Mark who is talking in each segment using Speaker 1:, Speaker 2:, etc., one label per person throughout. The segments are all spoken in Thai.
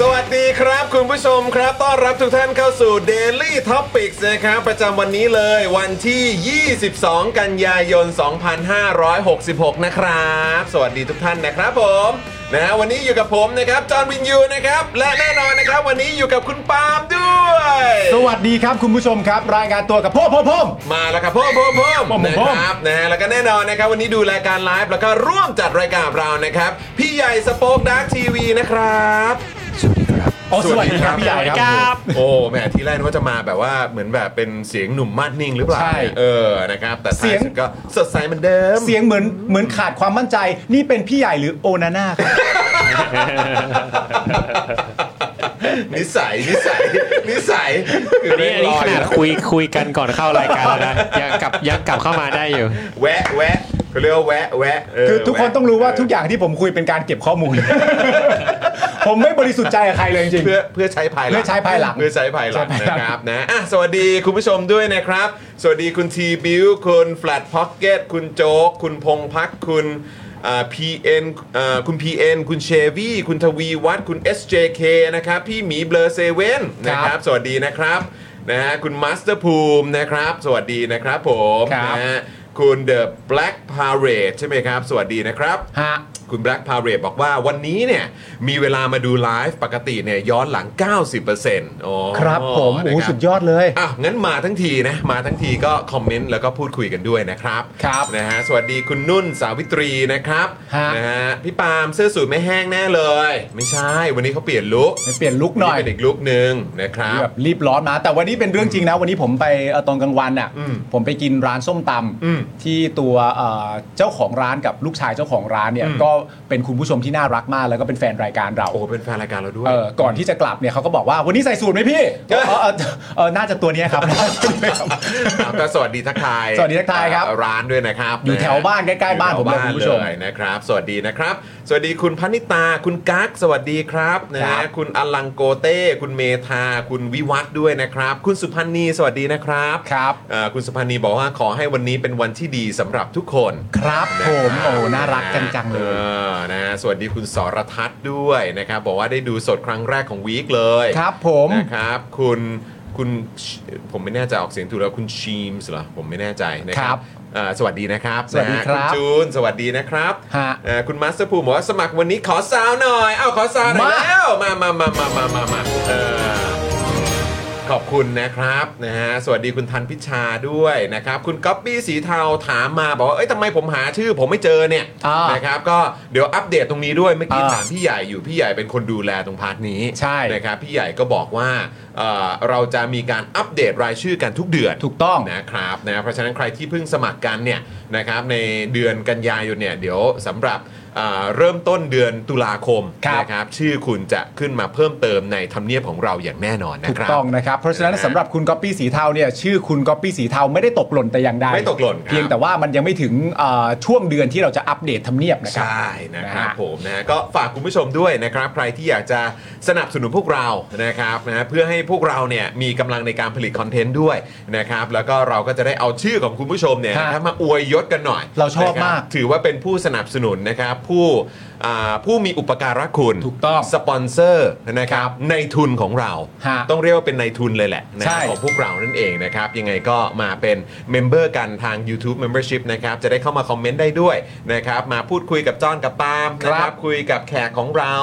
Speaker 1: สวัสดีครับคุณผู้ชมครับ ต้อนรับทุกท่านเข้าสู่ Daily Topics นะครับประจำวันนี้เลยวันที่ 22 กันยายน 2566 นะครับ สวัสดีทุกท่านนะครับผมนะฮะวันนี้อยู่กับผมนะครับ จอห์นวินยูนะครับ และแน่นอนนะครับ วันนี้อยู่กับคุณปาล์มด้วย
Speaker 2: สวัสดีครับคุณผู้ชมครับ รายงานตัวกับพ่อพ่อพ่อ
Speaker 1: มาแล้วครับพ่อพ่อพ่อ
Speaker 2: ผมผม
Speaker 1: นะครับนะฮะแล้วก็แน่นอนนะครับวันนี้ดูรายการไลฟ์แล้วก็ร่วมจัดรายการกับเรานะครับ พี่ใหญ่สป็อคดักทีวีนะครับ
Speaker 2: โอ้สวัสดีครับพี่ใหญ่ครับ
Speaker 1: โอ้แหมทีแรกนึกว่าจะมาแบบว่าเหมือนแบบเป็นเสียงหนุ่มมาดนิ่งหรือเปล่า
Speaker 2: ใช่
Speaker 1: เออนะครับ แต่ท้า
Speaker 2: เสียง
Speaker 1: สุดก็สดใสเหมือนเดิม
Speaker 2: เสียงเหมือนเหมือนขาดความมั่นใจ นี่เป็นพี่ใหญ่หรือโอนาน่าครับ
Speaker 1: นิสัยนิสัย นิสัยคือ
Speaker 3: อัน
Speaker 1: เรื่
Speaker 3: นี้
Speaker 1: อง
Speaker 3: อัน
Speaker 1: ร
Speaker 3: นี้ขนา
Speaker 1: ออ
Speaker 3: ด
Speaker 1: ยู่แล้ว
Speaker 3: คุยคุยกันก่อนเข้ารายการแล้วนะ ยังกลับยังกลับเข้ามาได้อยู่
Speaker 1: แวะแวะเขาเรียกว่าแวะแวะเ
Speaker 2: คือทุกคน
Speaker 1: แวะ
Speaker 2: ต้องรู้ว่า
Speaker 1: เ
Speaker 2: ทุกอย่างที่ผมคุยเป็นการเก็บข้อมูล ผมไม่บริสุทธิ์ใจกับใครเลยจริง
Speaker 1: เพื่อเพื่อใช้ภายหลัง
Speaker 2: เพื่อใช้ภายหลัง
Speaker 1: เพื่อใช้ภายหลัง
Speaker 2: ใช้ภายหลั
Speaker 1: นะ
Speaker 2: ง
Speaker 1: ครับนะอ่ะสวัสดีคุณผู้ชมด้วยนะครับ สวัสดีคุณทีบิวคุณ Flat Pocket คุณโจ๊กคุณพงพักคุณพีเอ็นคุณ PN คุณเชวี่ คุณทวีวัฒน์คุณ SJK นะครับ พี่หมีเบลเซเว่นนะครับ สวัสดีนะครับนะฮะคุณมาสเตอร์ภูมินะครับ สวัสดีนะครับผม
Speaker 2: ครับ
Speaker 1: นะฮะคุณเดอะแบล็กพาเรดใช่ไหมครับ สวัสดีนะครับ
Speaker 2: ฮะ
Speaker 1: คุณ Black Parade บอกว่าวันนี้เนี่ยมีเวลามาดูไลฟ์ปกติเนี่ยย้อนหลัง 90%โอ้
Speaker 2: ครับผม
Speaker 1: นะ
Speaker 2: โอ้
Speaker 1: ครับ
Speaker 2: สุดยอดเลย
Speaker 1: อ่ะงั้นมาทั้งทีนะ มาทั้งทีก็คอมเมนต์แล้วก็พูดคุยกันด้วยนะครับ
Speaker 2: ครับ
Speaker 1: นะฮะสวัสดีคุณนุ่นสาวิตรีนะครับ
Speaker 2: ฮะ
Speaker 1: นะฮะพี่ปาล์มเสื้อสูทไม่แห้งแน่เลย ไม่ใช่ วันนี้เขาเปลี่ยนลุค
Speaker 2: เปลี่ยนลุกหน่อย
Speaker 1: วัเป็นอีกลุคนึงนะครับ
Speaker 2: แบบรีบร้อนมา แต่วันนี้เป็นเรื่องจริงนะ วันนี้ผมไปเอ่อตอนกลางวันอ่ะ
Speaker 1: อืม
Speaker 2: ผมไปกินร้านส้มต
Speaker 1: อืม
Speaker 2: ำที่ตัวเอ่อเจ้าของร้านกับลูกชายเจ้าของร้านเนี่ย
Speaker 1: อืม
Speaker 2: ก็เป็นคุณผู้ชมที่น่ารักมาก แล้วก็เป็นแฟนรายการเรา
Speaker 1: โอ้เป็นแฟนรายการเราด้วย
Speaker 2: เอ่อก่อนที่จะกลับเนี่ยเขาก็บอกว่าวันนี้ใส่สูตรไหมพี่
Speaker 1: เออ
Speaker 2: เออเออเออน่าจะตัวเนี้ยครับ
Speaker 1: ครับก็สวัสดีทักทาย
Speaker 2: สวัสดีทักทายครับ
Speaker 1: ร้านด้วยนะครับ
Speaker 2: อยู่แถวบ้านใกล้ๆบ้านผมเลย
Speaker 1: อยู่แถว
Speaker 2: คุณผู้ชม
Speaker 1: เลยนะครับ สวัสดีนะครับ สวัสดีคุณพนิตาคุณกั๊กสวัสดีครับนะครับ คุณอลังโกเต้ คุณเมธาคุณวิวัฒน์ด้วยนะครับ คุณสุพันธ์นีสวัสดีนะครับ
Speaker 2: ครับ
Speaker 1: เอ่อคุณสุพันธ์นีบอกว่าขอให้วันนี้เป็นวันที่ดีสำหรับทุกคน
Speaker 2: ครับ
Speaker 1: นะ
Speaker 2: ผ
Speaker 1: รับ
Speaker 2: มโอ้น่ารักกันจังเล
Speaker 1: อย อนะสวัสดีคุณสรทัศน์ด้วยนะครับ บอกว่าได้ดูสดครั้งแรกของวีคเลย
Speaker 2: ครับผม
Speaker 1: นะครับคุณคุณผมไม่แน่ใจออกเสียงถูกแล้วคุณชีมส์เหรอผมไม่แน่ใจนะค
Speaker 2: ครั
Speaker 1: รับบ เอ่อสวัสดีนะครับ
Speaker 2: สวัสดี
Speaker 1: นะฮะ
Speaker 2: ครับ
Speaker 1: ณจูนสวัสดีนะครับ
Speaker 2: ฮะ
Speaker 1: เอ่อคุณมาสเตอร์ภูมิบอกว่าสมัครวันนี้ขอซาวหน่อยเอาขอซาวหน่
Speaker 2: มา
Speaker 1: อยแล้วมามามามามามามาเออขอบคุณนะครับนะฮะสวัสดีคุณทันพิชาด้วยนะครับ คุณก๊อปปี้สีเทาถามมาบอกว่าเอ้ยทำไมผมหาชื่อ ผมไม่เจอเนี่ย
Speaker 2: อ่าน
Speaker 1: นะครับก็เดี๋ยวอัปเดตตรงนี้ด้วยเมื่อกี้
Speaker 2: อ่า
Speaker 1: ถามพี่ใหญ่อยู่พี่ใหญ่เป็นคนดูแลตรงพาร์ทนี้
Speaker 2: ใช่
Speaker 1: นะครับพี่ใหญ่ก็บอกว่าเอ่อเราจะมีการอัปเดตรายชื่อกันทุกเดือน
Speaker 2: ถูกต้อง
Speaker 1: นะครับนะเพราะฉะนั้นใครที่เพิ่งสมัครกันเนี่ยนะครับในเดือนกันยายนเนี่ยเดี๋ยวสำหรับ อ่าเริ่มต้นเดือนตุลาคม
Speaker 2: ครับ
Speaker 1: นะครับชื่อคุณจะขึ้นมาเพิ่มเติมในทำเนียบของเราอย่างแน่นอนนะ
Speaker 2: ถูก
Speaker 1: ครับ
Speaker 2: ต้องนะครับเพราะฉะนั้น
Speaker 1: นะฮะ
Speaker 2: สำหรับคุณก๊อปปี้สีเทาเนี่ยชื่อคุณก๊อปปี้สีเทาไม่ได้ตกหล่นแต่อย่างใด
Speaker 1: ไม่ตกหล่นครับ
Speaker 2: เพียงแต่ว่ามันยังไม่ถึงเอ่อช่วงเดือนที่เราจะอัปเดตทำเนียบนะครั
Speaker 1: ใช่นะครั
Speaker 2: นะ
Speaker 1: บ
Speaker 2: ฮะ
Speaker 1: ผมนะฮะก็ฝากคุณผู้ชมด้วยนะครับใครที่อยากจะสนับสนุนพวกเรานะครับนะฮะเพื่อให้พวกเราเนี่ยมีกำลังในการผลิตคอนเทนต์ด้วยนะครับแล้วก็เราก็จะได้เอาชื่อของคุณผู้ชมเนี่ย
Speaker 2: ครับ
Speaker 1: นะครับมาอวยยศกันหน่อย
Speaker 2: เราชอบมาก
Speaker 1: นะครัถือว่าเป็นผู้สนับสนุนนะครับผู้อ่าผู้มีอุปการะคุณ
Speaker 2: ถูกต้อง
Speaker 1: สปอนเซอร์นะครับในทุนของเรา
Speaker 2: ฮะ
Speaker 1: ต้องเรียกว่าเป็นในทุนเลยแหละนะ
Speaker 2: ใช่
Speaker 1: ของพวกเรานั่นเองนะครับยังไงก็มาเป็นเมมเบอร์กันทาง YouTube Membership นะครับจะได้เข้ามาคอมเมนต์ได้ด้วยนะครับมาพูดคุยกับจอห์นกับปาล์ม
Speaker 2: ครับ
Speaker 1: นะครับคุยกับแขกของเรา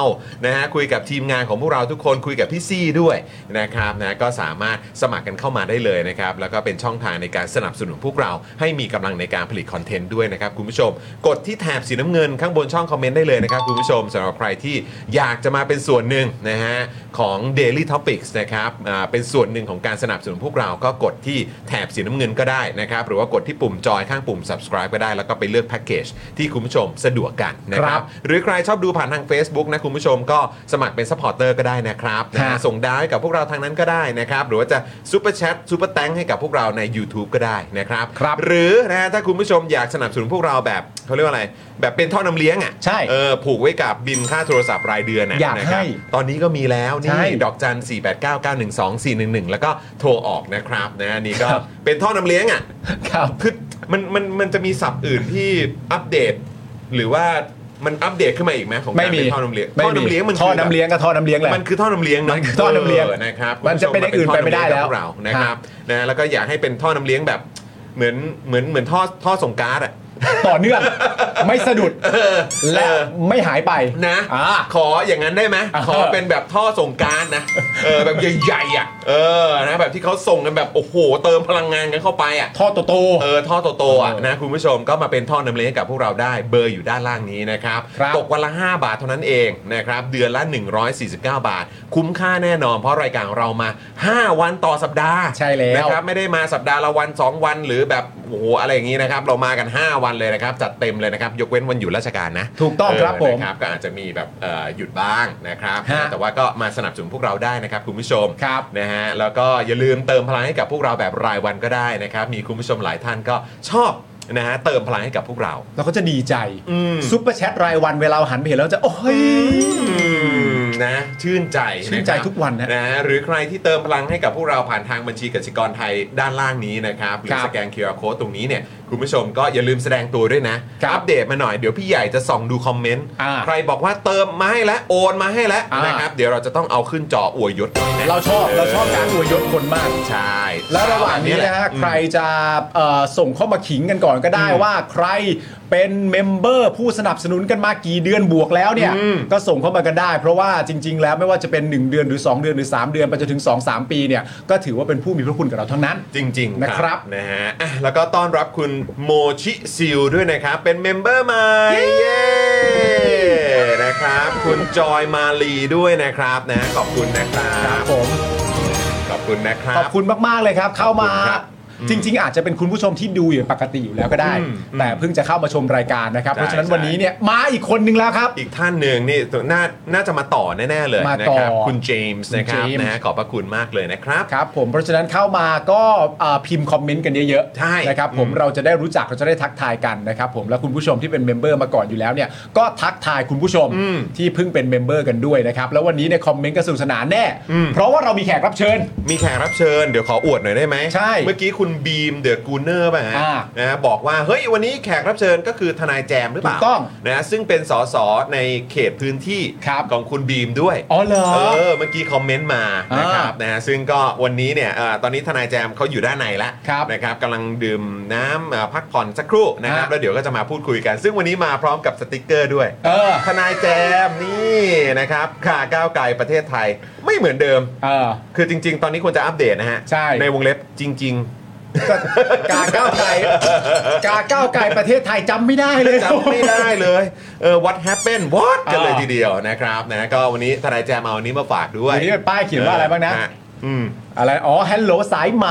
Speaker 1: นะฮะคุยกับทีมงานของพวกเราทุกคนคุยกับพี่ซี่ด้วยนะครับนะก็สามารถสมัครกันเข้ามาได้เลยนะครับ แล้วก็เป็นช่องทางในการสนับสนุนพวกเราให้มีกำลังในการผลิตคอนเทนต์ด้วยนะครับ คุณผู้ชม กดที่แถบสีน้ำเงินข้างบนช่องคอมเมนต์ได้เลยนะครับ คุณผู้ชมสำหรับใครที่อยากจะมาเป็นส่วนหนึ่งนะฮะของ Daily Topics นะครับอ่าเป็นส่วนหนึ่งของการสนับสนุนพวกเราก็กดที่แถบสีน้ำเงินก็ได้นะครับหรือว่ากดที่ปุ่มจอยข้างปุ่ม subscribe ก็ได้แล้วก็ไปเลือกแพ็กเกจที่คุณผู้ชมสะดวกกันนะค
Speaker 2: ครั
Speaker 1: รับ
Speaker 2: บ
Speaker 1: หรือใครชอบดูผ่านทาง Facebook นะคุณผู้ชมก็สมัครเป็นซัพพอร์ตเตอร์ก็ได้นะครับนะฮะ
Speaker 2: ฮะ
Speaker 1: ส่งดาวให้กับพวกเราทางนั้นก็ได้นะครับ หรือว่าจะซูเปอร์แชทซูเปอร์แตงให้กับพวกเราใน YouTube ก็ได้นะครับ
Speaker 2: ครับ
Speaker 1: หรือนะฮะถ้าคุณผู้ชมอยากสนับสนุนพวกเราแบบเขาเรียกว่าอะไร แบบเป็นท่อนำเลี้ยงอ่ะ
Speaker 2: ใช่
Speaker 1: เออผูกไว้กับบินค่าโทรศัพท์รายเดือนนะ
Speaker 2: อยาก
Speaker 1: นะครับ
Speaker 2: ให้
Speaker 1: ตอนนี้ก็มีแล้ว
Speaker 2: ใช่
Speaker 1: นี่ดอกจัน 4 8 9 9 1 2 4 1 1 แล้วก็โทรออกนะครับนะฮะนี่ก็
Speaker 2: ครับ
Speaker 1: เป็นท่อนำเลี้ยงอ่ะ
Speaker 2: ครับ
Speaker 1: คือมันมันมันจะมีศัพท์อื่นที่อัปเดต หรือว่ามันอัปเดตขึ้นมาอีกไหมของการ
Speaker 2: ไม่มี
Speaker 1: เป็นท่อน้ำเลี้ยง
Speaker 2: ไม่
Speaker 1: ท่อ
Speaker 2: มี
Speaker 1: น้ำเลี้ยงมัน
Speaker 2: ท่อ
Speaker 1: คืแบบ
Speaker 2: น้ำเลี้ยงกับท่อน้ำเลี้ยงแหละ
Speaker 1: มัน คือท่อน้ำเลี้ยงะ
Speaker 2: มันคือท่อน้ำเลี้ยง
Speaker 1: นะครับ
Speaker 2: มันจะเป็นอย่างอื่นไปไม่ได้แล้ว
Speaker 1: ท่อน้ำเยงของเรานะครับนะแล้วก็อยากให้เป็นท่อน้ำเลี้ยงแบบเหมือนเหมือนเหมือนท่อท่อส่งก๊าซอ่ะ
Speaker 2: ต่อเนื่อง ไม่สะดุดและไม่หายไป
Speaker 1: นะ
Speaker 2: อ่า
Speaker 1: ขออย่างนั้นได้ไหม
Speaker 2: อ่า
Speaker 1: ขอเป็นแบบท่อส่งก๊าซนะเออแบบใหญ่ๆอ่ะเออนะแบบที่เขาส่งกันแบบโอ้โหเติมพลังงานกันเข้าไปอ่ะ
Speaker 2: ท่อโตโต
Speaker 1: เออท่อโตๆอ่ะ
Speaker 2: เออ
Speaker 1: นะคุณผู้ชมก็มาเป็นท่อนำเลี้ยงให้กับพวกเราได้เบอร์อยู่ด้านล่างนี้นะครับ
Speaker 2: ครับ
Speaker 1: ตกวันละ 5 บาทเท่านั้นเองนะครับเดือนละ 149 บาท คุ้มค่าแน่นอน เพราะรายการของเรามา 5 วันต่อสัปดาห์
Speaker 2: ใช่แล้ว
Speaker 1: นะครับไม่ได้มาสัปดาห์ละวัน 2 วันหรือแบบโอ้โหอะไรอย่างนี้นะครับเรามากัน 5 วันเลยนะครับจัดเต็มเลยนะครับยกเว้นวันหยุดราชการนะ
Speaker 2: ถูกต้องครับผม
Speaker 1: เนะครับก็อาจจะมีแบบเอ่อหยุดบ้างนะครับ
Speaker 2: ฮะ
Speaker 1: แต่ว่าก็มาสนับสนุนพวกเราได้นะครับคุณผู้ชม
Speaker 2: ครับ
Speaker 1: นะฮะแล้วก็อย่าลืมเติมพลังให้กับพวกเราแบบรายวันก็ได้นะครับ มีคุณผู้ชมหลายท่านก็ชอบนะฮะเติมพลังให้กับพวกเรา
Speaker 2: เราก็จะดีใจ
Speaker 1: อืม
Speaker 2: ซุปเปอร์แชทรายวันเวลาเราหันไปเห็นแล้วจะ โอ้ย
Speaker 1: นะชื่นใจ
Speaker 2: ชื่นใจะ
Speaker 1: ครั
Speaker 2: ทุ
Speaker 1: บ
Speaker 2: กวันนะ
Speaker 1: นะฮะหรือใครที่เติมพลังให้กับพวกเราผ่านทางบัญชีกสิกรไทยด้านล่างนี้นะครับหรื
Speaker 2: ค
Speaker 1: อ
Speaker 2: รับ
Speaker 1: สแกน QR Code ตรงนี้เนี่ยคุณผู้ชมก็อย่าลืมแสดงตัวด้วยนะครับ อัปเดตมาหน่อยเดี๋ยวพี่ใหญ่จะส่องดูคอมเมนต์
Speaker 2: อ่า
Speaker 1: ใครบอกว่าเติมมาให้แล้วโอนมาให้แล้ว
Speaker 2: อ่าน
Speaker 1: นะครับเดี๋ยวเราจะต้องเอาขึ้นจออวยยศหน่อยนะ
Speaker 2: เราชอบเราชอบการอวยยศคนมาก
Speaker 1: ใช่
Speaker 2: และระหว่างนี้นะฮะ
Speaker 1: อืม
Speaker 2: ใครจะเอ่อส่งเข้ามาขิงกันก่อนก็ได้ว่าใครเป็นเมมเบอร์ผู้สนับสนุนกันมากี่เดือนบวกแล้วเนี่ย
Speaker 1: อืม
Speaker 2: ก็ส่งเข้ามากันได้ เพราะว่าจริง ๆ แล้วไม่ว่าจะเป็น 1 เดือนหรือ 2 เดือนหรือ 3 เดือนไปจนถึง 2-3 ปีเนี่ยก็ถือว่าเป็นผู้มีพระคุณกับเราทั้งนั้น
Speaker 1: จริงๆ
Speaker 2: นะครับ
Speaker 1: นะฮะอ่ะแล้วก็ต้อนรับคุณโมชิซิลด้วยนะครับ เป็นเมมเบอร์ใหม่เย้นะครับ คุณจอยมาลีด้วยนะครับนะขอบคุณนะครับ
Speaker 2: ผม
Speaker 1: ขอบคุณนะครั
Speaker 2: ข
Speaker 1: บ
Speaker 2: อบคุณมาก ๆ เลยครับ เข้ามา
Speaker 1: ขอบคุณครับ
Speaker 2: จริง ๆ อาจจะเป็นคุณผู้ชมที่ดูอยู่ปกติอยู่แล้วก็ได้
Speaker 1: อืม
Speaker 2: แต่เพิ่งจะเข้ามาชมรายการนะครับ
Speaker 1: ใช่
Speaker 2: เพราะฉะนั้น
Speaker 1: ใช่
Speaker 2: วันนี้เนี่ยมาอีกคนนึงแล้วครับ
Speaker 1: อีกท่านหนึ่งนี่น่าน่าจะมาต่อแน่ๆเลย
Speaker 2: มา
Speaker 1: นะ
Speaker 2: ต่อ
Speaker 1: ครับคุณเจมส์นะครับ
Speaker 2: คุณเจมส์
Speaker 1: นะฮะขอบพระคุณมากเลยนะครับ
Speaker 2: ครับผมเพราะฉะนั้นเข้ามาก็อ่าพิมพ์คอมเมนต์กันเยอะ
Speaker 1: ใช่
Speaker 2: ๆนะครับผม
Speaker 1: อืม
Speaker 2: เราจะได้รู้จักเราจะได้ทักทายกันนะครับผมและคุณผู้ชมที่เป็นเมมเบอร์มาก่อนอยู่แล้วเนี่ยก็ทักทายคุณผู้ชม
Speaker 1: อืม
Speaker 2: ที่เพิ่งเป็นเมมเบอร์กันด้วยนะครับแล้ววันนี้ในยคอมเมนต์ก็สนุกสนานแน่
Speaker 1: อืม
Speaker 2: เพราะว่าเรามีแขกรับเชิญ
Speaker 1: มีแขกรับเชิญเดี๋ยวขออวดหน่อยได้ไหม
Speaker 2: ใช่
Speaker 1: เมื่อกี้คุณบีมเดอะกูเนอร์ป่ะฮะ
Speaker 2: อ่า
Speaker 1: นะฮะบอกว่าเฮ้ยวันนี้แขกรับเชิญก็คือทนายแจมหรือเปล่า
Speaker 2: ถูกต้อง
Speaker 1: นะฮะซึ่งเป็นสสในเขตพื้นที่
Speaker 2: ครับ
Speaker 1: ของคุณบีมด้วย
Speaker 2: อ๋อเหรอ
Speaker 1: เออเมื่อกี้คอมเมนต์มา
Speaker 2: อ่าน
Speaker 1: นะครับนะฮะซึ่งก็วันนี้เนี่ยเอ่อตอนนี้ทนายแจมเขาอยู่ด้านในแล้ว
Speaker 2: ครับ
Speaker 1: นะครับกำลังดื่มน้ำเอ่อพักผ่อนสักครู่นะครับ
Speaker 2: ฮะ
Speaker 1: แล้วเดี๋ยวก็จะมาพูดคุยกัน ซึ่งวันนี้มาพร้อมกับสติกเกอร์ด้วย
Speaker 2: เออ
Speaker 1: ทนายแจมนี่นะครับข่าก้าวไกลประเทศไทยไม่เหมือนเดิม
Speaker 2: เออ
Speaker 1: คือจริง ๆ ตอนนี้ควรจะอัปเดตนะฮะ
Speaker 2: ใช่
Speaker 1: วงเล็บจริง
Speaker 2: ก็กาก้าวไกลกาก้าวไกลประเทศไทยจำไม่ได้เลย
Speaker 1: ๆจำไม่ได้เลยเออ what happened what กันเลยทีเดียวนะครับนะก็วันนี้ทนายแจมเอาอันนี้มาฝากด้วย
Speaker 2: วันนี้เป็นป้ายเขียนว่าอะไรบ้างนะ
Speaker 1: ฮ อืม
Speaker 2: อะไร อ๋อ ฮัลโหลสายไหม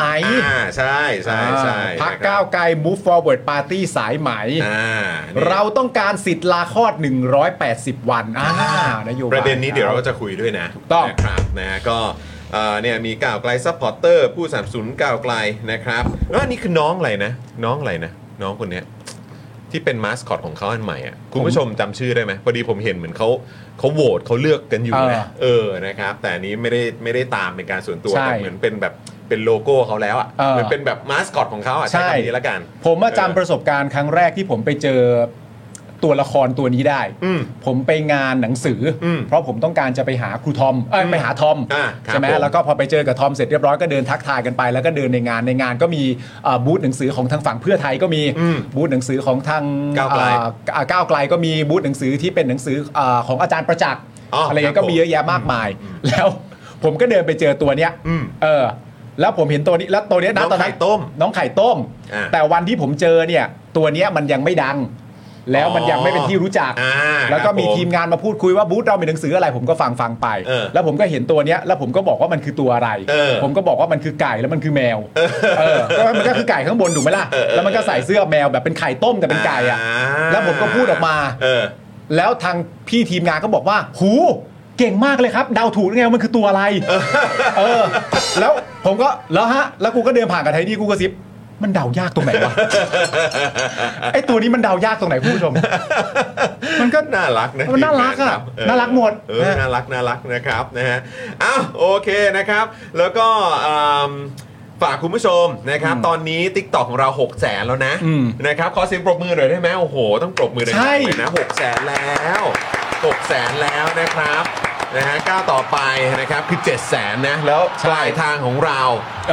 Speaker 1: อ่าใช่ใช่ใช่
Speaker 2: พัก
Speaker 1: นะครับ
Speaker 2: ก้าวไกล move forward party สายไหม
Speaker 1: อ่านี่
Speaker 2: เราต้องการสิทธิ์ลาคลอด 180 วันอ่านโยบาย
Speaker 1: ประเด็นนี้เดี๋ยวเราก็จะคุยด้วยนะ
Speaker 2: ถูกต้อง
Speaker 1: นะครับนะก็เอ่อเนี่ยมีก้าวไกลซัพพอร์เตอร์ผู้สนับสนุนก้าวไกลนะครับแล้วอันนี้คือน้องอะไรนะ น้องอะไรนะ น้องคนเนี้ยที่เป็นมาสคอตของเขาอันใหม่อ่ะคุณผู้ชมจำชื่อได้ไหมพอดีผมเห็นเหมือนเขาเขาโหวตเขาเลือกกันอยู่นะเออนะครับ แต่อันนี้ไม่ได้ไม่ได้ตามเป็นการส่วนตัว
Speaker 2: ใช่
Speaker 1: แต่เหมือนเป็นแบบเป็นโลโก้เขาแล้วอ่ะ
Speaker 2: เออ
Speaker 1: เหมือนเป็นแบบมาสคอตของเขาอ่ะใช้คำนี้ละกัน
Speaker 2: ผมมาจำ
Speaker 1: เออ
Speaker 2: ประสบการณ์ครั้งแรกที่ผมไปเจอตัวละครตัวนี้ได้
Speaker 1: อืม
Speaker 2: ผมไปงานหนังสืออ
Speaker 1: ม
Speaker 2: เพราะผมต้องการจะไปหาครูทอมเอ้ย
Speaker 1: อืม
Speaker 2: ไปหาทอม
Speaker 1: อ่าครับ
Speaker 2: ใช่ไหม
Speaker 1: ผม
Speaker 2: แล้วก็พอไปเจอกับทอมเสร็จเรียบร้อยก็เดินทักทายกันไป แล้วก็เดินในงานในงานก็มีเอ่อบูธหนังสือของทางฝั่งเพื่อไทยก็มี
Speaker 1: อืม
Speaker 2: บูธหนังสือของทาง
Speaker 1: ก้าวไกล
Speaker 2: เอ่ออ่าก้าวไกลก็มีบูธหนังสือที่เป็นหนังสือเอ่อของอาจารย์ประจักษ์
Speaker 1: อ๋ออ
Speaker 2: อะไรอย่างเงี้ย
Speaker 1: ครับ
Speaker 2: ก็มีเยอะแยะมากมาย แล้วผมก็เดินไปเจอตัวเนี้ย
Speaker 1: อืม
Speaker 2: เออ แล้วผมเห็นตัวนี้แล้วตัวเนี้ย
Speaker 1: น้
Speaker 2: นะ
Speaker 1: อง
Speaker 2: ตอนนั้
Speaker 1: ไข่
Speaker 2: น
Speaker 1: ต้ม
Speaker 2: น้องไข่ต้ม
Speaker 1: อ่า
Speaker 2: แต่วันที่ผมเจอเนี่ย ตัวเนี้ยมันยังไม่ดัง แล้วมันยังไม่เป็นที่รู้จัก
Speaker 1: อ่า
Speaker 2: แล้วก็มี
Speaker 1: ครับผ
Speaker 2: ทีมงานมาพูดคุยว่าบูธเราเป็นหนังสืออะไร ผมก็ฟังฟังไป
Speaker 1: เออ
Speaker 2: แล้วผมก็เห็นตัวเนี้ยแล้วผมก็บอกว่ามันคือตัวอะไร
Speaker 1: เออ
Speaker 2: ผมก็บอกว่ามันคือไก่แล้วมันคือแมวเออก็มันก็คือไก่ข้างบนถูกไหมล่ะ
Speaker 1: เออเออ
Speaker 2: แล้วมันก็ใส่เสื้อแมวแบบเป็นไข่ต้มแต่เป็นไก่อะ แล้วผมก็พูดออกมา
Speaker 1: เออ
Speaker 2: แล้วทางพี่ทีมงานก็บอกว่า หูเก่งมากเลยครับเดาถูกได้ไงว่ามันคือตัวอะไร เออ แล้วผมก็แล้วฮะ แล้วกูก็เดินผ่านกับไทนี่กูก็ซิบมันเดายากตรงไหนวะ ไอตัวนี้มันเดายากตรงไหนคุณผู้ชม มันก็
Speaker 1: น่ารักนะ
Speaker 2: มันน่ารักอะ
Speaker 1: ทีมงนคบเ
Speaker 2: น่ารักหมด
Speaker 1: เออ
Speaker 2: นะ
Speaker 1: น่ารักน่ารักนะครับนะฮะอ้าวโอเคนะครับ แล้วก็อืมฝากคุณผู้ชมนะครับ ตอนนี้ t ิ k t o k ของเรา 6 แสนแล้วนะนะครับขอเสียงปรบมือหน่อยได้ไหมโอ้โห ต้องปรบมือหน่อย
Speaker 2: ใช่
Speaker 1: หน่อยนะ6แสนแล้ว6แสนแล้วนะครับนะฮะก้าวต่อไปนะครับคือ 7 แสนนะแล้วปลายทางของเรา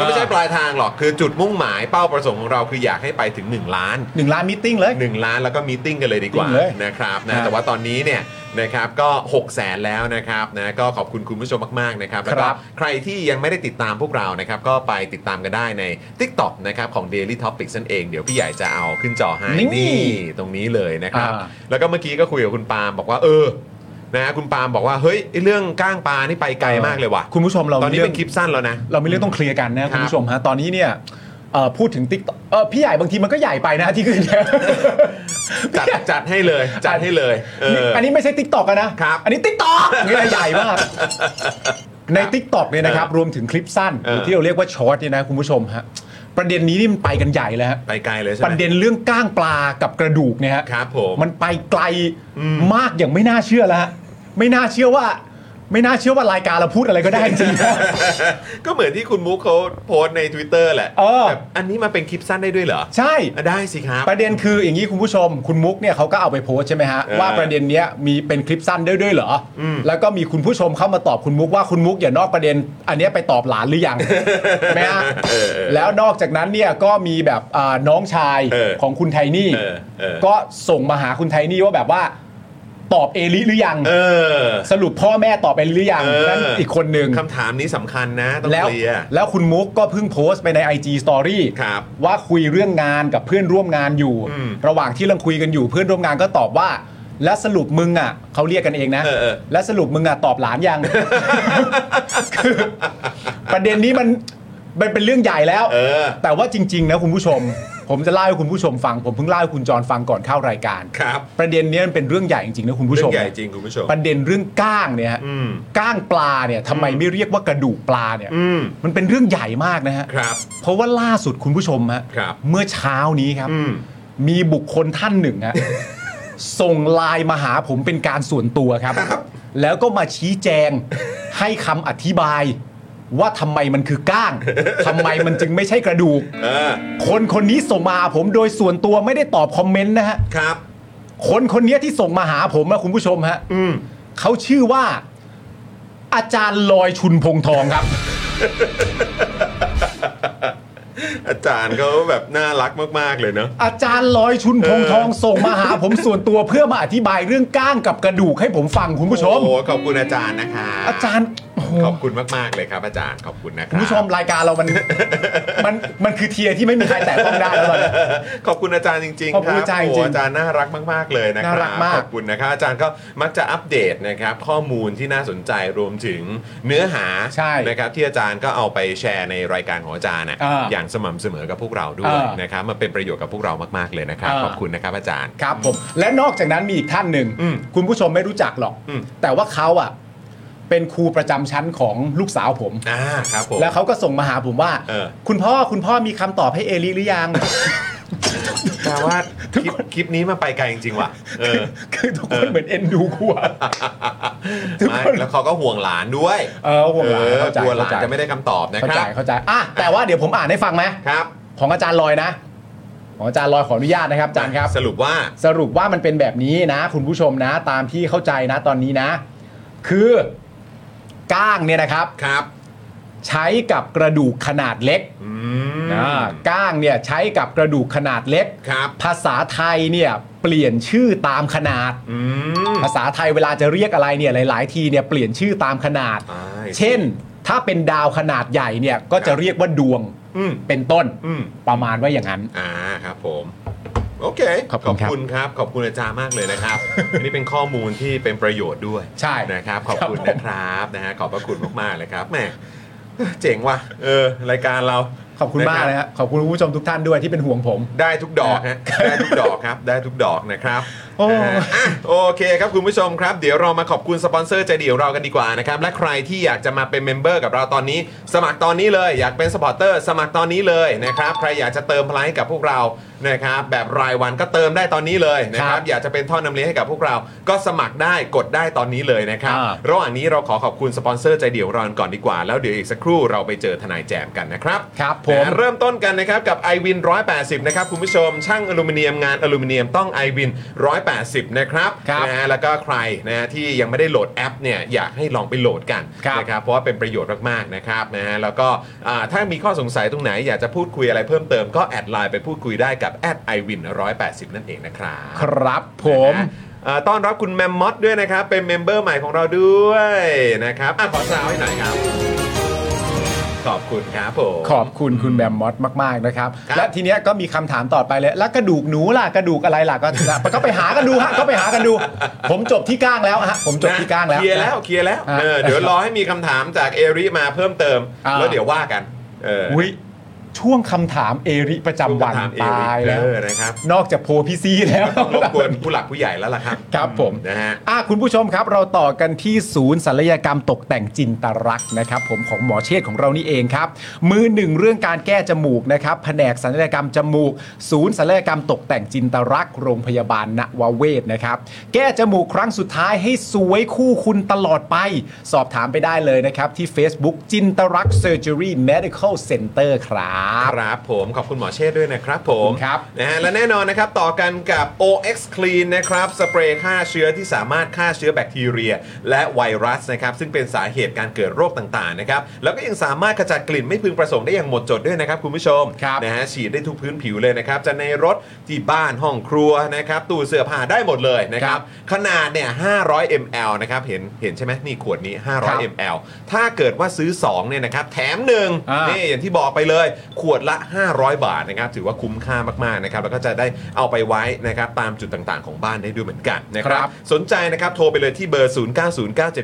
Speaker 1: ไม่ใช่ปลายทางหรอกคือจุดมุ่งหมายเป้าประสงค์ของเราคืออยากให้ไปถึง 1 ล้าน
Speaker 2: หนึ่งล้านมิทติ้งเลย
Speaker 1: หนึ่งล้านแล้วก็มีตติ้งกันเลยดีกว่า
Speaker 2: ติ้งเลย
Speaker 1: นะครับ
Speaker 2: ค
Speaker 1: นะ
Speaker 2: รับ
Speaker 1: แต่ว่าตอนนี้เนี่ยนะครับก็ 6 0แสนแล้วนะครับนะก็ขอบคุณคุณผู้ชมมากๆนะครับ
Speaker 2: ครับ
Speaker 1: แล้วก็ใครที่ยังไม่ได้ติดตามพวกเรานะครับก็ไปติดตามกันได้ใน TikTok นะครับของ Daily Topic นั่นเองเดี๋ยวพี่ใหญ่จะเอาขึ้นจอให้
Speaker 2: นี่
Speaker 1: ตรงนี้เลยนะครับ
Speaker 2: อ่า
Speaker 1: แล้วก็เมื่อกี้ก็คุยกับคุณปาล์มบอกว่าเออนะคุณปาล์มบอกว่าเฮ้ยไอ้เรื่องก้างปลานี่ไปไกลมากเลยว่ะ
Speaker 2: คุณผู้ชมเรา
Speaker 1: ตอนนี้
Speaker 2: มีรื่
Speaker 1: เป็นคลิปสั้นแล้วนะ
Speaker 2: เรามีเรื่องต้องเคลียร์กันนะ
Speaker 1: ครั
Speaker 2: คุ
Speaker 1: บ
Speaker 2: ณผู้ชมฮะตอนนี้เนี่ยเอ่อพูดถึงติ๊กเออพี่ใหญ่บางทีมันก็ใหญ่ไปนะที่ขึ้นเนี่ย
Speaker 1: จัดจัดให้เลยจัดให้เลยเอออ
Speaker 2: อันนี้ไม่ใช่ติ๊กตอกนะ
Speaker 1: ครับ
Speaker 2: อันนี้ติ๊กตอกเนี่ยใหญ่มาก ในติ๊กตอกเนี่ยนะครับ รวมถึงคลิปสั้น
Speaker 1: เอ
Speaker 2: ห
Speaker 1: อ
Speaker 2: รือที่เราเรียกว่าช็อตเนี่ยนะคุณผู้ชมฮะประเด็นนี้นี่มันไปกันใหญ่แล้วฮะ
Speaker 1: ไปไกลเลยใช่
Speaker 2: ป
Speaker 1: ไหม
Speaker 2: ระเด็นเรื่องก้างปลากับกระดูกเนี่ยฮะ
Speaker 1: ครับผม
Speaker 2: นไปไกลมากอย่างไม่น่าเชื่อแล้วฮะไม่น่าเชื่อว่า ไม่น่าเชื่อว่ารายการเราพูดอะไรก็ได้จริง
Speaker 1: ก็เหมือนที่คุณมุกเขาโพสต์ใน Twitter แหละ
Speaker 2: เออ
Speaker 1: แบบอันนี้มาเป็นคลิปสั้นได้ด้วยเหรอ
Speaker 2: ใช่
Speaker 1: อ่ะได้สิครับ
Speaker 2: ประเด็นคืออย่างนี้คุณผู้ชม คุณมุกเนี่ยเขาก็เอาไปโพสต์ใช่ไหมฮะ
Speaker 1: เออ
Speaker 2: ว่าประเด็นเนี้ยมีเป็นคลิปสั้นด้วยด้วยเหรออแล้วก็มีคุณผู้ชมเข้ามาตอบคุณมุกว่าคุณมุกอย่านอกประเด็น อันเนี้ยไปตอบหลานหรือยัง ใช่ไหมฮะ
Speaker 1: เออเออ
Speaker 2: แล้วนอกจากนั้นเนี่ยก็มีแบบอ่าน้องชาย
Speaker 1: เออ
Speaker 2: ของคุณไทนี่
Speaker 1: เออเออ
Speaker 2: ก็ส่งมาหาคุณไทนี่ว่าแบบว่าตอบเอลิหรือยัง
Speaker 1: เออ
Speaker 2: สรุปพ่อแม่ตอบไปหรือยัง
Speaker 1: เออ
Speaker 2: นั่นอีกคนหนึ่ง
Speaker 1: คำถามนี้สำคัญนะ ต้อง
Speaker 2: แล้ว
Speaker 1: เคลียร์
Speaker 2: แล้วคุณมุกก็เพิ่งโพสต์ไปใน IG Story
Speaker 1: ครับ
Speaker 2: ว่าคุยเรื่องงานกับเพื่อนร่วมงานอยู่
Speaker 1: อืม
Speaker 2: ระหว่างที่เราคุยกันอยู่เพื่อนร่วมงานก็ตอบว่า แล้วสรุปมึงอ่ะเขาเรียกกันเองนะ
Speaker 1: เออเออ
Speaker 2: แล้วสรุปมึงอ่ะตอบหลานยัง คือประเด็นนี้มันมันเป็นเรื่องใหญ่แล้ว
Speaker 1: เออ
Speaker 2: แต่ว่าจริง ๆ นะคุณผู้ชม ผมจะเล่าให้คุณผู้ชมฟัง ผมเพิ่งเล่าให้คุณจรฟังก่อนเข้ารายการ
Speaker 1: ครับ
Speaker 2: ประเด็นเนี้ยมันเป็นเรื่องใหญ่จริงๆนะคุณผู้
Speaker 1: เรื่
Speaker 2: ช
Speaker 1: อ
Speaker 2: ม
Speaker 1: งใหญ่จริงคุณผู้ชม
Speaker 2: ประเด็นเรื่องก้างเนี่ยฮะ
Speaker 1: อืม
Speaker 2: ก้างปลาเนี่ยทำไมไม่เรียกว่ากระดูกปลาเนี่ย
Speaker 1: อืม
Speaker 2: มันเป็นเรื่องใหญ่มากนะฮะ
Speaker 1: ครับ
Speaker 2: เพราะว่าล่าสุดคุณผู้ชมฮะ
Speaker 1: ครับ
Speaker 2: เมื่อเช้านี้ครับ
Speaker 1: อืม
Speaker 2: มีบุคคลท่านหนึ่ง ฮะ ส่งไลน์มาหาผมเป็นการส่วนตัวครับ แล้วก็มาชี้แจง ให้คำอธิบาย ว่าทำไมมันคือ ก้างทำไมมันจึงไม่ใช่กระดูก
Speaker 1: เออ
Speaker 2: คนคนนี้ส่งมาหาผมโดยส่วนตัวไม่ได้ตอบคอมเมนต์นะฮะ
Speaker 1: ครับ
Speaker 2: คนคนเนี้ยที่ส่งมาหาผมอะคุณผู้ชมฮะ
Speaker 1: อืม
Speaker 2: เขาชื่อว่า อาจารย์ลอยชุนพงทองครับ
Speaker 1: อาจารย์เขาแบบน่ารักมาก ๆ เลยเนาะ
Speaker 2: อาจารย์ลอยชุนทองทองส่งมาหาผมส่วนตัวเพื่อมาอธิบายเรื่องก้างกับกระดูกให้ผมฟังคุณผู้ชม
Speaker 1: โอ้โหขอบคุณอาจารย์นะคะ
Speaker 2: อาจารย์โอ้โห
Speaker 1: ขอบคุณมาก ๆ เลยครับอาจารย์ขอบคุณนะค
Speaker 2: คุ
Speaker 1: รั
Speaker 2: ณ
Speaker 1: บ
Speaker 2: ผู้ชมรายการเรามัน มันมันคือเทียร์ที่ไม่มีใครแตะต้องได้แล้วตอนนี้
Speaker 1: ขอบคุณอาจารย์จริงๆ
Speaker 2: ขอบคุณอาจารย์
Speaker 1: โโห
Speaker 2: จริงๆ
Speaker 1: อาจารย์น่ารักมาก ๆ เลยนะครั
Speaker 2: น่ารักมาก
Speaker 1: ขอบคุณนะครับอาจารย์ก็มักจะอัปเดตนะครับข้อมูลที่น่าสนใจรวมถึงเนื้อหา
Speaker 2: ใช่
Speaker 1: นะครับที่อาจารย์ก็เอาไปแชร์ในรายการของอาจารย์น่ะ
Speaker 2: อ่า
Speaker 1: อย่างสม่ำเสมอกับพวกเราด้วย
Speaker 2: อ่าน
Speaker 1: นะครับมาเป็นประโยชน์กับพวกเรามากๆเลยนะครับ
Speaker 2: อ่า
Speaker 1: ขอบคุณนะครับอาจารย์
Speaker 2: ครับผมและนอกจากนั้นมีอีกท่านหนึ่ง
Speaker 1: อืม
Speaker 2: คุณผู้ชมไม่รู้จักหรอก
Speaker 1: อืม
Speaker 2: แต่ว่าเขาอ่ะ เป็นครูประจำชั้นของลูกสาวผม
Speaker 1: อ่าครับผม
Speaker 2: แล้วเขาก็ส่งมาหาผมว่า
Speaker 1: เออ
Speaker 2: คุณพ่อคุณพ่อมีคำตอบให้เอลิหรือยัง
Speaker 1: แปลว่าคลิปคลิปนี้มาไปไกลจริงๆว่ะเออ
Speaker 2: คือทุกคนเหมือนเอ็นดูกูอะ ทุก
Speaker 1: ไม่
Speaker 2: คน
Speaker 1: แล้วเขาก็ห่วงหลานด้วย
Speaker 2: เออห่วงหลานเข้าใจ
Speaker 1: กลัวหลา
Speaker 2: เข้าน ใจ
Speaker 1: จะไม่ได้คำตอบนะ
Speaker 2: เข้า
Speaker 1: ค
Speaker 2: ใจ
Speaker 1: รับ
Speaker 2: เข้าใจอ่ะแต่ว่าเดี๋ยวผมอ่านให้ฟังไหม
Speaker 1: ครับ
Speaker 2: ของอาจารย์ลอยนะ ของอาจารย์ลอยขออนุญาตนะครับอาจารย์ครับ
Speaker 1: สรุปว่า
Speaker 2: สรุปว่ามันเป็นแบบนี้นะ คุณผู้ชมนะ ตามที่เข้าใจนะตอนนี้นะ คือก้างเนี่ยนะครับ
Speaker 1: ครับ
Speaker 2: ใช้กับกระดูกขนาดเล็ก
Speaker 1: อืม
Speaker 2: อ่าก้างเนี่ยใช้กับกระดูกขนาดเล็ก
Speaker 1: ครับ
Speaker 2: ภาษาไทยเนี่ยเปลี่ยนชื่อตามขนาด
Speaker 1: อืม
Speaker 2: ภาษาไทยเวลาจะเรียกอะไรเนี่ยหลาย ๆ ทีเนี่ยเปลี่ยนชื่อตามขนาด
Speaker 1: อ่า
Speaker 2: เช่น ถ้าเป็นดาวขนาดใหญ่เนี่ยก็จะเรียกว่าดวง
Speaker 1: อืม
Speaker 2: เป็นต้น
Speaker 1: อืม
Speaker 2: ประมาณว่าอย่างนั้น
Speaker 1: อ่าครับผม โอเค
Speaker 2: ขอบคุณครับ
Speaker 1: ณครับ ขอบคุณอาจารย์มากเลยนะครับ นี่เป็นข้อมูลที่เป็นประโยชน์ด้วย
Speaker 2: ใช่
Speaker 1: นะครับ ขอบคุณ
Speaker 2: ครับผม
Speaker 1: นะครับนะฮะขอบพระคุณมากๆเลยครับแหมเจ๋งว่ะเออ รายการเรา
Speaker 2: ขอบคุณมาก
Speaker 1: นะ
Speaker 2: นะ
Speaker 1: รับ
Speaker 2: ฮะขอบคุณคุณผู้ชมทุกท่านด้วยที่เป็นห่วงผม
Speaker 1: ได้ทุกดอกฮะ ได้ทุกดอกครับ ได้ทุกดอกนะครับ
Speaker 2: โอ้
Speaker 1: นะฮะอ่ะโอเคครับคุณผู้ชมครับ เดี๋ยวเรามาขอบคุณสปอนเซอร์ใจดีของเรากันดีกว่านะครับ และใครที่อยากจะมาเป็นเมมเบอร์กับเราตอนนี้ สมัครตอนนี้เลย อยากเป็นสปอร์เตอร์ สมัครตอนนี้เลยนะครับ ใครอยากจะเติมพลังให้กับพวกเรา นะครับ แบบรายวันก็เติมได้ตอนนี้เลยนะครับ อยากจะเป็นท่อนนำเลี้ยงให้กับพวกเรา ก็สมัครได้ กดได้ตอนนี้เลยนะครับ
Speaker 2: อ่า
Speaker 1: ระหว่างนี้เราขอขอบคุณสปอนเซอร์ใจเดียวเรากันก่อนดีกว่า แล้วเดี๋ยวอีกสักครู่เราไปเจอทนายแจมกันนะครับ
Speaker 2: ครับผม
Speaker 1: นะเริ่มต้นกันนะครับกับ i w วิน180 นะครับ คุณผู้ชม ช่างอลูมิเนียมงานอลูมิเนียมต้อง i w วิน180 นะครับ
Speaker 2: ครับ
Speaker 1: นะฮะแล้วก็ใครนะฮะที่ยังไม่ได้โหลดแอปเนี่ยอยากให้ลองไปโหลดกัน
Speaker 2: ครับ
Speaker 1: นะครับเพราะว่าเป็นประโยชน์มากๆนะครับนะฮะแล้วก็อ่าถ้ามีข้อสงสัยตรงไหนอยากจะพูดคุยอะไรเพิ่มเติมก็แอดไลน์ไปพูดคุยได้กับแอดไอวิน180 นั่นเองนะครับ
Speaker 2: ครับผม
Speaker 1: นะฮะเอ่อต้อนรับคุณแมมมอสด้วยนะครับ เป็นเมมเบอร์ใหม่ของเราด้วยนะครับอ่ะขอสาวให้หน่อยครับ ขอบคุณครับผม
Speaker 2: ขอบคุณคุณแบมมอสมาก ๆ นะครับ
Speaker 1: ครับ
Speaker 2: และทีเนี้ยก็มีคำถามต่อไปเลย แล้วกระดูกหนูล่ะกระดูกอะไรล่ะก็ ก็ไปหากันดู ฮะก็ไปหากันดู ผมจบที่ก้างแล้วฮะผมจบที่ก้างแล้ว
Speaker 1: เคลียร์แล้วเคลียร์แล้ว
Speaker 2: อ่ะ
Speaker 1: เออเดี๋ยวรอให้มีคำถามจากเอริมาเพิ่มเติม
Speaker 2: อ่า
Speaker 1: แล้วเดี๋ยวว่ากันเออ
Speaker 2: อุ๊ยช่วงคำถามเอริประจำวัน
Speaker 1: คำถามเอ
Speaker 2: ตา
Speaker 1: ริ
Speaker 2: ยแล้ว
Speaker 1: เออนะครับ
Speaker 2: นอกจากโพพี่ซีแล้ว
Speaker 1: ต้องรบกวนผู้หลักผู้ใหญ่แล้วล่ะครับ
Speaker 2: ครับผม
Speaker 1: นะฮะ
Speaker 2: อ่ะคุณผู้ชมครับ เราต่อกันที่ศูนย์ศัลยกรรมตกแต่งจินตรักษณ์นะครับผมของหมอเชษฐ์ของเรานี่เองครับ มือหนึ่งเรื่องการแก้จมูกนะครับแผนกศัลยกรรมจมูก ศูนย์ศัลยกรรมตกแต่งจินตรักษณ์โรงพยาบาลนวเวศนะครับ แก้จมูกครั้งสุดท้ายให้สวยคู่คุณตลอดไป สอบถามไปได้เลยนะครับ ที่ Facebook จินตรักเซอร์เจอรี่เมดิคอลเซ็นเตอร์ครับ
Speaker 1: ครับผมขอบคุณหมอเชษฐ์ด้วยนะครับผ
Speaker 2: ข
Speaker 1: ม
Speaker 2: อบคุณครับ
Speaker 1: นะฮะและแน่นอนนะครับต่อกันกับ OX Clean นะครับสเปรย์ฆ่าเชื้อที่สามารถฆ่าเชื้อแบคทีเรีย และไวรัสนะครับซึ่งเป็นสาเหตุการเกิดโรคต่างๆนะครับแล้วก็ยังสามารถขจัดกลิ่นไม่พึงประสงค์ได้อย่างหมดจดด้วยนะครับคุณผู้ชม
Speaker 2: ครับ
Speaker 1: นะฮะฉีดได้ทุกพื้นผิวเลยนะครับจะในรถที่บ้านห้องครัวนะครับตู้เสื้อผ้าได้หมดเลยนะครับขนาดเนี่ย500 ml นะครับเห็นเห็นใช่ไหมนี่ขวดนี้ 500 ml ถ้าเกิดว่าซื้อสองเนี่ยนะครับแถมหนึ่ง
Speaker 2: อ่านี่
Speaker 1: นี่ อย่างที่บอกไปเลยขวดละ 500 บาทนะครับถือว่าคุ้มค่ามากๆนะครับแล้วก็จะได้เอาไปไว้นะครับตามจุดต่างๆของบ้านได้ด้วยเหมือนกันนะครั
Speaker 2: ครับ บ
Speaker 1: สนใจนะครับโทรไปเลยที่เบอร์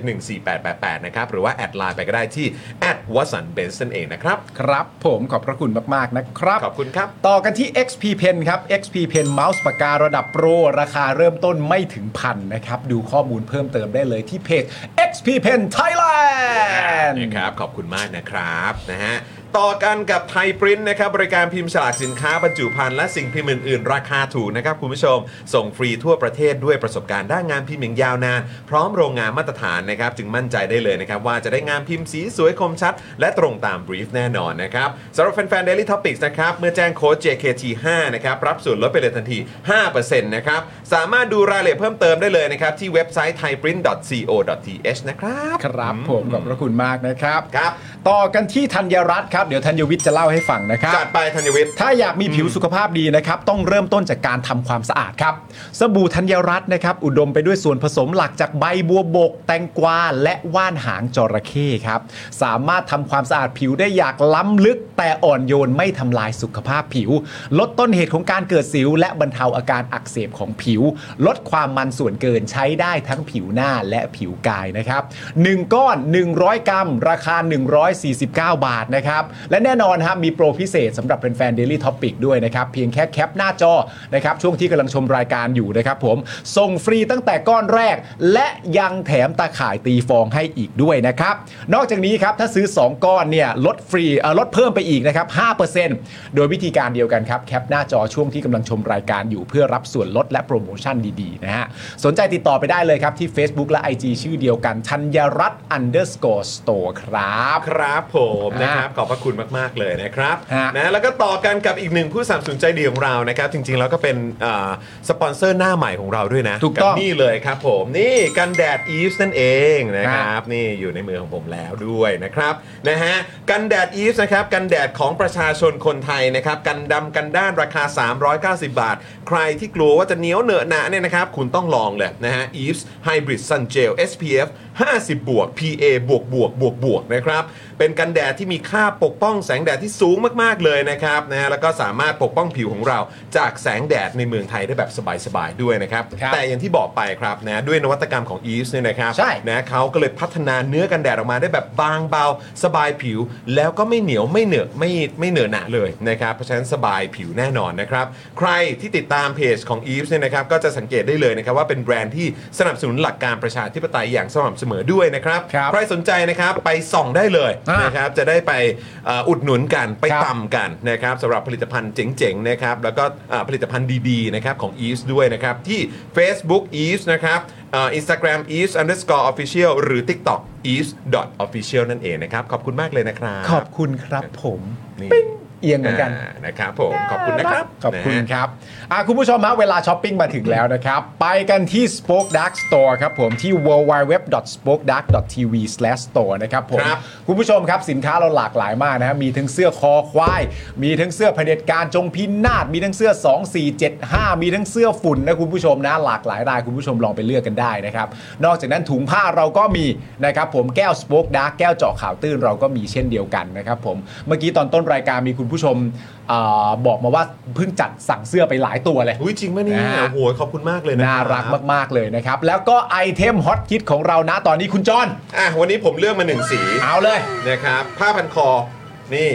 Speaker 1: 0909714888 นะครับหรือว่าแอดไลน์ไปก็ได้ที่แอดวัสันเบนซ์นั่นเองนะครับ
Speaker 2: ครับผมขอบพระคุณมาก ๆ นะครับ
Speaker 1: ขอบคุณครับ
Speaker 2: ต่อกันที่ XP Pen ครับ XP Pen เมาส์ปากการะดับโปร ราคาเริ่มต้นไม่ถึงพันนะครับ ดูข้อมูลเพิ่มเติมได้เลยที่เพจ XP Pen Thailand
Speaker 1: นะครับขอบคุณมากนะครับนะฮะต่อกันกับไทยปริ้นนะครับบริการพิมพ์ฉลากสินค้าบรรจุภัณฑ์และสิ่งพิมพ์อื่นๆ ราคาถูกนะครับคุณผู้ชม ส่งฟรีทั่วประเทศด้วยประสบการณ์ด้านงานพิมพ์อย่างยาวนาน พร้อมโรงงานมาตรฐานนะครับจึงมั่นใจได้เลยนะครับว่าจะได้งานพิมพ์สีสวยคมชัด และตรงตามบรีฟแน่นอนนะครับสำหรับแฟนๆ Daily Topics นะครับเมื่อแจ้งโค้ด JKT5 นะครับรับส่วนลดไปเลยทันที 5%นะครับสามารถดูรายละเอียดเพิ่มเติมได้เลยนะครับที่เว็บไซต์ thaiprint.co.th นะครับ
Speaker 2: ครับผมขอบพระคุณมากนะครับ
Speaker 1: ครับ
Speaker 2: ต่อกันที่ธัญรัตน์ครับ เดี๋ยวธัญวิทย์จะเล่าให้ฟังนะครับ
Speaker 1: จัดไปธัญวิทย์
Speaker 2: ถ้าอยากมีผิวสุขภาพดีนะครับ ต้องเริ่มต้นจากการทำความสะอาดครับ สบู่ธัญรัตน์นะครับ อุดมไปด้วยส่วนผสมหลักจากใบบัวบก แตงกวาและว่านหางจระเข้ครับ สามารถทำความสะอาดผิวได้อยากล้ำลึก แต่อ่อนโยนไม่ทำลายสุขภาพผิว ลดต้นเหตุของการเกิดสิว และบรรเทาอาการอักเสบของผิว ลดความมันส่วนเกินใช้ได้ทั้งผิวหน้าและผิวกายนะครับ 1 ก้อน 100 กรัม ราคา 149 บาทนะครับ และแน่นอนครับมีโปรพิเศษสำหรับแฟนๆ Daily Topic ด้วยนะครับ เพียงแค่แคปหน้าจอนะครับ ช่วงที่กำลังชมรายการอยู่นะครับผม ส่งฟรีตั้งแต่ก้อนแรก และยังแถมตาข่ายตีฟองให้อีกด้วยนะครับ นอกจากนี้ครับ ถ้าซื้อ 2 ก้อนเนี่ยลดฟรีเอ่อลดเพิ่มไปอีกนะครับ 5%โดยวิธีการเดียวกันครับ แคปหน้าจอช่วงที่กำลังชมรายการอยู่เพื่อรับส่วนลดและโปรโมชั่นดีๆ นะฮะ สนใจติดต่อไปได้เลยครับ ที่ Facebook และ IG ชื่อเดียวกันธัญรัตน์ underscore store ครับ
Speaker 1: ครับผม
Speaker 2: อ่าน
Speaker 1: นะครับขอบพระคุณมาก ๆ เลยนะครับ
Speaker 2: ฮะ
Speaker 1: นะแล้วก็ต่อกันกับอีกหนึ่งผู้สนับสนุนใจดีของเรานะครับ จริง ๆ แล้วก็เป็นอ่าสปอนเซอร์หน้าใหม่ของเราด้วยนะ
Speaker 2: ถูกต้อง
Speaker 1: บนี่เลยครับผมนี่กันแดดอีฟนั่นเองนะค
Speaker 2: ค
Speaker 1: รั
Speaker 2: รั
Speaker 1: บบ นี่อยู่ในมือของผมแล้วด้วยนะครับนะฮะกันแดดอีฟนะครับกันแดดของประชาชนคนไทยนะครับกันดำกันด้านราคา 390 บาท ใครที่กลัวว่าจะเหนียวเหนอะหนะเนี่ยนะครับคุณต้องลองเลยนะฮะ Eves Hybrid Sun Gel SPF 50บวก PA บวกบวกบวกบวกนะครับ เป็นกันแดดที่มีค่าปกป้องแสงแดดที่สูงมากๆเลยนะครับนะฮะแล้วก็สามารถปกป้องผิวของเราจากแสงแดดในเมืองไทยได้แบบสบายๆด้วยนะครับ
Speaker 2: ครับ
Speaker 1: แต่อย่างที่บอกไปครับนะด้วยนวัตกรรมของ Eves เนี่ยนะครับ
Speaker 2: ใช่
Speaker 1: นะเขาก็เลยพัฒนาเนื้อกันแดดออกมาได้แบบบางเบา สบายผิว แล้วก็ไม่เหนียวไม่เหนอะไม่ไม่เหนอะหนะเลยนะครับเพราะฉะนั้นสบายผิวแน่นอนนะครับ ใครที่ติดตามเพจของ Eves เนี่ยนะครับก็จะสังเกตได้เลยนะครับว่าเป็นแบรนด์ที่สนับสนุนหลักการประชาธิปไตยอย่างสม่ำเสมอด้วยนะครับ
Speaker 2: ครับ
Speaker 1: ใครสนใจนะครับไปส่องได้เลย
Speaker 2: อ่าน
Speaker 1: นะครับจะได้ไปเอ่ออุดหนุนกันไป
Speaker 2: ครับ
Speaker 1: ตำกันนะครับสำหรับผลิตภัณฑ์เจ๋งๆนะครับแล้วก็เอ่อผลิตภัณฑ์ดีๆนะครับของ e v e s ด้วยนะครับ ที่ Facebook e v e s นะครับอินสตาแกรม e v e s underscore official หรือ TikTok e v e s official นั่นเองนะครับ ขอบคุณมากเลยนะครับ
Speaker 2: ขอบคุณครับผม
Speaker 1: นี่
Speaker 2: เอียงเหมือนกัน
Speaker 1: านะครับผมขอบคุณนะครับ
Speaker 2: ขอบคุณ
Speaker 1: นะฮะ
Speaker 2: ครับอ่ะคุณผู้ชมฮะเวลาช้อปปิ้งมาถึงแล้วนะครับ ไปกันที่ Spoke Dark Store ครับผมที่ www.spokedark.tv/store นะครับผม
Speaker 1: ครับ
Speaker 2: คุณผู้ชมครับสินค้าเราหลากหลายมากนะฮะมีทั้งเสื้อคอควาย มีทั้งเสื้อเผด็จการจงพินาศมีทั้งเสื้อ 2475 มีทั้งเสื้อฝุ่นนะคุณผู้ชมนะหลากหลายรายคุณผู้ชมลองไปเลือกกันได้นะครับ นอกจากนั้นถุงผ้าเราก็มีนะครับผมแก้ว Spoke Dark แก้วเจาะข่าวตื้นเราก็มีเช่นเดียวกันนะครับผมเมื่อกี้ตอนต้นรายการมีคุณผู้ชมเออบอกมาว่าเพิ่งจัดสั่งเสื้อไปหลายตัวเลย
Speaker 1: อุ้ยจริงไหมเนี่ย
Speaker 2: นะฮะ
Speaker 1: โอ้โหขอบคุณมากเลยนะค
Speaker 2: น่า
Speaker 1: บ
Speaker 2: รักมาก ๆ เลยนะครับ แล้วก็ไอเทมฮอตคิดของเรานะตอนนี้คุณจอน
Speaker 1: อ่ะวันนี้ผมเลือกมาหนึ่งสี
Speaker 2: เอาเลย
Speaker 1: นะครับผ้าพันคอนี่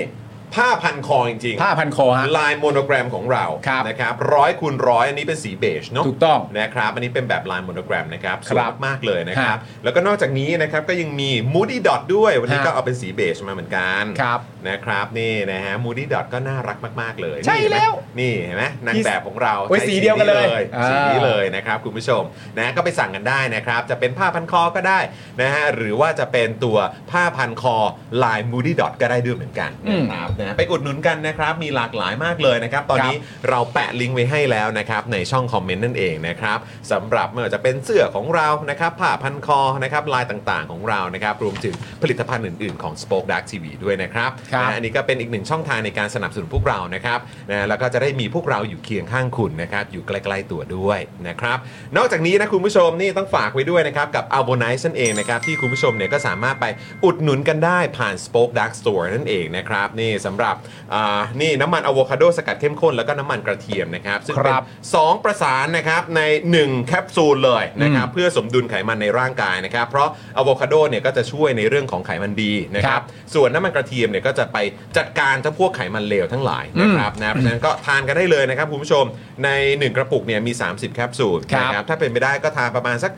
Speaker 1: ผ้าพันคอจริงๆ
Speaker 2: ผ้าพันคอฮะ
Speaker 1: ลายโมโนแกรมของเรา
Speaker 2: ครับ
Speaker 1: นะครับร้อยคูณร้อยอันนี้เป็นสีเบจเนาะ
Speaker 2: ถูกต้อง
Speaker 1: นะครับ อันนี้เป็นแบบลายโมโนแกรมนะครับส
Speaker 2: ครั
Speaker 1: วย
Speaker 2: บ
Speaker 1: มากๆเลยนะครั
Speaker 2: ครับ บ
Speaker 1: แล้วก็นอกจากนี้นะครับก็ยังมี Moody Dot ด้วย วันนี้
Speaker 2: ฮะ
Speaker 1: ก็เอาเป็นสีเบจมาเหมือนกัน
Speaker 2: ครับ
Speaker 1: นะครับนี่นะฮะ Moody Dot ก็น่ารักมากๆเลย
Speaker 2: ใช่
Speaker 1: นี่เห็นไหม
Speaker 2: แล้ว
Speaker 1: นี่เห็นไหมนางแบบของเรา
Speaker 2: โอ้ย
Speaker 1: ใช้
Speaker 2: สีเดียวกันเลย
Speaker 1: สี
Speaker 2: อ่า
Speaker 1: นี้เลย เลยนะครับคุณผู้ชมนะก็ไปสั่งกันได้นะครับ จะเป็นผ้าพันคอก็ได้นะฮะหรือว่าจะเป็นตัวผ้าพันคอลาย moody dot ก็ได้ด้วยเหมือนกันนะครับนะไปอุดหนุนกันนะครับ มีหลากหลายมากเลยนะครับ ตอนนี้เราแปะลิงก์ไว้ให้แล้วนะครับ ในช่องคอมเมนต์นั่นเองนะครับสำหรับไม่ว่าจะเป็นเสื้อของเรานะครับผ้าพันคอนะครับลายต่างๆของเรานะครับ รวมถึงผลิตภัณฑ์อื่นๆของ Spoke Dark TV ด้วยนะครับ
Speaker 2: ครับ
Speaker 1: นะ อันนี้ก็เป็นอีกหนึ่งช่องทางในการสนับสนุนพวกเรานะครับนะแล้วก็จะได้มีพวกเราอยู่เคียงข้างคุณนะครับอยู่ใกล้ๆตัวด้วยนะครับนอกจากนี้นะคุณผู้ชมนี่ต้องฝากไว้ด้วยนะครับกับ a l b o n i z e นั่นเองนะครับที่คุณผู้ชมเนี่ยก็สามารถไปอุดหนุนกันได้ผ่าน Spoke Dark Store นั่นเองนะครับนี่สำหรับอ่านี่น้ำมันอะโวคาโดสกัดเข้มข้นแล้วก็น้ำมันกระเทียมนะครับซึ่ง
Speaker 2: ค
Speaker 1: เป็
Speaker 2: น รับ
Speaker 1: สองประสานนะครับใน 1 แคปซูลเลยนะครับเพื่อสมดุลไขมันในร่างกายนะครับ เพราะอะโวคาโดเนี่ยก็จะช่วยในเรื่องของไขมันดีนะค
Speaker 2: ค
Speaker 1: รั
Speaker 2: รับ บ
Speaker 1: ส่วนน้ำมันกระเทียมเนี่ยก็จะไปจัดการทั้งพวกไขมันเลวทั้งหลายนะครับนะเพราะฉะนั้นก็ทานกันได้เลยนะครับคุณผู้ชมใน 1 กระปุกเนี่ยมี 30 แคปซูล
Speaker 2: ครับ
Speaker 1: นะครับถ้าเป็นไปได้ก็ทานประมาณสัก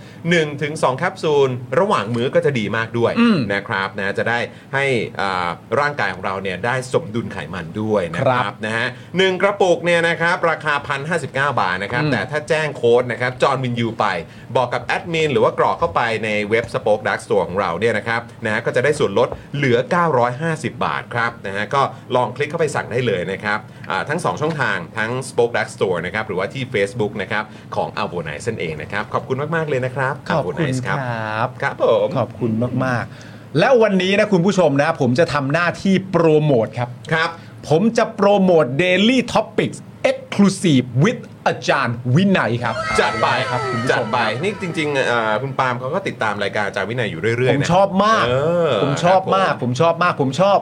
Speaker 1: 1-2 แคปซูล ระหว่างมื้อก็จะดีมากด้วย
Speaker 2: อืม
Speaker 1: นะครับนะจะได้ให้อ่าร่างกายของเราเนี่ยได้สมดุลไขมันด้วยนะค
Speaker 2: ครั
Speaker 1: รับ
Speaker 2: บ
Speaker 1: นะฮะหนึ่งกระปุกเนี่ยนะครับราคา 1,059 บาทนะครับ
Speaker 2: อืม
Speaker 1: แต่ถ้าแจ้งโค้ดนะครับจอห์นวินยูไป บอกกับแอดมินหรือว่ากรอกเข้าไปในเว็บ Spoke Dark Store ของเราเนี่ยนะครับนะก็จะได้ส่วนลดเหลือ 950 บาทครับนะฮะก็ลองคลิกเข้าไปสั่งได้เลยนะครับอ่าทั้ง 2 ช่องทางทั้ง Spoke Dark Store นะครับหรือว่าที่ Facebook นะครับของ a l b o n i c e นั่นเองนะครับ ขอบคุณมาก ๆ เลยนะครับ
Speaker 2: ขอบคุณ
Speaker 1: Albonize
Speaker 2: ครับ
Speaker 1: ครับผม
Speaker 2: ขอบคุณมาก ๆ และวันนี้นะคุณผู้ชมนะ ผมจะทำหน้าที่โปรโมทครับ
Speaker 1: ครับ
Speaker 2: ผมจะโปรโมท Daily Topics Exclusive with อาจารย์วินัยครับ
Speaker 1: จัดไป
Speaker 2: ครับคุณผู้
Speaker 1: จั
Speaker 2: ช
Speaker 1: ด
Speaker 2: ม
Speaker 1: ไปนี่จริงๆอ่าคุณปาล์มเขาก็ติดตามรายการอาจารย์วินัยอยู่เรื่อ
Speaker 2: ผ
Speaker 1: ยๆ
Speaker 2: ม
Speaker 1: นะ
Speaker 2: ชอบมาก
Speaker 1: เออ
Speaker 2: ผมชอบมาก
Speaker 1: ครับผม
Speaker 2: ผมชอบมาก ผมชอบ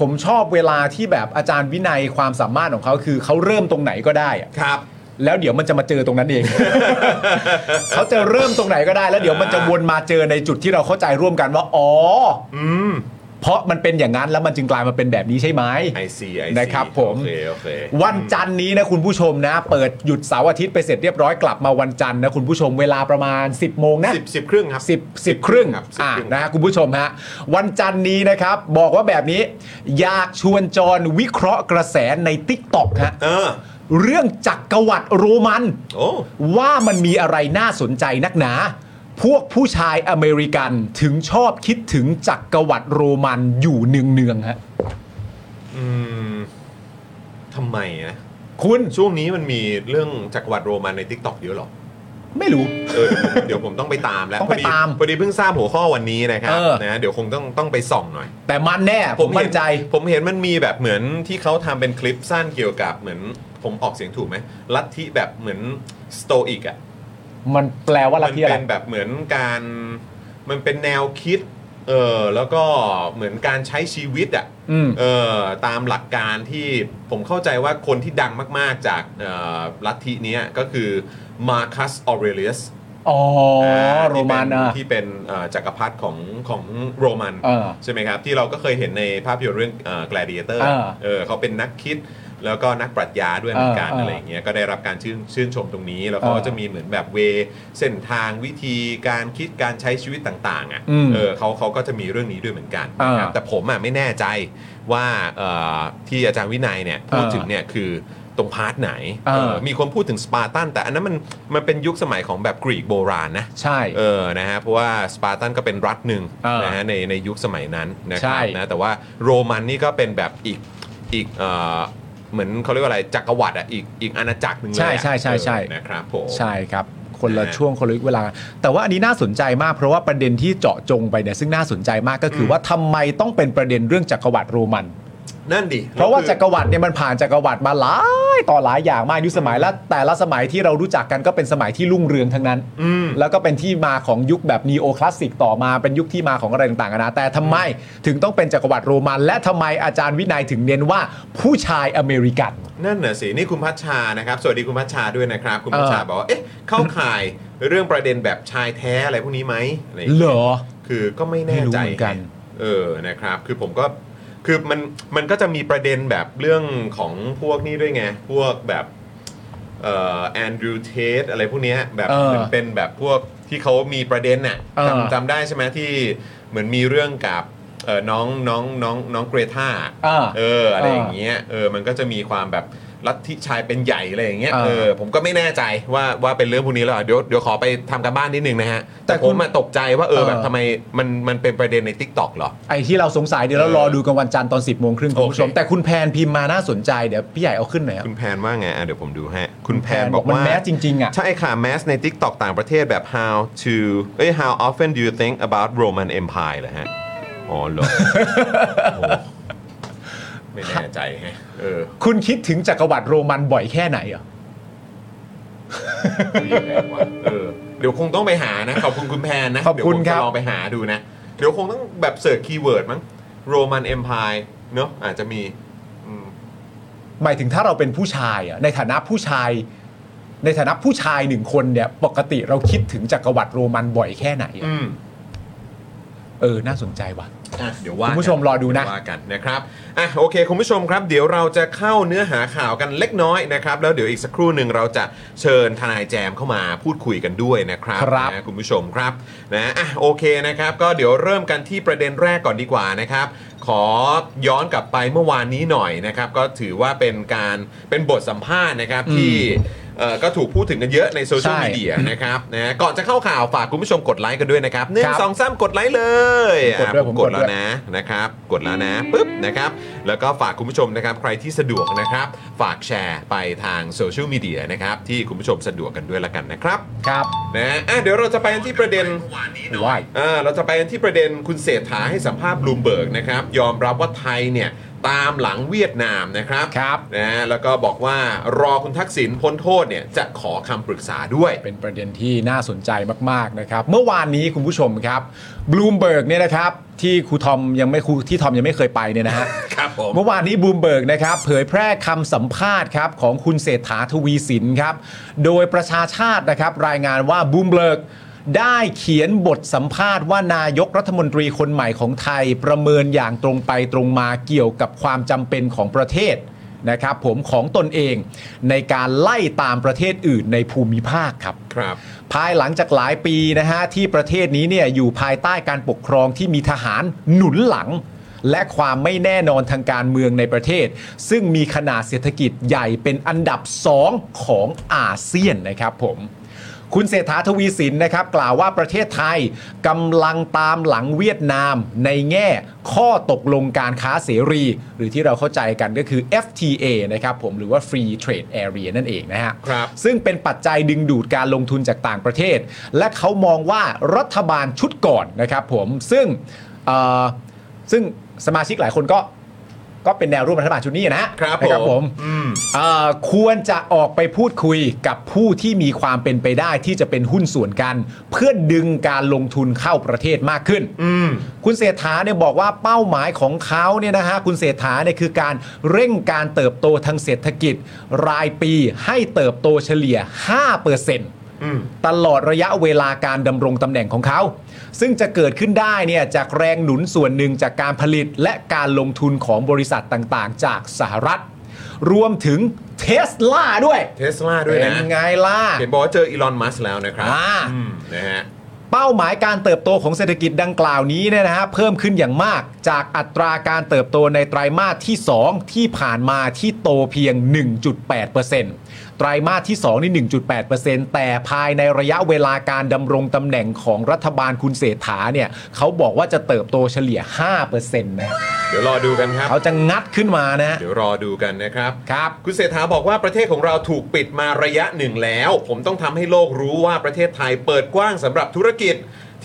Speaker 2: ผมชอบเวลาที่แบบอาจารย์วินัยความสามารถของเขาคือเขาเริ่มตรงไหนก็ได้อะ
Speaker 1: ครับ
Speaker 2: แล้วเดี๋ยวมันจะมาเจอตรงนั้นเอง เขาจะเริ่มตรงไหนก็ได้ แล้วเดี๋ยวมันจะวนมาเจอในจุดที่เราเข้าใจร่วมกันว่า อ๋อ
Speaker 1: อืม
Speaker 2: เพราะมันเป็นอย่างนั้นแล้วมันจึงกลายมาเป็นแบบนี้ใช่ไหม
Speaker 1: ไอซีไอซี
Speaker 2: นะครับผม
Speaker 1: โอเคโอเค
Speaker 2: วันจันทร์นี้นะคุณผู้ชมนะ เปิดหยุดเสาร์อาทิตย์ไปเสร็จเรียบร้อยกลับมาวันจันทร์นะคุณผู้ชมเวลาประมาณ 10บโมงนะ
Speaker 1: สิบสิบครึ่งครับ
Speaker 2: สิบสิบครึ่ง
Speaker 1: ครับ
Speaker 2: อ่า
Speaker 1: 10ครึ่ง
Speaker 2: นะฮะคุณผู้ชมฮะวันจันทร์นี้นะครับ บอกว่าแบบนี้ อยากชวนจรวิเคราะห์กระแสใน t ิ k t o k ฮะ
Speaker 1: เออ
Speaker 2: เรื่องจักรวรรดิโรมัน
Speaker 1: โอ้
Speaker 2: ว่ามันมีอะไรน่าสนใจนักหนา พวกผู้ชายอเมริกันถึงชอบคิดถึงจักรวรรดิโรมันอยู่เนืองๆฮะ
Speaker 1: อืมทำไมนะ
Speaker 2: คุณ
Speaker 1: ช่วงนี้มันมีเรื่องจักรวรรดิโรมันใน t ิ k t o k เยอะหรอ
Speaker 2: ไม่รู้
Speaker 1: เอ อเดี๋ยวผมต้องไปตามแล้ว
Speaker 2: ต้องไป
Speaker 1: พดี
Speaker 2: ตาม
Speaker 1: พอดีเพิ่งทราบหัวข้อวันนี้นะครั
Speaker 2: เออ
Speaker 1: นะเดี๋ยวคงต้องต้องไปส่องหน่อย
Speaker 2: แต่มันแน่ ผมมั่นใจ
Speaker 1: เห็ผมเห็นมันมีแบบเหมือนที่เขาทำเป็นคลิปสั้นเกี่ยวกับเหมือนผมออกเสียงถูกไหมลัทธิแบบเหมือนสโตอิกอ่ะ
Speaker 2: มันแปลว่า
Speaker 1: มั
Speaker 2: ลัทธิอะ
Speaker 1: เป็
Speaker 2: ไร
Speaker 1: นแบบเหมือนการมันเป็นแนวคิดเออแล้วก็เหมือนการใช้ชีวิตอ่ะ
Speaker 2: อืม
Speaker 1: เออตามหลักการที่ผมเข้าใจว่าคนที่ดังมากๆจากเอ่อลัทธิเนี้ยก็คือมาคัสออเรเลียส
Speaker 2: อ๋อ
Speaker 1: อ่า
Speaker 2: โรมันอ่ะ
Speaker 1: ที่เป็นที่เป็นเอ่อจักรพรรดิของของโรมัน
Speaker 2: เออ
Speaker 1: ใช่ไหมครับ ที่เราก็เคยเห็นในภาพยนตร์เรื่องแกลเดียเตอ
Speaker 2: เอ
Speaker 1: ร์
Speaker 2: อ
Speaker 1: เออเขาเป็นนักคิดแล้วก็นักปรัชญาด้วยเหมือนกัน
Speaker 2: เออเอออ
Speaker 1: อะไรอย่างเงี้ยก็ได้รับการชื่นชื่นชมตรงนี้ แล้วเขา
Speaker 2: เออ
Speaker 1: ก็จะมีเหมือนแบบเวเส้นทางวิธีการคิดการใช้ชีวิตต่างๆอ่ะ
Speaker 2: อืม
Speaker 1: เออเขาเขาก็จะมีเรื่องนี้ด้วยเหมือนกัน
Speaker 2: เออ
Speaker 1: นะครับแต่ผมอ่ะไม่แน่ใจว่าเอ่อที่อาจารย์วินัยเนี่ยพูด
Speaker 2: เออ
Speaker 1: ถึงเนี่ยคือตรงพาร์ทไหน
Speaker 2: เออ
Speaker 1: เออมีคนพูดถึงสปาร์ตันแต่อันนั้นมันมันเป็นยุคสมัยของแบบกรีกโบราณนะ
Speaker 2: ใช่
Speaker 1: เออ นะฮะ เพราะว่าสปาร์ตันก็เป็นรัฐหนึ่ง
Speaker 2: เออ
Speaker 1: นะฮะในในยุคสมัยนั้นนะค
Speaker 2: ใช่
Speaker 1: รับนะ แต่ว่าโรมันนี่ก็เป็นแบบอีกอีกเอ่อเหมือนเขาเรียกว่าอะไรจักรวรรดิอ่ะอีกอีกอาณาจักรหนึ่งเลยอะ
Speaker 2: ใช่ใช่ใช่ใช่
Speaker 1: เออนะครับผม
Speaker 2: ใช่ครับ คนละ
Speaker 1: นะฮะ
Speaker 2: ช่วงคนละเวลา แต่ว่าอันนี้น่าสนใจมากเพราะว่าประเด็นที่เจาะจงไปเนี่ยซึ่งน่าสนใจมากก็คืออ
Speaker 1: ม
Speaker 2: ว่าทำไมต้องเป็นประเด็นเรื่องจักรวรรดิโรมัน
Speaker 1: นั่นดิ
Speaker 2: เพราะว่า
Speaker 1: คือ
Speaker 2: จักรวรรดิเนี่ยมันผ่านจักรวรรดิมาหลายต่อหลายอย่างมากยุคสมัยและแต่ละสมัยที่เรารู้จักกันก็เป็นสมัยที่รุ่งเรืองทั้งนั้น
Speaker 1: อืม
Speaker 2: แล้วก็เป็นที่มาของยุคแบบนีโอคลาสสิกต่อมาเป็นยุคที่มาของอะไรต่างๆนานาแต่ทำไมถึงต้องเป็นจักรวรรดิโรมัน และทำไมอาจารย์วินัยถึงเน้นว่าผู้ชายอเมริกัน
Speaker 1: นั่นน่ะสินี่คุณพัชชานะครับ สวัสดีคุณพัชชาด้วยนะครับ คุณ
Speaker 2: เออ
Speaker 1: พัชชาบอกว่า เอ๊ะ เข้าข่ายเรื่องประเด็นแบบชายแท้อะไรพวกนี้ไหมอะไรอย่างเงี้ย
Speaker 2: เหรอ
Speaker 1: คือก็ไม่แน่ใจ
Speaker 2: ไม่รู้เหมือนกัน
Speaker 1: เออนะครับ คือผมก็คือมันมันก็จะมีประเด็นแบบเรื่องของพวกนี้ด้วยไง พวกแบบเอ่อแอนดรูเทสอะไรพวกเนี้ยแบบ
Speaker 2: เออ
Speaker 1: เหมือนเป็นแบบพวกที่เขามีประเด็นน่ะ
Speaker 2: เออ
Speaker 1: จำจำได้ใช่ไหมที่เหมือนมีเรื่องกับเอ่อน้องน้องน้องน้องเกรธา
Speaker 2: เออ
Speaker 1: เอออะไร
Speaker 2: เออ
Speaker 1: อ
Speaker 2: อย่าง
Speaker 1: เงี้ยเออมันก็จะมีความแบบลัทธิชายเป็นใหญ่อะไรอย่างเงี้ย
Speaker 2: เออ
Speaker 1: เออผมก็ไม่แน่ใจว่าว่าเป็นเรื่องพวกนี้แล้วอ่ะเดี๋ยวเดี๋ยวขอไปทำกันบ้านนิดนึงนะฮะแต่
Speaker 2: แต่
Speaker 1: ผ
Speaker 2: คุ
Speaker 1: ม
Speaker 2: ณ
Speaker 1: อะตกใจว่าเออแบบ
Speaker 2: เออ
Speaker 1: ทำไมมันมันเป็นประเด็นใน Tik t o อกเหรอ
Speaker 2: ไอ้ที่เราสงสัยเดี๋ยวเรารอดูกันวันจันทร์ตอน 10บโมงครึ่งคุณผู้ชม
Speaker 1: โอเค
Speaker 2: แต่คุณแพนพิมพ์มาน่าสนใจเดี๋ยวพี่ใหญ่เอาขึ้นหน่อยอะ
Speaker 1: คุณแพนว่าไงอ่ะเดี๋ยวผมดูให้ คุณแพน
Speaker 2: น
Speaker 1: บบ อ
Speaker 2: อก กมัน
Speaker 1: ว่า
Speaker 2: แมสจริงๆอ่ะ
Speaker 1: ใช่ค่ะแมสใน Tik t o อกต่างประเทศแบบ how to เอ้ย how often do you think about Roman Empire เหรอฮะ อ๋อเหร อ โอ้โหไม่แน่ใจแฮะเออ
Speaker 2: คุณคิดถึงจักรวรรดิโรมันบ่อยแค่ไหนเหรอ่ะ
Speaker 1: คือยังไงวะเออเดี๋ยวคงต้องไปหานะ ขอบคุณคุณแพนนะ
Speaker 2: ขอบคุณ
Speaker 1: เดี๋ยวผม
Speaker 2: ครับ
Speaker 1: จะลองไปหาดูนะ เดี๋ยวคงต้องแบบเสิร์ชคีย์เวิร์ดมั้ง Roman Empire เนอะอาจจะมีอืม
Speaker 2: หมายถึงถ้าเราเป็นผู้ชายอ่ะในฐานะผู้ชาย ในฐานะผู้ชายหนึ่งคนเนี่ย ปกติเราคิดถึงจักรวรรดิโรมันบ่อยแค่ไหนอะ
Speaker 1: อืม
Speaker 2: เออน่าสนใจว่ะ
Speaker 1: อ่ะเดี๋ยวว่า
Speaker 2: คุณผู้ชม
Speaker 1: กัน
Speaker 2: รอดูนะ
Speaker 1: เยวว่ากันนะครับอ่ะโอเค คุณผู้ชมครับ เดี๋ยวเราจะเข้าเนื้อหาข่าวกันเล็กน้อยนะครับแล้วเดี๋ยวอีกสักครู่หนึ่งเราจะเชิญทนายแจมเข้ามาพูดคุยกันด้วยนะครับ
Speaker 2: ครับ
Speaker 1: นะคุณผู้ชมครับนะอ่ะโอเคนะครับ ก็เดี๋ยวเริ่มกันที่ประเด็นแรกก่อนดีกว่านะครับ ขอย้อนกลับไปเมื่อวานนี้หน่อยนะครับ ก็ถือว่าเป็นการเป็นบทสัมภาษณ์นะครับ
Speaker 2: อืม
Speaker 1: ที่ เอ่อก็ถูกพูดถึงกันเยอะในโซเชียล
Speaker 2: ใช่
Speaker 1: มีเดียนะครับนะก่อนจะเข้าข่าวฝากคุณผู้ชมกดไลค์กันด้วยนะครับหนึ่
Speaker 2: ค
Speaker 1: ง
Speaker 2: รับ
Speaker 1: สองสามกดไลค์เลย
Speaker 2: ผมกดด้วย
Speaker 1: อ่ะ
Speaker 2: ผม
Speaker 1: ก
Speaker 2: กดด้ว
Speaker 1: ด
Speaker 2: ย
Speaker 1: แล้วนะนะครับ กดแล้วนะปุ๊บนะครับ แล้วก็ฝากคุณผู้ชมนะครับ ใครที่สะดวกนะครับ ฝากแชร์ไปทางโซเชียลมีเดียนะครับที่คุณผู้ชมสะดวกกันด้วยละกันนะครับ
Speaker 2: ครับ
Speaker 1: นะอ่ะเดี๋ยวเราจะไปกันที่ประเด็น
Speaker 2: ไหว
Speaker 1: อ่าเราจะไปกันที่ประเด็นคุณเศรษฐาให้สัมภาษณ์บลูมเบิร์กนะครับ ยอมรับว่าไทยเนี่ย ตามหลังเวียดนามนะครับ
Speaker 2: ครับ
Speaker 1: นะฮะแล้วก็บอกว่ารอคุณทักษิณพ้นโทษเนี่ย จะขอคำปรึกษาด้วย
Speaker 2: เป็นประเด็นที่น่าสนใจมากๆนะครับ เมื่อวานนี้คุณผู้ชมครับบลูมเบิร์กเนี่ยนะครับ ที่ครูทอมยังไม่ครูที่ทอมยังไม่เคยไปเนี่ยนะฮะ
Speaker 1: ครับผม
Speaker 2: เมื่อวานนี้บลูมเบิร์กนะครับเผยแพร่คำสัมภาษณ์ครับของคุณเศรษฐาทวีสินครับ โดยประชาชาตินะครับ รายงานว่าบลูมเบิร์กได้เขียนบทสัมภาษณ์ว่านายกรัฐมนตรีคนใหม่ของไทย ประเมินอย่างตรงไปตรงมาเกี่ยวกับความจำเป็นของประเทศนะครับผมของตนเองในการไล่ตามประเทศอื่นในภูมิภาคครับ
Speaker 1: ครับ
Speaker 2: ภายหลังจากหลายปีนะฮะที่ประเทศนี้เนี่ยอยู่ภายใต้การปกครองที่มีทหารหนุนหลัง และความไม่แน่นอนทางการเมืองในประเทศ ซึ่งมีขนาดเศรษฐกิจใหญ่เป็นอันดับ 2 ของอาเซียนนะครับผม คุณเศรษฐาทวีสินนะครับ กล่าวว่าประเทศไทยกำลังตามหลังเวียดนามในแง่ข้อตกลงการค้าเสรี หรือที่เราเข้าใจกันก็คือ FTA นะครับผมหรือว่า Free Trade Area นั่นเองนะฮะ
Speaker 1: ครับ
Speaker 2: ซึ่งเป็นปัจจัยดึงดูดการลงทุนจากต่างประเทศ และเขามองว่ารัฐบาลชุดก่อนนะครับผม ซึ่งเอ่อซึ่งสมาชิกหลายคนก็ก็เป็นแนวร่วมรัฐบาลชุดนี้นะครับ นะครับ
Speaker 1: ผ
Speaker 2: ผม ม
Speaker 1: อืม
Speaker 2: เอ่อควรจะออกไปพูดคุยกับผู้ที่มีความเป็นไปได้ที่จะเป็นหุ้นส่วนกัน เพื่อดึงการลงทุนเข้าประเทศมากขึ้น
Speaker 1: อืม
Speaker 2: คุณเศรษฐาเนี่ยบอกว่าเป้าหมายของเขาเนี่ยนะฮะคุณเศรษฐาเนี่ยคือการเร่งการเติบโตทางเศรษฐกิจ รายปีให้เติบโตเฉลี่ย 5%
Speaker 1: อืม
Speaker 2: ตลอดระยะเวลาการดำรงตำแหน่งของเขา ซึ่งจะเกิดขึ้นได้เนี่ยจากแรงหนุนส่วนหนึ่งจากการผลิตและการลงทุนของบริษัทต่างๆ จากสหรัฐ รวมถึงเทสลาด้วย
Speaker 1: เทสลาด้วย
Speaker 2: เป็
Speaker 1: นะ
Speaker 2: นไงล่ะ
Speaker 1: เห็นบอกว่าเจออีลอนมัสแล้วนะครับ
Speaker 2: อ่า
Speaker 1: อืมนะฮะ
Speaker 2: เป้าหมายการเติบโตของเศรษฐกิจดังกล่าวนี้เนี่ยนะฮะเพิ่มขึ้นอย่างมากจากอัตราการเติบโตในไตรามาสที่ 2 ที่ผ่านมาที่โตเพียง 1.8%ไตรามาสที่ 2 นี่ 1.8%แต่ภายในระยะเวลาการดำรงตำแหน่งของรัฐบาลคุณเศรษฐาเนี่ยเขาบอกว่าจะเติบโตเฉลี่ย 5%นะ
Speaker 1: เดี๋ยวรอดูกันครับ
Speaker 2: เขาจะงัดขึ้นมานะ
Speaker 1: เดี๋ยวรอดูกันนะครับ
Speaker 2: ครับ
Speaker 1: คุณเศรษฐาบอกว่าประเทศของเราถูกปิดมาระยะหนึ่งแล้ว ผมต้องทำให้โลกรู้ว่าประเทศไทยเปิดกว้างสำหรับธุรกิจ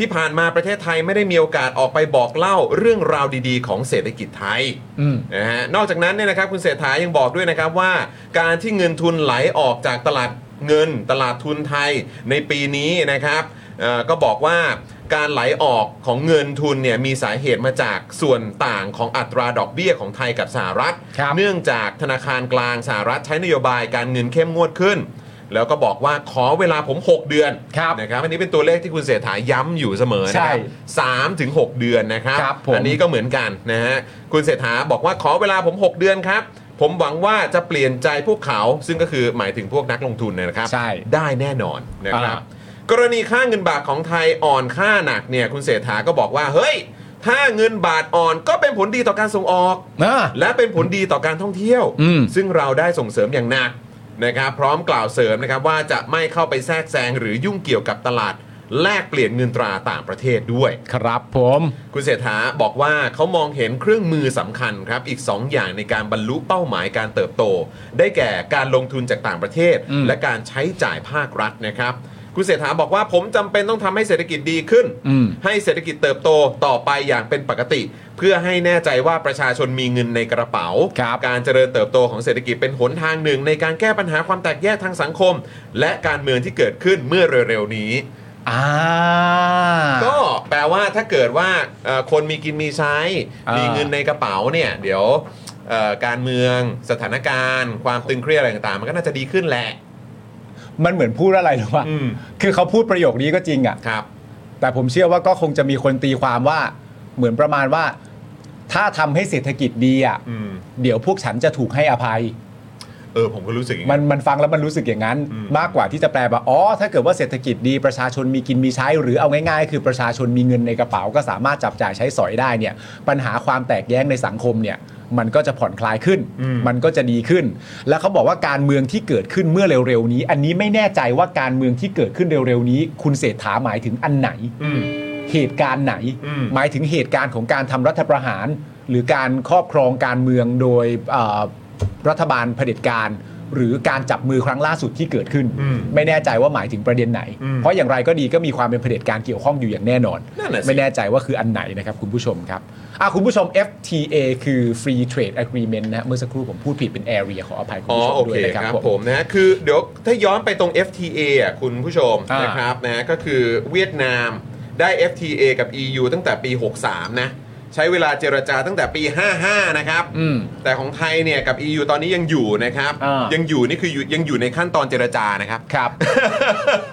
Speaker 1: ที่ผ่านมาประเทศไทยไม่ได้มีโอกาสออกไปบอกเล่าเรื่องราวดีๆ ของเศรษฐกิจไทย
Speaker 2: อืม
Speaker 1: นะฮะนอกจากนั้นเนี่ยนะครับคุณเศรษฐายังบอกด้วยนะครับว่า การที่เงินทุนไหลออกจากตลาดเงิน ตลาดทุนไทยในปีนี้นะครับเอ่อก็บอกว่าการไหลออกของเงินทุนเนี่ยมีสาเหตุมาจากส่วนต่างของอัตราดอกเบี้ยของไทยกับสหรัฐ
Speaker 2: ครับ
Speaker 1: เนื่องจากธนาคารกลางสหรัฐใช้นโยบายการเงินเข้มงวดขึ้น แล้วก็บอกว่าขอเวลาผม 6 เดือน
Speaker 2: ครับ
Speaker 1: นะครับอันนี้เป็นตัวเลขที่คุณเสถาย้ำอยู่เสมอนะค
Speaker 2: ใช่
Speaker 1: รับสามถึงหกเดือนนะครับ
Speaker 2: ครับผม
Speaker 1: อันี้ก็เหมือนกันนะฮะคุณเสถาบอกว่าขอเวลาผม 6 เดือนครับ ผมหวังว่าจะเปลี่ยนใจพวกเขา ซึ่งก็คือหมายถึงพวกนักลงทุนเนยนะครับ
Speaker 2: ใช่
Speaker 1: ได้แน่นอนนะครับ
Speaker 2: อ่า
Speaker 1: กรณีค่าเงินบาทของไทยอ่อนค่าหนักเนี่ยคุณเสถาก็บอกว่าเฮ้ย ถ้าเงินบาทอ่อนก็เป็นผลดีต่อการส่งออก
Speaker 2: นะ
Speaker 1: และเป็นผลดีต่อการท่องเที่ยว
Speaker 2: อืม
Speaker 1: ซึ่งเราได้ส่งเสริมอย่างหนักนะครับพร้อมกล่าวเสริมนะครับว่าจะไม่เข้าไปแทรกแซงหรือยุ่งเกี่ยวกับตลาด แลกเปลี่ยนเงินตราต่างประเทศด้วย
Speaker 2: ครับผม
Speaker 1: คุณเศรษฐาบอกว่าเขามองเห็นเครื่องมือสำคัญครับอีก 2 อย่างในการบรรลุเป้าหมายการเติบโต ได้แก่การลงทุนจากต่างประเทศ
Speaker 2: อืม
Speaker 1: และการใช้จ่ายภาครัฐนะครับ คุณเศรษฐาบอกว่าผมจำเป็นต้องทำให้เศรษฐกิจดีขึ้น
Speaker 2: อืม
Speaker 1: ให้เศรษฐกิจเติบโตต่อไปอย่างเป็นปกติ เพื่อให้แน่ใจว่าประชาชนมีเงินในกระเป๋า
Speaker 2: ครับ
Speaker 1: การเจริญเติบโตของเศรษฐกิจเป็นหนทางหนึ่ง ในการแก้ปัญหาความแตกแยกทางสังคม และการเมืองที่เกิดขึ้นเมื่อเร็วๆนี้
Speaker 2: อ่า
Speaker 1: ก็แปลว่าถ้าเกิดว่าเอ่อคนมีกินมีใช้
Speaker 2: อ่ามี
Speaker 1: มีเงินในกระเป๋าเนี่ย เดี๋ยวเอ่อการเมืองสถานการณ์ ความตึงเครียดอะไรต่างๆ มันก็น่าจะดีขึ้นแหละ
Speaker 2: มันเหมือนพูดอะไรหรือวะ
Speaker 1: อืม
Speaker 2: คือเขาพูดประโยคนี้ก็จริงอ่ะ
Speaker 1: ครับ
Speaker 2: แต่ผมเชื่อว่าก็คงจะมีคนตีความว่าเหมือนประมาณว่า ถ้าทำให้เศรษฐกิจดีอ่ะ
Speaker 1: อืม
Speaker 2: เดี๋ยวพวกฉันจะถูกให้อภัย
Speaker 1: เออผมก็รู้สึกอย่าง
Speaker 2: มั
Speaker 1: นั้น
Speaker 2: นมันฟังแล้วมันรู้สึกอย่างนั้น
Speaker 1: อืม
Speaker 2: มากกว่าที่จะแปลว่าอ๋อถ้าเกิดว่าเศรษฐกิจดีประชาชนมีกินมีใช้ หรือเอาง่ายๆ คือประชาชนมีเงินในกระเป๋า ก็สามารถจับจ่ายใช้สอยได้เนี่ย ปัญหาความแตกแยกในสังคมเนี่ย มันก็จะผ่อนคลายขึ้น
Speaker 1: อืม
Speaker 2: มันก็จะดีขึ้น แล้วเขาบอกว่าการเมืองที่เกิดขึ้นเมื่อเร็วๆนี้ อันนี้ไม่แน่ใจว่าการเมืองที่เกิดขึ้นเร็วๆนี้ คุณเศรษฐาหมายถึงอันไหน
Speaker 1: อืม
Speaker 2: เหตุการณ์ไหน
Speaker 1: อืม
Speaker 2: หมายถึงเหตุการณ์ของการทำรัฐประหาร หรือการครอบครองการเมืองโดยเอ่อรัฐบาลเผด็จการ หรือการจับมือครั้งล่าสุดที่เกิดขึ้น
Speaker 1: อืม
Speaker 2: ไม่แน่ใจว่าหมายถึงประเด็นไหน
Speaker 1: อืม
Speaker 2: เพราะอย่างไรก็ดีก็มีความเป็นเผด็จการเกี่ยวข้องอยู่อย่างแน่นอน
Speaker 1: นั่นน่ะสิ
Speaker 2: ไม่แน่ใจว่าคืออันไหนนะครับคุณผู้ชมครับอ่ะคุณผู้ชม FTA คือ Free Trade Agreement นะเมื่อสักครู่ผมพูดผิดเป็น Area ขออภัยคุณ
Speaker 1: อ๋อ
Speaker 2: ผู้ชม
Speaker 1: โอ
Speaker 2: ด้ว
Speaker 1: เค
Speaker 2: ยนะ
Speaker 1: ค
Speaker 2: ค
Speaker 1: รั
Speaker 2: รั
Speaker 1: บบ ผ
Speaker 2: ผม
Speaker 1: มนะคือเดี๋ยวถ้าย้อนไปตรง FTA อ่ะคุณผู้ชม
Speaker 2: อ่าน
Speaker 1: นะครับนะก็คือเวียดนามได้ FTA กับ EU ตั้งแต่ปี 63 นะ ใช้เวลาเจรจาตั้งแต่ปี 55 นะครับ
Speaker 2: อืม
Speaker 1: แต่ของไทยเนี่ยกับ EU ตอนนี้ยังอยู่นะครับ
Speaker 2: อ่ายั
Speaker 1: ยังอยู่นี่คืออยู่ยังอยู่ในขั้นตอนเจรจานะครับ
Speaker 2: ครับ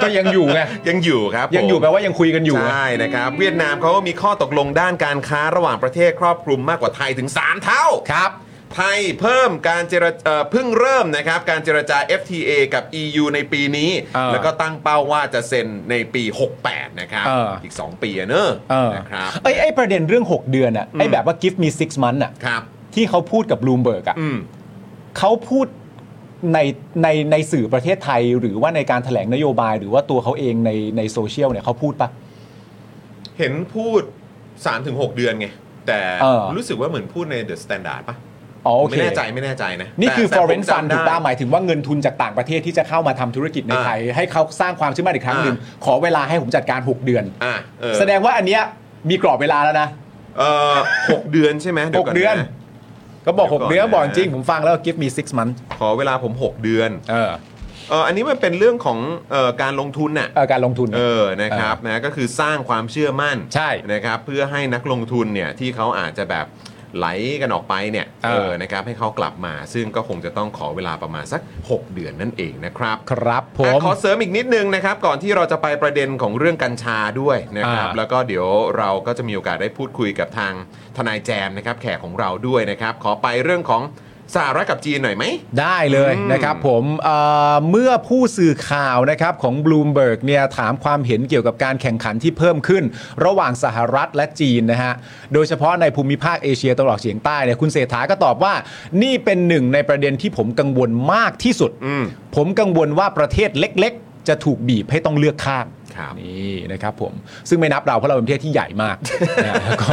Speaker 2: ก็ยังอยู่ไง
Speaker 1: ยังอยู่ครับ
Speaker 2: ยังอยู่
Speaker 1: ผม
Speaker 2: แปลว่ายังคุยกันอยู่ไง
Speaker 1: ใช่นะครับเวียดนามเขามีข้อตกลงด้านการค้าระหว่างประเทศครอบคลุมมากกว่าไทยถึง 3 เท่าครับไทยเพิ่มการเจรเอ่อเพิ่งเริ่มนะครับการเจรจา FTA กับ EU ในปีนี้
Speaker 2: เออ
Speaker 1: แล้วก็ตั้งเป้าว่าจะเซ็นในปี 68 นะครับ
Speaker 2: เอออี
Speaker 1: ก 2 ปีอะเนอะ
Speaker 2: เออ
Speaker 1: นะครับ
Speaker 2: ไอ้ไอ้ประเด็นเรื่อง 6 เดือนอะ
Speaker 1: อืม
Speaker 2: ไอ้แบบว่า give me six months อะ
Speaker 1: ครับ
Speaker 2: ที่เขาพูดกับ Bloomberg อะ
Speaker 1: อืม
Speaker 2: เขาพูดในในในสื่อประเทศไทย หรือว่าในการแถลงนโยบาย หรือว่าตัวเขาเองในในโซเชียลเนี่ยเขาพูดปะ
Speaker 1: เห็นพูด 3-6 เดือนไง แต่
Speaker 2: เออ
Speaker 1: รู้สึกว่าเหมือนพูดใน The Standard ปะ
Speaker 2: อ๋อโอเค
Speaker 1: ไม่แน่ใจไม่แน่ใจนะ
Speaker 2: นี่คือ
Speaker 1: แต่แต่ผม
Speaker 2: foreign fund
Speaker 1: จำ
Speaker 2: ถูก
Speaker 1: ได้
Speaker 2: ต้าหมายถึงว่าเงินทุนจากต่างประเทศที่จะเข้ามาทำธุรกิจใน
Speaker 1: อ่า
Speaker 2: ไทย ให้เขาสร้างความเชื่อมั่นอีกครั้งหนึ่ง
Speaker 1: อ่
Speaker 2: ขอเวลาให้ผมจัดการ 6 เดือน
Speaker 1: อ่ะเออ
Speaker 2: แสดงว่าอันเนี้ยมีกรอบเวลาแล้วนะ
Speaker 1: เอ่อหกเดือนใช่ไหมยว
Speaker 2: 6 เดือน
Speaker 1: ะ
Speaker 2: ก็บอก
Speaker 1: เดี๋ยวก่อน
Speaker 2: 6 เดือนบอ
Speaker 1: นะ
Speaker 2: กจริงผมฟังแล้ว give me six months
Speaker 1: ขอเวลาผม 6 เดือน
Speaker 2: เออ
Speaker 1: เอ่ออันนี้มันเป็นเรื่องของเอ่อการลงทุนน่ะ
Speaker 2: เออการลงทุน
Speaker 1: เออนะครับนะก็คือสร้างความเชื่อมั่น
Speaker 2: ใช่
Speaker 1: นะครับเพื่อให้นักลงทุนเนี่ยที่เขาอาจจะแบบไหลกันออกไปเนี่ย
Speaker 2: เออ
Speaker 1: นะครับให้เขากลับมา ซึ่งก็คงจะต้องขอเวลาประมาณสัก 6 เดือนนั่นเองนะครับ
Speaker 2: ครับผม
Speaker 1: อ่ะขอเสริมอีกนิดนึงนะครับ ก่อนที่เราจะไปประเด็นของเรื่องกัญชาด้วยนะครับ
Speaker 2: อ่า
Speaker 1: แล้วก็เดี๋ยวเราก็จะมีโอกาสได้พูดคุยกับทางทนายแจมนะครับแขกของเราด้วยนะครับ ขอไปเรื่องของสหรัฐกับจีนหน่อยไหม
Speaker 2: ได้เลย
Speaker 1: อืม
Speaker 2: นะครับผมเอ่อเมื่อผู้สื่อข่าวนะครับของ Bloomberg เนี่ยถามความเห็นเกี่ยวกับการแข่งขันที่เพิ่มขึ้น ระหว่างสหรัฐและจีนนะฮะโดยเฉพาะในภูมิภาคเอเชียตะวันออกเฉียงใต้เนี่ยคุณเศรษฐาก็ตอบว่า นี่เป็นหนึ่งในประเด็นที่ผมกังวลมากที่สุด
Speaker 1: อืม
Speaker 2: ผมกังวลว่าประเทศเล็กๆ จะถูกบีบให้ต้องเลือกข้าง
Speaker 1: ครับ
Speaker 2: นี่นะครับผมซึ่งไม่นับเราเพราะเราเป็นประเทศที่ใหญ่มากนะฮ ะแล้วก็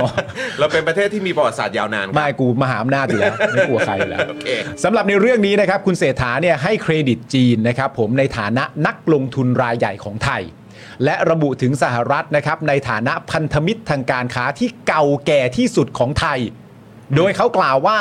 Speaker 1: เราเป็นประเทศที่มีประวัติศาสตร์ยาวนานครับ
Speaker 2: ไม่กูมหาอำนาจอยู่ แล้วไม่กลัวใครอยู่แล้ว
Speaker 1: โอเค
Speaker 2: สำหรับในเรื่องนี้นะครับ คุณเศรษฐาเนี่ยให้เครดิตจีนนะครับ ผมในฐานะนักลงทุนรายใหญ่ของไทย และระบุถึงสหรัฐนะครับ ในฐานะพันธมิตรทางการค้าที่เก่าแก่ที่สุดของไทย โดยเขากล่าวว่า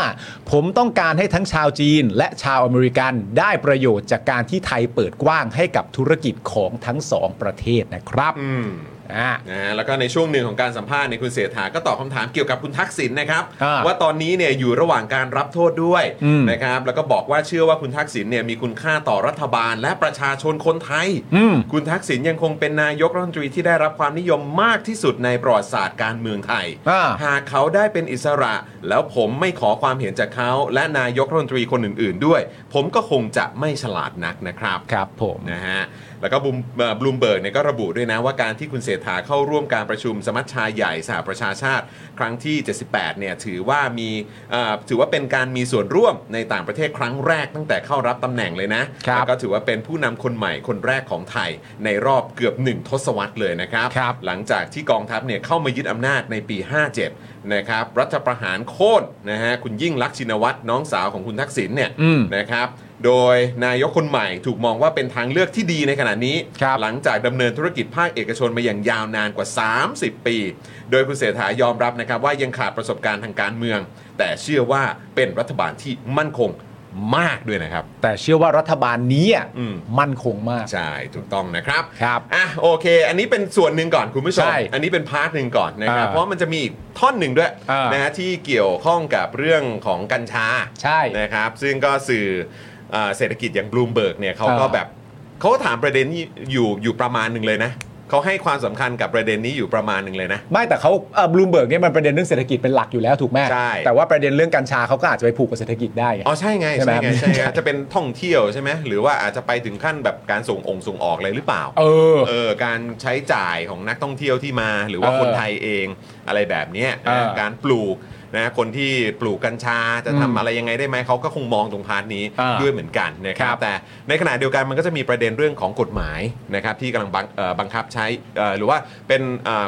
Speaker 2: ผมต้องการให้ทั้งชาวจีน และชาวอเมริกันได้ประโยชน์จากการที่ไทยเปิดกว้างให้กับธุรกิจของทั้งสองประเทศนะครับ
Speaker 1: อืม
Speaker 2: อ่า
Speaker 1: นะฮะแล้วก็ในช่วงหนึ่งของการสัมภาษณ์ในยคุณเสถาก็ตอบคำถามเกี่ยวกับคุณทักษิณนะครับ
Speaker 2: อ่า
Speaker 1: ว่าตอนนี้เนี่ยอยู่ระหว่างการรับโทษด้วย
Speaker 2: อืม
Speaker 1: นะครับแล้วก็บอกว่าเชื่อว่าคุณทักษิณเนี่ยมีคุณค่าต่อรัฐบาลและประชาชนคนไทย
Speaker 2: อืม
Speaker 1: คุณทักษิณยังคงเป็นนายกรัฐมนตรีที่ได้รับความนิยมมากที่สุดในประวัติศาสตร์การเมืองไทย
Speaker 2: อ่า
Speaker 1: หากเขาได้เป็นอิสระ แล้วผมไม่ขอความเห็นจากเขาและนายกรัฐมนตรีคนอื่น ๆ ด้วย ผมก็คงจะไม่ฉลาดนักนะครับ
Speaker 2: ครับผม
Speaker 1: นะฮะ แล้วก็บลูมเบิร์กเนี่ยก็ระบุด้วยนะว่าการที่คุณเศรษฐาเข้าร่วมการประชุมสมัชชาใหญ่สหประชาชาติ ครั้งที่ 78 เนี่ยถือว่ามีเอ่อถือว่าเป็นการมีส่วนร่วมในต่างประเทศครั้งแรกตั้งแต่เข้ารับตำแหน่งเลยนะ
Speaker 2: ครับ
Speaker 1: แล้วก็ถือว่าเป็นผู้นำคนใหม่คนแรกของไทยในรอบเกือบหนึ่งทศวรรษเลยนะครับ
Speaker 2: ครับ
Speaker 1: หลังจากที่กองทัพเนี่ยเข้ามายึดอำนาจในปี 57 นะครับรัฐประหารโค่นนะฮะคุณยิ่งลักษณ์ชินวัตรน้องสาวของคุณทักษิณเนี่ย
Speaker 2: อืม
Speaker 1: นะครับ โดยนายกคนใหม่ถูกมองว่าเป็นทางเลือกที่ดีในขณะนี้
Speaker 2: ครับ
Speaker 1: หลังจากดำเนินธุรกิจภาคเอกชนมาอย่างยาวนานกว่า 30 ปี โดยคุณเสถายอมรับนะครับว่ายังขาดประสบการณ์ทางการเมือง แต่เชื่อว่าเป็นรัฐบาลที่มั่นคงมากด้วยนะครับ
Speaker 2: แต่เชื่อว่ารัฐบาลนี้อ่ะ
Speaker 1: อืม
Speaker 2: มั่นคงมาก
Speaker 1: ใช่ ถูกต้องนะครับ
Speaker 2: ครับ
Speaker 1: อ่ะโอเค อันนี้เป็นส่วนหนึ่งก่อนคุณผู้ชม
Speaker 2: ใช่
Speaker 1: อันนี้เป็นพาร์ทหนึ่งก่อนนะครับ
Speaker 2: อ่า
Speaker 1: เพราะมันจะมีอีกท่อนหนึ่งด้วย
Speaker 2: อ่าน
Speaker 1: นะฮะที่เกี่ยวข้องกับเรื่องของกัญชา
Speaker 2: ใช่
Speaker 1: นะครับ ซึ่งก็สื่อเอ่อเศรษฐกิจอย่างบลูมเบิร์กเนี่ยเขาก็
Speaker 2: อ่า
Speaker 1: แบบเขาก็ถามประเด็นนี้อยู่อยู่ประมาณหนึ่งเลยนะเขาให้ความสำคัญกับประเด็นนี้อยู่ประมาณหนึ่งเลยนะ
Speaker 2: ไม่แต่เขาบลูมเบิร์กเนี่ยมันประเด็นเรื่องเศรษฐกิจเป็นหลักอยู่แล้วถูกไหม
Speaker 1: ใช่
Speaker 2: แต่ว่าประเด็นเรื่องกัญชาเขาก็อาจจะไปผูกกับเศรษฐกิจได้ไง
Speaker 1: อ๋อใช่ไง
Speaker 2: ใช่ไหมค
Speaker 1: ใช่ไง
Speaker 2: รับ
Speaker 1: ใช่ไงจะเป็นท่องเที่ยวใช่ไหมหรือว่าอาจจะไปถึงขั้นแบบการส่งองค์ส่งออกอะไรหรือเปล่า
Speaker 2: เออ
Speaker 1: เออการใช้จ่ายของนักท่องเที่ยวที่มา หรือว่า
Speaker 2: เออ
Speaker 1: คนไทยเองอะไรแบบเนี้ยนะ
Speaker 2: เออ
Speaker 1: การปลูก นะคนที่ปลูกกัญชาจะทำอะไรยังไงได้ไหมเขาก็คงมองตรงพาร์ทนี้
Speaker 2: อ่า
Speaker 1: ด้วยเหมือนกันนะครับแต่ในขณะเดียวกันมันก็จะมีประเด็นเรื่องของกฎหมายนะครับที่กำลังบังเอ่อบังคับใช้เอ่อหรือว่าเป็นเอ่อ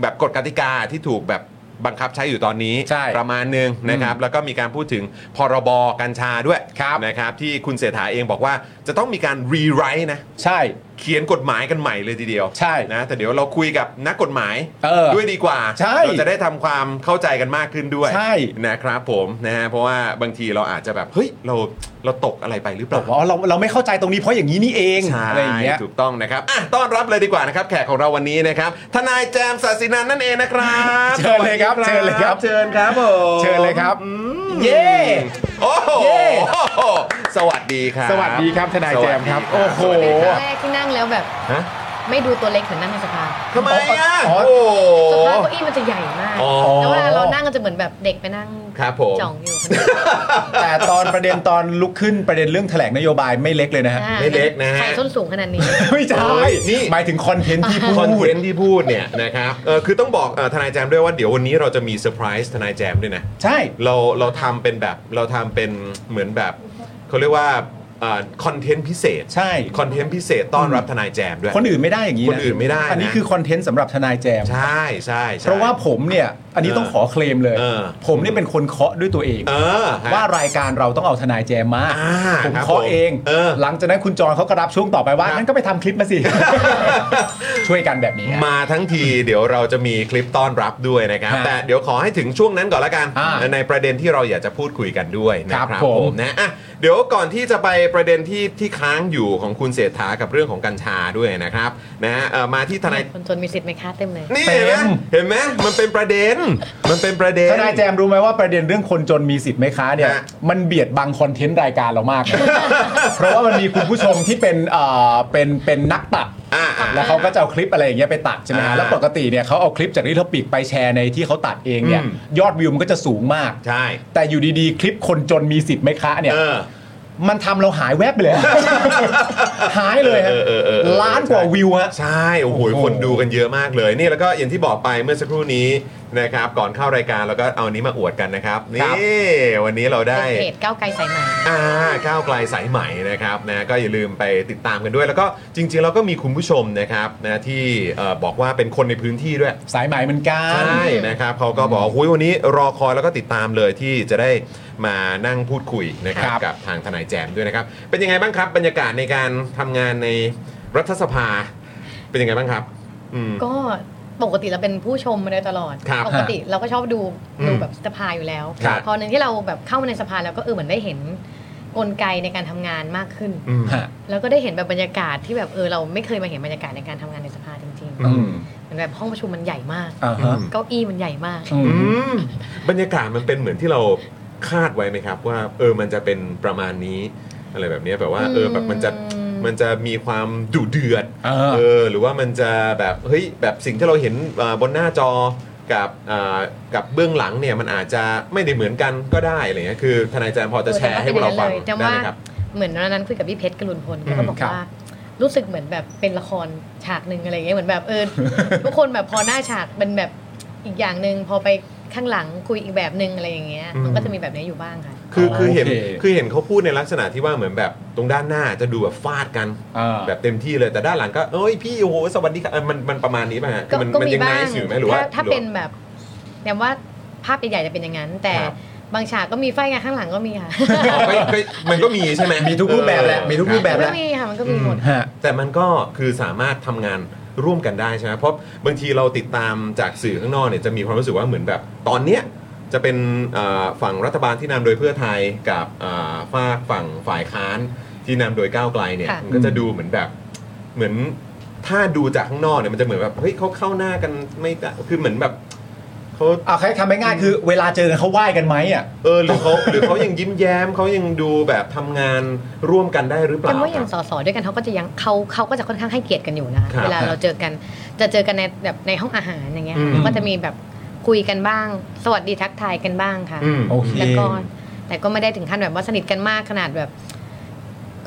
Speaker 1: แบบกฎกติกาที่ถูกแบบบังคับใช้อยู่ตอนนี้
Speaker 2: ใช่
Speaker 1: ประมาณหนึ่งนะครับแล้วก็มีการพูดถึงพรบกัญชาด้วย
Speaker 2: ครับ
Speaker 1: นะครับที่คุณเสถาเองบอกว่าจะต้องมีการรีไรต์นะ
Speaker 2: ใช่
Speaker 1: เขียนกฎหมายกันใหม่เลยทีเดียว
Speaker 2: ใช่
Speaker 1: นะแต่เดี๋ยวเราคุยกับนักกฎหมาย
Speaker 2: เออ
Speaker 1: ด้วยดีกว่า
Speaker 2: ใช่
Speaker 1: เราจะได้ทำความเข้าใจกันมากขึ้นด้วย
Speaker 2: ใช่
Speaker 1: นะครับผมนะฮะเพราะว่าบางทีเราอาจจะแบบเฮ้ยเราเราตกอะไรไปหรือเป
Speaker 2: บอ
Speaker 1: ล่า
Speaker 2: กว่าอ๋อเราเราไม่เข้าใจตรงนี้เพราะอย่างนี้นี่เอง
Speaker 1: ใช่
Speaker 2: อะไรอย่างเงี้ย
Speaker 1: ถูกต้องนะครับอ่ะต้อนรับเลยดีกว่านะครับ แขกของเราวันนี้นะครับ ทนายแจมศาสินันนั่นเองนะครับ
Speaker 2: เชิญเลยครับ
Speaker 1: สวัส
Speaker 2: เชิญ
Speaker 1: ดี
Speaker 2: เลยครับ
Speaker 1: เชิญครับผม
Speaker 2: เชิญเลยครับ
Speaker 1: เย้โอ้โหสวัสดีครับ
Speaker 2: สวัสดีครับทนายแจมครับ
Speaker 1: สวัสดี
Speaker 2: โอ้โห
Speaker 1: สวัส
Speaker 4: เป็นค
Speaker 1: ดีค
Speaker 4: รั้งแรก
Speaker 1: รับ
Speaker 4: ที่นั่งแล้วแบบ
Speaker 1: ฮะ
Speaker 4: ไม่ดูตัวเล็กเหมือนนั่งในสภา
Speaker 1: ทำไมอ่ะ
Speaker 2: อ๋อ
Speaker 1: โอ้
Speaker 4: สภา
Speaker 1: โห
Speaker 4: เก้าอี้มันจะใหญ่มาก
Speaker 1: อ๋อ
Speaker 4: แล้วเวลาเรานั่งก็จะเหมือนแบบเด็กไปนั่ง
Speaker 1: ครับผม
Speaker 4: จ่องอยู่คน
Speaker 2: แต่ตอนประเด็นตอนลุกขึ้นประเด็นเรื่องแถลงนโยบายไม่เล็กเลยนะฮะ
Speaker 4: หน้า
Speaker 1: ไม่เล็กนะฮะ
Speaker 4: ใครส้นสูงขนาดนี้
Speaker 2: ไม่ใช่
Speaker 1: เฮ้ยนี่
Speaker 2: หมายถึงคอนเทนต์ที่พู
Speaker 1: คอน
Speaker 2: ด
Speaker 1: เทนต์ที่พูดเนี่ยนะครับเออคือต้องบอกเอ่อทนายแจมด้วยว่าเดี๋ยววันนี้เราจะมีเซอร์ไพรส์ทนายแจมด้วยนะ
Speaker 2: ใช่
Speaker 1: เราเราทำเป็นแบบเราทำเป็นเหมือนแบบเขาเรียกว่าคอนเทนต์พิเศษ
Speaker 2: ใช่
Speaker 1: คอนเทนต์พิเศษต้อนรับทนายแจมด้วย
Speaker 2: คนอื่นไม่ได้อย่างนี้ะ
Speaker 1: คนอื่นไม่ได้นะ
Speaker 2: อันนี้คือคอนเทนต์สำหรับทนายแจม
Speaker 1: ใช่ใช่ใช่
Speaker 2: เพราะว่าผมเนี่ย อันนี้ต้องขอเคลมเลย
Speaker 1: เออ
Speaker 2: ผมเนี่ยเป็นคนเคาะด้วยตัวเอง
Speaker 1: เออฮะ
Speaker 2: ว่ารายการเราต้องเอาทนายแจมมา
Speaker 1: อ่า
Speaker 2: ผม
Speaker 1: ครับ
Speaker 2: เคาะ
Speaker 1: ผม
Speaker 2: เอง
Speaker 1: เออ
Speaker 2: หลังจากนั้นคุณจรเขาก็รับช่วงต่อไปว่า
Speaker 1: ครับ
Speaker 2: งั้นก็ไปทำคลิป มาสิ ช่วยกันแบบนี้
Speaker 1: มาทั้งทีเดี๋ยวเราจะมีคลิปต้อนรับด้วยนะครับ
Speaker 2: ฮะ
Speaker 1: แต่เดี๋ยวขอให้ถึงช่วงนั้นก่อนละกัน
Speaker 2: อ่า
Speaker 1: ในประเด็นที่เราอยากจะพูดคุยกันด้วยนะค
Speaker 2: ครั
Speaker 1: รับบ
Speaker 2: ผม
Speaker 1: ผมนะอ่ะเดี๋ยวก่อนที่จะไปประเด็นที่ที่ค้างอยู่ของคุณเศรษฐากับเรื่องของกัญชาด้วยนะครับนะฮะเอ่อมาที่ทนาย
Speaker 4: คนจนมีสิทธิ์ไหมคะเต็มเลย
Speaker 1: นี่เห็นไหม
Speaker 2: เต็ม
Speaker 1: เห็นไหมมันเป็นประเด็น มันเป็นประเด็น
Speaker 2: ทนายแจมรู้ไหมว่าประเด็นเรื่องคนจนมีสิทธิ์ไหมคะเนี่ย
Speaker 1: ฮะ
Speaker 2: มันเบียดบังคอนเทนต์รายการเรา มากนะ เพราะว่ามันมีคุณผู้ชมที่เป็นเอ่อเป็นเป็นนักตัด
Speaker 1: อ่า
Speaker 2: แล้วเขาก็จะเอาคลิปอะไรอย่างเงี้ยไปตัดใช่ไหมฮะ
Speaker 1: อ่า
Speaker 2: แล้วปกติเนี่ยเขาเอาคลิปจากริทอปิกไปแชร์ในที่เขาตัดเองเนี่ย
Speaker 1: อืม
Speaker 2: ยอดวิวมันก็จะสูงมาก
Speaker 1: ใช่
Speaker 2: แต่อยู่ดีๆ คลิปคนจนมีสิทธิ์ไหมคะเนี่ย
Speaker 1: เออ
Speaker 2: มันทำเราหายแวบไปเลย หายเลยฮะ
Speaker 1: เออเออเออเออ
Speaker 2: ล้านกว่าวิวฮะ
Speaker 1: ใช่ โอ้โห
Speaker 2: โอ้โห
Speaker 1: คนดูกันเยอะมากเลย นี่แล้วก็อย่างที่บอกไปเมื่อสักครู่นี้นะครับ ก่อนเข้ารายการแล้วก็เอานี้มาอวดกันนะครับ
Speaker 2: ครั
Speaker 1: นี่
Speaker 2: บ
Speaker 1: วันนี้เราได้
Speaker 4: เพจก้าวไกลสายใหม่
Speaker 1: อ่าก้าวไกลสายใหม่นะครับนะก็อย่าลืมไปติดตามกันด้วย แล้วก็จริงๆเราก็มีคุณผู้ชมนะครับนะที่เอ่อบอกว่าเป็นคนในพื้นที่ด้วย
Speaker 2: สายไหมเหมือนกัน
Speaker 1: ใช่นะครับเขาก็บอกหุ้ยวันนี้รอคอยแล้วก็ติดตามเลยที่จะได้มานั่งพูดคุยนะครับ
Speaker 2: ครับ
Speaker 1: กับทางทนายแจมด้วยนะครับ เป็นยังไงบ้างครับ บรรยากาศในการทำงานในรัฐสภา เป็นยังไงบ้างครับ อืม
Speaker 4: ก็ปกติเราเป็นผู้ชมมาโดยตลอด
Speaker 1: ครับ
Speaker 4: ปกติเราก็ชอบดู
Speaker 1: อืม
Speaker 4: ดูแบบสภาอยู่แล้ว
Speaker 1: ครับ
Speaker 4: พอหนึ่งที่เราแบบเข้ามาในสภาแล้วก็เออเหมือนได้เห็นกลไกในการทำงานมากขึ้น
Speaker 1: อืม
Speaker 2: ฮะ
Speaker 4: แล้วก็ได้เห็นแบบบรรยากาศที่แบบเออเราไม่เคยมาเห็นบรรยากาศในการทำงานในสภาจริงๆ
Speaker 2: อืม
Speaker 4: เหมือนแบบห้องประชุมมันใหญ่มาก
Speaker 2: อ่าฮะ
Speaker 4: เก้าอี้มันใหญ่มาก
Speaker 2: อื
Speaker 1: อื
Speaker 2: ม
Speaker 1: มบรรยากาศมันเป็นเหมือนที่เราคาดไว้ไหมครับ ว่าเออมันจะเป็นประมาณนี้อะไรแบบเนี้ยแบบว่าเออแบบมันจะ
Speaker 4: อืม
Speaker 1: มันจะมีความดุเดือด
Speaker 2: เออ
Speaker 1: เออหรือว่ามันจะแบบเฮ้ยแบบสิ่งที่เราเห็นเอ่อบนหน้าจอกับเอ่อกับเบื้องหลังเนี่ยมันอาจจะไม่ได้เหมือนกันก็ได้อะไรเงี้ยคือทนายแจมพอจะแชร์ให้พวกเราฟัง
Speaker 4: ออ
Speaker 1: ได้
Speaker 4: จำ
Speaker 1: ไห
Speaker 4: ว่าม
Speaker 1: ครับ
Speaker 4: เหมือนวันนั้นคุยกับพี่เพชรกรุณพล
Speaker 1: อืม
Speaker 4: เขาบอก
Speaker 2: ครับ
Speaker 4: ว่า รู้สึกเหมือนแบบเป็นละครฉากหนึ่งอะไรเงี้ยเหมือนแบบ เออ ทุกคนแบบพอหน้าฉากเป็นแบบอีกอย่างหนึ่งพอไปข้างหลังคุยอีกแบบหนึ่งอะไรอย่างเงี้ย
Speaker 1: อืม
Speaker 4: มันก็จะมีแบบนี้อยู่บ้างค่ะ
Speaker 1: คือคือเห็น
Speaker 2: โอเค
Speaker 1: คือเห็นเขาพูดในลักษณะที่ว่าเหมือนแบบตรงด้านหน้าจะดูแบบฟาดกัน
Speaker 2: อ่า
Speaker 1: แบบเต็มที่เลยแต่ด้านหลังก็เอ้ยพี่โอ้โหสวัสดีค่ะเออมันมันประมาณนี้ป่ะฮะคือมัน
Speaker 4: ก็
Speaker 1: มั
Speaker 4: มี
Speaker 1: ยัง
Speaker 4: บ้าง
Speaker 1: ไนอยู่ไหมหรือว่า
Speaker 4: ถ้าถ้า
Speaker 1: หรือว่
Speaker 4: เป็นแบบแนมว่าภาพใหญ่ๆจะเป็นอย่างนั้น แต่
Speaker 1: ครับ
Speaker 4: บางฉากก็มีไฟงานข้างหลังก็มีค่ะ
Speaker 1: อ๋อก็ก็มันก็มีใช่ไหม
Speaker 2: มีทุกรูปแบบแหละมีทุกรูปแบบ
Speaker 4: มัน
Speaker 1: ค
Speaker 4: ก็มีค่ะมันก็มีหมด
Speaker 2: ฮะ
Speaker 1: แต่มันก็คือสามารถทำงานร่วมกันได้ใช่ไหมเพราะบางทีเราติดตามจากสื่อข้างนอกเนี่ยจะมีความรู้สึกว่าเหมือนแบบ ตอนเนี้ยจะเป็นเอ่อฝั่งรัฐบาลที่นำโดยเพื่อไทยกับเอ่อฝากฝั่งฝ่ายค้านที่นำโดยก้าวไกลเนี่ย
Speaker 4: ค่ะ
Speaker 1: มันก็จะดูเหมือนแบบเหมือนถ้าดูจากข้างนอกเนี่ยมันจะเหมือนแบบเฮ้ยเขาเข้าหน้ากันไม่ได้คือเหมือนแบบเขา
Speaker 2: เอาใครทำง่ายๆคือ เวลาเจอกันเขาไหว้กันไหมอ่ะ
Speaker 1: เออหรือเขาหรือเขายังยิ้มแย้มเขายังดูแบบทำงานร่วมกันได้หรือเปล่า
Speaker 4: จำว่าอย่างส
Speaker 1: ครับ
Speaker 4: สด้วยกันเขาก็จะยังเขาเขาก็จะค่อนข้างให้เกียรติกันอยู่นะคะ
Speaker 1: ครับ
Speaker 4: เวลาเราเจอกันจะเจอกันในแบบในห้องอาหารอย่างเงี้ย
Speaker 1: อืม
Speaker 4: ก็จะมีแบบคุยกันบ้าง สวัสดีทักทายกันบ้างค่ะ
Speaker 1: อืม
Speaker 2: โอเค
Speaker 4: แล้วก็แต่ก็ไม่ได้ถึงขั้นแบบว่าสนิทกันมากขนาดแบบ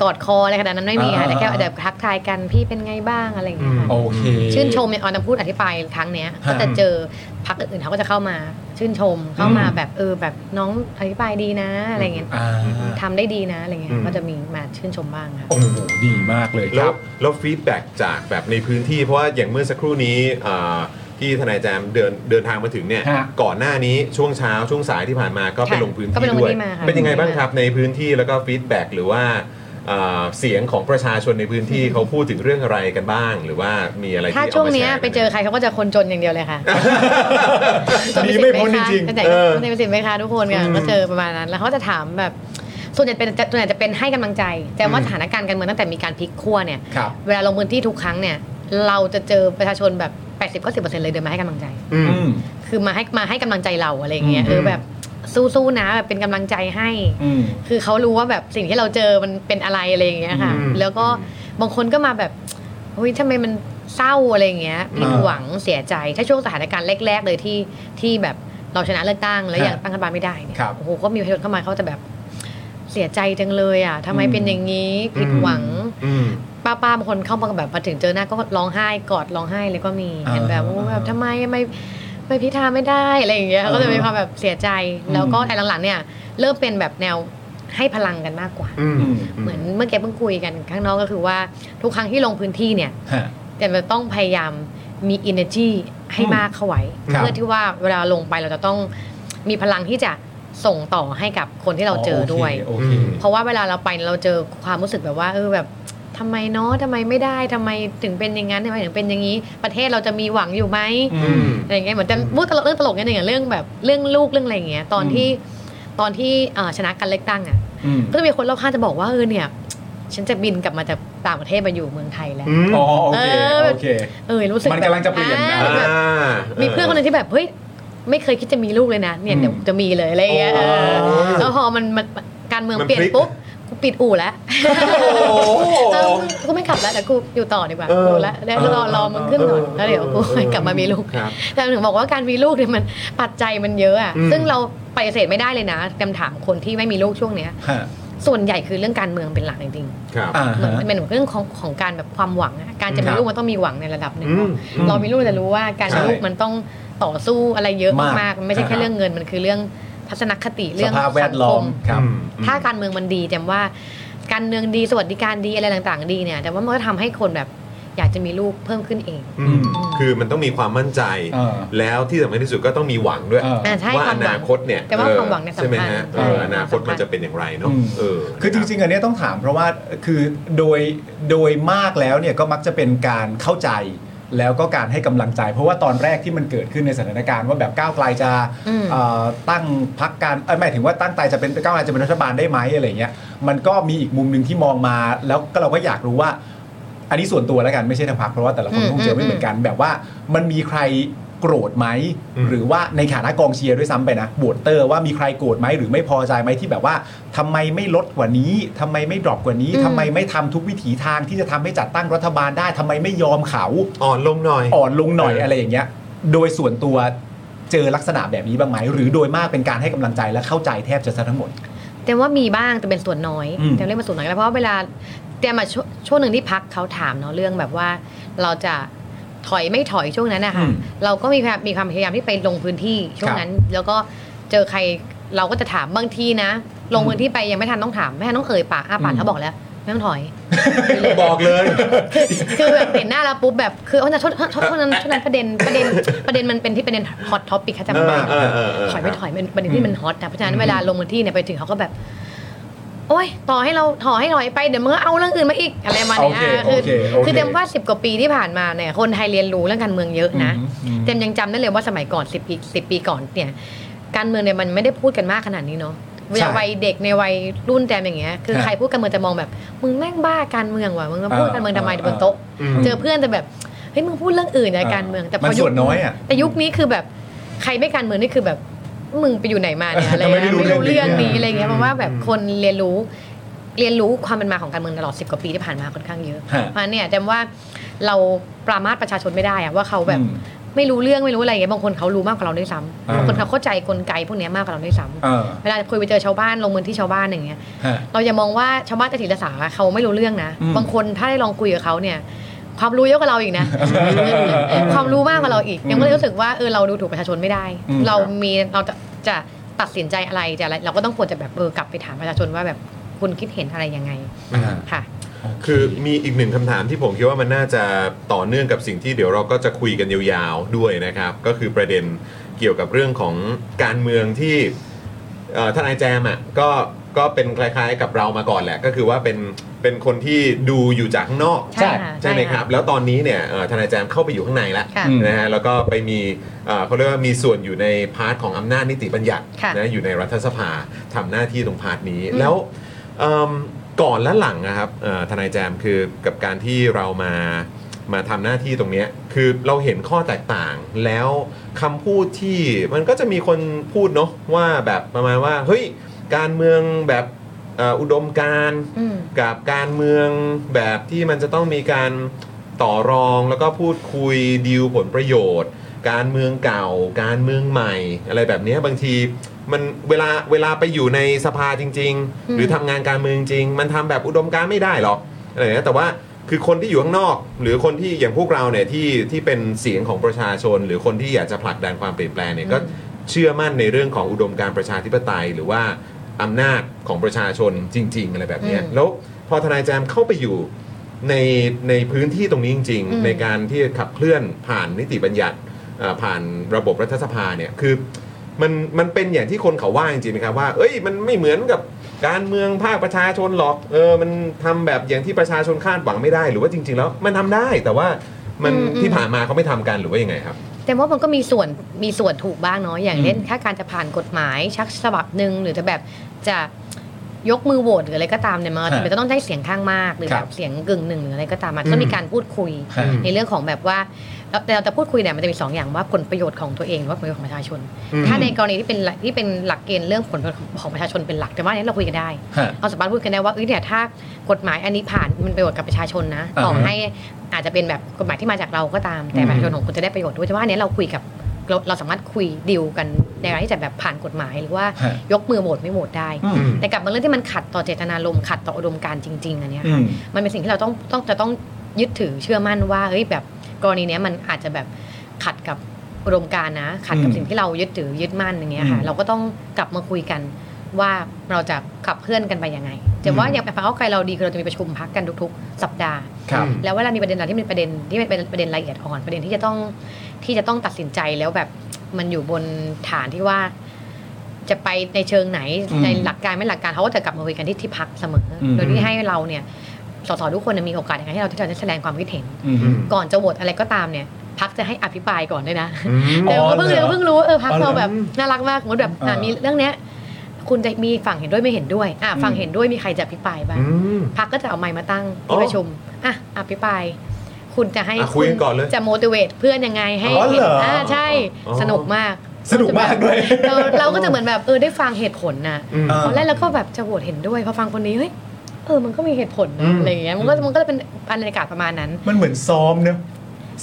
Speaker 4: กอดคออะไรขนาดนั้นไม่มีค่ะแต่แค่
Speaker 2: อ่า
Speaker 4: แต่ทักทายกันพี่เป็นไงบ้างอะไรอย่างเงี้ยค่ะ
Speaker 2: โอเค
Speaker 4: ชื่นชมเนี่ยออนำพูดอธิบายครั้งเนี้ย
Speaker 2: ฮะ
Speaker 4: ก็จะเจอพักอื่นๆเขาก็จะเข้ามาชื่นชมเข้ามา
Speaker 2: อืม
Speaker 4: แบบเออแบบน้องอธิบายดีนะอะไรเงี้ย
Speaker 2: อ่า
Speaker 4: ทำได้ดีนะอะไรเงี้ย
Speaker 1: อืม
Speaker 4: ก็จะมีมาชื่นชมบ้างค่ะ
Speaker 2: โอ้โหดีมากเลยค
Speaker 1: แล้
Speaker 2: รั
Speaker 1: ว
Speaker 2: บ
Speaker 1: แล้วฟีดแบ็กจากแบบในพื้นที่เพราะว่าอย่างเมื่อสักครู่นี้อ่าที่ทนายแจมเดินเดินทางมาถึงเนี่ย
Speaker 2: ฮะ
Speaker 1: ก่อนหน้านี้ช่วงเช้าช่วงสายที่ผ่านมาก็ไป
Speaker 4: ค่ะ
Speaker 1: ลงพื้น
Speaker 4: ก็ไป
Speaker 1: ที่
Speaker 4: ลงพื้น
Speaker 1: ด้วย
Speaker 4: ที่มาค่ะ
Speaker 1: เป็นยังไงบ้างครับในพื้นที่แล้วก็ฟีดแบ็กหรือว่าอ่าเสียงของประชาชนในพื้นที่เขาพูดถึงเรื่องอะไรกันบ้าง หรือว่ามีอะไรที่
Speaker 4: ถ้า
Speaker 1: เอา
Speaker 4: ช่วง
Speaker 1: มาแช
Speaker 4: เนี้ย
Speaker 1: ร์กัน
Speaker 4: ไปเจอใครเขาก็จะคนจนอย่างเดียวเลยค่ะ
Speaker 2: หนีไม่พ้นจริงๆ
Speaker 4: แต่ไหนก็ไม่เป็นสินไหมคะทุกคนเนี่ยก็เจอประมาณนั้น แล้วเขาจะถามแบบส่วนใหญ่เป็นส่วนใหญ่จะเป็นให้กำลังใจแต่ว่าสถานการณ์การเมืองตั้งแต่มีการพลิกขั้วเนี่ย
Speaker 2: ครับ
Speaker 4: เวลาลงพื้นที่ทุกครั้งเนี่ยเราจะเจอประชาชนแบบ 80-90%เลยเดินมาให้กำลังใจ
Speaker 1: อืม
Speaker 2: อืม
Speaker 4: คือมาให้มาให้กำลังใจเราอะไรอย่างเงี้ย
Speaker 2: อืม
Speaker 4: เออแบบสู้ๆนะแบบเป็นกำลังใจให้
Speaker 2: อืม
Speaker 4: คือเขารู้ว่าแบบสิ่งที่เราเจอมันเป็นอะไรอะไรอย่างเงี้ยค่ะ
Speaker 1: อืม
Speaker 4: แล้วก็บางคนก็มาแบบเฮ้ยทำไมมันเศร้าอะไรอย่างเงี้ยผิดหวังเสียใจ ถ้าช่วงสถานการณ์แรก ๆ เลยที่ที่แบบเราชนะเลือกตั้งแล้ว
Speaker 2: ฮะ
Speaker 4: ยังตั้งรัฐบาลไม่ได้เนี่ย
Speaker 2: ครับ
Speaker 4: โอ้โหก็มีประชาชนเข้ามาเขาจะแบบเสียใจจังเลยอ่ะทำไมเป็นอย่างนี้ผิดหวัง
Speaker 1: อืม
Speaker 4: ป้าป้าบางคนเข้ามาแบบมาถึงเจอหน้าก็ร้องไห้กอดร้องไห้เลยก็มี
Speaker 2: อ่า
Speaker 4: เห็นแบบว่าแบบทำไมไม่ไม่พิธาไม่ได้อะไรอย่างเงี้ย
Speaker 2: อ่า
Speaker 4: ก็จะมีความแบบเสียใจแล้วก็
Speaker 2: อืม
Speaker 4: แต่หลังๆเนี่ยเริ่มเป็นแบบแนวให้พลังกันมากกว่า
Speaker 1: อืม
Speaker 2: อืม
Speaker 4: เหมือนเมื่อกี้เพิ่งคุยกันข้างนอกก็คือว่าทุกครั้งที่ลงพื้นที่เนี่ย
Speaker 2: ฮะ
Speaker 4: แต่เราต้องพยายามมี energy ให้
Speaker 2: อืม
Speaker 4: มากเข้าไว้
Speaker 2: ครับ
Speaker 4: เพื่อที่ว่าเวลาลงไปเราจะต้องมีพลังที่จะส่งต่อให้กับคนที่เราเจอด้วย
Speaker 2: โอเค
Speaker 1: อืม
Speaker 2: โอเค
Speaker 4: เพราะว่าเวลาเราไปเราเจอความรู้สึกแบบว่าเออแบบทำไมเนาะทำไมไม่ได้ทำไมถึงเป็นอย่างนั้นทำไมถึงเป็นอย่างนี้ ประเทศเราจะมีหวังอยู่ไหม
Speaker 1: อืม
Speaker 4: อะไรอย่างเงี้ยเหมือนจะพูดตลกเรื่องตลกนิดนึงอะเรื่องแบบเรื่องลูกเรื่องอะไรอย่างเงี้ยตอน
Speaker 2: อืม
Speaker 4: ที่ตอนที่เอ่อชนะการเลือกตั้งอ่ะ
Speaker 2: อืม
Speaker 4: ก็จะมีคนรอบข้างจะบอกว่าเออเนี่ยฉันจะบินกลับมาจากต่างประเทศมาอยู่เมืองไทยแล้ว
Speaker 1: อืม
Speaker 2: อ๋อโอเค
Speaker 4: เออ
Speaker 2: โอเค
Speaker 4: เออรู้สึก
Speaker 2: มันกำลังจะเปลี่ยนนะ
Speaker 4: อ่าแบบ
Speaker 1: อ่า
Speaker 4: มีเพื่อนคนหนึงที่แบบเฮ้ยไม่เคยคิดจะมีลูกเลยนะเนี่ยเดี๋ยวจะมีเลยอะไรอย่างเงี้ยเออ
Speaker 1: โอ้ย
Speaker 4: แล้วพอมันมันการเมือง
Speaker 1: มัน
Speaker 4: เปลี่ยน
Speaker 1: พลิก
Speaker 4: ปุ๊บกูปิดอู่แล้ว
Speaker 1: โอ้โห
Speaker 4: เออมึงกูไม่ขับแล้วแต่กูอยู่ต่อดีกว่า
Speaker 1: เออ
Speaker 4: ดูแล้วแล้วรอรอมึงขึ้นก่อน
Speaker 1: เออ
Speaker 4: แล้วเดี๋ยวกู
Speaker 1: เออเออก
Speaker 4: ลับมามีลูก
Speaker 1: ครับ
Speaker 4: แต่ถึงบอกว่าการมีลูกเนี่ยมันปัจจัยมันเยอะอะ
Speaker 1: อืม
Speaker 4: ซึ่งเราปฏิเสธไม่ได้เลยนะคำถามคนที่ไม่มีลูกช่วงเนี้ย
Speaker 2: ฮะ
Speaker 4: ส่วนใหญ่คือเรื่องการเมืองเป็นหลักจริง
Speaker 1: ครับ
Speaker 2: อ่า
Speaker 4: ๆเหมือน
Speaker 2: ฮะ
Speaker 4: มันเป็นเรื่องของของการแบบความหวังอะการจะมี
Speaker 1: ครับ
Speaker 4: ลูกมันต้องมีหวังในระดับหนึ่ง
Speaker 1: อืมอืม
Speaker 4: เรามีลูกเราจะรู้ว่าการมีลูก
Speaker 2: ใช่
Speaker 4: มันต้องต่อสู้อะไรเยอะ
Speaker 2: มาก
Speaker 4: มากๆมันไม่ใช่แค่
Speaker 2: ครับ
Speaker 4: เรื่องเงินมันคือเรื่องทัศนคติ
Speaker 2: ส
Speaker 4: เรื่อง
Speaker 2: ภาพแว
Speaker 4: สั
Speaker 2: ด
Speaker 4: ง
Speaker 2: ล้
Speaker 4: ค
Speaker 2: อม
Speaker 4: ม
Speaker 2: ครับ
Speaker 1: อืม
Speaker 4: ถ้าการเมืองมันดีแจมว่าการเมืองดีสวัสดิการดีอะไรต่างๆ ดีเนี่ยแต่ว่ามันก็ทำให้คนแบบอยากจะมีลูกเพิ่มขึ้นเอง
Speaker 1: อืมคือมันต้องมีความมั่นใจ
Speaker 2: เออ
Speaker 1: แล้วที่สำคัญที่สุดก็ต้องมีหวังด้วย
Speaker 2: เออ
Speaker 4: อ่าใช่
Speaker 1: ว่า
Speaker 4: ควา
Speaker 1: อ
Speaker 4: มหวั
Speaker 1: นาง คตเนี่ย
Speaker 4: แต่ว่า
Speaker 1: เออ
Speaker 4: ความหวังเนี่ยสำคัญ
Speaker 1: ใช่ไหมฮะเออ
Speaker 4: ใช่
Speaker 1: อนาคตมันจะเป็นอย่างไรเนาะ
Speaker 2: อืม
Speaker 1: เออ
Speaker 2: คือจริงๆ อันเนี้ยต้องถามเพราะว่าคือโดยโดยมากแล้วเนี่ยก็มักจะเป็นการเข้าใจ แล้วก็การให้กำลังใจ เพราะว่าตอนแรกที่มันเกิดขึ้นในสถานการณ์ว่าแบบก้าวไกลจะ
Speaker 4: อืม
Speaker 2: เอ่อตั้งพักการเอ้ยหมายถึงว่าตั้งใจจะเป็นก้าวไกลจะเป็นรัฐบาลได้ไหมอะไรเงี้ยมันก็มีอีกมุมหนึ่งที่มองมา แล้วก็เราก็อยากรู้ว่า อันนี้ส่วนตัวแล้วกันไม่ใช่ทางพักเพราะว่าแต่ละคน
Speaker 4: อืม
Speaker 2: คงเจอไม่เหมือนกัน แบบว่ามันมีใครโกรธไหมหรือว่าในฐานะกองเชียร์ด้วยซ้ำไปนะบวตเตอร์ว่ามีใครโกรธไหมหรือไม่พอใจไหมที่แบบว่าทำไมไม่ลดกว่านี้ทำไมไม่ดรอปกว่านี้
Speaker 4: อืม
Speaker 2: ทำไมไม่ทำทุกวิถีทางที่จะทำให้จัดตั้งรัฐบาลได้ทำไมไม่ยอมเขา
Speaker 1: อ่อนลงหน่อย
Speaker 2: อ่อนลงหน่อย
Speaker 1: เอออ
Speaker 2: อะไรอย่างเงี้ย โดยส่วนตัวเจอลักษณะแบบนี้บ้างไหมหรือโดยมากเป็นการให้กำลังใจและเข้าใจแทบจะซะทั้งหมด
Speaker 4: แต่ว่ามีบ้างแต่เป็นส่วนน้อย
Speaker 2: อืม
Speaker 4: แต่เรียกมาส่วนน้อยแล้วเพราะว่าเวลาแต่มาช่วงช่วงหนึ่งที่พักเขาถามเนาะเรื่องแบบว่า เราจะถอยไม่ถอยช่วงนั้นนะคะเราก็มีความมีความพยายามที่ไปลงพื้นที่ช่วงนั้น แล้วก็เจอใครเราก็จะถามบางทีนะ ลงพื้นที่ไปยังไม่ทันต้องถามไม่ทันต้องเอ่ยปากอ้าปากเขาบอกแล้วไม่ต้องถอย
Speaker 1: บอกเลย
Speaker 4: คือแบบเห็นหน้าแล้วปุ๊บแบบคือโอ้ยนะโทษโทษโทษโทษนั้นโทษนั้นประเด็นประเด็นประเด็นมันเป็นที่ประเด็นฮอตท็อปิกค่ะจำได้
Speaker 1: เออเออเออ
Speaker 4: ถอยไม่ถอยมันประเด็นที่มันฮอตนะเพราะฉะนั้นเวลาลงพื้นที่เนี่ยไปถึงเขาก็แบบ โอ้ยต่อให้เราถอให้ถอยไปเดี๋ยวมึงก็เอาเรื่องอื่นมาอีกอะไรมาเนี่ย
Speaker 2: โอเค
Speaker 4: อ่าคือ
Speaker 2: โอเคโอเค
Speaker 4: คือเต็มว่าสิบกว่าปีที่ผ่านมาเนี่ยคนไทยเรียนรู้เรื่องการเมืองเยอะนะ
Speaker 2: อืมอืม
Speaker 4: เต็มยังจำได้เลยว่าสมัยก่อนสิบปีสิบปีก่อนเนี่ย การเมืองเนี่ยมันไม่ได้พูดกันมากขนาดนี้เนาะเวลาวัยเด็กในวัยรุ่นแจมอย่างเงี้ยคือใครพูดการเมืองจะมองแบบมึงแม่งบ้าการเมืองว่ะมึงมาพูดการเมืองทำไมบนโต๊ะ
Speaker 1: อืม
Speaker 4: เจอเพื่อนแต่แบบเฮ้ยมึงพูดเรื่องอื่นใน
Speaker 2: อ่า
Speaker 4: การเมืองแต่พ
Speaker 2: มัน
Speaker 4: อ
Speaker 2: ส่
Speaker 4: ยุ
Speaker 2: วนน้อยอะ
Speaker 4: แต่ยุคนี้คือแบบใครไม่การเมืองนี่คือแบบมึงไปอยู่ไหนมาเนี่ยอะไร
Speaker 2: ทำไมไม่
Speaker 4: เงี้ย
Speaker 2: รู้
Speaker 4: ไม่รู้
Speaker 2: เรื่
Speaker 4: เรื่
Speaker 2: อ
Speaker 4: อง ง
Speaker 2: นี้
Speaker 4: นี้อะไรเงี้ยเพ
Speaker 1: อื
Speaker 4: ราะ
Speaker 1: ม
Speaker 4: ว่าแบบคนเรียนรู้เรียนรู้ความเป็นมาของการเมืองตลอด10กว่าปีที่ผ่านมาค่อนข้างเยอะ
Speaker 2: ฮะ
Speaker 4: เพราะฉะนั้นเนี่ยแจมว่าเราปรามาสประชาชนไม่ได้อะว่าเขาแบบ
Speaker 2: อืม
Speaker 4: ไม่รู้เรื่องไม่รู้อะไรอย่างเงี้ยบางคนเขารู้มากกว่าเราด้วยซ้ำบางคนเขาเข้าใจกลไกพวกเนี้ยมากกว่าเราด้วยซ้
Speaker 2: เออ
Speaker 4: ำเวลาคุยไปเจอชาวบ้านลงพื้นที่ชาวบ้านอย่างเงี้ย
Speaker 2: ฮะ
Speaker 4: เราอย่ามองว่าชาวบ้านใตถิ่นละสาเขาไม่รู้เรื่องนะ
Speaker 2: อืม
Speaker 4: บางคนถ้าได้ลองคุยกับเขาเนี่ย ความรู้เยอะกว่าเราอีกนะ ความรู้มากกว่าเราอีก ยังก็เลยรู้สึกว่าเออเราดูถูกประชาชนไม่ได้
Speaker 2: อืม
Speaker 4: เรามีเราจะจะตัดสินใจอะไรจะอะไรเราก็ต้องควรจะแบบเออกลับไปถามประชาชนว่าแบบคุณคิดเห็นอะไรยังไง
Speaker 1: อ่า
Speaker 4: ค่ะ
Speaker 1: คือมีอีกหนึ่งคำถามที่ผมคิดว่ามันน่าจะต่อเนื่องกับสิ่งที่เดี๋ยวเราก็จะคุยกันยาวๆด้วยนะครับ ก็คือประเด็นเกี่ยวกับเรื่องของการเมืองที่เอ่อทนายแจมอ่ะก็ก็เป็นคล้ายๆกับเรามาก่อนแหละ ก็คือว่าเป็นเป็นคนที่ดูอยู่จากข้างนอก
Speaker 4: ใช่ค่ะ
Speaker 1: ใช่ไหม
Speaker 4: ใช่ค่ะ
Speaker 1: ครับ แล้วตอนนี้เนี่ยเอ่อทนายแจมเข้าไปอยู่ข้างในแล้ว
Speaker 4: ค่ะ
Speaker 1: นะฮะแล้วก็ไปมีเอ่อเขาเรียกว่ามีส่วนอยู่ในพาร์ทของอำนาจนิติบัญญัติ
Speaker 4: ค่ะ
Speaker 1: นะอยู่ในรัฐสภาทำหน้าที่ตรงพาร์ทนี้แล้ว เอิ่มก่อนและหลังนะครับเอ่อทนายแจมคือกับการที่เรามามาทำหน้าที่ตรงเนี้ยคือเราเห็นข้อแตกต่างแล้วคำพูดที่มันก็จะมีคนพูดเนาะว่าแบบประมาณว่าเฮ้ยการเมืองแบบเอ่ออุดมการณ์
Speaker 4: อืม
Speaker 1: กับการเมืองแบบที่มันจะต้องมีการต่อรองแล้วก็พูดคุยดีลผลประโยชน์ การเมืองเก่า การเมืองใหม่ อะไรแบบเนี้ยบางทีมันเวลาเวลาไปอยู่ในสภาจริง
Speaker 4: อื
Speaker 1: ๆ
Speaker 4: ม
Speaker 1: หรือทำงานการเมืองจริง มันทำแบบอุดมการณ์ไม่ได้หรอกอะไรนะแต่ว่าคือคนที่อยู่ข้างนอก หรือคนที่อย่างพวกเราเนี่ยที่ที่เป็นเสียงของประชาชน หรือคนที่อยากจะผลักดันความเปลี่ยนแปลงเนี่ยก็ เชื่อมั่นในเรื่องของอุดมการณ์ประชาธิปไตย หรือว่าอำนาจของประชาชนจริง ๆ อะไรแบบเนี้ย
Speaker 4: อืม
Speaker 1: แล้วพอทนายแจมเข้าไปอยู่ในในพื้นที่ตรงนี้จริง
Speaker 4: อืม
Speaker 1: ๆ ในการที่จะขับเคลื่อนผ่านนิติบัญญัติเอ่อผ่านระบบรัฐสภาเนี่ยคือมันมันเป็นอย่างที่คนเขาว่าจริงๆนะครับว่า เอ้ยมันไม่เหมือนกับการเมืองภาคประชาชนหรอกเออมันทำแบบอย่างที่ประชาชนคาดหวังไม่ได้ หรือว่าจริง ๆ แล้วมันทำได้แต่ว่ามันที่ผ่านมาเขาไม่ทำกันหรือว่ายังไงครับ
Speaker 4: แต่ว่ามันก็มีส่วนมีส่วนถูกบ้างเนาะอย่างเช่น
Speaker 1: อืม
Speaker 4: ถ้าการจะผ่านกฎหมายชักฉบับหนึ่งหรือจะแบบจะยกมือโหวตหรืออะไรก็ตามเนี่ยมัน
Speaker 2: ฮะ
Speaker 4: มันจะต้องได้เสียงข้างมาก หรือ
Speaker 2: ครั
Speaker 4: แบบ บเสียงกึ่งหนึ่งหรืออะไรก็ตามมันก็มีการพูดคุย
Speaker 2: ฮะ
Speaker 4: ในเรื่องของแบบว่าแล้วแต่เราจะพูดคุยเนี่ยมันจะมีสองอย่างว่าผลประโยชน์ของตัวเองหรือว่าผลประโยชน์ของประชาชน
Speaker 1: อืม
Speaker 4: ถ้าในกรณีที่เป็นหลักที่เป็นหลักเกณฑ์เรื่องผลประโยชน์ของประชาชนเป็นหลักแต่ว่าอันนี้เราคุยกันได้
Speaker 2: ฮะ
Speaker 4: เราสามารถพูดกันได้ว่าเอ้ยเนี่ยถ้ากฎหมายอันนี้ผ่านมันประโยชน์กับประชาชนนะ
Speaker 2: อ่าฮะ
Speaker 4: ต่อให้อาจจะเป็นแบบกฎหมายที่มาจากเราก็ตาม แต่
Speaker 2: อืม
Speaker 4: ประชาชนของคุณจะได้ประโยชน์ด้วยแต่ว่าอันเนี้ยเราคุยกับเราเราสามารถคุยดีลกันในการที่จะแบบผ่านกฎหมายหรือว่า
Speaker 2: ฮะ
Speaker 4: ยกมือโหวตไม่โหวตได้
Speaker 2: อืม
Speaker 4: แต่กลับบางเรื่องที่มันขัดต่อเจตนารมณ์ขัดต่ออุดมการณ์จริง ๆอันเนี้ย
Speaker 2: อืม
Speaker 4: มันเป็นสิ่งที่เราต้องต้องจะต้องยึดถือเชื่อมั่นว่าเฮ้ยแบบกรณีเนี้ยมันอาจจะแบบขัดกับอุดมการณ์นะ ขัดกับ
Speaker 2: อืม
Speaker 4: สิ่งที่เรายึดถือยึดมั่นอย่างเงี้ยค่ะ
Speaker 2: อืม
Speaker 4: เราก็ต้องกลับมาคุยกัน ว่าเราจะขับเคลื่อนกันไปยังไงแต่ว่าอย่างพรรคเก้าไกลเราดีคือเราจะมีประชุมพักกันทุกๆ สัปดาห์
Speaker 2: ครับ
Speaker 4: แล้วเวลามีประเด็นอะไรที่เป็นประเด็นที่เป็นประเด็นละเอียดอ่อนประเด็นที่จะต้องที่จะต้องตัดสินใจแล้วแบบมันอยู่บนฐานที่ว่า จะไปในเชิงไหน
Speaker 2: อืม
Speaker 4: ในหลักการไม่หลักการเขาก็จะกลับมาคุยกันที่ที่พักเสมออ
Speaker 2: ม
Speaker 4: โดยที่ให้เราเนี่ยสสทุกคนมีโอกาสในการที่เราที่จะได้แสดงความคิดเห็น
Speaker 2: อืม
Speaker 4: ก่อนจะโหวตอะไรก็ตามเนี่ยพักจะให้อภิปรายก่อนด้วยนะ
Speaker 1: อืม
Speaker 4: เดี๋ยวเพิ่ง
Speaker 2: อ๋อเหรอ
Speaker 4: เพิ่งรู้เออพัก
Speaker 2: อ๋อเหร
Speaker 4: เรา
Speaker 2: อ
Speaker 4: แบบน่ารักมากสมมติแบบ
Speaker 2: เอออ่
Speaker 4: ะมีเรื่องเนี้ยคุณจะมีฝั่งเห็นด้วยไม่เห็นด้วยอ่ะฝั่งเห็นด้วยมีใครจะอภิปรายบ้าง
Speaker 1: อืม
Speaker 4: พักก็จะเอาไมค์มาตั้ง
Speaker 1: อ๋
Speaker 4: ที่
Speaker 1: อ
Speaker 4: ประชุมอ่ะอภิปราย คุณจะให้
Speaker 1: อ่ะคุยกันก่อนเลย
Speaker 4: จะ motivate เพื่อนยังไงให้
Speaker 2: อ๋อเหรออ่
Speaker 4: ะใช่
Speaker 1: อ๋อ
Speaker 4: สนุกมาก
Speaker 2: สนุกมากด้วย
Speaker 4: เราเราก็จะเหมือนแบบเออได้ฟังเหตุผลนะ
Speaker 1: อืม
Speaker 2: เออ
Speaker 4: ตอนแรกเราก็แบบจะโหวตเห็นด้วยพอฟังคนนี้เฮ้ยเออมันก็มีเหตุผล
Speaker 1: อื
Speaker 4: นะ
Speaker 1: ม
Speaker 4: อะไรอย่างเงี้ยมันก็มันก็จะเป็นบรรยากาศประมาณนั้น
Speaker 2: มันเหมือนซ้อมเนอะ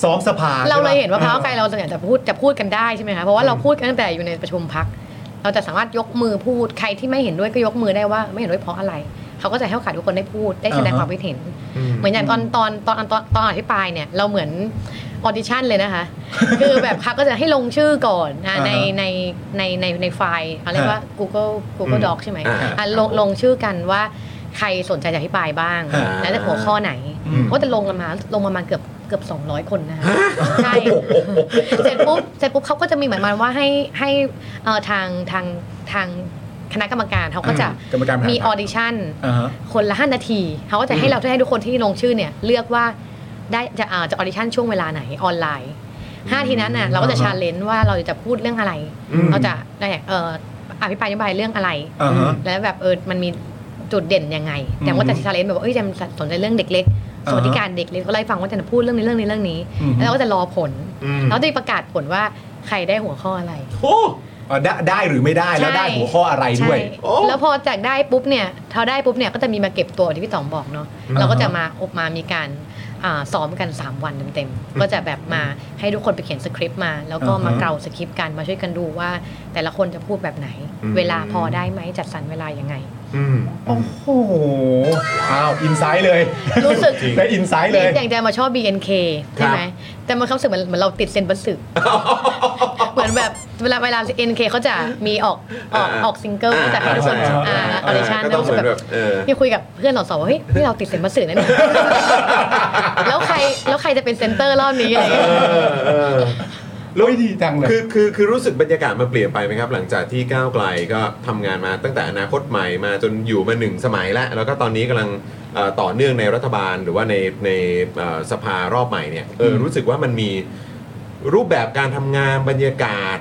Speaker 2: ซ้อมสภา
Speaker 4: เราเลยเห็นว่าพรรค
Speaker 2: ใช่
Speaker 4: เก้า
Speaker 2: ปะ
Speaker 4: ไกลเราส่วนใหญ่จะพูดจะพูดกันได้ใช่ไหมคะเพราะว่าเราพูดกันตั้งแต่อยู่ในประชุมพัก เราจะสามารถยกมือพูดใครที่ไม่เห็นด้วยก็ยกมือได้ว่าไม่เห็นด้วยเพราะอะไร เขาก็จะให้โอกาสทุกคนได้พูดได้แสดง
Speaker 2: อ่าฮะ
Speaker 4: ความคิดเห็น เหมือนอย่างตอนตอนตอนตอนตอนอภิปรายเนี่ยเราเหมือนออดิชั่นเลย นะคะ คือแบบเขาก็จะให้ลงชื่อก่อนอ่ะ
Speaker 2: อ่าฮะ
Speaker 4: ในในในในในไฟล์เขาเรียกว่า Google
Speaker 1: อื
Speaker 4: Google
Speaker 1: ม
Speaker 4: Doc ใช่ไหม
Speaker 1: อ่า
Speaker 4: อ่ะลงลงชื่อกันว่าใครสนใจจะอภิปรายบ้าง
Speaker 2: อ่า
Speaker 4: แล้วจะหัวข้อไหน
Speaker 2: อืม
Speaker 4: ก็จะลงกันมาลงประมาณเกือบเกือบ 200 คนนะคะใช่เสร็จปุ๊บเสร็จปุ๊บเขาก็จะมีเหมือนมันว่าให้ให้เอ่อทางทางทางคณะกรรมการเขาก็จะ
Speaker 2: กรรมการบริหาร
Speaker 4: มี
Speaker 2: พร
Speaker 4: อ
Speaker 2: รค
Speaker 4: อดิชั่น
Speaker 2: อ่าฮะ
Speaker 4: คนละ 5 นาที เขาก็จะให้เราให้ทุกคนที่ลงชื่อเนี่ย เลือกว่าได้จะอ่าจะออดิชั่นช่วงเวลาไหนออนไลน์5ทีนั้นน่ะเราก็จะ
Speaker 2: อ่าฮะ
Speaker 4: ชาเลนจ์ว่าเราจะพูดเรื่องอะไร
Speaker 2: อืม
Speaker 4: เราจะได้เอ่ออภิปรายนโยบายเรื่องอะไร
Speaker 2: อ่าฮะ
Speaker 4: แล้วแบบเออมันมีจุดเด่นยังไง แต่ว่าจะชาเลนจ์แบบว่าเอ้ยจะสนใจเรื่องเด็กเล็กสวัสดิการเด็กเล็กก็ไล่ฟังว่าจะพูดเรื่องนี้เรื่องนี้เรื่องนี้
Speaker 2: อืม
Speaker 4: แล้วเราก็จะรอผล
Speaker 1: อืม
Speaker 4: แล้วจะประกาศผลว่าใครได้หัวข้ออะไร
Speaker 1: โอ้
Speaker 2: อ่าได้ได้หรือไม่ได้แล้วได้หัวข้ออะไรด้วย
Speaker 4: ใช่
Speaker 1: โอ้
Speaker 4: แล้วพอจากได้ปุ๊บเนี่ยเขาได้ปุ๊บเนี่ยก็จะมีมาเก็บตัวที่พี่ต๋องบอกเนาะ
Speaker 1: อืม
Speaker 4: เราก็จะมาอบมามีการ อาซ้อมกัน 3 วันเต็มๆก็จะแบบมาให้ทุกคนไปเขียนสคริปต์มา แล้วก็มา
Speaker 2: อ่าฮะ
Speaker 4: เกราสคริปต์กันมาช่วยกันดูว่า แต่ละคนจะพูดแบบไหน
Speaker 1: อืม
Speaker 4: เวลาพอได้ไหมจัดสรรเวลายังไง
Speaker 1: อืม
Speaker 2: โอ้โหอ้าวอินไซด์เลย
Speaker 4: รู้สึก
Speaker 2: ได้อินไซด์เลย
Speaker 4: อย่างแจมมาชอบ BNK ใช่ไหม
Speaker 1: ครับ
Speaker 4: แต่มันความรู้สึกเหมือนเหมือนเราติดเซนบัสึก เหมือนแบบเวลาเวลา NK เขาจะมีออกออกออกซิงเกิล
Speaker 1: อ่า
Speaker 4: แต่ให้ทุกคน
Speaker 1: ใช่
Speaker 4: อ่า
Speaker 1: ใช่
Speaker 4: ออดิชั่น
Speaker 1: ก็ต้องเหมือนแบบเออ
Speaker 4: นี่คุยกับเพื่อนเราสองว่าเฮ้ยนี่เราติดเซนบัสึกนะเนี่ย แล้วใครแล้วใครจะเป็นเซนเตอร์รอบนี้อะไรอย่างเงี้ย
Speaker 1: เออเออ
Speaker 2: แล้วดีจังเลย
Speaker 1: คือคือคือรู้สึกบรรยากาศมันเปลี่ยนไปไหมครับ หลังจากที่ก้าวไกลก็ทำงานมาตั้งแต่อนาคตใหม่มาจนอยู่มาหนึ่งสมัยแล้ว แล้วก็ตอนนี้กำลังเอ่อต่อเนื่องในรัฐบาลหรือว่าในในเอ่อสภารอบใหม่เนี่ยเอออรู้สึกว่ามันมีรูปแบบการทำงานบรรยากาศ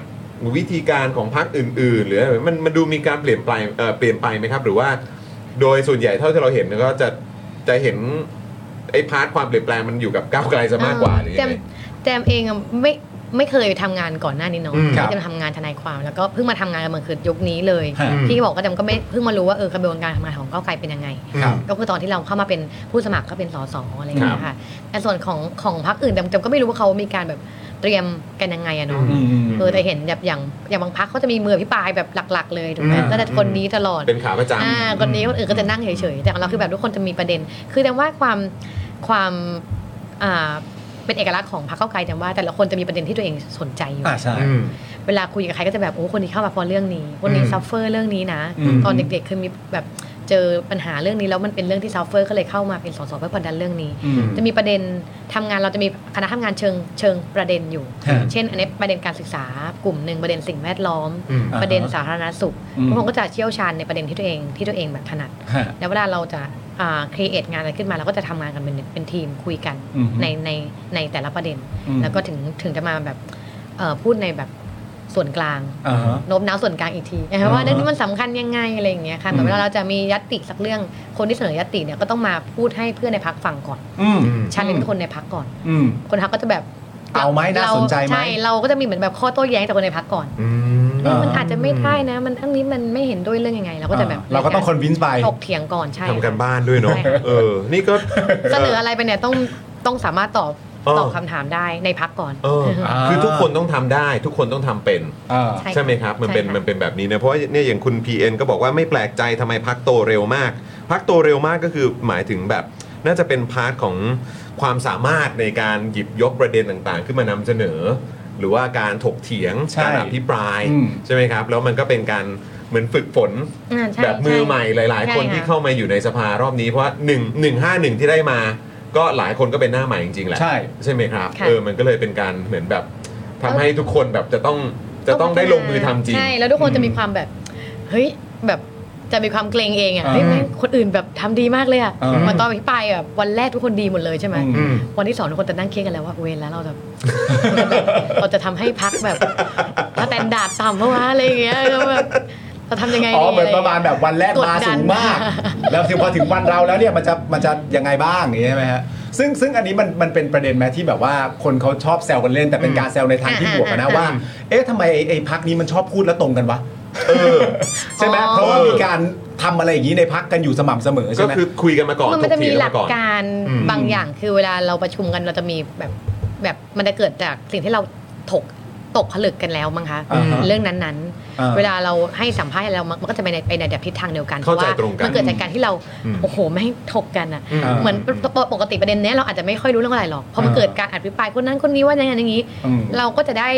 Speaker 1: วิธีการของพรรคอื่น ๆ หรืออะไรมันมันดูมีการเปลี่ยนไปเอ่อเปลี่ยนไปไหมครับ หรือว่าโดยส่วนใหญ่เท่าที่เราเห็นก็จะจะเห็นไอ้พาร์ทความเปลี่ยนแปลงมันอยู่กับก้าวไกลซะมากกว่าหรือ
Speaker 4: แจ
Speaker 1: ยั
Speaker 4: ม
Speaker 1: งไง
Speaker 4: แจมเองอะไม่ไม่เคยทำงานก่อนหน้านี้เนาะ
Speaker 1: อืม
Speaker 4: แจ
Speaker 1: ครับ
Speaker 4: มทำงานทนายความแล้วก็เพิ่งมาทำงานกันเมืองคือยุคนี้เลย
Speaker 2: ฮะ
Speaker 4: ที่บอกก็แจมก็ไม่เพิ่งมารู้ว่าเออกระบวนการทำงานของก้าวไกลเป็นยังไง
Speaker 2: ครับ
Speaker 4: ก็คือตอนที่เราเข้ามาเป็นผู้สมัครก็เป็นสสอะไรอย่างเงี้ยค่ะแต่ส่วนของของพรรคอื่นแจมแจมก็ไม่รู้ว่าเขามีการแบบเตรียมกันยังไงอะเนาะ
Speaker 1: อืม
Speaker 4: เออแต่เห็นแบบอย่างอย่างบางพรรคเขาจะมีมือพิปรายแบบหลัก ๆ เลยถูกไหม
Speaker 2: อืม
Speaker 4: ก็จะคนนี้ตลอด
Speaker 1: เป็นขาประจำ
Speaker 4: อ่าคนนี้คนอื่นก็จะนั่งเฉยๆ แต่ของเราคือแบบทุกคนจะมีประเด็น คือแต่ว่าความความอ่าเป็นเอกลักษณ์ของพรรคเก้าวไกลแต่ว่าแต่ละคนจะมีประเด็นที่ตัวเองสนใจอยู่
Speaker 2: อ่าใช่
Speaker 1: อืม
Speaker 4: เวลาคุยกับใครก็จะแบบโอ้คนนี้เข้ามาเพราะเรื่องนี้ คนนี้
Speaker 1: อืม
Speaker 4: ซัฟเฟอร์เรื่องนี้นะ
Speaker 2: อืม
Speaker 4: ตอนเด็กๆคือมีแบบเจอปัญหาเรื่องนี้แล้วมันเป็นเรื่องที่ซัฟเฟอร์ก็เลยเข้ามาเป็นสสเพื่อผลักดันเรื่องนี้
Speaker 2: อืม
Speaker 4: จะมีประเด็นทำงานเราจะมีคณะทำงานเชิงเชิงประเด็นอยู่
Speaker 2: ฮะ
Speaker 4: เช่น อันนี้ประเด็นการศึกษากลุ่มหนึ่งประเด็นสิ่งแวดล้อม
Speaker 1: อืม
Speaker 2: อ่าฮะ
Speaker 4: ประเด็นสาธารณสุข
Speaker 2: อืม
Speaker 4: ทุกคนก็จะเชี่ยวชาญในประเด็นที่ตัวเองที่ตัวเองแบบถนัด
Speaker 2: ฮะ
Speaker 4: แล้วเวลาเราจะครีเอทงานอะไรขึ้นมาเราก็จะทำงานกันเป็นเป็นทีมคุยกัน
Speaker 2: อือฮึ
Speaker 4: ในในในแต่ละประเด็น
Speaker 2: อืม
Speaker 4: แล้วก็ถึงถึงจะมาแบบเอ่อพูดในแบบส่วนกลาง
Speaker 2: อ่าฮะ
Speaker 4: โน้มน้าวส่วนกลางอีก ทีนะคะว่าเรื่องนี้มันสำคัญยังไงอะไรอย่างเงี้ยค่ะแต่
Speaker 2: อืม
Speaker 4: เวลาเราจะมียัตติสักเรื่องคนที่เสนอยัตติเนี่ยก็ต้องมาพูดให้เพื่อนในพักฟังก่อน
Speaker 2: อืม
Speaker 4: ชันเลน
Speaker 2: อืม
Speaker 4: คนในพักก่อน
Speaker 2: อืม
Speaker 4: คนพักก็จะแบบ
Speaker 2: เอาไหมน่า
Speaker 4: เรา
Speaker 2: สนใจไหม
Speaker 4: ใช่เราก็จะมีเหมือนแบบข้อโต้แย้งจากคนในพักก่อน
Speaker 1: อืม
Speaker 2: อ่า
Speaker 4: มันอาจจะไม่ได้นะ มันอันนี้มันไม่เห็นด้วยเรื่องยังไง เราก็จะแบบ
Speaker 2: อ่าเราก็ต้องคอนวินส์ไป
Speaker 4: ถกเถียงก่อนใช่
Speaker 1: ทำกันบ้านด้วยเนาะ
Speaker 4: ใช่ค่ะ
Speaker 1: เออ นี่ก็
Speaker 4: เสนออะไรไปเนี่ยต้องต้องสามารถตอบ
Speaker 1: อ๋อ
Speaker 4: ตอบคำถามได้ในพักก่อน
Speaker 1: เออ
Speaker 2: อ่า
Speaker 1: คือทุกคนต้องทำได้ ทุกคนต้องทำเป็น
Speaker 2: อ่า
Speaker 4: ใช่
Speaker 1: ใช่ไหมครับ มันเป็น
Speaker 4: ใช่ค่ะ
Speaker 1: มันเป็นแบบนี้นะ เพราะว่าเนี่ยอย่างคุณ PN ก็บอกว่าไม่แปลกใจทำไมพักโตเร็วมาก พักโตเร็วมากก็คือหมายถึงแบบ น่าจะเป็นพาร์ทของความสามารถในการหยิบยกประเด็นต่างๆ ขึ้นมานำเสนอ หรือว่าการถกเถียง
Speaker 2: ใช่
Speaker 1: การอภิปราย
Speaker 2: อืม
Speaker 1: ใช่ไหมครับ แล้วมันก็เป็นการเหมือนฝึกฝน
Speaker 4: อ่าช่
Speaker 1: แบบมือใหม่หลาย ๆ
Speaker 4: ช่
Speaker 1: คนที่เข้ามาอยู่ในสภารอบนี้เพราะว่าหนึ่งหนึ่งห้าหนึ่งที่ได้มา ก็หลายคนก็เป็นหน้าใหม่จริง ๆ แหละ
Speaker 2: ใช่
Speaker 1: ใช่ไหมครับ
Speaker 4: ะ
Speaker 1: เออมันก็เลยเป็นการเหมือนแบบทำให้ทุกคนแบบจะต้องจะต้องได้ลงมือทำจริง
Speaker 4: ใช่ แล้วทุกคนจะมีความแบบ เฮ้ยแบบจะมีความเกรงเองอ่ะ
Speaker 2: อ่า
Speaker 4: เฮ้ยแม่งคนอื่นแบบทำดีมากเลยอ่ะ
Speaker 2: อ่า
Speaker 4: เหมาตอนพิปรายแบบวันแรกทุกคนดีหมดเลยใช่ไหม
Speaker 2: อืม
Speaker 1: อืม
Speaker 4: วันที่สองทุกคนจะนั่งเครียดกันแล้วว่าเวรแล้วเราจะ เราจะทำให้พักแบบ ถ้าแตนดาดต่ำเพราะว่าอะไรอย่างเงี้ยแล้วแบบเราทำยังไงดี
Speaker 2: อ๋อ เหมือนประมาณ
Speaker 4: อไอย่งเงี้ย
Speaker 2: แบบวันแรก
Speaker 4: กดดั
Speaker 2: มาน สูงมาก แล้วถึงพอถึงวันเราแล้วเนี่ยมันจะมันจะยังไงบ้างอย่างนี้ใช่ไหมฮะ ซึ่งซึ่งอันนี้มันมันเป็นประเด็นไหมที่แบบว่าคนเขาชอบแซวกันเล่นแต่เป็นการแซวในทางที่บวกอะนะ
Speaker 4: อ่าๆๆ
Speaker 2: ว่า เอ๊ะทำไมไอ้ไอ้พักนี้มันชอบพูดแล้วตรงกันวะใช่ไหม
Speaker 4: อ๋อ
Speaker 2: เพราะว่ามีการทำอะไรอย่างนี้ในพักกันอยู่สม่ำเสมอใช่
Speaker 1: ก็
Speaker 2: ไหม
Speaker 1: คือคุยกันมาก่อน
Speaker 4: มัน
Speaker 1: ถ
Speaker 4: มัน
Speaker 1: ก
Speaker 4: จะ
Speaker 1: เถี
Speaker 4: มี
Speaker 1: ยง
Speaker 4: ห
Speaker 1: กัน
Speaker 4: ลัก
Speaker 1: มาก่อน
Speaker 4: การ
Speaker 1: อืม
Speaker 4: บางอย่างคือเวลาเราประชุมกันเราจะมีแบบแบบมันจะเกิดจากสิ่งที่เราถกตกผลึกกันแล้วมั้งคะ
Speaker 2: อ่าฮะ
Speaker 4: เรื่องนั้น
Speaker 2: อ่า
Speaker 4: ๆ เวลาเราให้สัมภาษณ์อะไรเรามันมันก็จะไปในไปในแบบทิศทางเดียวกัน
Speaker 1: เข้าใจ
Speaker 4: ว่
Speaker 1: ตรงกัน
Speaker 4: มันเกิดจากการที่เรา
Speaker 1: อืม
Speaker 4: โอ้โหไม่งถกกันอ่ะ
Speaker 1: อืม
Speaker 2: า
Speaker 4: เหมือนปกปกติประเด็นเนี้ยเราอาจจะไม่ค่อยรู้เรื่องอะไรหรอกพอมัน
Speaker 2: อ่า
Speaker 4: เกิดการอภิปรายคนนั้นคนนี้ว่าอย่างนั้นอย่างนี้
Speaker 2: อืม
Speaker 4: เราก็จะได้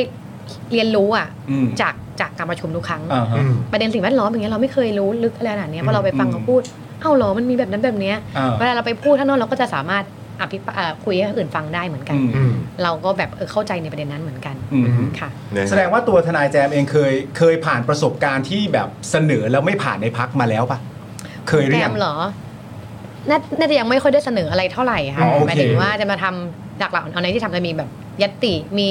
Speaker 4: เรียนรู้อ่ะ
Speaker 2: อืม
Speaker 4: จากจากการประชุมทุกครั้ง
Speaker 2: อ่าฮะ
Speaker 1: อืม
Speaker 4: ประเด็นสิ่งแวดล้อมอย่างเงี้ยเราไม่เคยรู้ลึกอะไรขนาดเนี้ยพอเราไปฟัง
Speaker 2: อืม
Speaker 4: เขาพูดเอ้าเหรอมันมีแบบนั้นแบบเนี้ย
Speaker 2: อ่า
Speaker 4: เวลาเราไปพูดท่างนอกเราก็จะสามารถอภิปราเอ่อคุยให้คนอื่นฟังได้เหมือนกัน
Speaker 2: อืม
Speaker 1: อืม
Speaker 4: เราก็แบบเออเข้าใจในประเด็นนั้นเหมือนกัน
Speaker 2: อืม
Speaker 4: ค่ะ
Speaker 1: นะฮะ
Speaker 2: แสดงว่าตัวทนายแจมเองเคยเคยผ่านประสบการณ์ที่แบบเสนอแล้วไม่ผ่านในพักมาแล้วปะเคยหรื
Speaker 4: แก
Speaker 2: อยัง
Speaker 4: มเหรอน่าน่าจะยังไม่ค่อยได้เสนออะไรเท่าไหร่ค่ะ
Speaker 2: อ๋อโอ
Speaker 4: ห
Speaker 2: เค
Speaker 4: มายถึงว่าจะมาทำหลักๆเอาในที่ทำจะมีแบบยัตติ มี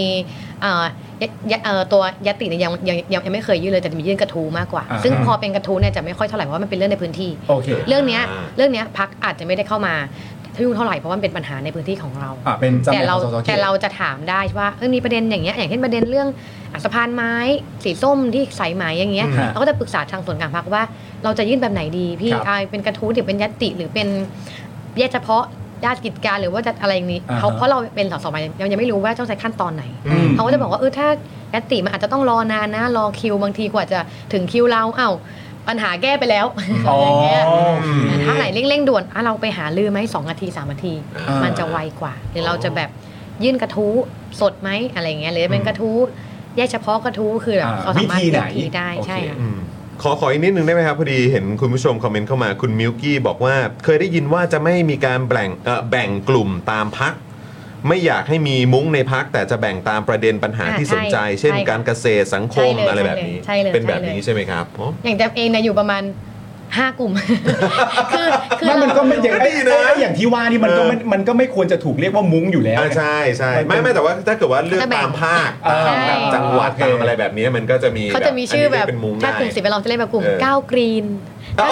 Speaker 4: เอ่อยัตยัตเอ่อตัวยัตติเนี่ยยังยังยังยังไม่เคยยื่นเลยแต่จะมียื่นกระทู้มากกว่า
Speaker 2: อ่า
Speaker 4: ซึ่งพอเป็นกระทู้เนี่ยจะไม่ค่อยเท่าไหร่เพราะว่ามันเป็นเรื่องในพื้นที่
Speaker 2: โอเค
Speaker 4: เรื่องเนี้ยเรื่องเนี้ยพักอาจจะไม่ได้เข้ามายุ่งเท่าไหร่เพราะว่ามันเป็นปัญหาในพื้นที่ของเรา
Speaker 2: อ่าเป็นจำ
Speaker 4: แต่
Speaker 2: เป็นข
Speaker 4: เรา
Speaker 2: องสสเขต
Speaker 4: แต่เราจะถามได้ว่าเออมีประเด็นอย่างเงี้ยอย่างเช่นประเด็นเรื่องอ่ะสะพานไม้สีส้มที่สายไหมอย่างเงี้ย
Speaker 2: อืมฮะ
Speaker 4: เราก็จะปรึกษาทางส่วนกลางพักว่า เราจะยื่นแบบไหนดีพี่
Speaker 2: ครับ
Speaker 4: อ่าเป็นกระทู้หรือเป็นยัตติหรือเป็นแยกเฉพาะ ญาติกิจการหรือว่าจะอะไรอย่างนี้
Speaker 2: อ่าฮะ
Speaker 4: เขาเพราะเราเป็นสสใหม่ยังยังไม่รู้ว่าต้องใช้ขั้นตอนไหน
Speaker 1: อืม
Speaker 4: เขาก็จะบอกว่าเออถ้ายัตติมันอาจจะต้องรอนานนะ รอคิวบางทีกว่าจะถึงคิวเราเอ้าวปัญหาแก้ไปแล้ว
Speaker 2: อ๋
Speaker 4: อะ
Speaker 2: อ
Speaker 4: ไรอย่างเงี้ย
Speaker 2: โอเค
Speaker 4: ถ้าไหนเร่งๆด่วนอ่ะเราไปหาลือไหมสองนาทีสามนาที
Speaker 2: อ่ามั
Speaker 4: มันจะไวกว่าหรือเราจะแบบยื่นกระทู้สดไหมอะไรอย่างเงี้ยหรือเป็นกระทู้แยกเฉพาะกระทู้คือแบบ
Speaker 2: อ่า
Speaker 4: เราสามารถ
Speaker 2: วิธีไหน
Speaker 4: วิธีได้
Speaker 2: โอเค
Speaker 4: ใช่ค่ะ
Speaker 1: อืมขอขออีกนิดนึงได้ไหมครับ พอดีเห็นคุณผู้ชมคอมเมนต์เข้ามาคุณมิวกี้บอกว่า เคยได้ยินว่าจะไม่มีการแบ่งเอ่อแบ่งกลุ่มตามพัก ไม่อยากให้มีมุ้งในพัก แต่จะแบ่งตามประเด็นปัญหา
Speaker 4: อ่า
Speaker 1: ที่สนใจ
Speaker 4: ใช่
Speaker 1: เช่น
Speaker 4: ใช่
Speaker 1: การเกษตรสังคม
Speaker 4: ใช่เลย
Speaker 1: อะไรแบบนี้
Speaker 4: ใช่เลย
Speaker 1: เป็น
Speaker 4: ใช่เลย
Speaker 1: แบบนี้ใช่ไหมครับอ๋อ
Speaker 4: อย่างแจมเองเนะอยู่ประมาณห้ากลุ่ม คือคือ
Speaker 2: ไม่มันก็ไม่อย่าง
Speaker 1: ก็ดีนะ
Speaker 2: ไอ้อย่างที่ว่านี่มันก็ไม่มันก็ไม่ควรจะถูกเรียกว่ามุ้งอยู่แล้ว
Speaker 1: าใช่ใช่ไม่ไม่แต่ว่าถ้าเกิดว่าเลือกตามภาค
Speaker 2: จะแบ่ง
Speaker 4: ใช่
Speaker 1: ตามแบบจังหวัด
Speaker 2: โอเค
Speaker 1: ตามอะไรแบบนี้มันก็จะมี
Speaker 4: เขาจะมีชื่อแบบ
Speaker 1: นนี้เรียกเป็นมุ้ง
Speaker 4: ถ้าก
Speaker 1: ได้
Speaker 4: ลุ่มสิบเราจะเรียกแบบกลุ่ม
Speaker 1: เออ
Speaker 4: ก้าวกรีน
Speaker 1: อ๋อ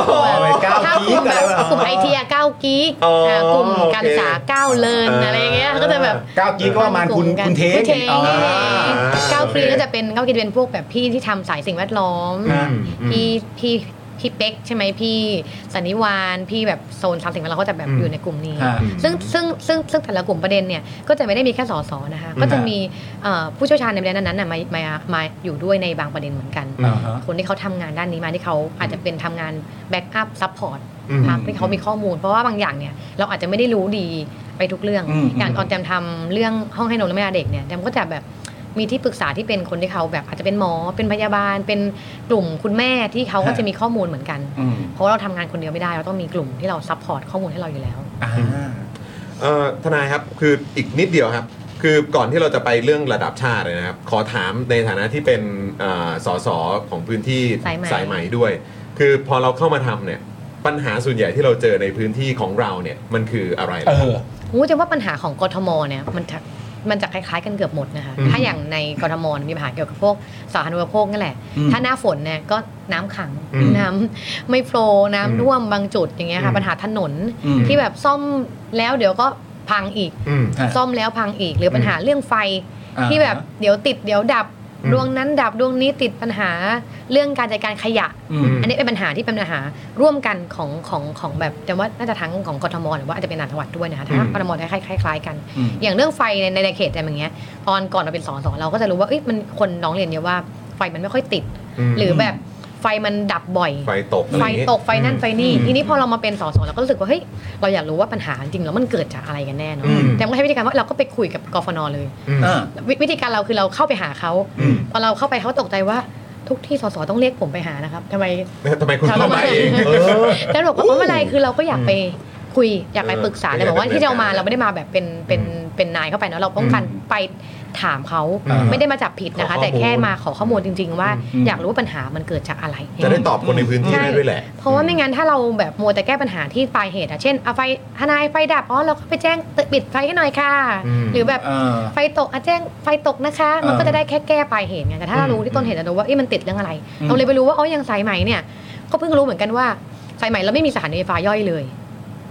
Speaker 4: ถ้ากลุ่มแบบ
Speaker 2: ก้าว
Speaker 4: ถ้ากลุ่ม
Speaker 2: รี๊ด
Speaker 4: แบบกลุ่
Speaker 2: อะไรวะ
Speaker 4: มไอเทียก้าวกี
Speaker 1: อ๋ออ่
Speaker 4: ะกลุ่ม
Speaker 1: โอเค
Speaker 4: การศึกษาก้าวเลิน
Speaker 1: อ่า
Speaker 4: อะไรอย่างเงี้ยก็จะแบบ
Speaker 2: ก้าวกี้ก็ประมาณคุณคุณเท
Speaker 4: คุณเทง
Speaker 2: อ่า
Speaker 4: ก้าวกรีน
Speaker 1: โอเค
Speaker 4: ก็จะเป็นก้าวกรีนเป็นพวกแบบพี่ที่ทำสายสิ่งแวดล้อม
Speaker 1: อืมอืม
Speaker 4: พี่พี่พี่เป๊กใช่ไหมพี่สันนิวานพี่แบบโซนทำสิ่งแวดล้อมก็จะแบบอยู่ในกลุ่มนี้
Speaker 2: อ่า
Speaker 4: ซึ่งซึ่งซึ่งซึ่งแต่ละกลุ่มประเด็นเนี่ยก็จะไม่ได้มีแค่สสนะคะก็จะมีเอ่อผู้เชี่ยวชาญในประเด็นนั้นๆน่ะมามามาอยู่ด้วยในบางประเด็นเหมือนกัน
Speaker 2: อ่าฮะ
Speaker 4: คนที่เขาทำงานด้านนี้มาที่เขาอาจจะเป็นทำงานแบ็กอัพซัพพอร์ต
Speaker 1: อืม
Speaker 4: พาให้เขามีข้อมูล เพราะว่าบางอย่างเนี่ยเราอาจจะไม่ได้รู้ดีไปทุกเรื่อง
Speaker 2: อืม
Speaker 4: อย่าง
Speaker 2: อืม
Speaker 4: ตอนแจมทำเรื่องห้องให้นมและแม่เด็กเนี่ยแจมก็จะแบบมีที่ปรึกษาที่เป็นคนที่เขาแบบอาจจะเป็นหมอเป็นพยาบาล เป็นกลุ่มคุณแม่ที่เขาก็จะมีข้อมูลเหมือนกัน
Speaker 2: อืม
Speaker 4: เพราะว่าเราทำงานคนเดียวไม่ได้เราต้องมีกลุ่มที่เราซัพพอร์ตข้อมูลให้เราอยู่แล้ว
Speaker 2: อ่า
Speaker 1: เอ่อทนายครับคืออีกนิดเดียวครับ คือก่อนที่เราจะไปเรื่องระดับชาติเลยนะครับ ขอถามในฐานะที่เป็นเอ่อสสของพื้นที่
Speaker 4: สายไหม
Speaker 1: ไหมด้วย คือพอเราเข้ามาทำเนี่ยปัญหาส่วนใหญ่ที่เราเจอในพื้นที่ของเราเนี่ยมันคืออะไร
Speaker 2: เอ
Speaker 1: ล่ะครับ
Speaker 2: อ
Speaker 4: โอ้จะว่าปัญหาของกทมเนี่ยมันจะมันจะคล้ายๆกันเกือบหมดนะคะ
Speaker 1: อืม
Speaker 4: ถ้าอย่างในกทมมีปัญหาเกี่ยวกับพวกสาธารณูปโภคนั่นแหละ
Speaker 2: อืม
Speaker 4: ถ้าหน้าฝนเนี่ยก็น้ำขัง
Speaker 1: อืม
Speaker 4: น้ำ ไม่โฟลว์น้ำ
Speaker 1: อืม
Speaker 4: ท่วมบางจุดอย่างเงี้ย
Speaker 1: อื
Speaker 4: ค่ะ
Speaker 1: ม
Speaker 4: ปัญหาถนน
Speaker 2: อืม
Speaker 4: ที่แบบซ่อมแล้วเดี๋ยวก็พังอีก
Speaker 1: อืม
Speaker 2: อ่ะ
Speaker 4: ซ่อมแล้วพังอีก หรือปัญหาเรื่องไฟ
Speaker 2: อ่า
Speaker 4: ที่แบบเดี๋ยวติดเดี๋ยวดับ
Speaker 1: อืม
Speaker 4: ดวงนั้นดับดวงนี้ติดปัญหาเรื่องการจัดการขยะ
Speaker 2: อืม
Speaker 4: อันนี้เป็นปัญหาที่เป็นปัญหาร่วมกันของของของแบบแต่ว่าน่าจะทั้งของกทมหรือว่าอาจจะเป็นต่างจังหวัดด้วยนะคะถ้า
Speaker 1: อืม
Speaker 4: กทมจะคล้ายๆคล้ายๆกัน
Speaker 2: อืม
Speaker 4: อย่างเรื่องไฟในในในเขตอะไรอย่างเงี้ยตอนก่อนเราเป็นสสเราก็จะรู้ว่าเอ้ยมันคนน้องเรียนเยอะว่าไฟมันไม่ค่อยติด
Speaker 1: ม
Speaker 4: หรือแบบไฟมันดับบ่อย
Speaker 1: ไฟตกอะร
Speaker 4: ไฟ
Speaker 1: อย่างเงี้ย
Speaker 4: ตกไฟนั่นไฟนี่
Speaker 2: อืม
Speaker 4: ทีนี้พอเรามาเป็นสสเราก็รู้สึกว่าเฮ้ยเราอยากรู้ว่าปัญหาจริงแล้วมันเกิดจากอะไรกันแน่เนาะ
Speaker 2: อืม
Speaker 4: แต่ก็ใช้วิธีการว่าเราก็ไปคุยกับกฟนเลย
Speaker 1: อืม
Speaker 2: อ่า
Speaker 4: วิวิธีการเราคือเราเข้าไปหาเขา
Speaker 2: อืม
Speaker 4: พอเราเข้าไปเขาตกใจว่าทุกที่สสต้องเรียกผมไปหานะครับทำไม
Speaker 1: ทำไมคุณเข้ามาเองเออ
Speaker 4: แล้วบอกว่าไม่เป็นไรคือเราก็อยากไปคุยอยากไป
Speaker 1: เออ
Speaker 4: ปรึกษา
Speaker 1: ไม่
Speaker 4: แต่บอกว่า
Speaker 1: ได้
Speaker 4: ที่เรามา
Speaker 1: เป็น
Speaker 4: เราไม่ได้มาแบบเป็นเป็น
Speaker 1: อืม
Speaker 4: เป็นนายเข้าไปเนอะเราป้องกัน
Speaker 2: อืม
Speaker 4: ไปถามเขา
Speaker 2: อ่า
Speaker 4: ไม่ได้มาจับผิดนะคะ
Speaker 1: ขอข้อมูล
Speaker 4: แต่แค่มาขอข้อมูลจริง ๆ ว่า
Speaker 2: อืม
Speaker 4: อยากรู้ว่าปัญหามันเกิดจากอะไร
Speaker 1: จะได้ตอบคนในพื้นที่ได้ด้วยแหละ
Speaker 4: เพราะว่าไม่งั้นถ้าเราแบบมัวแต่แก้ปัญหาที่ปลายเหตุอะเช่นเอาไฟทนายไฟดับอ๋อเราก็ไปแจ้งเตือนปิดไฟให้หน่อยค่ะ
Speaker 1: อืม
Speaker 4: หรือแบบ
Speaker 2: อ่า
Speaker 4: ไฟตกอะแจ้งไฟตกนะคะ มันก็จะได้แค่แก้ปลายเหตุไงแต่ถ้าเรารู้ที่ต้นเหตุเรารู้ว่าเอ๊ะมันติดเรื่องอะไร
Speaker 2: อืม
Speaker 4: เราเลยไปรู้ว่าอ๋ออย่างสายไหมเนี่ยก็เพิ่งรู้เหมือนกันว่าสายไหมเราไม่มีสถานีไฟฟ้าย่อยเลย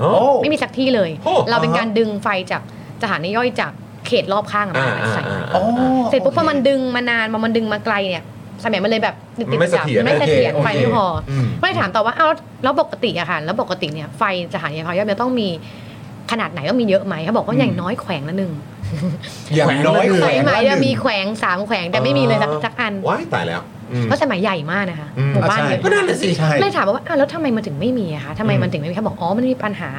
Speaker 1: โอ้
Speaker 2: โอ้
Speaker 4: ไม่มีสักที่เลย
Speaker 1: โอ้
Speaker 4: เราเป็น
Speaker 2: อ่าฮะ
Speaker 4: การดึงไฟจากสถานีย่อยจากเขตรอบข้างอะมา
Speaker 1: อ่า
Speaker 4: สายไหม
Speaker 1: อ่า
Speaker 2: อ๋อ
Speaker 4: เสร็จปุ๊บพอมันดึงมานานพอมันดึงมาไกลเนี่ยสายไหมมันเลยแบบติด
Speaker 1: มันไม่
Speaker 4: ๆจับ
Speaker 1: เสถียร
Speaker 4: ไม่เสถียร
Speaker 2: โอเค
Speaker 4: ไฟไม่พอ
Speaker 1: อืม
Speaker 4: ก็เลยถามต่อว่า เอ้าวแล้วปกติอะค่ะ แล้วปกติเนี่ย ไฟสถานีไฟย่อยมันต้องมีขนาดไหนต้องมีเยอะไหมเขาบอกว่าอย่างน้อยแขวงละหนึ่ง
Speaker 2: อย่างน้อย
Speaker 4: แข
Speaker 2: แข
Speaker 4: ว
Speaker 2: ว
Speaker 4: ง
Speaker 2: ง
Speaker 4: ไหม
Speaker 2: ละห
Speaker 4: จะ
Speaker 2: นึ่ง
Speaker 4: มีแขวงสามแขวงแต่ไม่มีเลยสักสักอัน
Speaker 1: ว้ายตายแล้วอืม
Speaker 4: เพราะสมัยใหญ่มากนะคะ
Speaker 1: อืม
Speaker 4: หมู่บ้าน
Speaker 2: อ่ะ
Speaker 4: เย
Speaker 2: ใช่
Speaker 4: อะ
Speaker 1: ก็นั่นแหละสิ
Speaker 2: ใช่
Speaker 4: เลยถามว่าอ้าวแล้วทำไมมันถึงไม่มีอะคะทำไมมันถึงไม่มีเขาบอกอ๋อมันมีปัญหา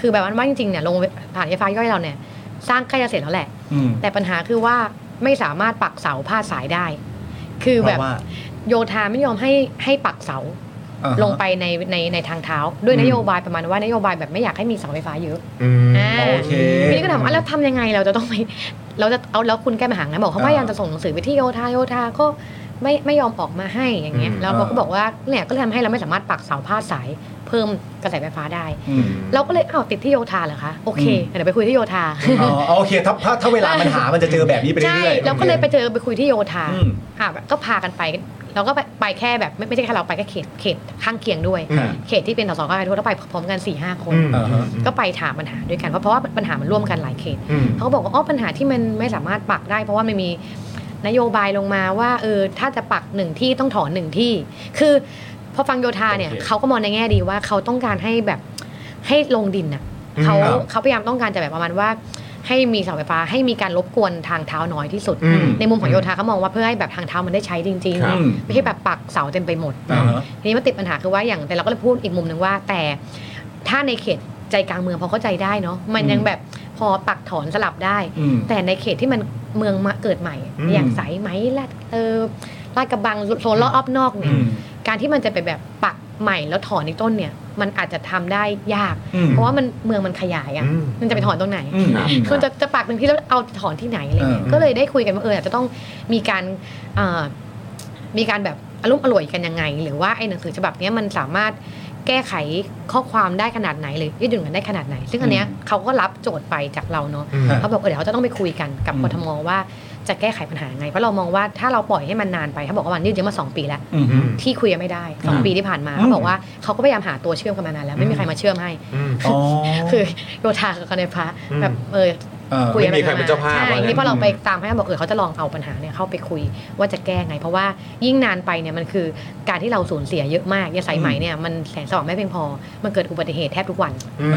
Speaker 4: คือแบบว่าจริงๆเนี่ยโรงสถานีไฟฟ้าย่อยเราเนี่ย สร้างใกล้จะเสร็จแล้วแหละ
Speaker 2: อืม
Speaker 4: แต่ปัญหาคือว่าไม่สามารถปักเสาผ้าดสายได้ คือแบบ
Speaker 2: เพราะว่า
Speaker 4: โยธาไม่ยอมให้ให้ปักเสา
Speaker 2: อ่าฮะ
Speaker 4: ลงไปในในในทางเท้า ด้วย
Speaker 2: อืม
Speaker 4: นโยบายประมาณว่านโยบายแบบไม่อยากให้มีเสาไฟฟ้าเยอะ
Speaker 1: อืม
Speaker 4: อ่า
Speaker 2: โอเค
Speaker 4: ทีนี้ก็ถามว่าอ่ะแล้วทำยังไงเราจะต้องไปเราจะเอาแล้วคุณแก้ปัญหาไงบอกเขา
Speaker 2: อ่า
Speaker 4: พยายามจะส่งหนังสือไปที่โยธาโยธาก็ไม่ไม่ยอมออกมาให้อย่างเงี้ย
Speaker 1: อืม
Speaker 4: แล้วเขาก็
Speaker 2: อ่า
Speaker 4: บอกว่าเนี่ยก็เลยทำให้เราไม่สามารถปักเสาพาดสายเพิ่มกระแสไฟฟ้าได้
Speaker 2: อืม
Speaker 4: เราก็เลยอ้าวติดที่โยธาเหรอคะโอเค
Speaker 2: อืม
Speaker 4: เดี๋ยวไปคุยที่โยธา
Speaker 2: อ๋ออ๋อโอเคถ้าถ้าถ้าเวลามันหามันจะเจอแบบนี้ไป
Speaker 4: ใช่
Speaker 2: เรื่อยๆ
Speaker 4: เราก็เลยไปเจอไปคุยที่โยธา
Speaker 2: อืม
Speaker 4: อ่ะก็พากันไปเราก็ไปไปแค่แบบไม่ไม่ใช่แค่เราไปแค่เขตเขตข้างเคียงด้วย
Speaker 1: อืม
Speaker 4: เขตที่เป็นสสก็ไปทั่วแล้วไปพร้อมกัน4ี่ห้าคน
Speaker 1: อืม
Speaker 2: อ่าฮะ
Speaker 4: ก็ไปถามปัญหาด้วยกันเพราะเพราะว่าปัญหามันร่วมกันหลายเขต
Speaker 1: อืม
Speaker 4: เขาก็บอกว่าอ๋อปัญหาที่มันไม่สามารถปักได้ เพราะว่ามันมีนโยบายลงมาว่าเออถ้าจะปักหนึ่งที่ต้องถอนหนึ่งที่ คือพอฟังโยธาเนี่ย
Speaker 2: โอเค
Speaker 4: เขาก็มองในแง่ดีว่าเขาต้องการให้แบบให้ลงดินอะ เขา
Speaker 2: ครับ
Speaker 4: เขาพยายามต้องการจะแบบประมาณว่า ให้มีเสาไฟฟ้าให้มีการรบกวนทางเท้าน้อยที่สุด
Speaker 2: อืม
Speaker 4: ในมุมของ
Speaker 2: อืม
Speaker 4: โยธาเขามองว่าเพื่อให้แบบทางเท้ามันได้ใช้จริง
Speaker 2: ครับ
Speaker 4: ๆไม่ใช่แบบปักเสาเต็มไปหมด
Speaker 2: อ่าฮะ
Speaker 4: ทีนี้มันติดปัญหาคือว่าอย่างแต่เราก็เลยพูดอีกมุมหนึ่งว่า แต่ถ้าในเขตใจกลางเมืองพอเข้าใจได้เนาะมันยังแบบพอปักถอนสลับได้
Speaker 2: อืม
Speaker 4: แต่ในเขตที่มันเมืองมาเกิดใหม่
Speaker 2: อืม
Speaker 4: อย่างสายไหมลาดเออลาดกระบังโซนรอบนอกเนี่
Speaker 2: อื
Speaker 4: ย
Speaker 2: ม
Speaker 4: การที่มันจะไปแบบปักใหม่แล้วถอนในต้นเนี่ย มันอาจจะทำได้ยาก
Speaker 2: อืม
Speaker 4: เพราะว่ามันเมืองมันขยายอ่ะ มันจะไปถอนตรงไหน
Speaker 2: อืมครับ
Speaker 4: คือจะจะปักหนึ่งที่แล้วเอาถอนที่ไหนอะไรเงี้ย
Speaker 2: อืม
Speaker 4: ก็เลยได้คุยกันว่าเอออาจจะต้องมีการเอ่อมีการแบบอารมณ์อร่วยกันยังไง หรือว่าไอ้หนังสือฉบับเนี้ยมันสามารถแก้ไขข้อความได้ขนาดไหนหรือยืดหยุ่นกันได้ขนาดไหน ซึ่งอันเนี้ย
Speaker 2: อืม
Speaker 4: เขาก็รับโจทย์ไปจากเราเนาะ
Speaker 1: อืม
Speaker 4: เขาบอกเออเดี๋ยวเขาจะต้องไปคุยกันกับ
Speaker 2: อืม
Speaker 4: กทมว่าจะแก้ไขปัญหาไง เพราะเรามองว่าถ้าเราปล่อยให้มันนานไปเขาบอกว่ามันยืดเยื้อมาสองปีแล้ว
Speaker 2: อืม
Speaker 4: ที่คุยกันไม่ได้สอง
Speaker 2: อ่า
Speaker 4: ปีที่ผ่านมา
Speaker 2: อืม
Speaker 4: เขาบอกว่าเขาก็พยายามหาตัวเชื่อมกันมานานแล้วไม่มีใครมาเชื่อมให้
Speaker 2: อ๋อ
Speaker 4: คือโยธากับคณะพระ
Speaker 1: อืม
Speaker 4: แบบเออ
Speaker 2: เออ
Speaker 4: คุยอะไร
Speaker 1: ไม่มีใคร
Speaker 4: กัน
Speaker 1: เป็นเจ้าภาพ
Speaker 4: ใช่
Speaker 1: ว่างั้น
Speaker 4: นี่พอเราไปตามให้เขาบอกเออเขาจะลองเอาปัญหาเนี่ยเข้าไปคุยว่าจะแก้ไง เพราะว่ายิ่งนานไปเนี่ยมันคือการที่เราสูญเสียเยอะมากยาสายไหมเนี่ยมันแสงสว่างไม่เพียงพอมันเกิดอุบัติเหตุแทบทุกวัน
Speaker 1: อืม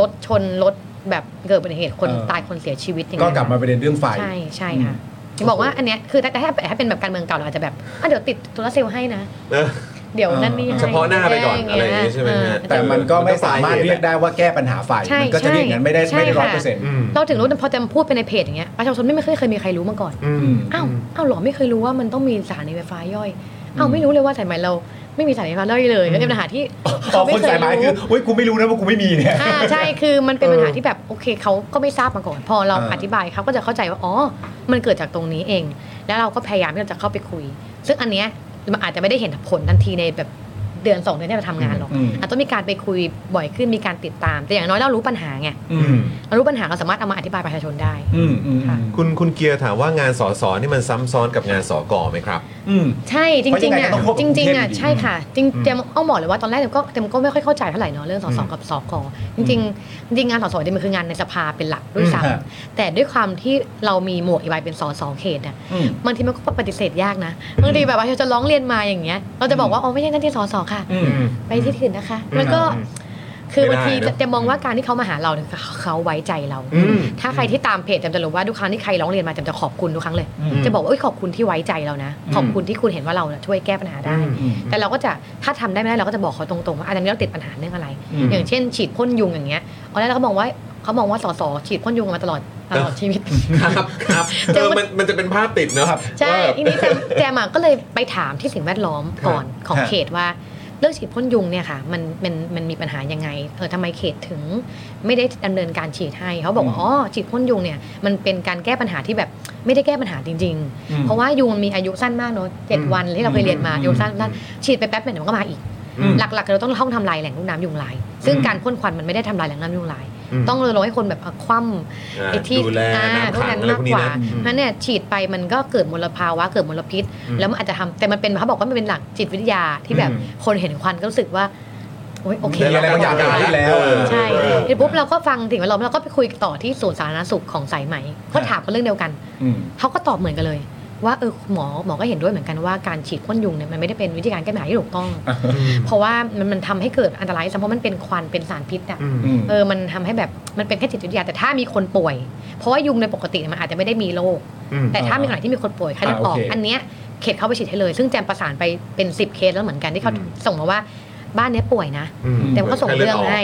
Speaker 4: รถชนรถแบบเกิดอุบัติเหตุคน
Speaker 2: เออ
Speaker 4: ตายคนเสียชีวิตอย่าง
Speaker 2: ก็
Speaker 4: เงี้ย
Speaker 2: กลับมาประเด็นเรื่องไฟ
Speaker 4: ใช่ใช่ค่ะ
Speaker 2: อื
Speaker 4: จะบอกว่าอันเนี้ยคือแต่แต่ถ้าแต่ถ้าเป็นแบบการเมืองเก่าเราอาจจะแบบอ่ะเดี๋ยวติดโซลาร์เซลล์ให้นะ
Speaker 1: เออ
Speaker 4: เดี๋ยวนั่นนี่
Speaker 2: เออ
Speaker 4: ให้
Speaker 1: เฉพาะหน้าไปก่อนอะไรอย่างงี้ใช่ไหมฮะ
Speaker 4: เออ
Speaker 2: แต่มันก็ไม่สามารถเรียกได้ว่าแก้ปัญหาไฟ
Speaker 4: ใช่
Speaker 2: มันก็จะเรียกอย่างนั้นไม่ได้
Speaker 4: ใช่
Speaker 2: ไม่ได้ร้อย
Speaker 4: ค่ะ
Speaker 2: เปอร์เซ็นต์
Speaker 1: อืม
Speaker 4: เราถึงรู้แต่พอจะพูดไปในเพจอย่างเงี้ยประชาชนไม่เคยเคยมีใครรู้มาก่อน
Speaker 1: อืม
Speaker 4: อ้าวอ้าวเหรอไม่เคยรู้ว่ามันต้องมีสถานีไฟฟ้าย่อยอ้าวไม่รู้เลยว่าสายไหมเราไม่มีสถานีไฟฟ้าย่อยเลยก็เป็นปัญหาที่
Speaker 2: อ๋อ
Speaker 4: ไม่
Speaker 2: คน
Speaker 4: เค
Speaker 2: สายไหมายคือ
Speaker 4: รู้
Speaker 2: เฮ้ยกูไม่รู้นะว่ากูไม่มีเนี่ย
Speaker 4: อ่าใช่คือมันเป็นปัญหา
Speaker 1: เออ
Speaker 4: ที่แบบโอเคเขาก็ไม่ทราบมาก่อน พอเรา
Speaker 2: อ่า
Speaker 4: อธิบายเขาก็จะเข้าใจว่าอ๋อมันเกิดจากตรงนี้เอง แล้วเราก็พยายามที่เราจะเข้าไปคุย ซึ่งอันเนี้ยมันอาจจะไม่ได้เห็นผลทันทีในแบบเดือนสองเดือนที่เราทำงานหรอก
Speaker 2: อืม
Speaker 4: อาจต้องมีการไปคุยบ่อยขึ้นมีการติดตาม แต่อย่างน้อยเรารู้ปัญหาไง
Speaker 2: อืม
Speaker 4: เรารู้ปัญหาเราสามารถเอามาอธิบายประชาชนได้
Speaker 2: อืมอืม
Speaker 4: ค่ะ
Speaker 1: คุณคุณเกียร์ถามว่างานสอสอนี่มันซ้ำซ้อนกับงานสอกอไหมครับ
Speaker 2: อืม
Speaker 4: ใช่จริงๆอ่ะ
Speaker 2: เพราะยังไงก็ต้องควบคุ
Speaker 4: จ
Speaker 2: ม
Speaker 4: ริงๆอ่ะ
Speaker 2: เทพอยู่ดี
Speaker 4: ใช่ค่ะจริงเจมเอาหมอเลยว่าตอนแรกเจมก็เจมก็ไม่ค่อยเข้าใจเท่าไหร่เนาะเรื่องสสกับสกจริงๆจริงๆงานสสเจมมันคืองานในสภาเป็นหลักด้วยซ้
Speaker 2: ฮะ
Speaker 4: ำแต่ด้วยความที่เรามีหมวกอีกใบเป็นสสเขตอ่ะ
Speaker 2: อืม
Speaker 4: บางทีมันก็ปฏิเสธยากนะบางทีแบบว่าเราจะร้องเรียนมาอย่างเงี้ยเราจะบอกว่าอ๋อไม่ใช่หน้าที่สสค่ะ
Speaker 2: อืม
Speaker 4: ไปที่อื่นนะคะ มันก็
Speaker 1: อืม
Speaker 4: คือบางที
Speaker 1: ไม่ได้เนอะ
Speaker 4: เจมมองว่าการที่เขามาหาเราเนี่ยเขาไว้ใจเรา
Speaker 1: อืม
Speaker 4: ถ้าใครที่ตามเพจเจมจะรู้ว่าทุกครั้งที่ใครร้องเรียนมาเจมจะขอบคุณทุกครั้งเลย
Speaker 2: อืม
Speaker 4: จะบอกว่าเอ้ยขอบคุณที่ไว้ใจเรานะ ขอบคุณที่คุณเห็นว่าเราเนี่ยช่วยแก้ปัญหาได้
Speaker 2: อืม
Speaker 4: แต่เราก็จะถ้าทำได้ไม่ได้เราก็จะบอกเขาตรงๆว่าอันนี้เราติดปัญหาเรื่องอะไร
Speaker 2: อืม
Speaker 4: อย่างเช่น ฉีดพ่นยุงอย่างเงี้ยเอาแล้วเราก็มองว่าเขามองว่าสสฉีดพ่นยุงมาตลอดตลอดชีวิต
Speaker 1: ครับ ครับเออมันมันจะเป็นภาพติดเนอะ
Speaker 4: ใช่ทีนี้แจมแจมอะก็เลยไปถามที่สิ่งแวดล้อมก่อนของ
Speaker 2: ครับ
Speaker 4: เขตว่าเรื่องฉีดพ่นยุงเนี่ยค่ะมันมันมันมีปัญหายังไงเออทำไมเขตถึงไม่ได้ดำเนินการฉีดให้เขาบอกว่า
Speaker 2: อืม
Speaker 4: อ๋อฉีดพ่นยุงเนี่ยมันเป็นการแก้ปัญหาที่แบบไม่ได้แก้ปัญหาจริง
Speaker 2: อืม
Speaker 4: ๆ เพราะว่ายุงมันมีอายุสั้นมากเนอะเจ็ด
Speaker 1: อืม
Speaker 4: วันที่เราเคยเรียนมา
Speaker 2: อืม
Speaker 4: ยุงสั้นสั้นฉีดไปแป๊บเดียวมันก็มาอีก
Speaker 2: อืม
Speaker 4: หลักๆเราต้องท่องทำลายแหล่งลูกน้ำยุงลาย ซึ่ง
Speaker 2: อืม
Speaker 4: การพ่นควันมันไม่ได้ทำลายแหล่งน้ำยุงลาย
Speaker 1: อืม
Speaker 4: ต้องรอให้คนแบบเอาคว่ำ
Speaker 1: อ่า
Speaker 4: ไอ้ที่
Speaker 1: ดูแล
Speaker 4: อ่า
Speaker 1: น้ำขังอะไรพวกนี้นะ
Speaker 4: มเพราะฉะนั้นเนี่ยฉีดไปมันก็เกิดมลภาวะเกิดมลพิษ แล้วมันอาจจะทำแต่มันเป็นเขาบอกว่ามันเป็นหลักจิตวิทยาที่แบบ
Speaker 2: อืม
Speaker 4: คนเห็นควันก็รู้สึกว่าโอ๊ยโอเค
Speaker 2: ได้รับการจัดการแล้ว
Speaker 1: เออ
Speaker 4: ใช่ทีนี้ปุ๊บเราก็ฟังถึงเราเราก็ไปคุยต่อที่ศูนย์สาธารณสุขของสายไหมก็ถามกันเรื่องเดียวกัน
Speaker 2: อืม
Speaker 4: เขาก็ตอบเหมือนกันเลย ว่าเออหมอหมอก็เห็นด้วยเหมือนกันว่าการฉีดพ่นยุงเนี่ยมันไม่ได้เป็นวิธีการแก้ปัญหาที่ถูกต้อง เพราะว่ามันมันทำให้เกิดอันตรายซ้ำเพราะมันเป็นควันเป็นสารพิษอ่ะ
Speaker 2: อืม
Speaker 4: เออ มันทำให้แบบ มันเป็นแค่จิตวิทยา แต่ถ้ามีคนป่วย เพราะว่ายุงในปกติเนี่ยมันอาจจะไม่ได้มีโรค แต่ถ้ามีคนไหนที่มีคนป่วยไข้เลือดออก
Speaker 2: อ่าโอเค
Speaker 4: อันเนี้ยเขตเข้าไปฉีดให้เลย ซึ่งแจมประสานไปเป็น 10 เคสแล้วเหมือนกันที่เขา
Speaker 1: อืม
Speaker 4: ส่งมาว่าบ้านเนี้ยป่วยนะ แต่ว่าเขาส่งเรื่องมาให้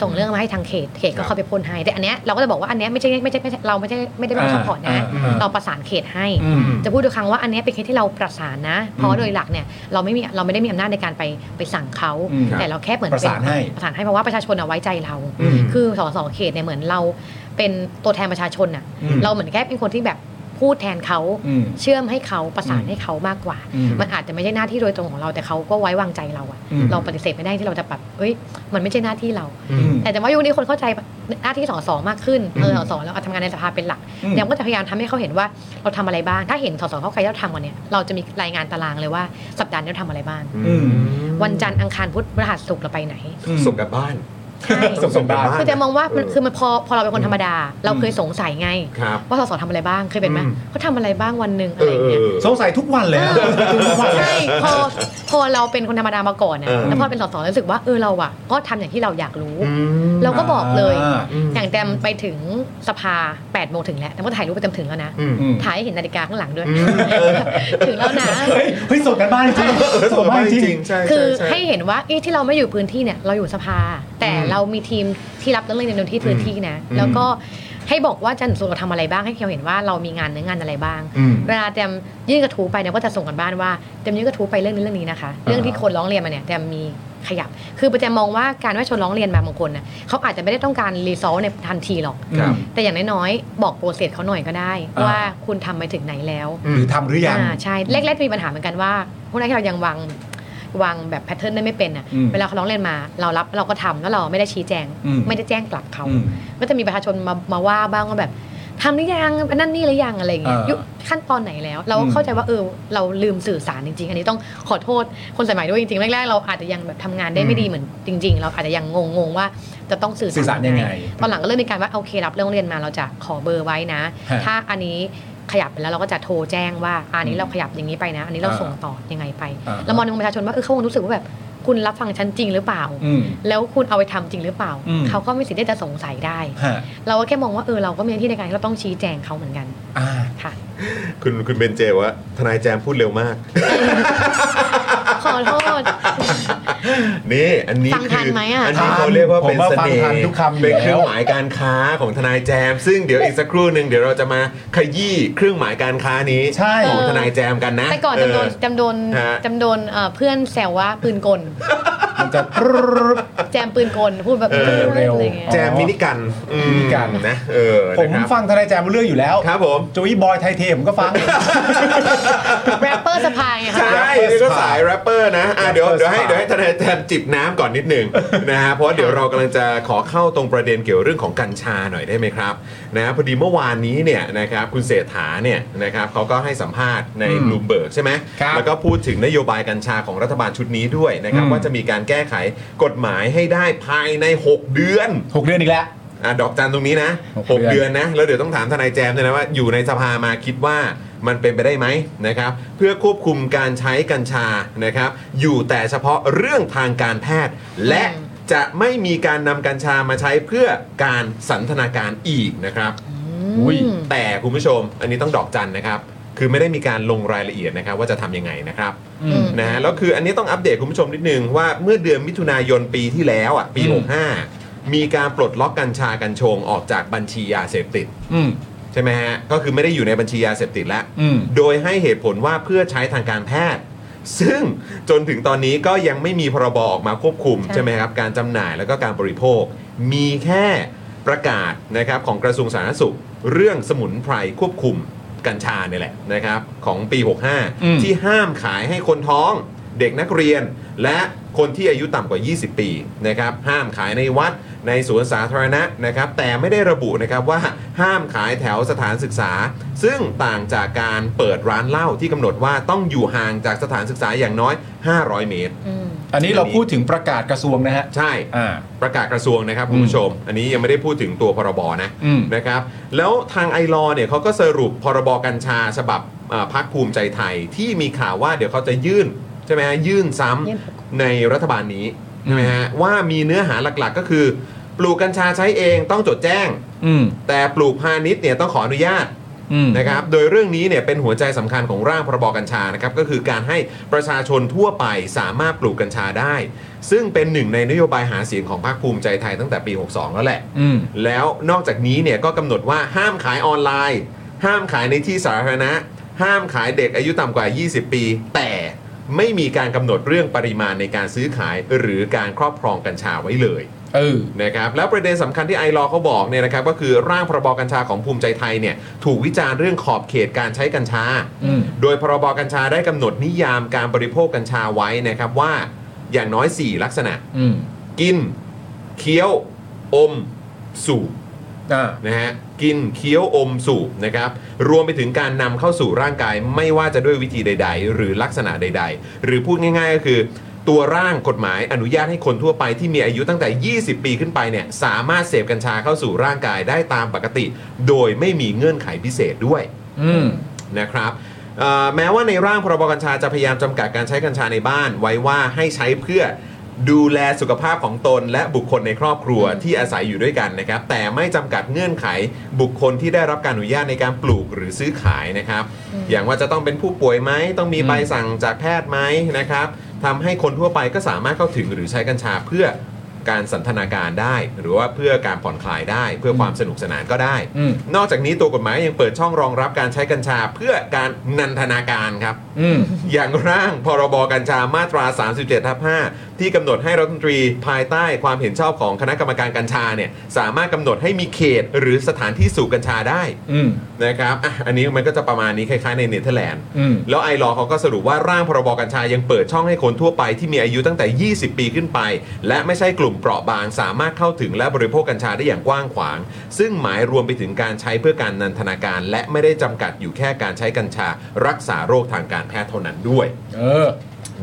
Speaker 4: ส่งเรื่องมาให้ทางเขต เขต
Speaker 1: ครั
Speaker 4: ก็
Speaker 1: บ
Speaker 4: เข้าไปพ่นให้ แต่อันเนี้ยเราก็จะบอกว่าอันเนี้ยไม่ใช่ไม่ใช่ไม่ใช่เราไม่ใช่ไม่ได้เป็นคนซัพพอร์ตนะ
Speaker 2: อ่า
Speaker 4: เราประสานเขตให้
Speaker 2: อืม
Speaker 4: จะพูดทุกครั้งว่าอันเนี้ยเป็นเคสที่เราประสานนะ เพราะโดยหลักเนี่ยเราไม่มีเราไม่ได้มีอำนาจในการไปไปสั่งเขา
Speaker 2: อืม
Speaker 4: แต่เราแค่เหมือน
Speaker 2: ประสาน
Speaker 4: เป็
Speaker 2: ให้
Speaker 4: ประสานให้เพราะว่าประชาชนเอาไว้ใจเรา
Speaker 2: อืม
Speaker 4: คือสสเขตเนี่ยเหมือนเราเป็นตัวแทนประชาชนน่ะ
Speaker 2: อืม
Speaker 4: เราเหมือนแค่เป็นคนที่แบบพูดแทนเขา
Speaker 2: อืม
Speaker 4: เชื่อมให้เขาประสานให้เขามากกว่า
Speaker 2: อืม
Speaker 4: มันอาจจะไม่ใช่หน้าที่โดยตรงของเราแต่เขาก็ไว้วางใจเราอะ
Speaker 2: อืม
Speaker 4: เราปฏิเสธไม่ได้ที่เราจะแบบเฮ้ยมันไม่ใช่หน้าที่เรา
Speaker 2: อืม
Speaker 4: แต่แต่ว่ายุคนี้คนเข้าใจหน้าที่สอสอมากขึ้นเออสอสอแล้วทำงานในสภาเป็นหลัก
Speaker 2: อืม
Speaker 4: เดี๋ยวก็จะพยายามทำให้เขาเห็นว่าเราทำอะไรบ้าง ถ้าเห็นสอสอเขาใครเราทำวันเนี้ยเราจะมีรายงานตารางเลยว่าสัปดาห์นี้เราทำอะไรบ้าง
Speaker 2: อืม
Speaker 4: วันจันทร์อังคารพุธพฤหัสศุกร์เราไปไหน
Speaker 1: ส่งกลับบ้าน
Speaker 4: ใช่
Speaker 2: ส่งส่งบ้าน
Speaker 4: คือจะมองว่ามัน
Speaker 1: เออ
Speaker 4: คือมันพอพอเราเป็นคนธรรมดา เราเคยสงสัยไง
Speaker 1: ครับ
Speaker 4: ว่าสอสอทำอะไรบ้างเคยเป็นไหม
Speaker 1: อืม
Speaker 4: เขาทำอะไรบ้างวันหนึ่งอะ
Speaker 1: เอ
Speaker 4: ไรอย่างเงี้ย
Speaker 1: อ
Speaker 2: สงสัยทุกวันเลยฮะทุกวันเลย
Speaker 4: ใช่พอพ พอเราเป็นคนธรรมดามาก่อนนะ
Speaker 1: เออ
Speaker 4: แล้วพอเป็นสสรู้สึกว่าเออเราอะก็ทำอย่างที่เราอยากรู้
Speaker 1: อืม
Speaker 4: เราก็บอกเลย
Speaker 2: อ่า
Speaker 4: อย่างแตมไปถึงสภา8โมงถึงแล้วแต่ว่าถ่ายรูปไปเต็มถึงแล้วนะ
Speaker 1: อืม
Speaker 2: อืม
Speaker 4: ถ่ายให้เห็นนาฬิกาข้างหลังด้วย
Speaker 1: อืม
Speaker 4: ถึงแล้วนะ
Speaker 2: เฮ้ยเฮ้ยส่งกันบ้านจริง
Speaker 1: เออ
Speaker 2: ส่ง
Speaker 1: ส่ง
Speaker 2: กัน
Speaker 1: มา
Speaker 2: บ้าน
Speaker 1: จ
Speaker 2: จ
Speaker 1: ริ
Speaker 2: ริ
Speaker 1: ง
Speaker 2: ง
Speaker 1: ๆใช่ใช่
Speaker 4: คือ
Speaker 1: ใช่
Speaker 4: ให้เห็นว่าเอ๊ะที่เราไม่อยู่พื้นที่เนี่ยเราอยู่สภา แต่
Speaker 1: อืม
Speaker 4: เรามีทีมที่รับเรื่องเล่นในที่พื้นที่นะ
Speaker 1: อืม
Speaker 4: แล้วก็ให้บอกว่าจันทร์สุรเราทำอะไรบ้างให้เราเห็นว่าเรามีงานเนื้องานอะไรบ้าง
Speaker 1: อืม
Speaker 4: เวลาแจมยื่นกระทู้ไปเนี่ยก็จะส่งกันบ้านว่าแจมยื่นกระทู้ไปเรื่องนี้เรื่องนี้นะคะ เรื่องที่คนร้องเรียนมาเนี่ยแจมมีขยับ คือแจมมองว่าการว่าชนร้องเรียนมาบางคนนะเขาอาจจะไม่ได้ต้องการรีซอสในทันทีหรอก
Speaker 1: ครับ
Speaker 4: แต่อย่างน้อยๆบอกโปรเซสเขาหน่อยก็ได้
Speaker 2: อ่า
Speaker 4: ว่าคุณทำไปถึงไหนแล้ว
Speaker 2: หรือทำหรือยัง
Speaker 4: อ่าใช่แรกๆมีปัญหาเหมือนกันว่าพวกนั้นที่เรายังวางวางแบบแพทเทิร์นได้ไม่เป็นอ่ะ
Speaker 2: อืม
Speaker 4: เวลาเขาร้องเรียนมาเรารับเราก็ทำแล้วเราไม่ได้ชี้แจง
Speaker 2: อืม
Speaker 4: ไม่ได้แจ้งกลับเขา
Speaker 2: อืม
Speaker 4: ก็จะมีประชาชนมามาว่าบ้างว่าแบบทำหรือยังอันนั่นนี่หรือยังอะไรอย่างเงี้ย
Speaker 2: เออ
Speaker 4: ยุขั้นตอนไหนแล้ว เราก็เข้าใจว่าเออเราลืมสื่อสารจริง ๆ อันนี้ต้องขอโทษคนสมัยด้วยจริงๆแรกๆเราอาจจะยังแบบทำงานได้ไม่ดีเหมือนจริง ๆ เราอาจจะยังงงๆว่าจะต้องสื่อ
Speaker 2: สื่อสารยังไง
Speaker 4: ตอนหลังก็เริ่มมีการว่าโอเครับเรื่องเรียนมาเราจะขอเบอร์ไว้นะ
Speaker 2: ฮะ
Speaker 4: ถ้าอันนี้ขยับไปแล้วเราก็จะโทรแจ้งว่าอันนี้เราขยับอย่างนี้ไปนะ อันนี้เรา
Speaker 2: อ่า
Speaker 4: ส่งต่อยังไงไป
Speaker 2: อ่า
Speaker 4: เรามองในมุมประชาชนว่าเออเขาคงรู้สึกว่าแบบคุณรับฟังฉันจริงหรือเปล่า
Speaker 2: อืม
Speaker 4: แล้วคุณเอาไปทำจริงหรือเปล่า
Speaker 2: อืม
Speaker 4: เขาก็มีสิทธิ์ที่จะสงสัยได้
Speaker 2: ฮะ
Speaker 4: เราก็แค่มองว่าเออเราก็มีหน้าที่ในการที่เราต้องชี้แจงเขาเหมือนกัน
Speaker 2: อ่า
Speaker 4: ค่ะ
Speaker 1: คุณคุณเบนเจบอกว่าทนายแจมพูดเร็วมาก
Speaker 4: ขอโทษ
Speaker 1: นี่อันนี้
Speaker 4: ฟังทันไหมอะ
Speaker 1: นนี้เขาเรียกว่าเป็น
Speaker 2: ผมว่า
Speaker 1: เสน่
Speaker 2: ฟังทัน
Speaker 1: ห์
Speaker 2: ทุกคำอยู่
Speaker 1: เป็นเครื่อง
Speaker 2: แล้ว
Speaker 1: หมายการค้าของทนายแจม ซึ่งเดี๋ยวอีกสักครู่หนึ่งเดี๋ยวเราจะมาขยี้เครื่องหมายการค้านี้
Speaker 2: ใช่
Speaker 1: ของทนายแจมกันนะ
Speaker 4: แต่ก่อนจำโดน
Speaker 1: เอ
Speaker 4: จำโดน
Speaker 1: ฮะ
Speaker 4: จำโดนเอ่อเพื่อนแซวว่าปืนกล
Speaker 2: มันจะ
Speaker 4: แจมปืนกล พูดแบบ
Speaker 1: เออ
Speaker 4: เร็วๆอะไรเงี้ย
Speaker 1: แจมมินิกันอื
Speaker 2: มินิกัน
Speaker 1: นะเออ
Speaker 2: ผม
Speaker 1: นะครับ
Speaker 2: ฟังทนายแจมรู้เรื่องอยู่แล้ว
Speaker 1: ครับผม
Speaker 2: โจยบอยไทยเทผมก็ฟัง
Speaker 4: แรปเปอร์สภาไง
Speaker 1: ใช
Speaker 4: ค่ะ
Speaker 1: ่นี่ก็สายแรปเปอร์นะอ่ะเดี๋ยว
Speaker 2: Rapper
Speaker 1: เดี๋ยวให้
Speaker 2: style
Speaker 1: เดี๋ยวให้ทนายแจมจิบน้ำก่อนนิดหนึ่ง นะฮะ เพราะเดี๋ยวเรากำลังจะขอเข้าตรงประเด็นเกี่ยวเรื่องของกัญชาหน่อยได้ไหมครับ นะพอดีเมื่อวานนี้เนี่ยนะครับคุณเศรษฐาเนี่ยนะครับเขาก็ให้สัมภาษณ์ใน
Speaker 2: อืม
Speaker 1: บลูมเบิร์กใช่ไหม
Speaker 2: ครับ
Speaker 1: แล้วก็พูดถึงนโยบายกัญชาของรัฐบาลชุดนี้ด้วยนะครับ
Speaker 2: อืม
Speaker 1: ว่าจะมีการแก้ไขกฎหมายให้ได้ภายใน 6 เดือน
Speaker 2: หกเดือนอีกแล้ว
Speaker 1: อ่ะดอกจันตรงนี้นะ
Speaker 2: หก
Speaker 1: 6
Speaker 2: เดื
Speaker 1: เดือ
Speaker 2: อน น
Speaker 1: นะ แล้วเดี๋ยวต้องถามทนายแจมด้วยนะว่าอยู่ในสภามาคิดว่ามันเป็นไปได้ไหมนะครับ เพื่อควบคุมการใช้กัญชานะครับ อยู่แต่เฉพาะเรื่องทางการแพทย์ และ
Speaker 4: อืม
Speaker 1: จะไม่มีการนำกัญชามาใช้เพื่อการสันทนาการอีกนะครับ
Speaker 2: อุ้ย
Speaker 4: อืม
Speaker 1: แต่คุณผู้ชมอันนี้ต้องดอกจันนะครับ คือไม่ได้มีการลงรายละเอียดนะครับ ว่าจะทำยังไงนะครับ
Speaker 2: อืม
Speaker 1: นะฮะแล้วคืออันนี้ต้องอัปเดตคุณผู้ชมนิดนึงว่าเมื่อเดือนมิถุนายนปีที่แล้วอ่ะปี
Speaker 2: อืม
Speaker 1: 65 มีการปลดล็อกกัญชากัญชงออกจากบัญชียาเสพติด
Speaker 2: อืม
Speaker 1: ใช่ไหมฮะ ก็คือไม่ได้อยู่ในบัญชียาเสพติดแล้ว
Speaker 2: อืม
Speaker 1: โดยให้เหตุผลว่าเพื่อใช้ทางการแพทย์ ซึ่งจนถึงตอนนี้ก็ยังไม่มีพรบออกมาควบคุม
Speaker 4: ใช่
Speaker 1: ใช่ไหมครับ การจำหน่ายแล้วก็การบริโภค มีแค่ประกาศนะครับของกระทรวงสาธารณสุข เรื่องสมุนไพรควบคุมกัญชาเนี่ยแหละนะครับ ของปี
Speaker 2: อืม
Speaker 1: 65 ที่ห้ามขายให้คนท้อง เด็กนักเรียน และคนที่อายุต่ำกว่า 20 ปีนะครับ ห้ามขายในวัดในสวนสาธารณะนะครับ แต่ไม่ได้ระบุนะครับว่าห้ามขายแถวสถานศึกษา ซึ่งต่างจากการเปิดร้านเหล้าที่กำหนดว่าต้องอยู่ห่างจากสถานศึกษาอย่างน้อย 500 เมตร
Speaker 4: อืม
Speaker 2: อันนี้เราพูดถึงประกาศกระทรวงนะฮะ
Speaker 1: ใช่
Speaker 2: อ่า
Speaker 1: ประกาศกระทรวงนะครับคุณผู้ชม อันนี้ยังไม่ได้พูดถึงตัวพรบนะ
Speaker 2: อืม
Speaker 1: นะครับ แล้วทางไอรอว์เนี่ยเขาก็สรุปพรบกัญชาฉบับอ่าพักภูมิใจไทยที่มีข่าวว่าเดี๋ยวเขาจะยื่นใช่ไหมฮะยื่นซ้ำ
Speaker 4: ยื่น
Speaker 1: ในรัฐบาลนี้ใช่ไหมฮะว่ามีเนื้อหาหลักๆ ก็คือ ปลูกกัญชาใช้เองต้องจดแจ้ง
Speaker 2: อืม
Speaker 1: แต่ปลูกพาณิชย์เนี่ยต้องขออนุญาต
Speaker 2: อืม
Speaker 1: นะครับ โดยเรื่องนี้เนี่ยเป็นหัวใจสำคัญของร่างพรบกัญชานะครับ ก็คือการให้ประชาชนทั่วไปสามารถปลูกกัญชาได้ ซึ่งเป็นหนึ่งในนโยบายหาเสียงของพรรคภูมิใจไทยตั้งแต่ปี 62 แล้วแหละ
Speaker 2: อืม
Speaker 1: แล้วนอกจากนี้เนี่ยก็กำหนดว่าห้ามขายออนไลน์ ห้ามขายในที่สาธารณะ ห้ามขายเด็กอายุต่ำกว่า 20 ปี แต่ไม่มีการกำหนดเรื่องปริมาณในการซื้อขายหรือการครอบครองกัญชาไว้เลย
Speaker 2: เออ
Speaker 1: นะครับแล้วประเด็นสำคัญที่ไอรอเขาบอกเนี่ยนะครับก็คือร่างพรบกัญชาของภูมิใจไทยเนี่ยถูกวิจารณ์เรื่องขอบเขตการใช้กัญชา
Speaker 2: อืม
Speaker 1: โดยพรบกัญชาได้กำหนดนิยามการบริโภคกัญชาไว้นะครับว่าอย่างน้อย 4 ลักษณะ
Speaker 2: อืม
Speaker 1: กิน เคี้ยว อม สูบ
Speaker 2: อ่า
Speaker 1: นะฮะกินเคี้ยวอมสูบนะครับรวมไปถึงการนำเข้าสู่ร่างกายไม่ว่าจะด้วยวิธีใด ๆ หรือลักษณะใด ๆ หรือพูดง่าย ๆ ก็คือ ตัวร่างกฎหมายอนุญาตให้คนทั่วไปที่มีอายุตั้งแต่ 20 ปีขึ้นไปเนี่ยสามารถเสพกัญชาเข้าสู่ร่างกายได้ตามปกติ โดยไม่มีเงื่อนไขพิเศษด้วย
Speaker 2: อืม
Speaker 1: นะครับ เอ่อแม้ว่าในร่างพรบกัญชาจะพยายามจำกัดการใช้กัญชาในบ้าน ไว้ว่าให้ใช้เพื่อดูแลสุขภาพของตน และบุคคลในครอบครัวที่อาศัยอยู่ด้วยกันนะครับ แต่ไม่จำกัดเงื่อนไขบุคคลที่ได้รับการอนุญาตในการปลูกหรือซื้อขายนะครับ อย่างว่าจะต้องเป็นผู้ป่วยไหมต้องมีใบสั่งจากแพทย์ไหมนะครับทำให้คนทั่วไปก็สามารถเข้าถึงหรือใช้กัญชาเพื่อการสันทนาการได้ หรือว่าเพื่อการผ่อนคลายได้ เพื่อความสนุกสนานก็ได้
Speaker 2: อืม
Speaker 1: นอกจากนี้ตัวกฎหมายยังเปิดช่องรองรับการใช้กัญชาเพื่อการนันทนาการครับ
Speaker 2: อืม
Speaker 1: อย่างร่างพรบกัญชามาตรา 37ทับ5ที่กำหนดให้รัฐมนตรีภายใต้ความเห็นชอบของคณะกรรมการกัญชาเนี่ยสามารถกำหนดให้มีเขตหรือสถานที่สูบกัญชาได้
Speaker 2: อืม
Speaker 1: นะครับอ่ะอันนี้มันก็จะประมาณนี้คล้ายๆในเนเธอร์แลนด์
Speaker 2: อืม
Speaker 1: แล้วไอรอว์เขาก็สรุปว่าร่างพรบกัญชายังเปิดช่องให้คนทั่วไปที่มีอายุตั้งแต่ 20 ปีขึ้นไป และไม่ใช่กลุ่มเปราะบาง สามารถเข้าถึงและบริโภคกัญชาได้อย่างกว้างขวาง ซึ่งหมายรวมไปถึงการใช้เพื่อการนันทนาการ และไม่ได้จำกัดอยู่แค่การใช้กัญชา รักษาโรคทางการแพทย์เท่านั้นด้วย
Speaker 2: เออ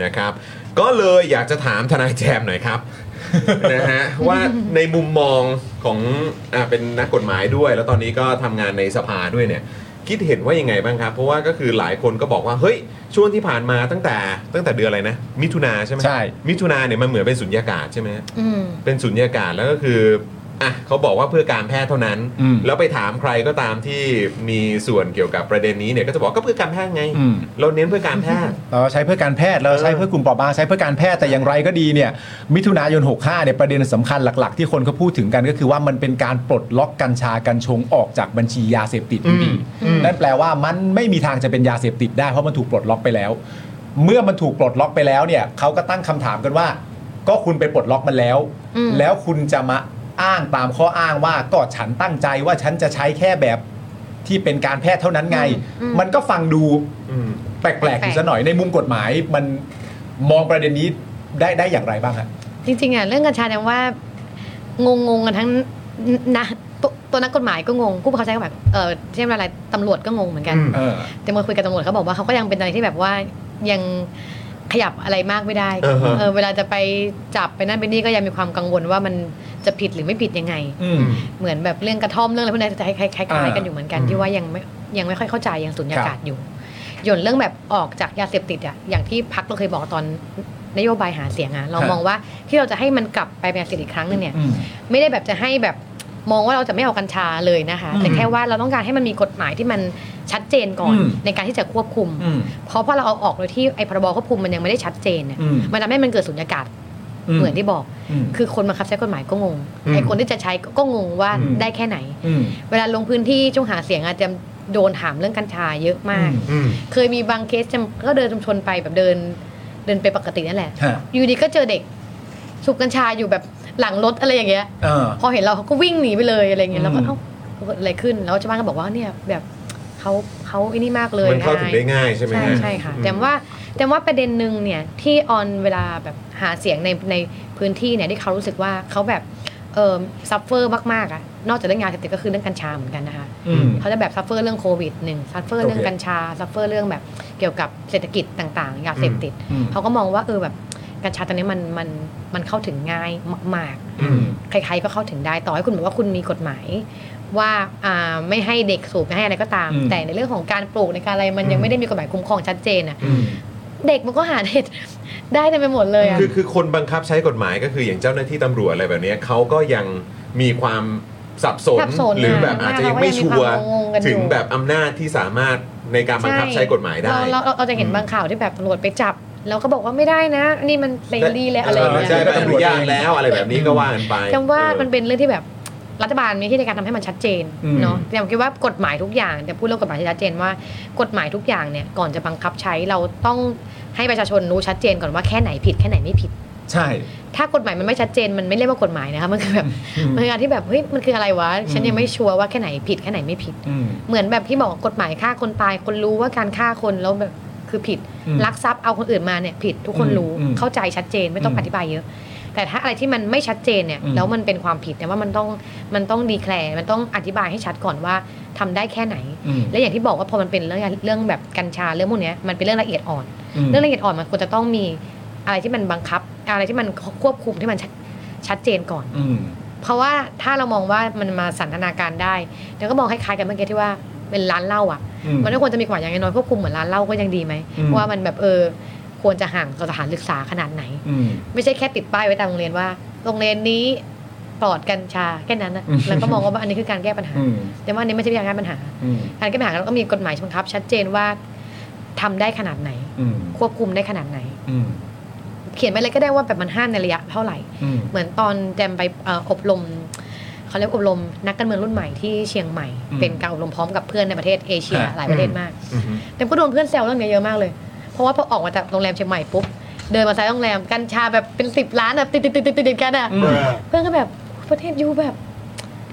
Speaker 1: นะครับก็เลยอยากจะถามทนายแจมหน่อยครับ นะฮะว่าในมุมมองของอ่าเป็นนักกฎหมายด้วย แล้วตอนนี้ก็ทำงานในสภาด้วยเนี่ยคิดเห็นว่ายังไงบ้างครับ เพราะว่าก็คือหลายคนก็บอกว่าเฮ้ยช่วงที่ผ่านมาตั้งแต่ตั้งแต่เดือนอะไรนะ มิถุนาใช่ไหม
Speaker 2: ใช่
Speaker 1: มิถุนาเนี่ยมันเหมือนเป็นสุญญากาศใช่ไหมฮะ
Speaker 4: อืม
Speaker 1: เป็นสุญญากาศแล้วก็คืออ่ะเขาบอกว่าเพื่อการแพทย์เท่านั้น
Speaker 2: อืม
Speaker 1: แล้วไปถามใครก็ตามที่มีส่วนเกี่ยวกับประเด็นนี้เนี่ยก็จะบอกก็เพื่อการแพทย์ไง
Speaker 2: อืม
Speaker 1: เราเน้นเพื่อการแพทย์
Speaker 2: เราใช้เพื่อการแพทย์เราใช้เพื่อกลุ่มเปราะบางใช้เพื่อการแพทย์แต่อย่างไรก็ดีเนี่ยมิถุนายน 65เนี่ยประเด็นสำคัญหลัก ๆ ที่คนเขาพูดถึงกันก็คือว่ามันเป็นการปลดล็อกกัญชากัญชงออกจากบัญชียาเสพติดอยู่ดีนั่นแปลว่ามันไม่มีทางจะเป็นยาเสพติดได้เพราะมันถูกปลดล็อกไปแล้ว เมื่อมันถูกปลดล็อกไปแล้วเนี่ยเขาก็ตั้งคำถามกันว่า ก็คุณไปปลดล็อกมันแล้ว
Speaker 4: อืม
Speaker 2: แล้วคุณจะมาอ้างตามข้ออ้างว่าก็ฉันตั้งใจว่าฉันจะใช้แค่แบบที่เป็นการแพทย์เท่านั้นไง มันก็ฟังดู
Speaker 1: อืม
Speaker 2: แปลกๆอยู่ซะหน่อยในมุมกฎหมายมันมองประเด็นนี้ได้ได้อย่างไรบ้างฮะ
Speaker 4: จริงๆอ่ะเรื่องกัญชาเนี่ยว่างงงๆกันทั้งนะตัวตัวนักกฎหมายก็งงผู้บังคับใช้กฎหมายเออเช่นอะไรตำรวจก็งงเหมือนกัน
Speaker 1: อืม
Speaker 2: เออ
Speaker 4: แต่เมื่อคุยกับตำรวจเขาบอกว่าเขาก็ยังเป็นอะไรที่แบบว่ายังขยับอะไรมากไม่ได้
Speaker 1: เออฮะ
Speaker 4: เออเวลาจะไปจับไปนั่นไปนี่ก็ยังมีความกังวลว่ามันจะผิดหรือไม่ผิดยังไง
Speaker 2: อืม
Speaker 1: อืม
Speaker 4: เหมือนแบบเรื่องกระท่อมเรื่องอะไรพวกนี้จะคล้ายๆคล้ายๆกันอยู่เหมือนกัน
Speaker 1: อ่า
Speaker 4: ที่ว่ายังไม่ยังไม่ค่อยเข้าใจยังสุญญากาศอยู่ย่วนเรื่องแบบออกจากยาเสพติดอ่ะอย่างที่พักเราเคยบอกตอนนโยบายหาเสียงอ่ะเรา
Speaker 2: ครับ
Speaker 4: มองว่าที่เราจะให้มันกลับไปเป็นยาเสพติดอีกครั้งหนึงเนี่ย
Speaker 2: อืม
Speaker 4: ไม่ได้แบบจะให้แบบมองว่าเราจะไม่เอากัญชาเลยนะคะ
Speaker 2: อืม
Speaker 4: แต่แค่ว่าเราต้องการให้มันมีกฎหมายที่มันชัดเจนก่อน
Speaker 2: อืม
Speaker 4: ในการที่จะควบคุม
Speaker 2: อืม
Speaker 4: เพราะพอเราเอาออกโดยที่ไอ้พรบควบคุมมันยังไม่ได้ชัดเจนเนี่ย
Speaker 2: อืม
Speaker 4: มันทำให้มันเกิดสุญญากาศเหมือนที่บอก
Speaker 2: ม
Speaker 4: คือคนบังคับใช้กฎหมายก็งง
Speaker 1: อืม
Speaker 4: ไอ้คนที่จะใช้ก็งงว่า
Speaker 2: อืม
Speaker 4: ได้แค่ไหน
Speaker 2: อืม
Speaker 4: เวลาลงพื้นที่ช่วงหาเสียงอาจจะโดนถามเรื่องกัญชาเยอะมาก
Speaker 1: อืม
Speaker 4: เคยมีบางเคสจำก็เดินชุมชนไปแบบเดินเดินไปปกตินั่นแหละ
Speaker 2: ฮะ
Speaker 4: อยู่ดีก็เจอเด็กสูบกัญชาอยู่แบบหลังรถอะไรอย่างเงี้ย
Speaker 2: เออ
Speaker 4: พอเห็นเราเขาก็วิ่งหนีไปเลยอะไรเงี้ยแล้วก็
Speaker 2: อืม
Speaker 4: เอ้าเกิดอะไรขึ้นแล้วชาวบ้านก็บอกว่าเนี่ยแบบเขาเขาไอ้นี่มากเลย
Speaker 1: มันเข้าถึงได้ง่ายใช่ไหม
Speaker 4: ใช่
Speaker 1: ฮะ
Speaker 4: ใช่ค่ะ
Speaker 1: อืม
Speaker 4: แต่ว่าแต่ว่าประเด็นหนึ่งเนี่ยที่ออนเวลาแบบหาเสียงในในพื้นที่เนี่ยที่เขารู้สึกว่าเขาแบบเออซัฟเฟอร์มากๆอะนอกจากเรื่องยาเสพติดก็คือเรื่องกัญชาเหมือนกันนะคะ
Speaker 2: อืม
Speaker 4: เขาจะแบบซัฟเฟอร์เรื่องโควิดหนึ่งซัฟเฟอร์เรื่อง
Speaker 2: โอเค
Speaker 4: กัญชาซัฟเฟอร์เรื่องแบบเกี่ยวกับเศรษฐกิจต่างๆยาเสพติด
Speaker 2: อืม
Speaker 4: เขาก็มองว่าเออแบบกัญชาตอนนี้มันมันมันเข้าถึงง่ายมาก ๆ
Speaker 2: อืม
Speaker 4: ใครๆก็เข้าถึงได้ต่อให้คุณบอกว่าคุณมีกฎหมาย ว่าอ่าไม่ให้เด็กสูบไม่ให้อะไรก็ตาม
Speaker 2: อืม
Speaker 4: แต่ในเรื่องของการปลูกในการอะไรมัน
Speaker 1: อืม
Speaker 4: ยังไม่ได้มีกฎหมายคุ้มครองชัดเจนอ่ะ
Speaker 2: อืม
Speaker 4: เด็กมันก็หาเด็ด ได้เต็มไปหมดเลยอ่ะ
Speaker 1: คือคือคนบังคับใช้กฎหมายก็คืออย่างเจ้าหน้าที่ตำรวจอะไรแบบเนี้ยเขาก็ยังมีความสับสน
Speaker 4: สับสน
Speaker 1: หรือแบบอาจจะยังไม่ชัวร์
Speaker 4: เราก็ยังมีความงงๆกันอยู่
Speaker 1: ถึงแบบอำนาจที่สามารถในการบังคับใช้กฎหมายได้
Speaker 4: เราเราเราเราจะเห็น
Speaker 1: อืม
Speaker 4: บางข่าวที่แบบตำรวจไปจับ แล้วก็บอกว่าไม่ได้นะ นี่มันเสรีแล้วอะไรอย่างเงี้
Speaker 1: ใช่
Speaker 4: ย
Speaker 1: ใบอนุญาตแล้วอะไรแบบนี้ก็ว่ากันไป
Speaker 4: จำว่ามันเป็นเรื่องที่แบบรัฐบาลมีที่ในการทำให้มันชัดเจน
Speaker 2: อืม
Speaker 4: เนาะแต่ผมคิดว่ากฎหมายทุกอย่างจะพูดเรื่องกฎหมายที่ชัดเจนว่า กฎหมายทุกอย่างเนี่ยก่อนจะบังคับใช้เราต้องให้ประชาชนรู้ชัดเจนก่อนว่าแค่ไหนผิดแค่ไหนไม่ผิด
Speaker 2: ใช่
Speaker 4: ถ้ากฎหมายมันไม่ชัดเจนมันไม่เรียกว่ากฎหมายนะคะมันคือแบบมันคือการที่แบบเฮ้ยมันคืออะไรวะฉันยังไม่ชัวร์ว่าแค่ไหนผิดแค่ไหนไม่ผิด
Speaker 2: อืม
Speaker 4: เหมือนแบบที่บอกกฎหมายฆ่าคนตายคนรู้ว่าการฆ่าคนแล้วแบบคือผิด
Speaker 2: อืม
Speaker 4: ลักทรัพย์เอาคนอื่นมาเนี่ยผิดทุกคนรู้
Speaker 2: อืมอืม
Speaker 4: เข้าใจชัดเจนไม่ต้อง
Speaker 2: อืม
Speaker 4: อธิบายเยอะ แต่ถ้าอะไรที่มันไม่ชัดเจนเนี่ย
Speaker 2: อืม
Speaker 4: แล้วมันเป็นความผิดแต่ว่ามันต้องมันต้องดีแคลร์มันต้องอธิบายให้ชัดก่อนว่าทำได้แค่ไหน
Speaker 2: อืม
Speaker 4: และอย่างที่บอกว่าพอมันเป็นเรื่องเรื่องแบบกัญชาเรื่องพวกเนี้ยมันเป็นเรื่องละเอียดอ่อน
Speaker 2: อืม
Speaker 4: เรื่องละเอียดอ่อนมันควรจะต้องมีอะไรที่มันบังคับ อะไรที่มันควบคุมที่มันชัดชัดเจนก่อน
Speaker 2: อืม
Speaker 4: เพราะว่าถ้าเรามองว่ามันมาสันทนาการได้แล้วก็มองคล้ายๆกันเมื่อกี้ที่ว่า เป็นร้านเหล้าอ่ะ
Speaker 2: อืม
Speaker 4: มันก็ควรจะมีกว่าอย่างน้อยควบคุมเหมือนร้านเหล้าก็ยังดีไหม
Speaker 2: อืม
Speaker 4: ว่ามันแบบเออควรจะห่างกับสถานศึกษาขนาดไหน
Speaker 2: อืม
Speaker 4: ไม่ใช่แค่ติดป้ายไว้ตามโรงเรียนว่า โรงเรียนนี้ปลอดกัญชาแค่นั้นนะ
Speaker 2: อืม
Speaker 4: แล้วก็มองว่าอันนี้คือการแก้ปัญหา
Speaker 2: อืม
Speaker 4: แต่ว่าอันนี้ไม่ใช่การแก้ปัญหา
Speaker 2: อืม
Speaker 4: การแก้ปัญหาเราก็มีกฎหมายบังคับ ชัดเจนว่าทำได้ขนาดไหน
Speaker 2: อืม
Speaker 4: ควบคุมได้ขนาดไหน
Speaker 2: อืม
Speaker 4: เขียนไปเลยก็ได้ว่าแบบมันห้ามในระยะเท่าไหร่
Speaker 2: อืม
Speaker 4: เหมือนตอนแจมไปเอ่ออบรมเขาเรียกอบรมนักการเมืองรุ่นใหม่ที่เชียงใหม่ เป็นการอบรมพร้อมกับเพื่อนในประเทศเอเชียหลายประเทศมาก แต่ก็โดนเพื่อนแซวเรื่องเนี้ยเยอะมากเลย เพราะว่าพอออกมาจากโรงแรมเชียงใหม่ปุ๊บ เดินมาซ้ายโรงแรมกัญชาแบบเป็นสิบล้านแบบติดติดติดติดติดกันอ่ะ
Speaker 2: อืม
Speaker 4: เพื่อนก็แบบประเทศยูแบบ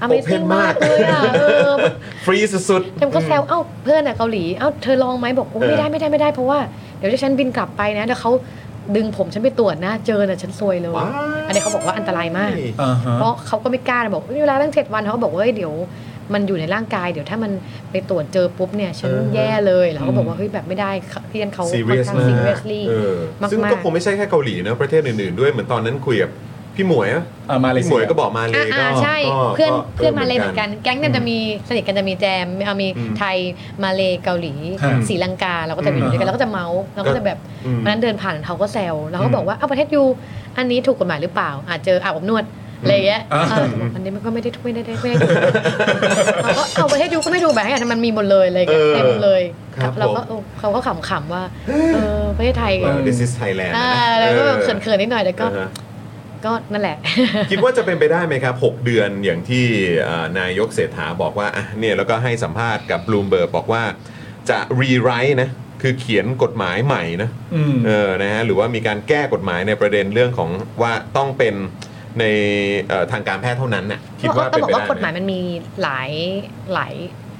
Speaker 4: อเมซิ่
Speaker 1: Open
Speaker 4: ง
Speaker 1: มาม
Speaker 4: าก กเลยอ่ะเออ
Speaker 1: ฟรีสุดๆ
Speaker 4: แจมก็แซวเอ้าเพื่อนอ่ะเกาหลีเอ้าเธอลองไหมบอกโอ้
Speaker 1: เออ
Speaker 4: ไม่ได้ไม่ได้ไม่ได้เพราะว่าเดี๋ยวถ้าฉันบินกลับไปนะเดี๋ยวเขาดึงผมฉันไปตรวจนะ เจอน่ะฉันซวยเลย
Speaker 1: ว้า
Speaker 4: อันนี้เขาบอกว่าอันตรายมาก
Speaker 2: อ่าฮะ
Speaker 4: เพราะเขาก็ไม่กล้านะบอกเวลาตั้งเจ็ดวันเขาก็บอกว่าเฮ้ยเดี๋ยว มันอยู่ในร่างกายเดี๋ยวถ้ามันไปตรวจเจอปุ๊บเนี่ยฉันแย่เลยแล้วเขาก็บอกว่าเฮ้ยแบบไม่ได้เขาที่นั่นเขา
Speaker 1: ซีเรียส
Speaker 4: ค่อนข้าง
Speaker 1: มาก
Speaker 4: seriously
Speaker 1: เออ
Speaker 4: มากๆ
Speaker 1: ซึ่งก็คงไม่ใช่แค่เกาหลีนะ ประเทศอื่นๆด้วยเหมือนตอนนั้นคุยกับพี่หมวยอะ
Speaker 2: อ่ามาเล
Speaker 1: พี่ห
Speaker 2: เซี
Speaker 1: มวย
Speaker 2: ย
Speaker 1: ก็บอกมาเล
Speaker 4: อ่า
Speaker 1: ก็
Speaker 4: อ่าใช่
Speaker 1: ก็
Speaker 4: เพื่อน
Speaker 1: ก็
Speaker 4: เพื่อนมาเลเหมือนกัน แก๊งเนี่ยจะมีสนิทกันจะมีแจมเอามี
Speaker 1: อืม
Speaker 4: ไทยมาเลเกาหลี
Speaker 2: ครับ
Speaker 4: ศรีลังกาเราก็จะไปอยู่ด้วยกันเราก็จะเมาส์เราก็จะแบบ
Speaker 1: อืม
Speaker 4: วันนั้นเดินผ่านเขาก็แซวเราก็บอกว่าอ้าวประเทศยูอันนี้ถูกกฎหมายหรือเปล่าอาจเจออาบอบนวดอะไรอย่างเงี้ย
Speaker 2: อ่า
Speaker 4: เออบอกอันนี้มันก็ไม่ได้ไม่ได้ไม่ได้ถูกเราก็เอาประเทศยูก็ไม่ถูกแบบให้มันมีหมดเลยอะไรอย่างเงี้ย
Speaker 1: เออ
Speaker 4: เต็มเลย
Speaker 1: ครับ
Speaker 4: เราก็
Speaker 1: ผม
Speaker 4: เออเขาก็ขำๆว่าเออประเทศไทย
Speaker 1: เออ This is Thailand
Speaker 4: อ่า
Speaker 1: นะ
Speaker 4: แล้วก็แบบ
Speaker 1: ออ
Speaker 4: เขินๆนิดหน่อยแต่ก็
Speaker 1: อ่าฮะ
Speaker 4: ก็นั่นแหละ
Speaker 1: คิดว่าจะเป็นไปได้ไหมครับ 6 เดือนอย่างที่เอ่อนายกเศรษฐาบอกว่าอ่ะเนี่ยแล้วก็ให้สัมภาษณ์กับบลูมเบิร์กบอกว่าจะรีไรต์นะคือเขียนกฎหมายใหม่นะ
Speaker 2: อืม
Speaker 1: เออนะฮะหรือว่ามีการแก้กฎหมายในประเด็นเรื่องของว่าต้องเป็นในเอ่อทางการแพทย์เท่านั้นน่ะคิดว่า
Speaker 4: ต้อ
Speaker 1: เป็
Speaker 4: งบ
Speaker 1: น
Speaker 4: อก
Speaker 1: ไปได้
Speaker 4: ว่ากฎห
Speaker 1: ไหม
Speaker 4: มายมันมีหลายหลาย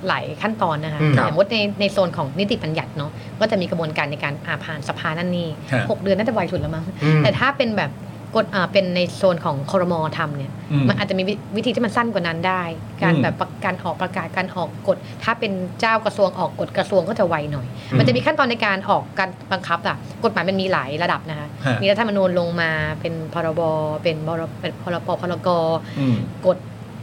Speaker 4: หลายขั้นตอนนะคะ
Speaker 1: อืมครับ
Speaker 4: สมมติในในโซนของนิติบัญญัติเนาะก็จะมีกระบวนการในการอาผ่านสภานั่นนี่
Speaker 2: ครับ
Speaker 4: หกเดือนน่าจะไวสุดแล้วมั้ง
Speaker 1: อืม
Speaker 4: แต่ถ้าเป็นแบบกฎอ่าเป็นในโซนของคอรมอทำเนี่ย
Speaker 2: อืม
Speaker 4: มันอาจจะมีวิวิธีที่มันสั้นกว่านั้นได้ การ
Speaker 2: อืม
Speaker 4: แบบประการออกประกาศการออกกฎถ้าเป็นเจ้ากระทรวงออกกฎกระทรวงก็จะไวหน่อย
Speaker 2: อืม
Speaker 4: มันจะมีขั้นตอนในการออกการบังคับอะกฎหมายมันมีหลายระดับนะคะ
Speaker 2: ฮะ
Speaker 4: มีรัฐธรรมนูญลงมาเป็นพรบเป็นพรบเป็นพรบพรก
Speaker 2: อืม
Speaker 4: กฎ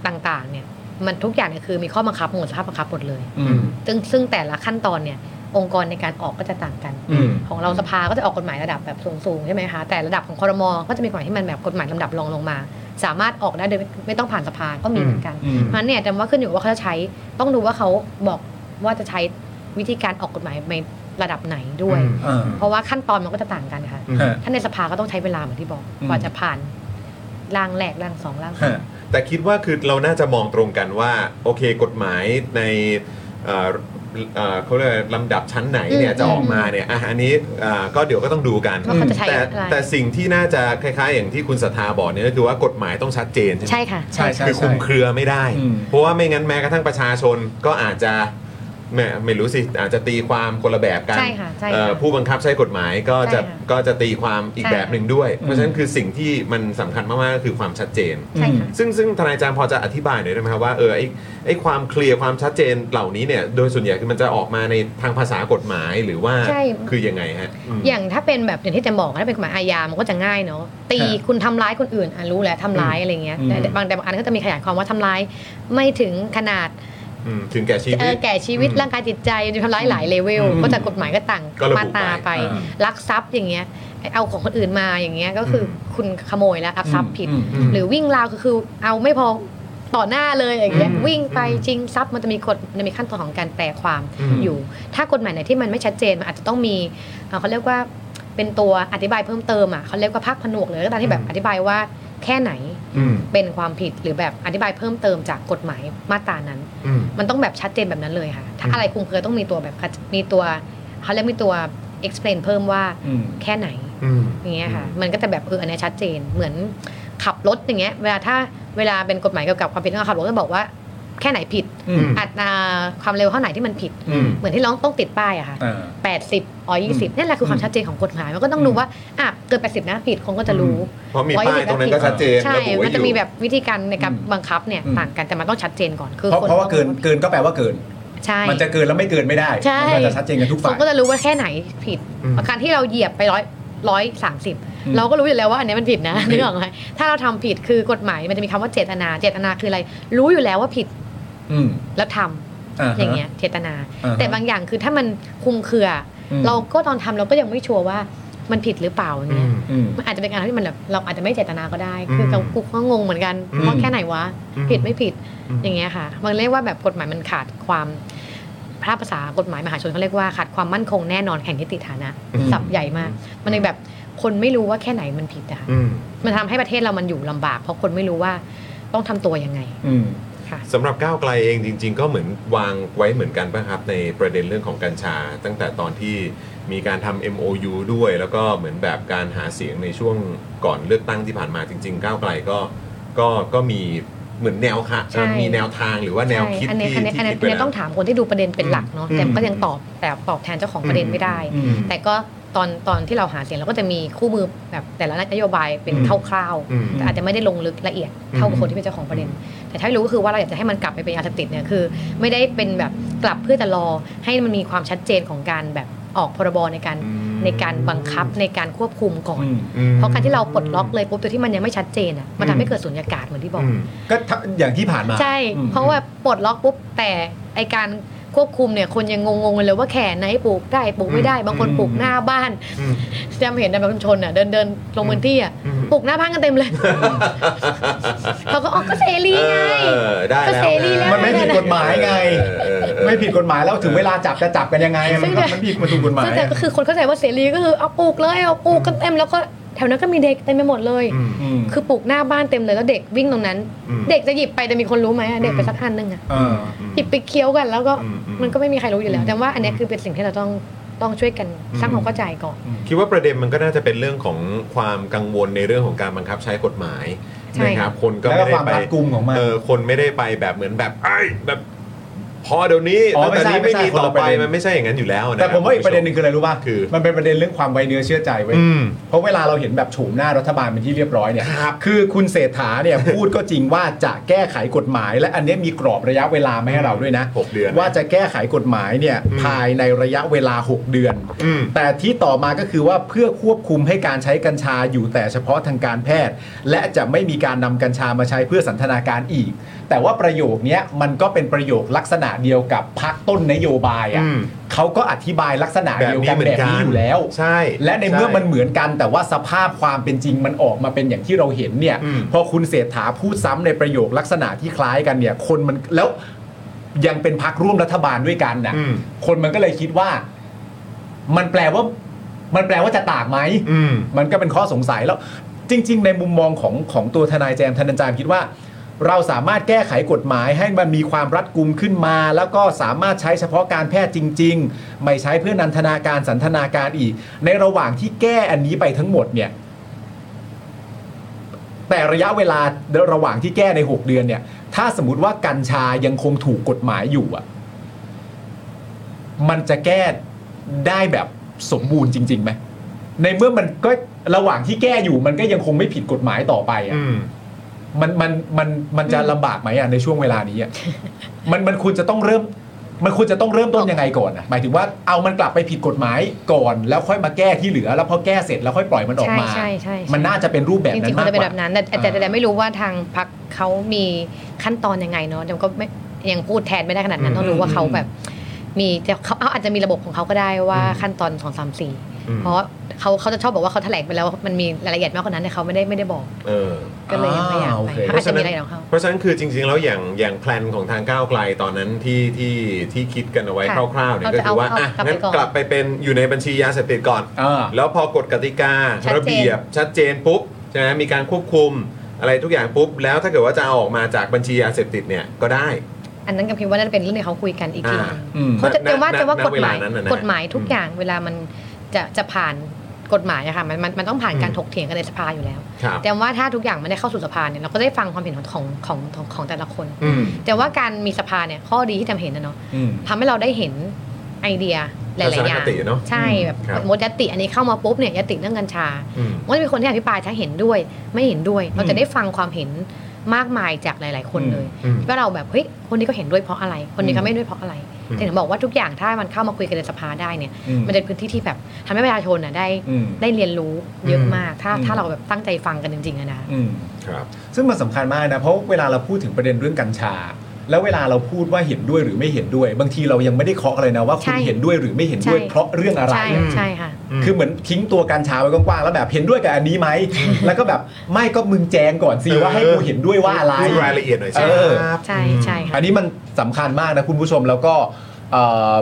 Speaker 4: ต่างๆ เนี่ยมันทุกอย่างเนี่ยคือมีข้อบังคับหมวดสภาพบังคับหมดเลย
Speaker 2: อืม
Speaker 4: ซึ่งซึ่งแต่ละขั้นตอนเนี่ยองค์กรในการออกก็จะต่างกัน
Speaker 2: อืม
Speaker 4: ของเราสภาก็จะออกกฎหมายระดับแบบสูงๆใช่ไหมคะแต่ระดับของคอรมอก็จะมีกฎหมายที่มันแบบกฎหมายลำดับรองลงมา สามารถออกได้โดยไม่ไม่ต้องผ่านสภาก็มีเหมือนกัน
Speaker 2: อืม
Speaker 4: เพราะฉะนั้นเนี่ยแต่ว่าขึ้นอยู่กับว่าเขาจะใช้ต้องดูว่าเขาบอกว่าจะใช้วิธีการออกกฎหมายในระดับไหนด้วย
Speaker 1: อืม
Speaker 2: อ่า
Speaker 4: เพราะว่าขั้นตอนมันก็จะต่างกันค่ะ
Speaker 2: ฮะ
Speaker 4: ถ้าในสภาก็ต้องใช้เวลาเหมือนที่บอก
Speaker 2: อืม
Speaker 4: กว่าจะผ่านร่างแรกร่างสองร่างสาม
Speaker 2: ฮะ
Speaker 1: แต่คิดว่าคือเราน่าจะมองตรงกันว่า โอเคกฎหมายในเอ่อเอ่อเขาเรียกลำดับชั้นไหนเนี่ย
Speaker 4: อืม
Speaker 1: จะออกมาเนี่ยอ่ะอันนี้อ่าก็เดี๋ยวก็ต้องดูกัน
Speaker 4: ว่าเขาจะใช้
Speaker 1: แต่
Speaker 4: อะไร
Speaker 1: แต่สิ่งที่น่าจะคล้ายๆ อย่างที่คุณศรัทธาบอกเนี่ยก็คือว่ากฎหมายต้องชัดเจนใช่ไหม
Speaker 4: ใช่ค่ะ
Speaker 2: ใช่ใช่
Speaker 1: คือคุ
Speaker 2: ใช่
Speaker 1: มเครือไม่ได้
Speaker 2: อืม
Speaker 1: เพราะว่าไม่งั้นแม้กระทั่งประชาชนก็อาจจะแหม่ไม่รู้สิอาจจะตีความคนละแบบกัน
Speaker 4: ใช่ค่ะใช่ค่ะ
Speaker 1: เอ่อผู้บังคับใช้กฎหมายก็จะ
Speaker 4: ใช่ค่ะ
Speaker 1: ก็จะตีความอีก
Speaker 4: ใช่
Speaker 1: แบบ
Speaker 4: ค่ะ
Speaker 1: หนึ่งด้วย เพราะฉะนั้นคือสิ่งที่มันสำคัญมากๆก็คือความชัดเจน
Speaker 4: ใช่ค่ะ
Speaker 1: ซึ่งซึ่งทนายจามพอจะอธิบายหน่อยได้ไหมครับว่าเออไอ้ไอ้ความเคลียร์ความชัดเจนเหล่านี้เนี่ย โดยส่วนใหญ่คือมันจะออกมาในทางภาษากฎหมายหรือว่า
Speaker 4: ใช่
Speaker 1: คือยังไงฮะม
Speaker 4: อย่างถ้าเป็นแบบอย่างที่จะบอกถ้าเป็นกฎหมายอาญามันก็จะง่ายเนาะตี
Speaker 2: ครับ
Speaker 4: คุณทำร้ายคนอื่นอ่ะรู้แล้วทำร้ายอะไรเงี้ย
Speaker 2: อืม
Speaker 4: แต่บางแต่บางอันก็จะมีขยายความว่าทำร้ายไม่ถึงขนาด
Speaker 1: อืมถึงแก่ชี
Speaker 4: เอ่อ
Speaker 1: วิต
Speaker 4: แก่ชีวิตร่างกายจิตใจทำร้ายหลายเลเวล
Speaker 1: อืม
Speaker 4: ก็จะกฎหมายก็ต่าง
Speaker 1: ก็ระบุ
Speaker 4: มาตราไป
Speaker 1: ไป
Speaker 2: อ่า
Speaker 4: ลักทรัพย์อย่างเงี้ยเอาของคนอื่นมาอย่างเงี้ยก็คืออคุณขโมยแล้วลักทรัพย์ผิด
Speaker 2: อืมอืม
Speaker 4: หรือวิ่งราวก็คือเอาไม่พอต่อหน้าเลยอย่างเงี้ย
Speaker 1: อืม
Speaker 4: วิ่งไป
Speaker 1: อืม
Speaker 4: ชิงทรัพย์มันจะมีกฎมันมีขั้นตอนของการแปลความ
Speaker 1: อืม
Speaker 4: อยู่ ถ้ากฎหมายไหนที่มันไม่ชัดเจนมันอาจจะต้องมี อ่าเขาเรียกว่าเป็นตัวอธิบายเพิ่มเติมอ่ะเขาเรียกว่าภาคผนวกเลยก็ตามที่แบบอธิบายว่าแค่ไหน
Speaker 1: อืม
Speaker 4: เป็นความผิดหรือแบบอธิบายเพิ่มเติมจากกฎหมายมาตรานั้น
Speaker 1: อืม
Speaker 4: มันต้องแบบชัดเจนแบบนั้นเลยค่ะ ถ้า
Speaker 1: อืม
Speaker 4: อะไรคลุมเครือต้องมีตัวแบบมีตัวเขาเรียกมีตัว explain เพิ่มว่า
Speaker 2: อืม
Speaker 4: แค่ไหน
Speaker 1: อืม
Speaker 4: อย่างเงี้ยค่ะ
Speaker 1: อืม
Speaker 4: มันก็จะแบบเอออันเนี้ยชัดเจนเหมือนขับรถอย่างเงี้ยเวลาถ้าเวลาเป็นกฎหมายเกี่ยวกับความผิดเรื่องขับรถก็บอกว่าแค่ไหนผิด
Speaker 2: อืม
Speaker 4: อัตราความเร็วเท่าไหร่ที่มันผิด
Speaker 1: อืม
Speaker 4: เหมือนที่เราต้องติดป้ายอะค่ะ
Speaker 2: อ่า
Speaker 4: 80อ๋อ
Speaker 2: ม
Speaker 4: 20 นั่นแหละคือความชัดเจนของกฎหมาย มันก็ต้องดูว่าอ่ะเกิน 80 นะผิดคนก็จะรู้
Speaker 1: เพราะมีป้ายตรงนั้นก็ชัดเจน
Speaker 4: ใช่
Speaker 1: ระบุไว้
Speaker 4: มัน
Speaker 1: อ
Speaker 4: จะ
Speaker 1: ยู่
Speaker 4: มีแบบวิธีการในการ
Speaker 2: อืม
Speaker 4: บังคับเนี่ย
Speaker 2: อืม
Speaker 4: ต่างกันแต่มันต้องชัดเจนก่อนคือ
Speaker 2: เพราะ
Speaker 4: คน
Speaker 2: เพราะว่าเกินเกินก็แปลว่าเกิน
Speaker 4: ใช่
Speaker 2: มันจะเกินแล้วไม่เกินไม่ได้
Speaker 4: ใช่
Speaker 2: มันก็จะชัดเจนกันทุก
Speaker 4: ค
Speaker 2: ฝ่าน ย
Speaker 4: ก็จะรู้ว่าแค่ไหนผิด
Speaker 1: อืม
Speaker 4: การที่เราเหยียบไปร้อยร้อยสามสิบ
Speaker 2: อืม
Speaker 4: เราก็รู้อยู่แล้วว่าอันเนี้ยมันผิดนะ
Speaker 2: อืม
Speaker 4: นึกออกไหมถ้าเราทำผิดคือกฎหมายมันจะมีคำว่าเจตนา เจตนาคืออะไร รู้อยู่แล้วว่าผิด
Speaker 2: อืม
Speaker 4: แล้วทำ
Speaker 2: อ่าฮะ
Speaker 4: อย่างเงี้ยเจตนา
Speaker 2: อ่าฮะ
Speaker 4: แต่บางอย่างคือถ้ามันคลุมเครืออ
Speaker 2: ม
Speaker 4: เราก็ตอนทำเราก็ยังไม่ชัวร์ว่ามันผิดหรือเปล่าอย่าง
Speaker 1: อื
Speaker 4: เงี้ย
Speaker 1: ม
Speaker 2: อืม
Speaker 4: มันอาจจะเป็นการทำที่มันแบบเราอาจจะไม่เจตนาก็ได้ คือเรา
Speaker 1: อืม
Speaker 4: กูก็งงเหมือนกัน
Speaker 1: อืม
Speaker 4: ว่าแค่ไหนวะ
Speaker 1: อืม
Speaker 4: ผิดไม่ผิด
Speaker 1: อืม
Speaker 4: อย่างเงี้ยค่ะมันเรียกว่าแบบกฎหมายมันขาดความภาพภาษากฎหมายมหาชนเขาเรียกว่าขาดความมั่นคงแน่นอนแห่งนิติฐานะ
Speaker 2: อืม
Speaker 4: สับใหญ่มาก มันเลยแบบคนไม่รู้ว่าแค่ไหนมันผิดอะค่ะ
Speaker 1: อืม
Speaker 4: มันทำให้ประเทศเรามันอยู่ลำบาก เพราะคนไม่รู้ว่าต้องทำตัวยังไง
Speaker 2: อืม
Speaker 4: ค่ะ
Speaker 1: สำหรับก้าวไกลเองจริง ๆ ก็เหมือนวางไว้เหมือนกันป่ะครับ ในประเด็นเรื่องของกัญชา ตั้งแต่ตอนที่มีการทำ MOU ด้วย แล้วก็เหมือนแบบการหาเสียงในช่วงก่อนเลือกตั้งที่ผ่านมาจริง ๆ ก้าวไกลก็ก็ก็มีเหมือนแนวค่ะ
Speaker 4: ใช่
Speaker 1: มีแนวทางหรือว่าแนวคิด
Speaker 4: ใช่อันเนี้ย
Speaker 1: ที่
Speaker 4: อันเนี้ย
Speaker 1: ที่
Speaker 4: อันเนี้ย
Speaker 1: คิดไป
Speaker 4: อันเนี้ย
Speaker 1: แล้
Speaker 4: ต้
Speaker 1: ว
Speaker 4: องถามคนที่ดูประเด็นเป็นหลักเนาะแต่
Speaker 1: อืม
Speaker 4: ก็ยังตอบแต่ตอบแทนเจ้าของประเด็นไม่ได้
Speaker 2: อืม
Speaker 4: แต่ก็ตอนตอนที่เราหาเสียงเราก็จะมีคู่มือแบบแต่ละนโยบายเป็น
Speaker 1: อืม
Speaker 4: คร่าว
Speaker 1: อืม
Speaker 4: ๆแต่อาจจะไม่ได้ลงลึกละเอียดเท่ากับคนที่เป็นเจ้าของประเด็น แต่ถ้ารู้ก็คือว่าเราอยากจะให้มันกลับไปเป็นยาเสพติดเนี่ยคือ ไม่ได้เป็นแบบกลับเพื่อจะรอให้มันมีความชัดเจนของการแบบออกพรบในการ
Speaker 1: อืม
Speaker 4: ในการบังคับในการควบคุมก่อน
Speaker 2: อืม
Speaker 1: อืม
Speaker 4: เพราะการที่เราปลดล็อกเลยปุ๊บโดยที่มันยังไม่ชัดเจนอ่ะมัน
Speaker 1: อืม
Speaker 4: ทำให้เกิดสุญญากาศเหมือนที่บอก
Speaker 1: ม
Speaker 2: ก็ถ้าอย่างที่ผ่านมา
Speaker 4: ใช่
Speaker 2: อืม
Speaker 4: เพราะว่าปลดล็อกปุ๊บแต่ไอการควบคุมเนี่ยคนยังงงๆเลยว่าแขนไหนปลูกได้ปลูกไม่ได้บางคน
Speaker 2: อืม
Speaker 4: ปลูกหน้าบ้าน
Speaker 1: อืม
Speaker 4: จำเห็นในประชาชนอ่ะเดินเดินลงพื้นที่อ่ะ
Speaker 1: อืม
Speaker 4: ปลูกหน้าบ้านกันเต็ม เลยเขาก็อ๋อก็เสรีไง
Speaker 1: เออได้แล้ว
Speaker 4: ก็เสรีแล้ว
Speaker 2: มันไม่ผิดกฎหมายไง
Speaker 1: เออเออเออ
Speaker 2: ไม่ผิดกฎหมายแล้วถึงเวลาจับจะจับกันยังไง มันก็มันผิดมันถูกกฎหมาย
Speaker 4: ซึ่งแต่ก็คือคนเข้าใจว่าเสรีก็คือเอาปลูกเลยเอาปลูกกันเต็มแล้วก็แถวนั้นก็มีเด็กเต็มไปหมดเลย
Speaker 1: อืม
Speaker 2: ม
Speaker 4: คือปลูกหน้าบ้านเต็มเลยแล้วเด็กวิ่งตรงนั้น
Speaker 1: อืม
Speaker 4: เด็กจะหยิบไปแต่มีคนรู้ไหมอะเด็กไปสักอันหนึงอ่ะ
Speaker 2: เออ
Speaker 4: หยิบไปเคี้ยวกันแล้วก็
Speaker 1: อืมอืม
Speaker 4: มันก็ไม่มีใครรู้อยู่แล้
Speaker 2: อื
Speaker 4: ว
Speaker 2: ม
Speaker 4: แต่ว่าอันเนี้ยคือเป็นสิ่งที่เราต้องต้องช่วยกันสร้างความเข้าใจก่อน
Speaker 1: คิดว่าประเด็นมันก็น่าจะเป็นเรื่องของความกังวลในเรื่องของการบังคับใช้กฎหมาย
Speaker 4: ใช่
Speaker 1: นะครับคนก็
Speaker 2: แล้วก็
Speaker 1: ไม่ได้
Speaker 2: ความ
Speaker 1: ไป
Speaker 2: รัดกุมของมัน
Speaker 1: เออคนไม่ได้ไปแบบเหมือนแบบไอ้แบบพอเดี๋ยวนี้
Speaker 2: อ๋อ
Speaker 1: ตั้
Speaker 2: ไม่
Speaker 1: งแต่
Speaker 2: ใช่
Speaker 1: นี้ไม่
Speaker 2: ไม่ใช่
Speaker 1: มี
Speaker 2: คน
Speaker 1: ต่อ
Speaker 2: ละป
Speaker 1: ไประ
Speaker 2: เด็น
Speaker 1: มันไม่ใช่อย่างนั้นอยู่แล้วนะ
Speaker 2: แต่ผมว่าอีก
Speaker 1: ค
Speaker 2: ป
Speaker 1: บ
Speaker 2: ระเด็นหนึ่งคืออะไรรู้ป่ะ
Speaker 1: คือ
Speaker 2: มันเป็นประเด็นเรื่องความไวเนื้อเชื่อใจเว้ย
Speaker 1: อืม
Speaker 2: เพราะเวลาเราเห็นแบบโฉมหน้ารัฐบาลเป็นที่เรียบร้อยเนี่ย
Speaker 1: ครับ
Speaker 2: อคุณเศรษฐาเนี่ย พูดก็จริงว่าจะแก้ไขกฎหมาย และอันเนี้ยมีกรอบระยะเวลาไม่ให้เราด้วยนะ
Speaker 1: หกเดือนนะ
Speaker 2: ว่าจะแก้ไขกฎหมายเนี่ย
Speaker 1: อืม
Speaker 2: ภายในระยะเวลา 6 เดือน
Speaker 1: อืม
Speaker 2: แต่ที่ต่อมาก็คือว่าเพื่อควบคุมให้การใช้กัญชาอยู่แต่เฉพาะทางการแพทย์ และจะไม่มีการนำกัญชามาใช้เพื่อสันทนาการอีก แต่ว่าประโยคเนี้ยมันก็เป็นประโยคลักษณะเดียวกับพักต้นนโยบาย
Speaker 1: อื
Speaker 2: อะ่ะ
Speaker 1: ม
Speaker 2: เขาก็อธิบายลักษณะ
Speaker 1: แบ
Speaker 2: เดี
Speaker 1: บ
Speaker 2: ยว
Speaker 1: นี้
Speaker 2: กัน
Speaker 1: เหมือ
Speaker 2: แบบ
Speaker 1: นกัน
Speaker 2: นี้อยู่แล้ว
Speaker 1: ใช่
Speaker 2: และในเมื่อมันเหมือนกันแต่ว่าสภาพความเป็นจริงมันออกมาเป็นอย่างที่เราเห็นเนี่ย
Speaker 1: อืม
Speaker 2: พอคุณเศรษฐาพูดซ้ำในประโยคลักษณะที่คล้ายกันเนี่ย คนมันแล้วยังเป็นพักร่วมรัฐบาลด้วยกันน่ะ
Speaker 1: อืม
Speaker 2: คนมันก็เลยคิดว่า มันแปลว่า มันแปลว่าจะต่างไหม
Speaker 1: อืม
Speaker 2: มันก็เป็นข้อสงสัยแล้ว จริง ๆ ในมุมมองของของตัวทนายแจมทนายแจมคิดว่า เราสามารถแก้ไขกฎหมายให้มันมีความรัดกุมขึ้นมา แล้วก็สามารถใช้เฉพาะการแพทย์จริง ๆ ไม่ใช้เพื่อนันทนาการสันทนาการอีก ในระหว่างที่แก้อันนี้ไปทั้งหมดเนี่ย แต่ระยะเวลาระหว่างที่แก้ใน 6 เดือนเนี่ย ถ้าสมมติว่ากัญชายังคงถูกกฎหมายอยู่อ่ะ มันจะแก้ได้แบบสมบูรณ์จริงๆไหม ในเมื่อมันก็ระหว่างที่แก้อยู่มันก็ยังคงไม่ผิดกฎหมายต่อไปอ่ะ
Speaker 1: อืม
Speaker 2: มันมันมันมันจะลำบากไหมอ่ะในช่วงเวลานี้อ่ะ มันมันควรจะต้องเริ่ม มันควรจะต้องเริ่มต้นยังไงก่อนอ่ะหมายถึงว่าเอามันกลับไปผิดกฎหมายก่อน แล้วค่อยมาแก้ที่เหลือ แล้วพอแก้เสร็จแล้วค่อยปล่อยมันออกมา
Speaker 4: ใช่ใช่ใช่
Speaker 2: มันน่าจะเป็นรูปแบบ
Speaker 4: จ
Speaker 2: นั้
Speaker 4: ริ
Speaker 2: น
Speaker 4: งๆคว
Speaker 2: มาร ก
Speaker 4: จะเป็น
Speaker 2: กว่า
Speaker 4: แบบนั้นแต่แต่แต่แต่ไม่รู้ว่าทางพักเขามีขั้นตอนยังไงเนาะแต่ก็ไม่ยังพูดแทนไม่ได้ขนาดนั้น ต้องรู้ว่าเขาแบบ มีจะเขาเอาอาจจะมีระบบของเขาก็ได้ว่าขั้นตอนสองสามสี่
Speaker 1: อืม
Speaker 4: เพราะเขาเขาจะชอบบอกว่าเขาแถลงไปแล้วมันมีรายละเอียดมากกว่านั้นแต่เขาไม่ได้ไม่ได้บอก
Speaker 1: เออ
Speaker 4: ก็เลยยังไม่อยาก
Speaker 2: อ่าโอ
Speaker 4: ไป
Speaker 2: เค
Speaker 4: เขาอาจจะมีอะไรของเขา
Speaker 1: เพราะฉะนั้นคือจริงๆ แล้วอย่างอย่างแพลนของทางก้าวไกลตอนนั้นที่ที่ที่คิดกันเอาไว้
Speaker 4: ค่ะ
Speaker 1: คร่าวๆเนี่ย
Speaker 4: เอา
Speaker 1: ก็คือว่า
Speaker 4: เอา
Speaker 1: อ่ะ
Speaker 4: กลับไป
Speaker 1: งั้น
Speaker 4: ก่อน
Speaker 1: กลับไปเป็นอยู่ในบัญชียาเสพติดก่อน
Speaker 2: อ่า
Speaker 1: แล้วพอกฎกติกา
Speaker 4: ชัดเจน
Speaker 1: ระเบียบชัดเจนปุ๊บใช่ไหมมีการควบคุมอะไรทุกอย่างปุ๊บ แล้วถ้าเกิดว่าจะเอาออกมาจากบัญชียาเสพติดเนี่ยก็ได้
Speaker 4: อันนั้นกับพิมว่าน่าจะเป็นเรื่องที่เขาคุยกันอีกทีหนึ่ง
Speaker 2: อืม
Speaker 4: เพราะจะ
Speaker 1: ณ
Speaker 4: แต่ว่า
Speaker 1: ณ
Speaker 4: แต่ว่ากฎหมาย
Speaker 1: ณเวลนั้นน่ะนะ
Speaker 4: กฎหมายทุกอย่างเวลามันจะจะผ่านกฎหมายอะค่ะมันมันมันต้องผ่านการ
Speaker 1: อืม
Speaker 4: ถกเถียงกันในสภาอยู่แล้ว
Speaker 1: ครับ
Speaker 4: แต่ว่าถ้าทุกอย่างมันได้เข้าสู่สภาเนี่ยเราก็ได้ฟังความเห็นของของของของของแต่ละคน
Speaker 1: อืม
Speaker 4: แต่ว่าการมีสภาเนี่ยข้อดีที่จำเห็นนะเนาะ
Speaker 2: อืม
Speaker 4: ทำให้เราได้เห็นไอเดียหลาย ๆ อย่าง
Speaker 1: ทัศนคติเนอะ
Speaker 4: ใช่แบบ
Speaker 1: ครับ
Speaker 4: มดยตติอันนี้เข้ามาปุ๊บเนี่ยยตติเรื่องกัญชา
Speaker 1: อืม
Speaker 4: มันจะมีคนที่อภิปรายทั้งเห็นด้วย ไม่เห็นด้วย เรา
Speaker 2: อื
Speaker 4: จะ
Speaker 2: ม
Speaker 4: ได้ฟังความเห็นมากมายจากหลาย ๆ คน
Speaker 2: อืม
Speaker 4: เลย
Speaker 1: อืม
Speaker 4: ว่าเราแบบเฮ้ยคนนี้ก็เห็นด้วยเพราะอะไร คนนี้
Speaker 2: อื
Speaker 4: ก็
Speaker 2: ม
Speaker 4: ไม่ด้วยเพราะอะไร
Speaker 1: อืม
Speaker 4: แต่ถึงบอกว่าทุกอย่างถ้ามันเข้ามาคุยกันในสภาได้เนี่ย
Speaker 2: อืม
Speaker 4: มันจะเป็นพื้นที่ที่แบบทำให้ประชาชนน่ะได้
Speaker 2: อืม
Speaker 4: ได้เรียนรู้เยอะมาก ถ้า
Speaker 2: อืม
Speaker 4: ถ้าเราแบบตั้งใจฟังกันจริงๆอะนะ
Speaker 2: อืม
Speaker 1: ครับ
Speaker 2: ซึ่งมันสำคัญมากนะ เพราะเวลาเราพูดถึงประเด็นเรื่องกัญชา แล้วเวลาเราพูดว่าเห็นด้วยหรือไม่เห็นด้วย บางทีเรายังไม่ได้เคาะเลยนะว่าคุณ
Speaker 4: ใช่
Speaker 2: เห็นด้วยหรือไม่เห็นด้วย
Speaker 4: ใช่
Speaker 2: เพราะเรื่องอะไร
Speaker 4: ใช่ใช่ค่ะ
Speaker 2: คือเหมือนทิ้งตัวกัญชาไว้กว้างๆแล้วแบบเห็นด้วยกับอันนี้ไหมแล้วก็แบบไม่ก็มึงแจงก่อนสิว่าให้กูเห็นด้วยว่าอะไร
Speaker 1: พูดรายละเอียดหน่อยสิ
Speaker 2: เออ
Speaker 1: ครับ
Speaker 4: ใช่ใช่ค่ะ
Speaker 2: อันนี้มันสำคัญมากนะคุณผู้ชมแล้วก็เอ่อ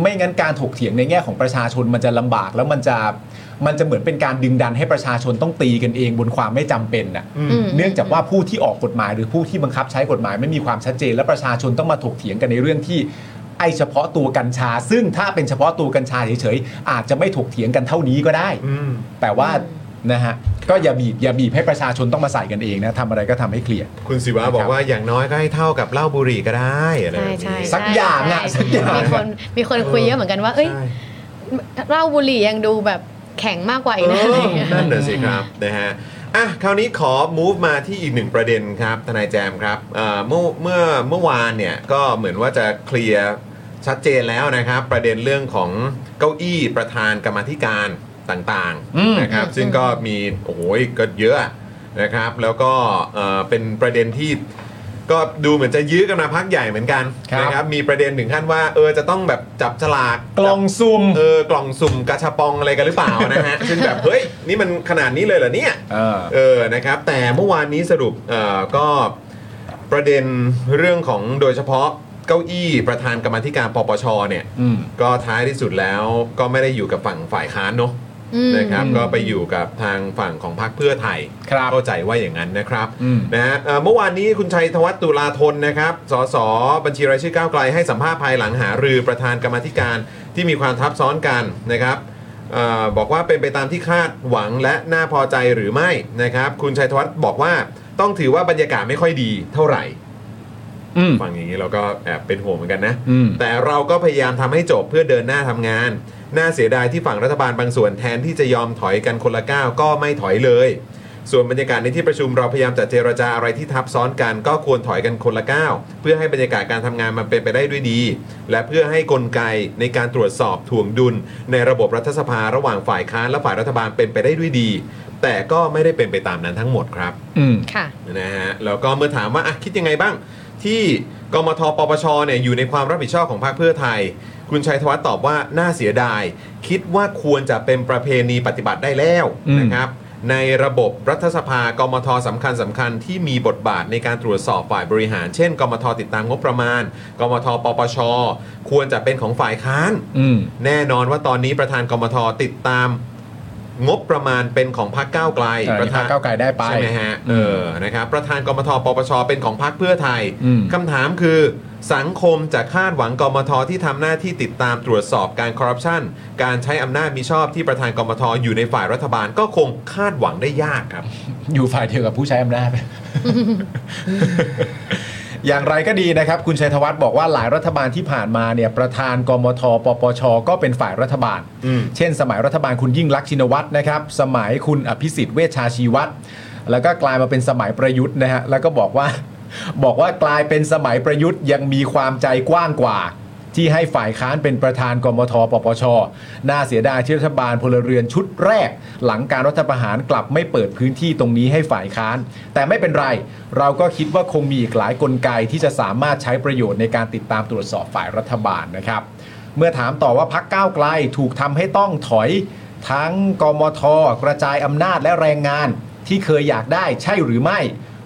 Speaker 2: ไม่งั้นการถกเถียงในแง่ของประชาชนมันจะลำบากแล้วมันจะมันจะเหมือนเป็นการดึงดันให้ประชาชนต้องตีกันเองบนความไม่จำเป็นน่ะ
Speaker 4: อืม
Speaker 2: เนื่องจากว่าผู้ที่ออกกฎหมาย หรือผู้ที่บังคับใช้กฎหมายไม่มีความชัดเจน และประชาชนต้องมาถกเถียงกันในเรื่องที่ไอเฉพาะตัวกัญชา ซึ่งถ้าเป็นเฉพาะตัวกัญชาเฉยๆอาจจะไม่ถกเถียงกันเท่านี้ก็ได้ แต่ว่า
Speaker 4: อื
Speaker 2: นะฮะก็อย่าบีบอย่าบีบให้ประชาชนต้องมาใส่กันเองนะทำอะไรก็ทำให้เคลียร์
Speaker 1: คุณศิวะบอกว่าอย่างน้อยก็ให้เท่ากับเหล้าบุหรี่ก็ได้อะไร
Speaker 4: ใช่
Speaker 1: แบบ
Speaker 4: ใช่
Speaker 1: นี้
Speaker 2: สักอย่างอะ
Speaker 4: ใช่
Speaker 2: สักอย่าง
Speaker 4: มีคนมีคนคุยเยอะเหมือนกันว่าเอ้ย
Speaker 1: ใช่
Speaker 4: เหล้าบุหรี่ยังดูแบบแข็งมากกว่าอีกนะอะไรอย่างเงี้ย
Speaker 1: นั่นน่ะสิครับนะฮะอ่ะคราวนี้ขอ move มาที่อีกหนึ่งประเด็นครับทนายแจมครับเอ่อเมื่อเมื่อเมื่อวานเนี่ยก็เหมือนว่าจะเคลียร์ชัดเจนแล้วนะครับ ประเด็นเรื่องของเก้าอี้ประธานกรรมาธิการต่าง
Speaker 2: อืม
Speaker 1: ๆนะครับ ซึ่ง
Speaker 4: อืม
Speaker 1: ก็มีโอ้โหก็เยอะนะครับ แล้วก็เอ่อเป็นประเด็นที่ ก็ดูเหมือนจะยื้อกันมาพักใหญ่เหมือนกัน
Speaker 2: ครับ
Speaker 1: นะครับมีประเด็นถึงขั้นว่าเออจะต้องแบบจับฉลาก
Speaker 2: กล่อง
Speaker 1: จับ
Speaker 2: ซุ่ม
Speaker 1: เออกล่องสุ่มกาชาปองอะไรกันหรือเปล่านะ ฮะ ซึ่งแบบเฮ้ยนี่มันขนาดนี้เลยเหรอเนี่ยเออนะครับแต่เมื่อวานนี้สรุปเออก็ประเด็นเรื่องของโดยเฉพาะเก้าอี้ประธานกรรมาธิการปปชเนี่ย
Speaker 2: อืม
Speaker 1: ก็ท้ายที่สุดแล้วก็ไม่ได้อยู่กับฝั่งฝ่ายค้านเนอะ
Speaker 4: อืม
Speaker 1: นะครับ
Speaker 2: อืม
Speaker 1: ก็ไปอยู่กับทางฝั่งของพรรคเพื่อไทย
Speaker 2: ครับ
Speaker 1: เข้าใจว่าอย่างนั้นนะครับ
Speaker 2: อืม
Speaker 1: นะฮะเอ่อเมื่อวานนี้คุณชัยธวัฒน์ตุลาธนนะครับ สสบัญชีรายชื่อก้าวไกลให้สัมภาษณ์ภายหลังหารือประธานกรรมาธิการที่มีความทับซ้อนกันนะครับเออบอกว่าเป็นไปตามที่คาดหวังและน่าพอใจหรือไม่นะครับ คุณชัยธวัฒน์บอกว่าต้องถือว่าบรรยากาศไม่ค่อยดีเท่าไหร่
Speaker 2: อืม
Speaker 1: ฟังอย่างนี้เราก็แอบเป็นห่วงเหมือนกันนะ
Speaker 2: อืม
Speaker 1: แต่เราก็พยายามทำให้จบเพื่อเดินหน้าทำงาน น่าเสียดายที่ฝั่งรัฐบาลบางส่วนแทนที่จะยอมถอยกันคนละก้าวก็ไม่ถอยเลย ส่วนบรรยากาศในที่ประชุมเราพยายามจัดเจรจาอะไรที่ทับซ้อนกันก็ควรถอยกันคนละก้าวเพื่อให้บรรยากาศการทำงานมันเป็นไปได้ด้วยดี และเพื่อให้กลไกในการตรวจสอบถ่วงดุล ในระบบรัฐสภาระหว่างฝ่ายค้านและฝ่ายรัฐบาลเป็นไปได้ด้วยดี แต่ก็ไม่ได้เป็นไปตามนั้นทั้งหมดครับ
Speaker 2: อืม
Speaker 4: ค่ะ
Speaker 1: นะฮะแล้วก็เมื่อถามว่าอ่ะคิดยังไงบ้าง ที่กมทปปชเนี่ยอยู่ในความรับผิดชอบของพรรคเพื่อไทย คุณชัยธวัฒน์ตอบว่าน่าเสียดาย คิดว่าควรจะเป็นประเพณีปฏิบัติได้แล้ว
Speaker 2: อืม
Speaker 1: นะครับ ในระบบรัฐสภากมทสำคัญสำคัญที่มีบทบาทในการตรวจสอบฝ่ายบริหาร เช่น กมทติดตามงบประมาณ กมทปปช ควรจะเป็นของฝ่ายค้าน
Speaker 2: อืม
Speaker 1: แน่นอนว่าตอนนี้ประธานกมทติดตามงบประมาณเป็นของพรรคก้าวไกล
Speaker 2: ใช่
Speaker 1: ประธา
Speaker 2: พ
Speaker 1: น
Speaker 2: รรคก้าวไกลได้ไป
Speaker 1: ใช่ไหมฮะ
Speaker 2: อืม
Speaker 1: เออนะครับประธานกมทปปชเป็นของพรรคเพื่อไทย
Speaker 2: อืม
Speaker 1: คำถามคือ สังคมจะคาดหวังกมทที่ทำหน้าที่ติดตามตรวจสอบการคอร์รัปชันการใช้อำนาจมิชอบที่ประธานกมทอยู่ในฝ่ายรัฐบาลก็คงคาดหวังได้ยากครับ
Speaker 2: อยู่ฝ่ายเดียวกับผู้ใช้อำนาจ อย่างไรก็ดีนะครับ คุณชัยธวัฒน์บอกว่าหลายรัฐบาลที่ผ่านมาเนี่ยประธานกมทปปช ก็เป็นฝ่ายรัฐบาล
Speaker 1: อืม
Speaker 2: เช่น สมัยรัฐบาลคุณยิ่งลักษณ์ชินวัตรนะครับ สมัยคุณอภิสิทธิ์เวชชาชีวัตรแล้วก็กลายมาเป็นสมัยประยุทธ์นะฮะแล้วก็บอกว่า บอกว่ากลายเป็นสมัยประยุทธ์ยังมีความใจกว้างกว่า ที่ให้ฝ่ายค้านเป็นประธานกมทปปช น่าเสียดายที่รัฐบาลพลเรือนชุดแรก หลังการรัฐประหารกลับไม่เปิดพื้นที่ตรงนี้ให้ฝ่ายค้าน แต่ไม่เป็นไร เราก็คิดว่าคงมีอีกหลายกลไกที่จะสามารถใช้ประโยชน์ในการติดตามตรวจสอบฝ่ายรัฐบาลนะครับ เมื่อถามต่อว่าพักก้าวไกลถูกทำให้ต้องถอย ทั้งกมท กระจายอำนาจและแรงงานที่เคยอยากได้ใช่หรือไม่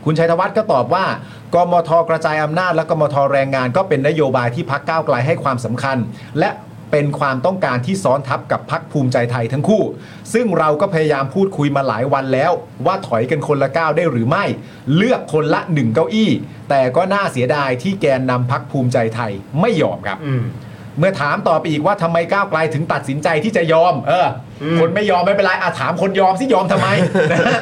Speaker 2: คุณชัยธวัฒน์ก็ตอบว่า กมท กระจายอำนาจและกมท แรงงานก็เป็นนโยบายที่พักก้าวไกลให้ความสำคัญ และเป็นความต้องการที่ซ้อนทับกับพักภูมิใจไทยทั้งคู่ ซึ่งเราก็พยายามพูดคุยมาหลายวันแล้ว ว่าถอยกันคนละก้าวได้หรือไม่ เลือกคนละหนึ่งเก้าอี้ แต่ก็น่าเสียดายที่แกนนำพักภูมิใจไทยไม่ยอมครับ เมื่อถามต่อไปอีกว่าทำไมก้าวไกลถึงตัดสินใจที่จะยอม เอออคนไม่ยอมไม่เป็นไรอาถามคนยอมสิยอมทำไม นะฮะ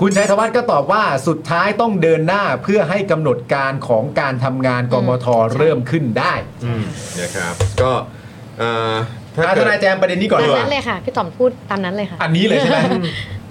Speaker 2: คุณชัยธวัฒน์ก็ตอบว่าสุดท้ายต้องเดินหน้าเพื่อให้กำหนดการของการทำงานกมทเริ่มขึ้นได้
Speaker 1: นะครับก็เอ่อ ถ้า
Speaker 2: อ่ะท
Speaker 1: เกิด
Speaker 2: นายแจมประเด็นนี้ก่อน
Speaker 4: ตาม
Speaker 2: ดีกว่า
Speaker 4: นั้นเลยค่ะพี่ต่อมพูดตามนั้นเลยค่ะ
Speaker 2: อันนี้เลยใช่ไหม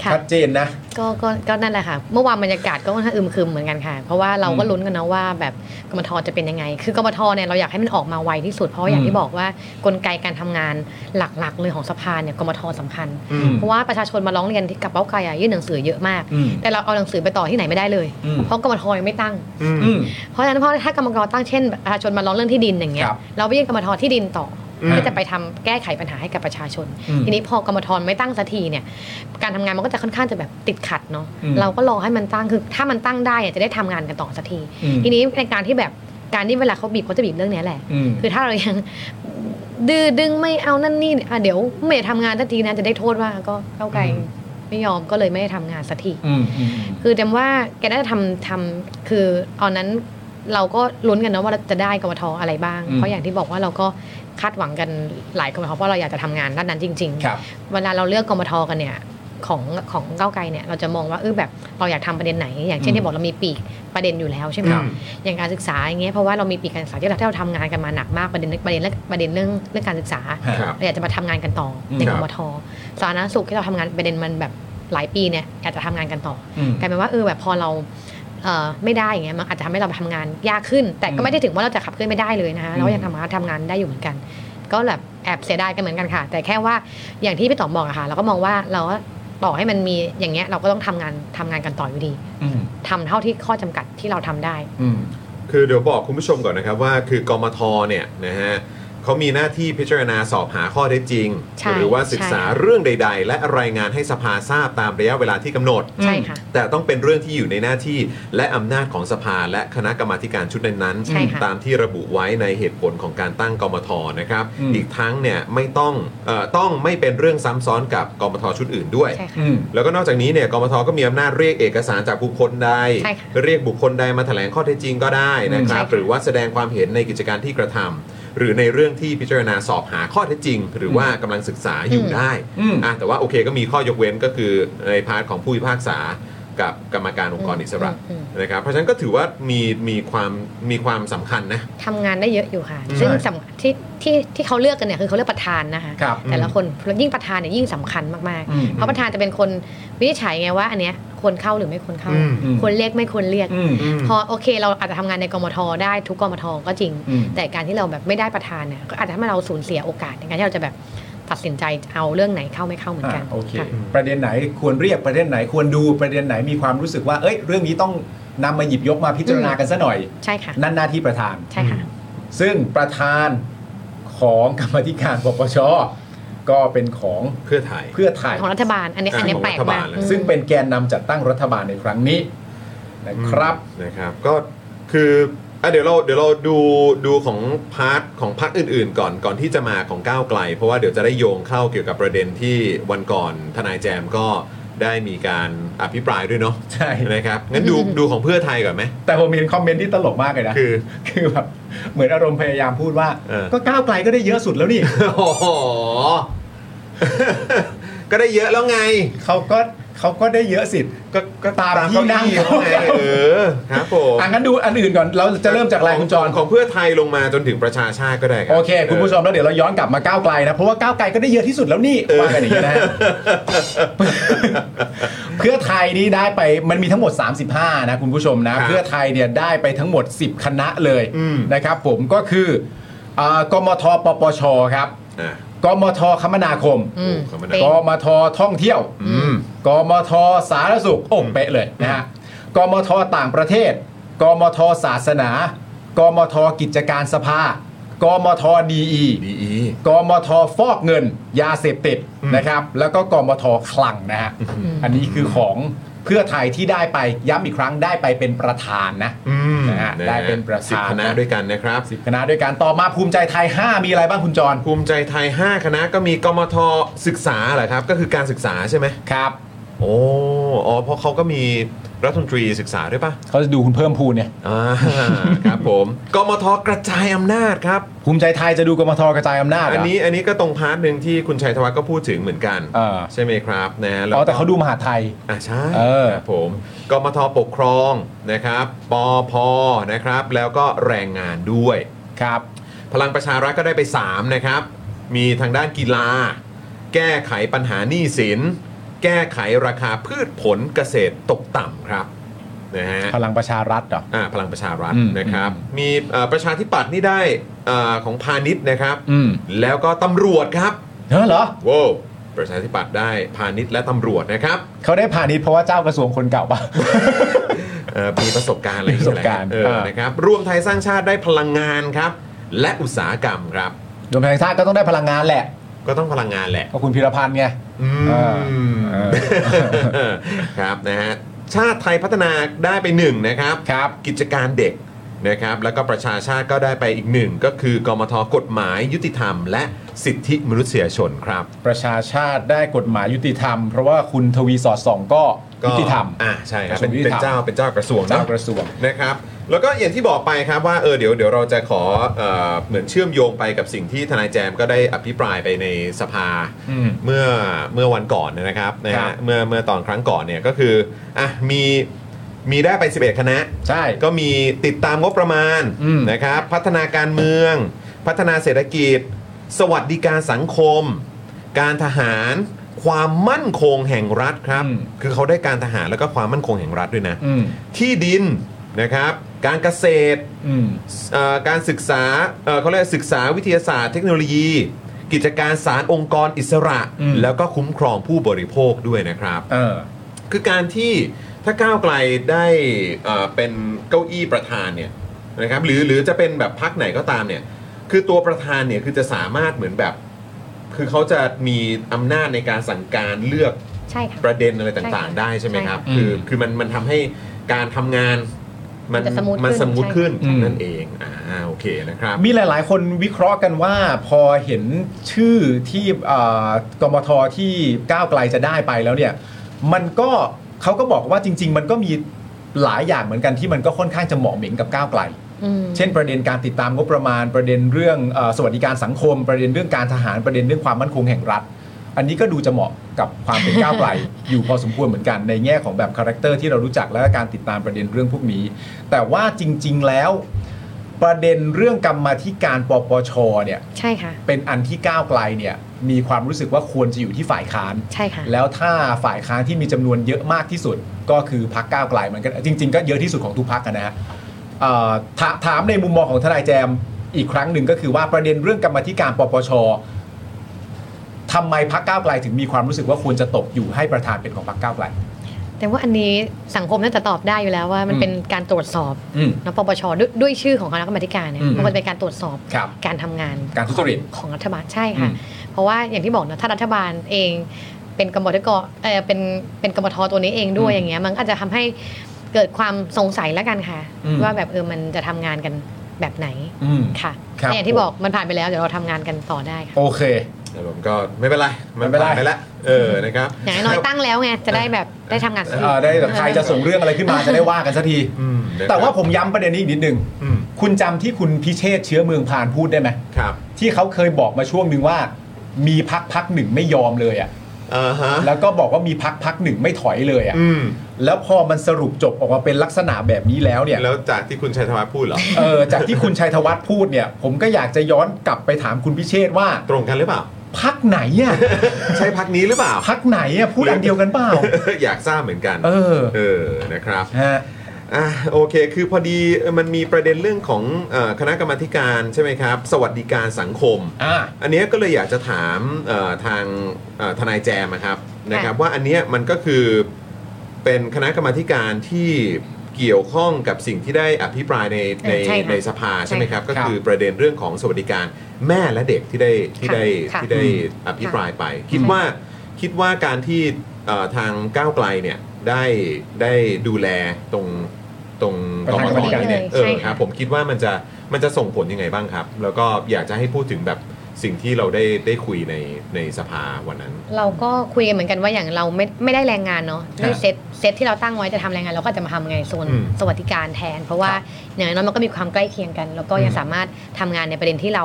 Speaker 4: ค่ะ
Speaker 2: ชัดเจนนะ
Speaker 4: ก็ก็ก็นั่นแหละค่ะ เมื่อวานบรรยากาศก็ค่อนข้างอึมครึมเหมือนกันค่ะ เพราะว่าเราก็
Speaker 2: อืม
Speaker 4: ลุ้นกันนะว่าแบบกมทจะเป็นยังไง คือกมทเนี่ยเราอยากให้มันออกมาไวที่สุด เพราะว่าอย่า
Speaker 2: อื
Speaker 4: ง
Speaker 2: ม
Speaker 4: ที่บอกว่ากลไกการทำงานหลักๆเลยของสภาเนี่ยกมทสำคัญ
Speaker 2: อืม
Speaker 4: เพราะว่าประชาชนมาร้องเรียนที่กับเป้าไกลอ่ะยื่นหนังสือเยอะมาก
Speaker 2: อืม
Speaker 4: แต่เราเอาหนังสือไปต่อที่ไหนไม่ได้เลย
Speaker 2: อืม
Speaker 4: เพราะกมทยังไม่ตั้ง
Speaker 1: อืม
Speaker 2: อืม
Speaker 4: เพราะฉะนั้นเพราะถ้ากรรมกรตั้งเช่นประชาชนมาร้องเรื่องที่ดินอย่างเงี้ย
Speaker 2: ครับ
Speaker 4: เราไปยื่นกรรมทที่ดินต่อ
Speaker 2: อืม
Speaker 4: เพื่อจะไปทำแก้ไขปัญหาให้กับประชาชน
Speaker 2: อืม
Speaker 4: ทีนี้พอกรรมทไม่ตั้งสักทีเนี่ยการทำงานมันก็จะค่อนข้างจะแบบติดขัดเนาะ
Speaker 2: อืม
Speaker 4: เราก็รอให้มันตั้งคือถ้ามันตั้งได้เนี่ยจะได้ทำงานกันต่อสักที
Speaker 2: อืม
Speaker 4: ทีนี้ในการที่แบบการที่เวลาเขาบีบเขาจะบีบเรื่องเนี้ยแหละ
Speaker 2: อืม
Speaker 4: คือถ้าเรายัง ดื้อดึงไม่เอานั่นนี่อ่ะเดี๋ยวไม่ได้ทำงานสักทีนะจะได้โทษว่าก็เข้าไกล
Speaker 2: อืม
Speaker 4: ไม่ยอมก็เลยไม่ได้ทำงานสักที
Speaker 2: อืมอืม
Speaker 4: คือจำว่าแกน่าจะทำทำคือตอนนั้นเราก็ลุ้นกันนะว่าเราจะได้กมทอะไรบ้าง
Speaker 2: อืม
Speaker 4: เพราะอย่างที่บอกว่าเราก็คาดหวังกันหลายกมทเพราะเราอยากจะทำงานด้านนั้นจริง
Speaker 2: ครับ
Speaker 4: ๆ เวลาเราเลือกกมทกันเนี่ยของของก้าวไกลเนี่ยเราจะมองว่าเออแบบเราอยากทำประเด็นไหน อย่างเช่น
Speaker 2: อืม
Speaker 4: ที่บอกเรามีปีกประเด็นอยู่แล้วใช่ไหม
Speaker 2: ครับ
Speaker 4: อย่างการศึกษาอย่างเงี้ยเพราะว่าเรามีปีกการศึกษาที่เราที่เราทำงานกันมาหนักมากประเด็นประเด็นเรื่องประเด็นเรื่องเรื่องการศึกษา
Speaker 1: ครับ
Speaker 4: เราอยากจะมาทำงานกันต่อ
Speaker 2: อืม
Speaker 4: ใน
Speaker 2: ครั
Speaker 4: ก
Speaker 2: บ
Speaker 4: มทสาธารณสุขที่เราทำงานประเด็นมันแบบหลายปีเนี่ยอยากจะทำงานกันต่อ
Speaker 2: อืม
Speaker 4: กลายเป็นว่าเออแบบพอเราเอ่อไม่ได้อย่างเงี้ยมันอาจจะทำให้เราทำงานยากขึ้น แต่
Speaker 2: อื
Speaker 4: ก็
Speaker 2: ม
Speaker 4: ไม่ได้ถึงว่าเราจะขับเคลื่อนไม่ได้เลยนะคะเรา
Speaker 2: อืม
Speaker 4: ก็ยังทำงานทำงานได้อยู่เหมือนกัน ก็แบบแอบเสียดายกันเหมือนกันค่ะ แต่แค่ว่าอย่างที่พี่ต๋อมบอกอะค่ะเราก็มองว่าเราก็ต่อให้มันมีอย่างเงี้ยเราก็ต้องทำงานทำงานกันต่ออยู่ดี
Speaker 2: อืม
Speaker 4: ทำเท่าที่ข้อจำกัดที่เราทำได้
Speaker 2: อืม
Speaker 1: คือเดี๋ยวบอกคุณผู้ชมก่อนนะครับว่าคือกมทเนี่ยนะฮะเขามีหน้าที่พิจารณาสอบหาข้อเท็จจริง
Speaker 4: ใช่
Speaker 1: หรือว่าศึกษา
Speaker 4: ใช่ค่ะ
Speaker 1: เรื่องใด ๆ และรายงานให้สภาทราบตามระยะเวลาที่กำหนด
Speaker 2: อืม
Speaker 4: ใช่ค่ะ
Speaker 1: แต่ต้องเป็นเรื่องที่อยู่ในหน้าที่และอำนาจของสภาและคณะกรรมาธิการชุดนั้น
Speaker 4: ใช่ค่ะ
Speaker 1: ตามที่ระบุไว้ในเหตุผลของการตั้งกมทนะครับ
Speaker 2: อืม
Speaker 1: อีกทั้งเนี่ยไม่ต้องเออต้องไม่เป็นเรื่องซ้ำซ้อนกับกมทชุดอื่นด้วย
Speaker 4: ใช่ค่ะ
Speaker 2: อืม
Speaker 1: แล้วก็นอกจากนี้เนี่ยกมทก็มีอำนาจเรียกเอกสารจากบุคคลใด
Speaker 4: ใช่ค่ะ
Speaker 1: เรียกบุคคลใดมาแถลงข้อเท็จจริงก็ได้นะค
Speaker 4: ใช่
Speaker 1: รับ
Speaker 4: ค่ะ
Speaker 1: หรือว่าแสดงความเห็นในกิจการที่กระทำหรือในเรื่องที่พิจารณาสอบหาข้อเท็จจริง หรือว่ากำลังศึกษาอยู่ได้
Speaker 2: อืม
Speaker 1: อ่ะแต่ว่าโอเคก็มีข้อยกเว้นก็คือในพาร์ทของผู้พิพากษากับกรรมการองค์กรอิสระ
Speaker 4: อืม
Speaker 1: นะครับ เพราะฉะนั้นก็ถือว่ามีมีความมีความสำคัญนะ
Speaker 4: ทำงานได้เยอะอยู่ค่ะ
Speaker 1: อืม
Speaker 4: ซึ่งสำที่ที่ที่เขาเลือกกันเนี่ยคือเขาเลือกประธานนะคะ
Speaker 2: ครับ
Speaker 4: แต่ละคนยิ่งประธานเนี่ยยิ่งสำคัญมาก
Speaker 2: อืม
Speaker 4: ๆ เพราะประธานจะเป็นคนวินิจฉัยไงว่า อันเนี้ยควรเข้าหรือไม่ควรเข้า
Speaker 1: อืม
Speaker 2: อืม
Speaker 4: ควรเรียกไม่ควรเรียก
Speaker 2: อืม
Speaker 4: พอโอเค เราอาจจะทำงานในกมทได้ทุกกมทก็จริง
Speaker 2: อืม
Speaker 4: แต่การที่เราแบบไม่ได้ประธานเนี่ยก็อาจจะทำให้เราสูญเสียโอกาสในการที่เราจะแบบตัดสินใจเอาเรื่องไหนเข้าไม่เข้าเหมือน
Speaker 2: อ่า
Speaker 4: กัน
Speaker 2: โอเค
Speaker 4: ค่ะ
Speaker 2: ประเด็นไหนควรเรียกประเด็นไหนควรดูประเด็นไหนมีความรู้สึกว่า เอ้ย เรื่องนี้ต้องนำมาหยิบยกมาพิจารณากันซะหน่อย
Speaker 4: ใช่ค่ะ
Speaker 2: นั่นหน้าที่ประธาน
Speaker 4: ใช่ค่ะ
Speaker 2: ซึ่งประธานของกรรมาธิการปปชก็เป็นของ
Speaker 1: เพื่อไทย
Speaker 2: เพื่อไทย
Speaker 4: ของรัฐบาล อันเนี้ยอันเนี้ย
Speaker 1: ของ
Speaker 4: แปลก
Speaker 1: รัฐบาม
Speaker 4: าก
Speaker 1: ลเลย
Speaker 4: อืม
Speaker 2: ซึ่งเป็นแกนนำจัดตั้งรัฐบาลในครั้งนี้นะครับ
Speaker 1: นะครับก็คืออ่ะเดี๋ยวเราเดี๋ยวเราดูดูของพาร์ทของพรรคอื่นๆ ก่อนก่อนที่จะมาของก้าวไกล เพราะว่าเดี๋ยวจะได้โยงเข้าเกี่ยวกับประเด็นที่วันก่อนทนายแจมก็ได้มีการอภิปรายด้วยเนาะ
Speaker 2: ใช่
Speaker 1: นะครับงั้นดูดูของเพื่อไทยก่อนไหม
Speaker 2: แต่ผมเห็นคอมเมนต์ที่ตลกมากเลยนะ
Speaker 1: คือ
Speaker 2: คือแบบเหมือนอารมณ์พยายามพูดว่า
Speaker 1: เออ
Speaker 2: ก็ก้าวไกลก็ได้เยอะสุดแล้วนี่
Speaker 1: โอ้โห ก็ได้เยอะแล้วไง
Speaker 2: เขาก็เขาก็ได้เยอะสิก็ก็ตามที่นั่ง
Speaker 1: เก้าอี้
Speaker 2: เขา
Speaker 1: เขาไงเออครับผม
Speaker 2: อ่ะงั้นดูอันอื่นก่อนเราจะเริ่มจากอะไรคุณจร
Speaker 1: ของเพื่อไทยลงมาจนถึงประชาชาติก็ได้รับ
Speaker 2: โอเค คุณผู้ชมแล้วเดี๋ยวเราย้อนกลับมาก้าวไกลนะเพราะว่าก้าวไกลก็ได้เยอะที่สุดแล้วนี่ว่ากันอย่างนี้นะ ฮะ เพื่อไทยนี่ได้ไปมันมีทั้งหมด 35 นะคุณผู้ชมนะ
Speaker 1: ครับ
Speaker 2: เพื่อไทยเนี่ยได้ไปทั้งหมด 10 คณะเลย
Speaker 1: อืม
Speaker 2: นะครับ ผมก็คือเอ่อกมทปปชครับ
Speaker 1: อ่ะ
Speaker 2: กมทคมนาคม
Speaker 4: อืม
Speaker 1: โอ้คำนั้น
Speaker 4: เป็น
Speaker 2: กมทท่องเที่ยว
Speaker 1: อืม
Speaker 2: กมทสาธารณสุขโอ้เป๊ะเลยนะฮะกมทต่างประเทศ กมทศาสนากมทกิจการสภากมทดีอี
Speaker 1: ดีอี
Speaker 2: กมทฟอกเงิน ยาเสพติดนะครับ แล้วก็กมทคลังนะฮะอันนี้คือของเพื่อไทยที่ได้ไปย้ำอีกครั้งได้ไปเป็นประธานนะนะฮะได้เป็นประ
Speaker 1: สิบ
Speaker 2: ธาน
Speaker 1: คณะด้วยกันนะครับ
Speaker 2: สิบคณะด้วยกันต่อมาภูมิใจไทย 5 มีอะไรบ้างคุณจร
Speaker 1: ภูมิใจไทย 5 คณะก็มีกมทศึกษาเหรอครับ ก็คือการศึกษาใช่ไหม
Speaker 2: ครับ
Speaker 1: โอ้อ๋อเพราะเขาก็มีรัฐมนตรีศึกษาด้วยปะ
Speaker 2: เขาจะดูคุณเพิ่มพูนเนี่ย
Speaker 1: อ่า ครับผมกมทกระจายอำนาจครับ
Speaker 2: ภูมิใจไทยจะดูกมทกระจายอำนาจเหร
Speaker 1: อัน
Speaker 2: อ
Speaker 1: นี้อันนี้ก็ตรงพาร์ทหนึ่งที่คุณชัยธวัฒน์ก็พูดถึงเหมือนกัน
Speaker 2: อ่า
Speaker 1: ใช่ไหมครับนะล้ว
Speaker 2: อ๋
Speaker 1: ก็
Speaker 2: อแต่เขาดูมหาดไทย
Speaker 1: อ่าใช่
Speaker 2: เออ
Speaker 1: ครับผมกมทปกครองนะครับปอพนะครับ แล้วก็แรงงานด้วย
Speaker 2: ครับ
Speaker 1: พลังประชารัฐก็ได้ไป 3 นะครับ มีทางด้านกีฬา แก้ไขปัญหาหนี้สิน แก้ไขราคาพืชผลเกษตรตกต่ำครับนะฮะ
Speaker 2: พลังประชารัฐเหรอ
Speaker 1: อ่าพลังประชารัฐ
Speaker 2: อืม
Speaker 1: นะครับ มีเอ่อประชาธิปัตย์นี่ได้เอ่อของพาณิชย์นะครับ
Speaker 2: อืม
Speaker 1: แล้วก็ตำรวจครับ
Speaker 2: เนอะเหรอ
Speaker 1: โว้วประชาธิปัตย์ได้พาณิชย์และตำรวจนะครับ
Speaker 2: เขาได้ผ่านนี้เพราะว่าเจ้ากระทรวงคนเก่าป ะ
Speaker 1: เอ่อมีประสบการณ์อะไรอย่งเงี้ยแห
Speaker 2: ป
Speaker 1: ละ
Speaker 2: ระสบการณ์
Speaker 1: เออ
Speaker 2: เออ
Speaker 1: นะครับรวมไทยสร้างชาติได้พลังงานครับ และอุตสาหกรรมครับ
Speaker 2: รวมไทยสร้างชาติก็ต้องได้พลังงานแหละ
Speaker 1: ก็ต้องพลังงานแหละ
Speaker 2: ก็คุณพิรพันธ์ไง
Speaker 1: อืม
Speaker 2: อ่าเออ
Speaker 1: ครับนะฮะชาติไทยพัฒนาได้ไปหนึ่งนะครับ
Speaker 2: ครับ
Speaker 1: กิจการเด็กนะครับ แล้วก็ประชาชาติก็ได้ไปอีกหนึ่ง ก็คือกมทกฎหมายยุติธรรม และสิทธิมนุษยชนครับ
Speaker 2: ประชาชาติได้กฎหมายยุติธรรม เพราะว่าคุณทวีสอดส่องก็
Speaker 1: ก็
Speaker 2: ยุติธรรม
Speaker 1: อ่าใช่ครับ
Speaker 2: กระทรวงยุติ
Speaker 1: เป็
Speaker 2: ธ
Speaker 1: น
Speaker 2: รรม
Speaker 1: เจ้าเป็นเจ้ากระทรวงนะ
Speaker 2: เจ้ากระทรวง
Speaker 1: นะครับแล้วก็อย่างที่บอกไปครับว่าเออเดี๋ยวเดี๋ยวเราจะขอเออเหมือนเชื่อมโยงไปกับสิ่งที่ทนายแจมก็ได้อภิปรายไปในสภา
Speaker 2: อืม
Speaker 1: เมื่อเมื่อวันก่อนนะครับนะ
Speaker 2: ครับ
Speaker 1: ฮะเมื่อเมื่อตอนครั้งก่อนเนี่ยก็คืออ่ะมีมีได้ไป 11 คณะ
Speaker 2: ใช่
Speaker 1: ก็มีติดตามงบประมาณ
Speaker 2: อืม
Speaker 1: นะครับพัฒนาการเมือง พัฒนาเศรษฐกิจ สวัสดิการสังคม การทหาร ความมั่นคงแห่งรัฐครับ คือเขาได้การทหารแล้วก็ความมั่นคงแห่งรัฐด้วยนะ
Speaker 2: อืม
Speaker 1: ที่ดินนะครับ การเกษตร
Speaker 2: อืม
Speaker 1: เอ่อการศึกษาเอ่อเขาเรียกศึกษาวิทยาศาสตร์เทคโนโลยี กิจการสารองค์กรอิสระ แล้วก็คุ้มครองผู้บริโภคด้วยนะครับ
Speaker 2: เออ
Speaker 1: คือการที่ถ้าก้าวไกลได้เอ่อเป็นเก้าอี้ประธานเนี่ยนะครับหรือหรือจะเป็นแบบพักไหนก็ตามเนี่ยคือตัวประธานเนี่ยคือจะสามารถเหมือนแบบ คือเขาจะมีอำนาจในการสั่งการเลือก
Speaker 4: ใช่ค่ะ
Speaker 1: ประเด็นอะไรต่างๆ ได้ใช่ไหมครับ
Speaker 2: ใช่ค่ะ
Speaker 1: คือ
Speaker 2: อืม
Speaker 1: คือมันมันทำให้การทำงานมัน
Speaker 4: มันจะสมูทขึ้น
Speaker 1: มันสมูทขึ้น
Speaker 2: อืม
Speaker 1: นั่นเองอ่าโอเคนะครับ
Speaker 2: มีหลาย ๆ คนวิเคราะห์กันว่าพอเห็นชื่อที่เอ่อกมทที่ก้าวไกลจะได้ไปแล้วเนี่ย มันก็เขาก็บอกว่าจริง ๆ มันก็มีหลายอย่างเหมือนกันที่มันก็ค่อนข้างจะเหมาะเหม็งกับก้าวไกล เช่นประเด็นการติดตามงบประมาณประเด็นเรื่องเออสวัสดิการสังคม ประเด็นเรื่องการทหารประเด็นเรื่องความมั่นคงแห่งรัฐ อันนี้ก็ดูจะเหมาะกับความเป็นก้าวไกล อยู่พอสมควรเหมือนกันในแง่ของแบบคาแรคเตอร์ที่เรารู้จักและการติดตามประเด็นเรื่องพวกนี้ แต่ว่าจริง ๆ แล้ว ประเด็นเรื่องกรรมาธิการปปชเนี่ย
Speaker 4: ใช่ค่ะ
Speaker 2: เป็นอันที่ก้าวไกลเนี่ยมีความรู้สึกว่าควรจะอยู่ที่ฝ่ายค้าน
Speaker 4: ใช่ค่ะ
Speaker 2: แล้วถ้าฝ่ายค้านที่มีจำนวนเยอะมากที่สุด ก็คือพักก้าวไกลมันก็จริง ๆ ก็เยอะที่สุดของทุกพักนะฮะเอ่อถาถามในมุมมองของทนายแจมอีกครั้งหนึ่งก็คือว่าประเด็นเรื่องกรรมาธิการปปชทำไมพักก้าวไกลถึงมีความรู้สึกว่าควรจะตกอยู่ให้ประธานเป็นของพักก้าวไกล
Speaker 4: แต่ว่าอันนี้สังคมน่าจะตอบได้อยู่แล้วว่ามัน
Speaker 2: อืม
Speaker 4: เป็นการตรวจสอบ
Speaker 2: อืม
Speaker 4: นะปปชด้วยด้วยชื่อของคณะกรรมาธิการเนี่ย
Speaker 2: อืม
Speaker 4: มันเป็นการตรวจสอบ
Speaker 2: ครับ
Speaker 4: การทำงาน
Speaker 2: การทุจริต
Speaker 4: ของรัฐบาลใช่ค่ะ
Speaker 2: อืม
Speaker 4: เพราะว่าอย่างที่บอกนะถ้ารัฐบาลเองเป็นกบฏกเออเป็นเป็นกบฏทตัวนี้เองด้วย
Speaker 2: อืม
Speaker 4: อย่างเงี้ยมันก็อาจจะทำให้เกิดความสงสัยแล้วกันค่ะ
Speaker 2: อืม
Speaker 4: ว่าแบบเออมันจะทำงานกันแบบไหน
Speaker 2: อืม
Speaker 4: ค่ะ
Speaker 2: ครับ
Speaker 4: แต่อย่างที่บอกมันผ่านไปแล้วเดี๋ยวเราทำงานกันต่อได้ค่ะ
Speaker 2: โอเค
Speaker 1: แต่ผมก็ไม่เป็นไร
Speaker 2: ไม่เป็นไร
Speaker 1: ผ่าไปแล้วเออนะครับ
Speaker 4: อย่างน้อยๆตั้งแล้วไงจะได้แบบได้ทำงานสักที
Speaker 2: เอ่อได้แบบใครจะส่งเรื่องอะไรขึ้นมาจะได้ว่ากันสักที
Speaker 1: อืมนะครับ
Speaker 2: แต่ว่าผมย้ำประเด็นนี้อีกนิดนึง
Speaker 1: อืม
Speaker 2: คุณจำที่คุณพิเชษฐ์เชื้อเมืองพานพูดได้ไหม
Speaker 1: ครับ
Speaker 2: ที่เขาเคยบอกมาช่วงหนึ่งว่า มีพักพักหนึ่งไม่ยอมเลยอะ่ะ
Speaker 1: อ่าฮะ
Speaker 2: แล้วก็บอกว่ามีพักพักหนึ่งไม่ถอยเลยอะ่ะ
Speaker 1: อืม
Speaker 2: แล้วพอมันสรุปจบออกมาเป็นลักษณะแบบนี้แล้วเนี่ย
Speaker 1: แล้วจากที่คุณชัยธวัฒน์พูดเหรอ
Speaker 2: เออจากที่คุณชัยธวัฒน์พูดเนี่ย ผมก็อยากจะย้อนกลับไปถามคุณพิเชษฐ์ว่า
Speaker 1: ตรงกันหรือเปล่า
Speaker 2: พักไหนอะ่ะ
Speaker 1: ใช่พักนี้หรือเปล่า
Speaker 2: พักไหนอะ่ะพูดอันเดียวกันเปล่า
Speaker 1: อยากทราบเหมือนกัน
Speaker 2: เออ
Speaker 1: เออนะครับ
Speaker 2: ฮะ
Speaker 1: อ่ะโอเค คือพอดีเอ่อมันมีประเด็นเรื่องของเอ่อคณะกรรมาธิการใช่ไหมครับ สวัสดิการสังคม
Speaker 2: อ่า
Speaker 1: อันเนี้ยก็เลยอยากจะถามเอ่อทางเอ่อทนายแจมอะครับนะครับ ว่าอันเนี้ยมันก็คือเป็นคณะกรรมาธิการที่เกี่ยวข้องกับสิ่งที่ได้อภิปรายในใน
Speaker 4: ใช่ค่ะ
Speaker 1: ในสภาใช่ไหมครับ ก็
Speaker 2: ครับ
Speaker 1: คือประเด็นเรื่องของสวัสดิการแม่และเด็กที่ได้ที่ได้
Speaker 4: ค่ะ
Speaker 1: ที่ได้อภิปรายไป คิดว่าคิดว่าการที่เอ่อทางก้าวไกลเนี่ยได้ได้ดูแลตรงตรง
Speaker 2: ประธานกรรมาธิการ
Speaker 1: เนี่ย
Speaker 4: เลย
Speaker 1: เอ
Speaker 4: ใช่
Speaker 1: อ
Speaker 4: ค่ะ
Speaker 1: ครับผมคิดว่ามันจะมันจะส่งผลยังไงบ้างครับ แล้วก็อยากจะให้พูดถึงแบบสิ่งที่เราได้ได้คุยในในสภาวันนั้น
Speaker 4: เราก็คุยกันเหมือนกันว่าอย่างเราไม่ไม่ได้แรงงานเนาะด้วย
Speaker 1: ครับ
Speaker 4: เซตเซตที่เราตั้งไว้จะทำแรงงานเราก็จะมาทำไงโซน
Speaker 1: อืม
Speaker 4: สวัสดิการแทน เพราะว่าอย่างน้อยมันก็มีความใกล้เคียงกัน แล้วก็ยั
Speaker 1: อื
Speaker 4: ง
Speaker 1: ม
Speaker 4: สามารถทำงานในประเด็นที่เรา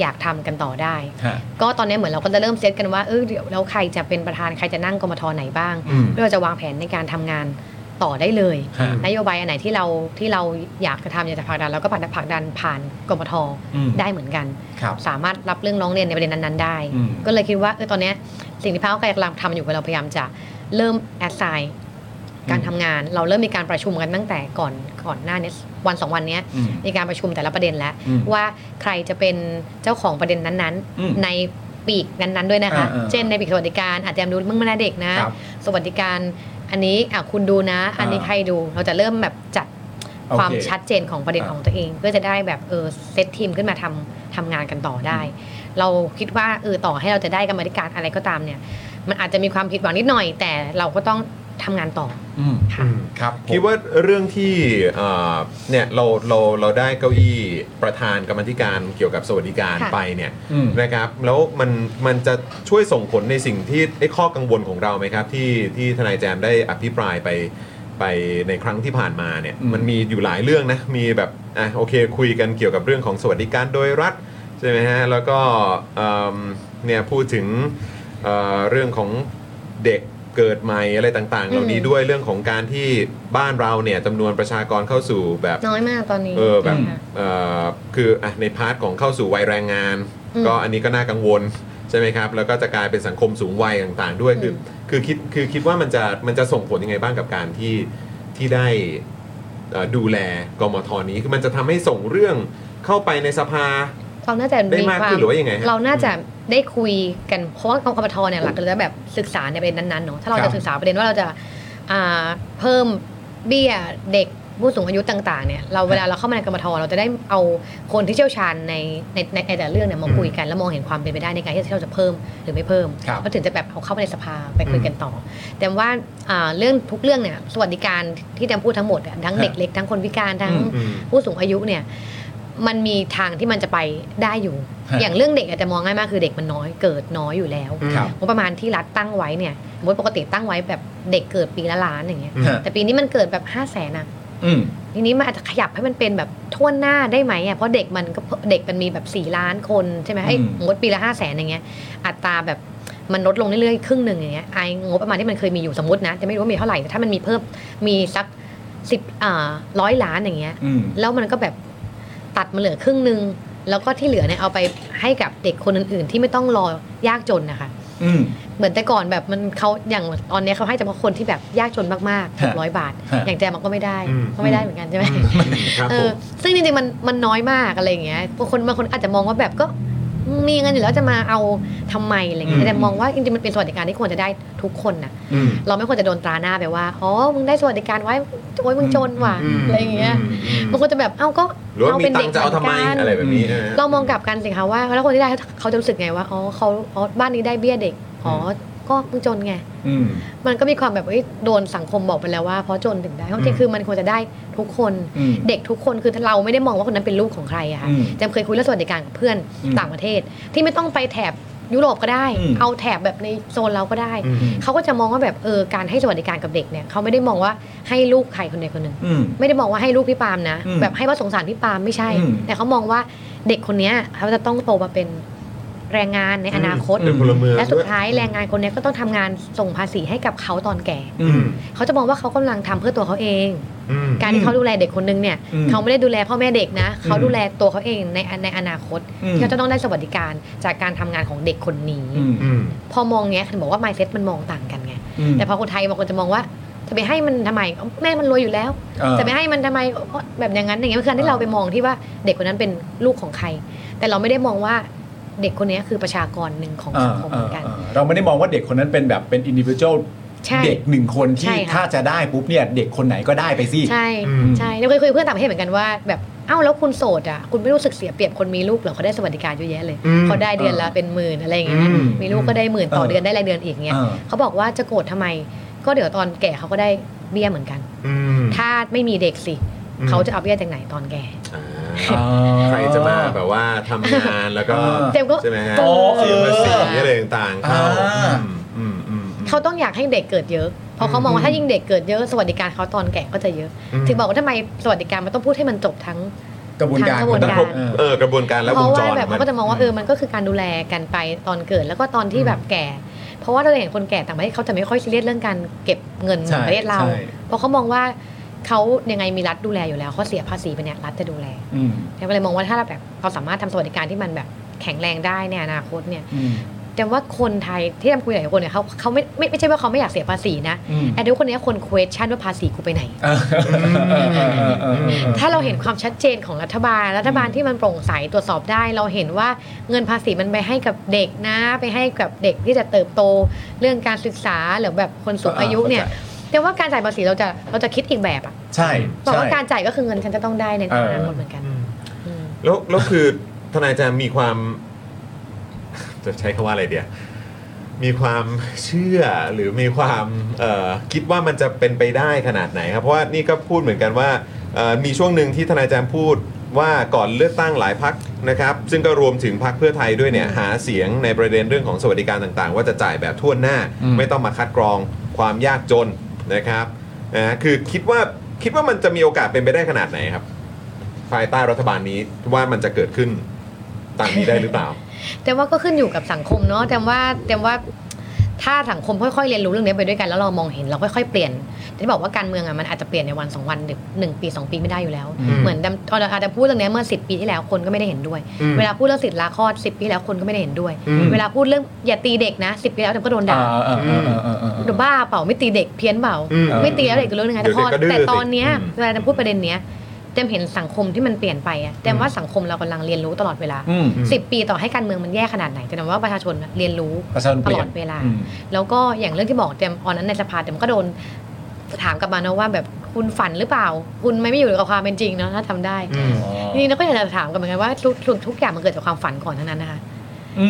Speaker 4: อยากทำกันต่อได้
Speaker 2: ฮะ
Speaker 4: ก็ตอนนี้เหมือนเราก็จะเริ่มเซตกันว่าเออเดี๋ยวแล้วใครจะเป็นประธานใครจะนั่งกรมทไหนบ้าง
Speaker 1: อืม
Speaker 4: เพื่อจะวางแผนในการทำงาน ต่อได้เลย
Speaker 2: ฮะ
Speaker 4: นโยบายอันไหนที่เราที่เราอยากจะทำอยากจะผลักดันเราก็ผลักดันผลักดันผ่านกมท
Speaker 2: อืม
Speaker 4: ได้เหมือนกัน
Speaker 2: ครับ
Speaker 4: สามารถรับเรื่องร้องเรียนในประเด็นนั้นๆได้
Speaker 2: อืม
Speaker 4: ก็เลยคิดว่าเออตอนเนี้ยสิ่งที่พรรคเก้าวไกลกำลังทำอยู่คือเราพยายามจะเริ่มแอดไซน์การทำงาน เราเริ่มมีการประชุมกันตั้งแต่ก่อนก่อนหน้าเนี้ยวันสองวันเนี้ย
Speaker 2: อืม
Speaker 4: มีการประชุมแต่ละประเด็นแล้ว
Speaker 2: อืม
Speaker 4: ว่าใครจะเป็นเจ้าของประเด็นนั้น
Speaker 2: อืม
Speaker 4: ๆ ในปีกนั้นๆด้วยนะคะ
Speaker 2: อ่าอ่า
Speaker 4: เช่นในปีกสวัสดิการอาจจะดูมึงไม่น่าเด็กนะ
Speaker 2: ครับ
Speaker 4: สวัสดิการอันนี้อ่ะคุณดูนะ อันนี้
Speaker 2: อ่า
Speaker 4: ใครดูเราจะเริ่มแบบจัด
Speaker 2: โอเค
Speaker 4: ความชัดเจนของประเด็น
Speaker 2: อ่า
Speaker 4: ของตัวเอง เพื่อจะได้แบบเออเซตทีมขึ้นมาทำทำงานกันต่อได้ เราคิดว่าเออต่อให้เราจะได้กรรมาธิการอะไรก็ตามเนี่ย มันอาจจะมีความผิดหวังนิดหน่อย แต่เราก็ต้องทำงานต่อ
Speaker 2: อืม
Speaker 4: ค่ะ
Speaker 2: ครับผม
Speaker 1: คิดว่าเรื่องที่เอ่อเนี่ยเราเราเราได้เก้าอี้ประธานกรรมาธิการเกี่ยวกับสวัสดิการ
Speaker 4: ค่ะ
Speaker 1: ไปเนี่ย
Speaker 2: อืม
Speaker 1: นะครับแล้วมันมันจะช่วยส่งผลในสิ่งที่ไอ้ข้อกังวลของเราไหมครับ ที่ที่ทนายแจมได้อภิปรายไปไปในครั้งที่ผ่านมาเนี่ย
Speaker 2: อืม
Speaker 1: มันมีอยู่หลายเรื่องนะมีแบบอ่ะโอเค คุยกันเกี่ยวกับเรื่องของสวัสดิการโดยรัฐใช่ไหมฮะแล้วก็เอิ่มเนี่ยพูดถึงเอ่อเรื่องของเด็กเกิดใหม่อะไรต่างๆ เหล่านี้
Speaker 4: อืม
Speaker 1: ด้วยเรื่องของการที่บ้านเราเนี่ยจำนวนประชากรเข้าสู่แบบ
Speaker 4: น้อยมากตอนนี้
Speaker 1: เออแบบ
Speaker 2: อืม
Speaker 4: ค่ะ
Speaker 1: เอ่อคืออ่ะในพาร์ทของเข้าสู่วัยแรงงาน
Speaker 4: อืม
Speaker 1: ก็อันนี้ก็น่ากังวลใช่ไหมครับ แล้วก็จะกลายเป็นสังคมสูงวัยต่างๆ ด้วยคือ
Speaker 4: อืม
Speaker 1: คือคิดคือคิดว่ามันจะมันจะส่งผลยังไงบ้างกับการที่ที่ได้เอ่อดูแลกมทนี้คือมันจะทำให้ส่งเรื่องเข้าไปในสภา
Speaker 4: เราน่าจะ
Speaker 1: ได้
Speaker 4: มี
Speaker 1: มาก
Speaker 4: ควา
Speaker 1: ขึ้น
Speaker 4: ม
Speaker 1: หรือว่ายังไงฮะ
Speaker 4: เราน่าจะได้คุยกันเพราะว่ากองกบทเนี่ยหลักเราจะแบบศึกษาในประเด็นนั้นๆเนาะถ้าเรา
Speaker 2: ครั
Speaker 4: จะ
Speaker 2: บ
Speaker 4: ศึกษาประเด็นว่าเราจะอ่าเพิ่มเบี้ยเด็กผู้สูงอายุต่างๆเนี่ยเราเวลาเราเข้ามาในกรรมทเราจะได้เอาคนที่เชี่ยวชาญในในในในแต่ละเรื่องเนี่ยมาคุยกันแล้วมองเห็นความเป็นไปได้ในการที่เราจะเพิ่มหรือไม่เพิ่ม
Speaker 2: ครับ
Speaker 4: แล้วถึงจะแบบเอาเข้าไปในสภาไปคุยกันต่อ แต่ว่าอ่าเรื่องทุกเรื่องเนี่ยสวัสดิการที่แจมพูดทั้งหมดอะทั้งเด็กเล็กทั้งคนพิการทั้ง
Speaker 1: อืม
Speaker 4: ผู้สูงอายุเนี่ยมันมีทางที่มันจะไปได้อยู่
Speaker 2: ฮะ
Speaker 4: อย่างเรื่องเด็กอาจจะมองง่ายมากคือเด็กมันน้อยเกิดน้อยอยู่แล้ว
Speaker 2: ครับ
Speaker 4: งบประมาณที่รัฐตั้งไว้เนี่ยสมมติปกติตั้งไว้แบบเด็กเกิดปีละล้านอย่างเงี้ย
Speaker 1: อืม
Speaker 2: ฮะ
Speaker 4: แต่ปีนี้มันเกิดแบบ5้าแสนอะ
Speaker 2: อืม
Speaker 4: ทีนี้มันอาจจะขยับให้มันเป็นแบบทั่วหน้าได้ไหมอะเพราะเด็กมันก็เด็กมันมีแบบ4ล้านคนใช่ไหมไอ้ย
Speaker 2: อืม
Speaker 4: งบปีละ5้าแสนอย่างเงี้ยอัตราแบบมันลดลงเรื่อยๆครึ่งหนึ่งอย่างเงี้ยไอ้งบประมาณที่มันเคยมีอยู่สมมตินะจะไม่รู้ว่ามีเท่าไหร่แต่ถ้ามันมีเพิ่มมีสักสิบอ่าร้อยล้านอย่างเงี้ย
Speaker 2: อืม
Speaker 4: แล้วมันก็แบบตัดมาเหลือครึ่งหนึ่งแล้วก็ที่เหลือเนี่ยเอาไปให้กับเด็กคนอื่นๆ ที่ไม่ต้องรอยากจนนะคะ
Speaker 2: อืม
Speaker 4: เหมือนแต่ก่อนแบบมันเขาอย่างตอนเนี้ยเขาให้เฉพาะคนที่แบบยากจนมากๆห
Speaker 2: ฮะ
Speaker 4: กร้อยบาท
Speaker 2: ฮะ
Speaker 4: อย่างแจมก็ไม่ได้
Speaker 1: อืม
Speaker 4: ก็ไม่ได้เหมือนกันใช่ไหม
Speaker 1: ครับ
Speaker 4: เอ
Speaker 1: ผ
Speaker 4: อ
Speaker 1: ม
Speaker 4: ซึ่งจริงๆมันมันน้อยมากอะไรอย่างเงี้ยบางคนบางคนอาจจะมองว่าแบบก็มีเงินอยู่แล้วจะมาเอาทำไมอะไรอย่างเงี้ยแต่แจมมองว่าจริงๆมันเป็นสวัสดิการที่ควรจะได้ทุกคนนะ
Speaker 1: อืม
Speaker 4: เราไม่ควรจะโดนตราหน้าไปว่า อ๋อ มึงได้สวัสดิการไว้ โอ้ยมึงจนว่ะ
Speaker 1: ม
Speaker 4: อะไรอย่างเงี้ย
Speaker 1: อืม
Speaker 4: บางคนจะแบบ เอ้า ก็
Speaker 1: หรือว่า
Speaker 4: เรา
Speaker 1: มี
Speaker 4: เป็น
Speaker 1: ตั
Speaker 4: เด็
Speaker 1: ง
Speaker 4: ก
Speaker 1: ค์จะเอาทำไม
Speaker 4: หนกัน
Speaker 1: อะไรแบบนี้นะฮะ
Speaker 4: เรามองกลับกันสิคะว่า แล้วคนที่ได้เขาจะรู้สึกไงว่า อ๋อเขาอ๋อ บ้านนี้ได้เบี้ยเด็ก อ๋อ ก็มึงจนไง
Speaker 2: อืม
Speaker 4: มันก็มีความแบบเอ้ยโดนสังคมบอกไปแล้วว่า เพราะจนถึงได้ความจริงคือมันควรจะได้ทุกคน
Speaker 2: อืม
Speaker 4: เด็กทุกคนคือเราไม่ได้มองว่าคนนั้นเป็นลูกของใครอะค่ะ
Speaker 2: อืม
Speaker 4: แจมเคยคุยเรื่องสวัสดิการกับเพื่อน
Speaker 2: อืม
Speaker 4: ต่างประเทศ ที่ไม่ต้องไปแถบยุโรปก็ได้
Speaker 2: อืม
Speaker 4: เอาแถบแบบในโซนเราก็ได้
Speaker 1: อืม
Speaker 4: เขาก็จะมองว่าแบบเออการให้สวัสดิการกับเด็กเนี่ยเขาไม่ได้มองว่าให้ลูกใครคนใดคนหนึ่ง
Speaker 2: อืม
Speaker 4: ไม่ได้มองว่าให้ลูกพี่ปาล์มนะ
Speaker 2: อืม
Speaker 4: แบบให้ว่าสงสารพี่ปาล์มไม่ใช่
Speaker 2: อืม
Speaker 4: แต่เขามองว่าเด็กคนเนี้ยเขาจะต้องโตมาเป็นแรงงานในอนาคต
Speaker 1: เป็นพลเมือง
Speaker 4: และสุ
Speaker 1: ด้
Speaker 4: ด
Speaker 1: วย
Speaker 4: ท้ายแรงงานคนเนี้ยก็ต้องทำงานส่งภาษีให้กับเขาตอนแก่
Speaker 2: อืม
Speaker 4: เขาจะมองว่าเขากำลังทำเพื่อตัวเขาเอง
Speaker 1: อืม
Speaker 4: การที่เขาดูแลเด็กคนนึงเนี่ย
Speaker 2: อืม
Speaker 4: เขาไม่ได้ดูแลพ่อแม่เด็กนะเขา
Speaker 2: อืม
Speaker 4: ดูแลตัวเขาเองในในอนาคต
Speaker 2: อืม
Speaker 4: ที่เขาจะต้องได้สวัสดิการจากการทำงานของเด็กคนนี้
Speaker 2: อืม
Speaker 1: อืม
Speaker 4: พอมองเงี้ยถึงบอกว่า mindset มันมองต่างกันไง
Speaker 2: อืม
Speaker 4: แต่พอคนไทยบางคนจะมองว่าจะไปให้มันทำไมแม่มันรวยอยู่แล้ว
Speaker 2: เออ
Speaker 4: จะไปให้มันทำไมแบบอย่างนั้นอย่างเงี้ยคือการ
Speaker 2: เอ
Speaker 4: ที่
Speaker 2: อ
Speaker 4: เราไปมองที่ว่าเด็กคนนั้นเป็นลูกของใคร แต่เราไม่ได้มองว่าเด็กคนนี้คือประชากรหนึ่งของ
Speaker 2: เอ
Speaker 4: สั
Speaker 2: อง
Speaker 4: คม
Speaker 2: เอ
Speaker 4: เหมื
Speaker 2: อ
Speaker 4: อนกัน
Speaker 2: เออเราไม่ได้มองว่าเด็กคนนั้นเป็นแบบเป็นอินดิวิ u a l
Speaker 4: ใช่
Speaker 2: เด็กหนึ่งคน
Speaker 4: ใช่
Speaker 2: ที่
Speaker 4: ค่ะ
Speaker 2: ถ้าจะได้ปุ๊บเนี่ย เด็กคนไหนก็ได้ไปสิ
Speaker 4: ใช่
Speaker 1: อืม
Speaker 4: ใช่เราเคยคุยกับเพื่อนต่างประเทศเหมือนกันว่าแบบเอ้าแล้วคุณโสดอ่ะคุณไม่รู้สึกเสียเปรียบคนมีลูกเหรอเขาได้สวัสดิการเยอะแยะเลย
Speaker 1: อืม
Speaker 4: เขาได้เดือนละเป็นหมื่นอะไรอย่างเงี้ย
Speaker 1: อืม
Speaker 4: มีลูกก็ได้หมื่นต่อ
Speaker 2: เออ
Speaker 4: เดือนได้รายเดือนอีกเงี้ย
Speaker 2: เออ
Speaker 4: เขาบอกว่าจะโกรธทำไม ก็เดี๋ยวตอนแก่เขาก็ได้เบี้ยเหมือนกัน
Speaker 1: อืม
Speaker 4: ถ้าไม่มีเด็กสิ
Speaker 1: อืม
Speaker 4: เขาจะเอาเบี้ยจากไหนตอนแก่
Speaker 1: อ่า
Speaker 2: อ่า
Speaker 1: ใครจะมาแบบว่าทำงานแล้วก็
Speaker 2: เออ
Speaker 4: เต็มก็
Speaker 1: ใช่ไหมฮะ
Speaker 2: โอ้เออ
Speaker 1: เสียภาษีอะไรต่างๆเข้า
Speaker 2: อ่า
Speaker 1: อืมอืมอืม
Speaker 4: เขาต้องอยากให้เด็กเกิดเยอะ เพราะเขามองว่าถ้ายิ่งเด็กเกิดเยอะสวัสดิการเขาตอนแก่ก็จะเยอะ
Speaker 1: อืม
Speaker 4: ถึงบอกว่าทำไมสวัสดิการมันต้องพูดให้มันจบทั้ง
Speaker 2: กระบวนการ
Speaker 4: ทางกระบวน
Speaker 2: ของ
Speaker 4: การ
Speaker 2: คบ
Speaker 1: เออกระบวนการและ
Speaker 4: เพ
Speaker 1: วง
Speaker 4: ราะ
Speaker 1: จ
Speaker 4: ว่าร แบบเขาก็จะมองว่าเออมันก็คือการดูแลกันไปตอนเกิดแล้วก็ตอนที่แบบแก่ เพราะว่าเราจะเห็นคนแก่ต่างประเทศเขาจะไม่ค่อยซีเรียสเรื่องการเก็บเงินของประเทศเรา
Speaker 2: ใช่ใช่
Speaker 4: เพราะเขามองว่าเขายังไงมีรัฐดูแลอยู่แล้วเขาเสียภาษีไปเนี่ยรัฐจะดูแล
Speaker 2: อืม
Speaker 4: เนี่ยก็เลยมองว่าถ้าเราแบบเราสามารถทำสวัสดิการที่มันแบบแข็งแรงได้ในอนาคตเนี่ย
Speaker 2: อืม
Speaker 4: แต่ว่าคนไทยที่ทำคุยกับหลายคนเนี่ยเขาเขาไม่ไม่ไม่ใช่ว่าเขาไม่อยากเสียภาษีนะ
Speaker 2: อืม
Speaker 4: แต่เดี๋ยวคนเนี้ยคน question ว่าภาษีกูไปไหน
Speaker 2: เออเออเออเออเออ
Speaker 4: ถ้าเราเห็นความชัดเจนของรัฐบาล รัฐบาลที่มันโปร่งใสตรวจสอบได้ เราเห็นว่าเงินภาษีมันไปให้กับเด็กนะ ไปให้กับเด็กที่จะเติบโต เรื่องการศึกษาหรือแบบคนสูง
Speaker 2: อ่า
Speaker 4: อายุเนี่ย
Speaker 2: เข้าใจ
Speaker 4: แต่ว่าการจ่ายภาษีเราจะเราจะคิดอีกแบบอะ
Speaker 2: ใช่
Speaker 4: บอก
Speaker 2: ใช่
Speaker 4: ว่าการจ่ายก็คือเงินฉันจะต้องได้ใน
Speaker 2: เออ
Speaker 4: อนาคตเหมือนกันอืม
Speaker 1: แล้วแล้วคือทนายจะมีความ จะใช้คำว่าอะไรเดียมีความเชื่อหรือมีความเอ่อคิดว่ามันจะเป็นไปได้ขนาดไหนครับ เพราะว่านี่ก็พูดเหมือนกันว่าเอ่อมีช่วงหนึ่งที่ทนายแจมพูดว่าก่อนเลือกตั้งหลายพักนะครับ ซึ่งก็รวมถึงพักเพื่อไทยด้วยเนี่ยหาเสียงในประเด็นเรื่องของสวัสดิการต่างๆ ว่าจะจ่ายแบบทั่วหน้า
Speaker 2: อืม
Speaker 1: ไม่ต้องมาคัดกรองความยากจนนะครับนะฮะคือคิดว่าคิดว่ามันจะมีโอกาสเป็นไปได้ขนาดไหนครับ ภายใต้รัฐบาลนี้ว่ามันจะเกิดขึ้นตามนี้ได้หรือเปล่า
Speaker 4: แต่ว่าก็ขึ้นอยู่กับสังคมเนาะแต่ว่าแต่ว่าถ้าสังคมค่อยๆเรียนรู้เรื่องนี้ไปด้วยกันแล้วเรามองเห็นเราค่อยๆเปลี่ยนที่บอกว่าการเมืองอะมันอาจจะเปลี่ยนในวันสองวันหรือหนึ่งปีสองปีไม่ได้อยู่แล้ว
Speaker 1: อืม
Speaker 4: เหมือนดำเราอาจจะพูดเรื่องนี้เมื่อ 10 ปีที่แล้วคนก็ไม่ได้เห็นด้วย
Speaker 1: อืม
Speaker 4: เวลาพูดเรื่องสิทธิ์ลาคลอด 10 ปีแล้วคนก็ไม่ได้เห็นด้วย
Speaker 1: อืม
Speaker 4: เวลาพูดเรื่องอย่าตีเด็กนะ 10 ปีแล้วเดี๋ยวก็โดนด่า
Speaker 2: เออเออเออเออเออเออ
Speaker 4: เดี๋ยวบ้าเปล่าไม่ตีเด็กเพี้ยนเปล่า
Speaker 1: อืม
Speaker 4: ไม่ตีแล้วเด็กก็รู้ยังไง
Speaker 1: เดี๋
Speaker 4: แต่
Speaker 1: ยว
Speaker 4: พอ
Speaker 1: เด็กก็ดื้อ
Speaker 4: แต่ตอนเนี้ย
Speaker 1: สิอืม
Speaker 4: เวลาจะพูดประเด็นเนี้ยเต็มเห็นสังคมที่มันเปลี่ยนไปอะเต็มว่าสังคมเรากำลังเรียนรู้ตลอดเวลา
Speaker 2: อืม
Speaker 4: 10 ปีต่อให้การเมืองมันแย่ขนาดไหนแต่ว่าประชาชนเรียนรู้
Speaker 2: ประชาชนเปลี่ย
Speaker 4: ต
Speaker 2: น
Speaker 4: ลอดเวลา
Speaker 2: อืม
Speaker 4: แล้วก็อย่างเรื่องที่บอกเต็มออนนั้นในสภาเต็มก็โดนถามกลับมานะว่าแบบคุณฝันหรือเปล่า คุณไม่ไม่อยู่กับความเป็นจริงเนาะถ้าทำได้
Speaker 1: อืม
Speaker 4: จริงๆเราก็อยากจะถามกันเหมือนกันว่าทุกทุกทุกอย่างมันเกิดจากความฝันก่อนทั้งนั้นนะคะ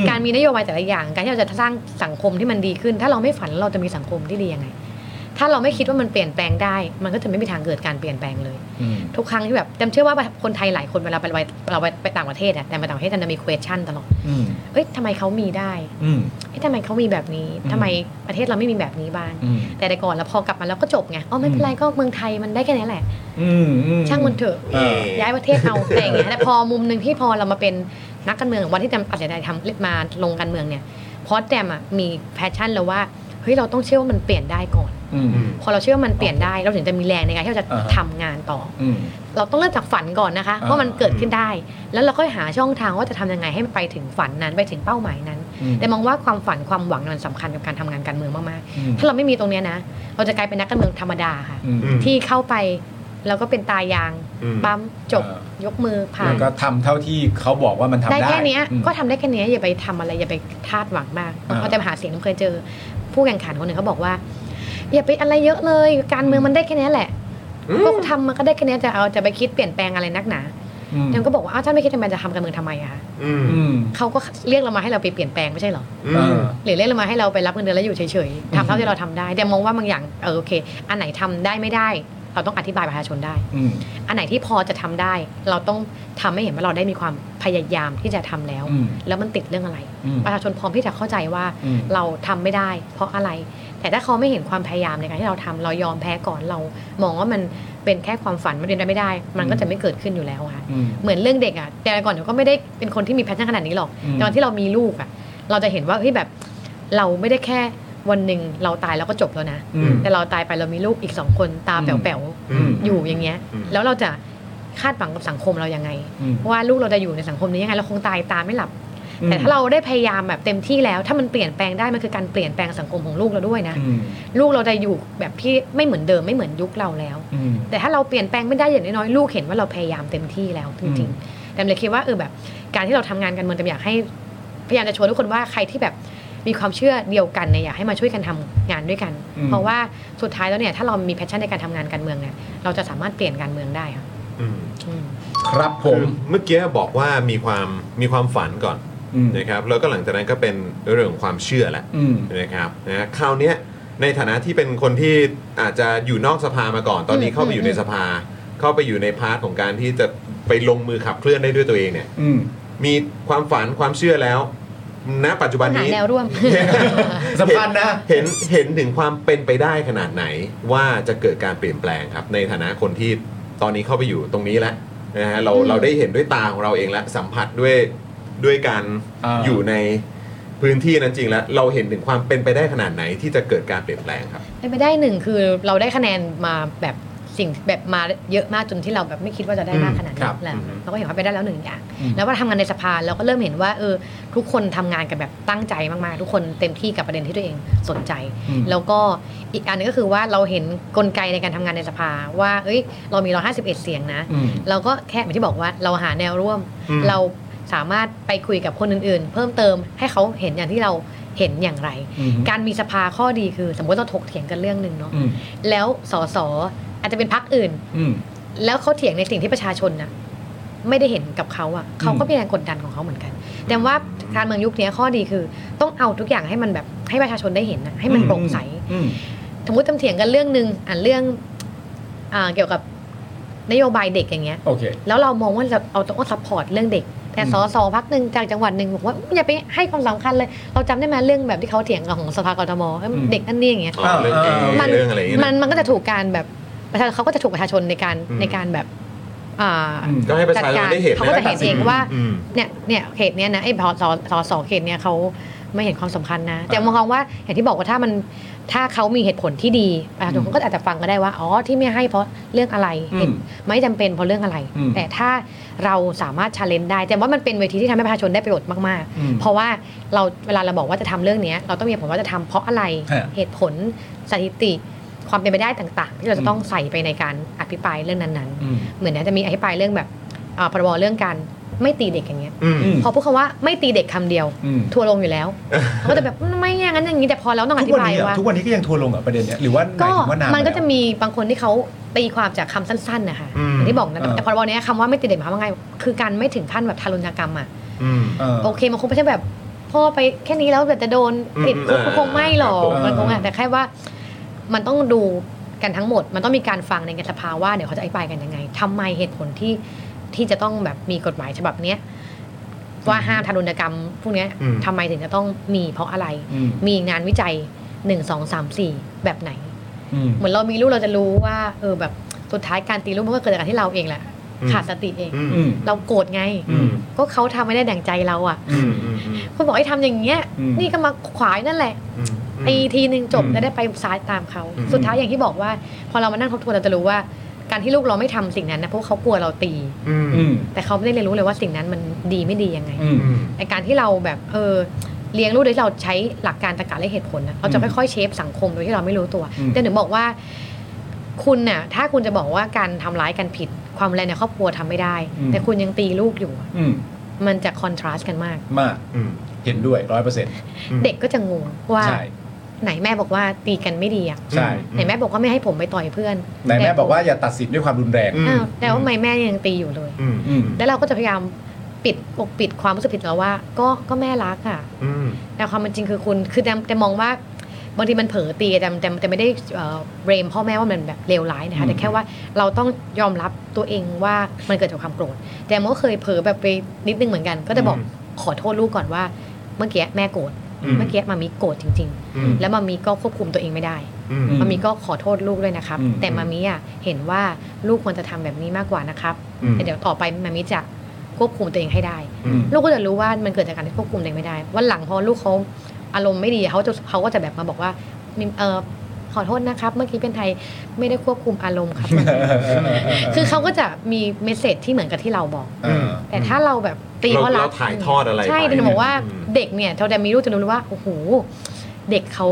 Speaker 4: การมีนโยบายแต่ละอย่าง การที่เราจะสร้างสังคมที่มันดีขึ้น ถ้าเราไม่ฝันเราจะมีสังคมที่ดียังไง ถ้าเราไม่คิดว่ามันเปลี่ยนแปลงได้ มันก็จะไม่มีทางเกิดการเปลี่ยนแปลงเลย ทุกครั้งที่แบบจำเชื่อว่าคนไทยหลายคนเวลาไปไปเราไปไปต่างประเทศอะแต่ไปต่างประเทศมันจะมี question ตลอด เอ้ยทำไมเขามีได้เอ้ยทำไมเขามีแบบนี้
Speaker 2: อืม
Speaker 4: ทำไมประเทศเราไม่มีแบบนี้บ้าง แต่แต่ก่อนแล้วพอกลับมาแล้วก็จบไงอ๋อไม่เป็นไรก็เมืองไทยมันได้แค่นี้แหละ ช่างมันเถอะ
Speaker 2: เออ
Speaker 4: ย้ายประเทศเอาแต่อย่างเงี้ยแต่พอมุมหนึ่งที่พอเรามาเป็นนักการเมืองวันที่แจมตัดสินใจทำมาลงการเมืองเนี่ยเพราะแจมอะมีแพชชั่นแล้วว่าเฮ้ยเราต้องเชื่อว่ามันเปลี่ยนได้ก่อน พอเราเชื่อว่ามันเปลี่ยนได้เราถึงจะมีแรงในการที่เราจะ
Speaker 2: อ่าฮะ
Speaker 4: ทำงานต่อ เราต้องเริ่มจากฝันก่อนนะคะว่ามันเกิดขึ้นได้ แล้วเราค่อยหาช่องทางว่าจะทำยังไงให้มันไปถึงฝันนั้นไปถึงเป้าหมายนั้น แต่มองว่าความฝันความหวังมันสำคัญกับการทำงานการเมืองมากๆถ้าเราไม่มีตรงเนี้ยนะ เราจะกลายเป็นนักการเมืองธรรมดาค่ะ ที่เข้าไปแล้วก็เป็นตายาง
Speaker 1: อืม
Speaker 4: ปั๊มจบ
Speaker 2: เอ
Speaker 4: ยกมือผ่า
Speaker 2: แล้
Speaker 4: น
Speaker 2: วก็ทำเท่าที่เขาบอกว่ามันทำได้
Speaker 4: ได้แค่เนี้ย
Speaker 2: อืม
Speaker 4: ก็ทำได้แค่เนี้ยอย่าไปทำอะไรอย่าไปคาดหวังมาก
Speaker 2: อ่า
Speaker 4: เพราะแต่หาเสียงเคยเจอ ผู้แข่งขันคนหนึ่งเขาบอกว่า อย่าไปอะไรเยอะเลยการเมืองมันได้แค่เนี้ยแหละพวกทำมันก็ได้แค่เนี้ยจะเอาจะไปคิดเปลี่ยนแปลงอะไรนักหนา
Speaker 2: อืม
Speaker 4: เจมก็บอกว่าอ้าวถ้าไม่คิดทำไมจะทำการเมืองทำไมอะคะ
Speaker 1: อืม
Speaker 2: อืม
Speaker 4: เขาก็เรียกเรามาให้เราไปเปลี่ยนแปลงไม่ใช่เหรอ
Speaker 1: อื
Speaker 2: เอ
Speaker 1: ม
Speaker 2: อ
Speaker 4: หรือเรียกเรามาให้เราไปรับเงินเดือนแล้วอยู่เฉยๆทำเท่าที่เราทำได้แต่มองว่าบางอย่างเออโอเค อันไหนทำได้ไม่ได้ เราต้องอธิบายประชาชนได้
Speaker 2: อืม
Speaker 4: อันไหนที่พอจะทำได้ เราต้องทำให้เห็นว่าเราได้มีความพยายามที่จะทำแล้ว
Speaker 2: อืม
Speaker 4: แล้วมันติดเรื่องอะไร
Speaker 2: อืม
Speaker 4: ประชาชนพร้อมที่จะเข้าใจว่า
Speaker 2: อืม
Speaker 4: เราทำไม่ได้ เพราะอะไร แต่ถ้าเขาไม่เห็นความพยายามในการที่เราทำเรายอมแพ้ก่อนเรา มองว่ามันเป็นแค่ความฝันมันเป็นไปไม่ได้ มันก็จะไม่เกิดขึ้นอยู่แล้วอะค่ะ
Speaker 2: อืม
Speaker 4: เหมือนเรื่องเด็กอะแต่ก่อนเราก็ไม่ได้เป็นคนที่มีแพชชั่นขนาดนี้หรอก
Speaker 2: อืม
Speaker 4: ตอนที่เรามีลูกอะเราจะเห็นว่าเฮ้ยแบบเราไม่ได้แค่วันหนึ่งเราตายแล้วก็จบแล้วนะ
Speaker 2: อืม
Speaker 4: แต่เราตายไปเรามีลูกอีกสองคนตา
Speaker 2: อืม
Speaker 4: แป๋วๆ
Speaker 1: อืม
Speaker 4: อยู่อย่างเงี้ย
Speaker 1: อืม
Speaker 4: แล้วเราจะคาดหวังกับสังคมเรายังไง
Speaker 2: อืม
Speaker 4: ว่าลูกเราจะอยู่ในสังคมนี้ยังไงเราคงตายตามไม่หลับ
Speaker 2: อืม
Speaker 4: แต่ถ้าเราได้พยายามแบบเต็มที่แล้ว ถ้ามันเปลี่ยนแปลงได้มันคือการเปลี่ยนแปลงสังคมของลูกเราด้วยนะ
Speaker 2: อืม
Speaker 4: ลูกเราจะอยู่แบบที่ไม่เหมือนเดิมไม่เหมือนยุคเราแล้ว
Speaker 2: อืม
Speaker 4: แต่ถ้าเราเปลี่ยนแปลงไม่ได้อย่างน้อยๆลูกเห็นว่าเราพยายามเต็มที่แล้วจริงๆแต่เลยคิดว่าเออแบบ การที่เราทำงานกันเมืองแต่อยากให้พยายามจะชวนทุกคนว่าใครที่แบบมีความเชื่อเดียวกันเนี่ยอยากให้มาช่วยกันทำงานด้วยกัน
Speaker 2: อืม
Speaker 4: เพราะว่าสุดท้ายแล้วเนี่ยถ้าเรามีแพชชั่นในการทำงานการเมืองเนี่ยเราจะสามารถเปลี่ยนการเมืองได้ค่ะ
Speaker 1: อืม
Speaker 4: อืม
Speaker 2: ครับผ
Speaker 1: คือ
Speaker 2: ม
Speaker 1: เมื่อกี้บอกว่ามีความมีความฝันก่อน
Speaker 2: อืม
Speaker 1: นะครับ แล้วก็หลังจากนั้นก็เป็นเรื่องของความเชื่อแหละ
Speaker 2: อืม
Speaker 1: นะครับนะคราวเนี้ยในฐานะที่เป็นคนที่อาจจะอยู่นอกสภามาก่อน ตอนนี้
Speaker 4: อืม
Speaker 1: เข้าไปอยู่ใน
Speaker 4: อืม
Speaker 1: สภา เข้าไปอยู่ในพาร์ทของการที่จะไปลงมือขับเคลื่อนได้ด้วยตัวเองเนี่ย
Speaker 2: อืม
Speaker 1: มีความฝันความเชื่อแล้ว ณ ปัจจุบัน
Speaker 4: หา
Speaker 1: นี้
Speaker 4: แนวร่วม
Speaker 2: สำคัญนะ
Speaker 1: เห็นเห็นถึงความเป็นไปได้ขนาดไหนว่าจะเกิดการเปลี่ยนแปลงครับ ในฐานะคนที่ตอนนี้เข้าไปอยู่ตรงนี้แล้วนะฮะเรา
Speaker 4: อืม
Speaker 1: เราได้เห็นด้วยตาของเราเองแล้วสัมผัสด้วยด้วยการ
Speaker 2: อ่า
Speaker 1: อยู่ใน พื้นที่นั้นจริงแล้ว เราเห็นถึงความเป็นไปได้ขนาดไหนที่จะเกิดการเปลี่ยนแปลงครับ
Speaker 4: เป็นไปได้หนึ่งคือเราได้คะแนนมาแบบสิ่งแบบมาเยอะมากจนที่เราแบบไม่คิดว่าจะได้มากขนาด
Speaker 1: ครั
Speaker 4: นี้
Speaker 1: บ
Speaker 4: แหละ
Speaker 1: อือฮึ
Speaker 4: เราก็เห็นว่าไปได้แล้วหนึ่งอย่าง
Speaker 2: อืม
Speaker 4: แล้วพอทำงานในสภาเราก็เริ่มเห็นว่าเออทุกคนทำงานกันแบบตั้งใจมากๆ ทุกคนเต็มที่กับประเด็นที่ตัวเองสนใจ แล้วก็อีกอันหนึงก็คือว่าเราเห็นกลไกในการทำงานในสภาว่าเอ้ยเรามี 151 เสียงนะ
Speaker 2: อืม
Speaker 4: เราก็แค่อย่างที่บอกว่าเราหาแนวร่วม เราสามารถไปคุยกับคนอื่นๆ เพิ่มเติมให้เขาเห็นอย่างที่เราเห็นอย่างไร
Speaker 2: อืม
Speaker 4: การมีสภาข้อดีคือ สมมติเราถกเถียงกันเรื่องหนึ่งเนาะ
Speaker 2: อืม
Speaker 4: แล้วสสอาจจะเป็นพักอื่น
Speaker 2: อืม
Speaker 4: แล้วเขาเถียงในสิ่งที่ประชาชนนะไม่ได้เห็นกับเขาอะ่ะเขาก็
Speaker 2: อืม
Speaker 4: มีแรงกดดันของเขาเหมือนกัน แต่ว่าการเมืองยุคนี้ข้อดีคือ ต้องเอาทุกอย่างให้มันแบบให้ประชาชนได้เห็นนะให้มันโปร่งใส
Speaker 2: อืม
Speaker 4: สมมติจำเถียงกันเรื่องหนึ่งอ่านเรื่องอ่าเกี่ยวกับนโยบายเด็กอย่างเงี้ย
Speaker 2: โอเค
Speaker 4: แล้วเรามองว่าเราเอาต้องซัพพอร์ตเรื่องเด็ก แต่
Speaker 2: อืม
Speaker 4: สอสอพักหนึ่งจากจังหวัดหนึ่งบอกว่าอย่าไปให้ความสำคัญเลย เราจำได้ไหมเรื่องแบบที่เขาเถียงกับของสภากทมเอ้ยเด็กนั่นนี่อย่างเงี้ย
Speaker 1: อ๋อเรื่องเอ
Speaker 4: มัน
Speaker 1: เรื่องอะไรอย่างเงี้ย
Speaker 4: มัน
Speaker 1: นะ
Speaker 4: มันก็จะถูกการแบบประชาชนเขาก็จะถูกประชาชนในการ
Speaker 1: อืม
Speaker 4: ในการแบบอ่า
Speaker 2: อืม
Speaker 1: ก็ให้ประ
Speaker 4: จัด
Speaker 1: ชาชน
Speaker 4: การ
Speaker 1: ได้เห็น
Speaker 4: เขาก็จะเห็นเองว่า
Speaker 1: อืม
Speaker 4: เนี่ยเนี่ยเขตเนี้ยนะไอ้สอสอสอเขตเนี้ยเขาไม่เห็นความสำคัญนะ แต่มองว่าอย่างที่บอกว่าถ้ามันถ้าเขามีเหตุผลที่ดีประชาชนเขาก็อาจจะฟังก็ได้ว่าอ๋อที่ไม่ให้เพราะเรื่องอะไร
Speaker 2: อืม
Speaker 4: เห็นไม่จำเป็นเพราะเรื่องอะไร
Speaker 2: อืม
Speaker 4: แต่ถ้าเราสามารถชาเลนจ์ได้ แต่ว่ามันเป็นเวทีที่ทำให้ประชาชนได้ประโยชน์มาก
Speaker 2: อืม
Speaker 4: ๆ เพราะว่าเราเวลาเราบอกว่าจะทำเรื่องเนี้ยเราต้องมีเหตุผลว่าจะทำเพราะอะไร
Speaker 2: ฮะ
Speaker 4: เหตุผลสถิติความเป็นไปได้ต่าง ๆ ที่เรา
Speaker 2: อื
Speaker 4: จะ
Speaker 2: ม
Speaker 4: ต้องใส่ไปในการอภิปรายเรื่องนั้น
Speaker 2: อืม
Speaker 4: ๆ เหมือนเนี่ยจะมีอภิปรายเรื่องแบบอ่าพรบเรื่องการไม่ตีเด็กอย่างเงี้ย
Speaker 1: อืม
Speaker 2: อืม
Speaker 4: พอพูดคำว่าไม่ตีเด็กคำเดียว
Speaker 2: อืม
Speaker 4: ทัวร์ลงอยู่แล้วเขาก็จะแบบไม่อย่างนั้นอย่างนี้แต่พอแล้วต้องอ
Speaker 2: ทุก
Speaker 4: ธิ
Speaker 2: วัน
Speaker 4: บาย
Speaker 2: นี้อะ
Speaker 4: ว่า
Speaker 2: ทุกวันนี้ก็ยังทัวร์ลงเหรอ่ะประเด็นเนี้ยหรือว่าห
Speaker 4: ก็
Speaker 2: มายถึงว่านาน
Speaker 4: มันก็
Speaker 2: แล้ว
Speaker 4: จะมีบางคนที่เขาตีความจากคำสั้นๆนะคะ
Speaker 1: อืม
Speaker 4: อย่างที่บอกนะ
Speaker 2: อ่า
Speaker 4: แต่พรบเนี้ยคำว่าไม่ตีเด็กหมายความว่าไงคือการไม่ถึงขั้นแบบทารุณกรรมอ่ะ
Speaker 1: อืม
Speaker 2: เออ
Speaker 4: โอเคมันคงไม่ใช่แบบพ่อไปแค่นี้แล้วแบบจะโดน
Speaker 1: อืม
Speaker 4: ติดคุก
Speaker 1: อ่า
Speaker 4: ก็คงไม่หรอก
Speaker 2: ครับผม
Speaker 4: มันคงอ่ะแต่แค่ว่า มันต้องดูกันทั้งหมด มันต้องมีการฟังในการสภาว่าเดี๋ยวเขาจะอธิบายกันยังไงทำไมเหตุผลที่ที่จะต้องแบบมีกฎหมายฉบับเนี้ยว่าห้ามทารุณกรรมพวกเนี้ย
Speaker 1: อืม
Speaker 4: ทำไมถึงจะต้องมีเพราะอะไร
Speaker 2: อืม
Speaker 4: มีงานวิจัย 1 2 3 4 แบบไหน
Speaker 2: อืม
Speaker 4: เหมือนเรามีลูกเราจะรู้ว่า เออแบบสุดท้ายการตีลูกมันก็เกิดจากการที่เราเองแหละ
Speaker 1: อืม
Speaker 4: ขาดสติเอง
Speaker 1: อืม
Speaker 2: อืม
Speaker 4: เราโกรธไง
Speaker 2: อืม
Speaker 4: ก็เขาทำไม่ได้ดั่งใจเราอ่ะ
Speaker 1: อืมอืมอืม
Speaker 4: คุณบอกให้ทำอย่างเงี้ย
Speaker 2: อืม
Speaker 4: นี่ก็มาขวายนั่นแหละ
Speaker 1: อืม
Speaker 4: ตีทีหนึ่งจบ
Speaker 2: อืม
Speaker 4: แล้วได้ไปซ้ายตามเขา
Speaker 1: อืม
Speaker 4: สุดท้ายอย่างที่บอกว่า พอเรามานั่งทบทวนเราจะรู้ว่า การที่ลูกเราไม่ทำสิ่งนั้นนะเพราะเขากลัวเราตี
Speaker 1: อืม
Speaker 2: อืม
Speaker 4: แต่เขาไม่ได้เรียนรู้เลยว่าสิ่งนั้นมันดีไม่ดียังไง
Speaker 2: อืม
Speaker 1: อืม
Speaker 4: ไอการที่เราแบบเออเลี้ยงลูกโดยที่เราใช้หลักการตรรกะและเหตุผลนะเราจะ
Speaker 2: อืม
Speaker 4: ค่อยๆเชฟสังคมโดยที่เราไม่รู้ตัว
Speaker 2: อืม
Speaker 4: แต่หนูบอกว่า คุณน่ะถ้าคุณจะบอกว่าการทำร้ายกันผิด ความแรงในครอบครัวทำไม่ได้ แต่คุณยังตีลูกอยู่อะ
Speaker 2: อืม
Speaker 4: มันจะคอนทราสต์กันมาก
Speaker 2: มาก
Speaker 1: อืม
Speaker 2: เห็นด้วยร้อยเปอร์เซ็นต์
Speaker 1: อืม
Speaker 4: เด็กก็จะงงว่า
Speaker 2: ใช่
Speaker 4: ไหนแม่บอกว่าตีกันไม่ดีอะ
Speaker 2: ใช่
Speaker 4: ไหนแม่บอกว่าไม่ให้ผมไปต่อยเพื่อน
Speaker 2: ไหนแม่บอกว่าอย่าตัดสินด้วยความรุนแรง
Speaker 1: อืม
Speaker 4: อ้าวแต่ว่าทำไมแม่ยังตีอยู่เลย
Speaker 1: อืม
Speaker 2: อืม
Speaker 4: แล้วเราก็จะพยายามปิดปกปิดความรู้สึกผิดเราว่า ก็ก็แม่รักอ่ะ
Speaker 1: อืม
Speaker 4: แต่ความเป็นจริงคือคุณคือแต่แต่มองว่าบางทีมันเผลอตีแต่แต่แต่ไม่ได้เบรมพ่อแม่ว่ามันแบบเลวร้ายนะ
Speaker 2: อื
Speaker 4: คะ
Speaker 2: ม
Speaker 4: แต่แค่ว่าเราต้องยอมรับตัวเองว่ามันเกิดจากความโกรธแต่มันก็เคยเผลอแบบไปนิดนึงเหมือนกัน ก็จะบอก
Speaker 1: อืม
Speaker 4: ขอโทษลูกก่อนว่า เมื่อกี้แม่โกรธ
Speaker 1: อืม
Speaker 4: เมื่อกี้มามีโกรธจริง
Speaker 1: อืม
Speaker 4: ๆ แล้วมามีก็ควบคุมตัวเองไม่ได้
Speaker 1: อืม
Speaker 2: อื
Speaker 4: มามีก็ขอโทษลูกด้วยนะครับ
Speaker 2: อืม
Speaker 4: แต่มามีอ่ะเห็นว่าลูกควรจะทำแบบนี้มากกว่านะครับ
Speaker 1: อืม
Speaker 4: แต่เดี๋ยวต่อไปมามีจะควบคุมตัวเองให้ได้
Speaker 1: อืม
Speaker 4: ลูกก็จะรู้ว่ามันเกิดจากการที่ควบคุมตัวเองไม่ได้วันหลังพอลูกเขาอารมณ์ไม่ดีเขาจะเขาก็จะแบบมาบอกว่ามีเออขอโทษนะครับ เมื่อกี้เป็นไทยไม่ได้ควบคุมอารมณ์ครับ คือเขาก็จะมีเมสเซจที่เหมือนกับที่เราบอก
Speaker 2: เออ
Speaker 4: แต่ถ้าเราแบบตี
Speaker 1: เรา
Speaker 4: เขารั
Speaker 1: เรา
Speaker 4: ก
Speaker 1: ถ่ายทอดอะไร
Speaker 4: ใช่
Speaker 1: ไป
Speaker 4: แต่หนูบอกว่า
Speaker 1: อืม
Speaker 4: เด็กเนี่ยเราจะมีลูกจะรู้เลยว่าโอ้โหเด็กเขา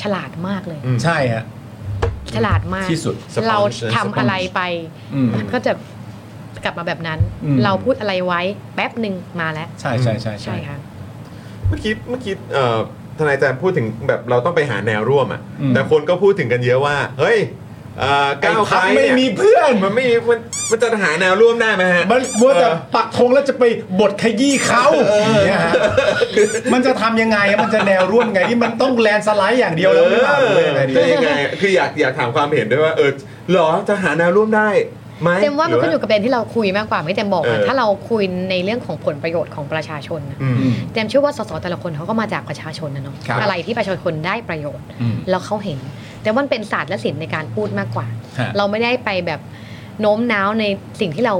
Speaker 4: ฉลาดมากเลย
Speaker 1: อืม
Speaker 2: ใช่ฮะ
Speaker 4: ฉลาดมาก
Speaker 2: ที่สุด
Speaker 1: sponge
Speaker 4: เราทำอะไรไป
Speaker 2: อืม
Speaker 4: ก็จะกลับมาแบบนั้น
Speaker 2: อืม
Speaker 4: เราพูดอะไรไว้แป๊บหนึ่งมาแล้ว
Speaker 2: ใช่ใช่ใช่
Speaker 4: ใช่ค่ะ
Speaker 1: เมื่อกี้เมื่อกี้เอ่อทนายแจมพูดถึงแบบเราต้องไปหาแนวร่วมอ่ะ
Speaker 2: อืม
Speaker 1: แต่คนก็พูดถึงกันเยอะว่า เฮ้ยเอ่อ
Speaker 2: ไอ้
Speaker 1: ก้าว
Speaker 2: พั
Speaker 1: ไก
Speaker 2: ก
Speaker 1: ล
Speaker 2: ไม่
Speaker 1: เนี่ย
Speaker 2: มีเพื่อน
Speaker 1: มันไม่มีมันมันจะหาแนวร่วมได้ไหมฮะ
Speaker 2: มันมัวแต่
Speaker 1: เออ
Speaker 2: ปักธงแล้วจะไปบทขยี้เขาอย่างเงี้ยฮะมันจะทำยังไงอะมันจะแนวร่วมไงนี่มันต้องแลนด์สไลด์อย่างเดียวแล้วหรือเปล่าหรือว่ายังไงดี
Speaker 1: คือยังไงคืออยากอยากถามความเห็นด้วยว่าเออเหรอจะหาแนวร่วมได้ไหม
Speaker 4: เต็มว่ามันขึ้นอยู่กับประเด็นที่เราคุยมากกว่าไม่เต็มบอก
Speaker 1: เออ
Speaker 4: อะถ้าเราคุยในเรื่องของผลประโยชน์ของประชาชนนะ
Speaker 1: อืม
Speaker 4: เต็มเชื่อว่าสสแต่ละคนเขาก็มาจากประชาชนนะเนาะ
Speaker 2: ครับ
Speaker 4: อะไรที่ประชาชนได้ประโยชน์
Speaker 2: อืม
Speaker 4: แล้วเขาเห็น แต่ว่ามันเป็นศาสตร์และศิลป์ในการพูดมากกว่า
Speaker 2: ฮะ
Speaker 4: เราไม่ได้ไปแบบโน้มน้าวในสิ่งที่เรา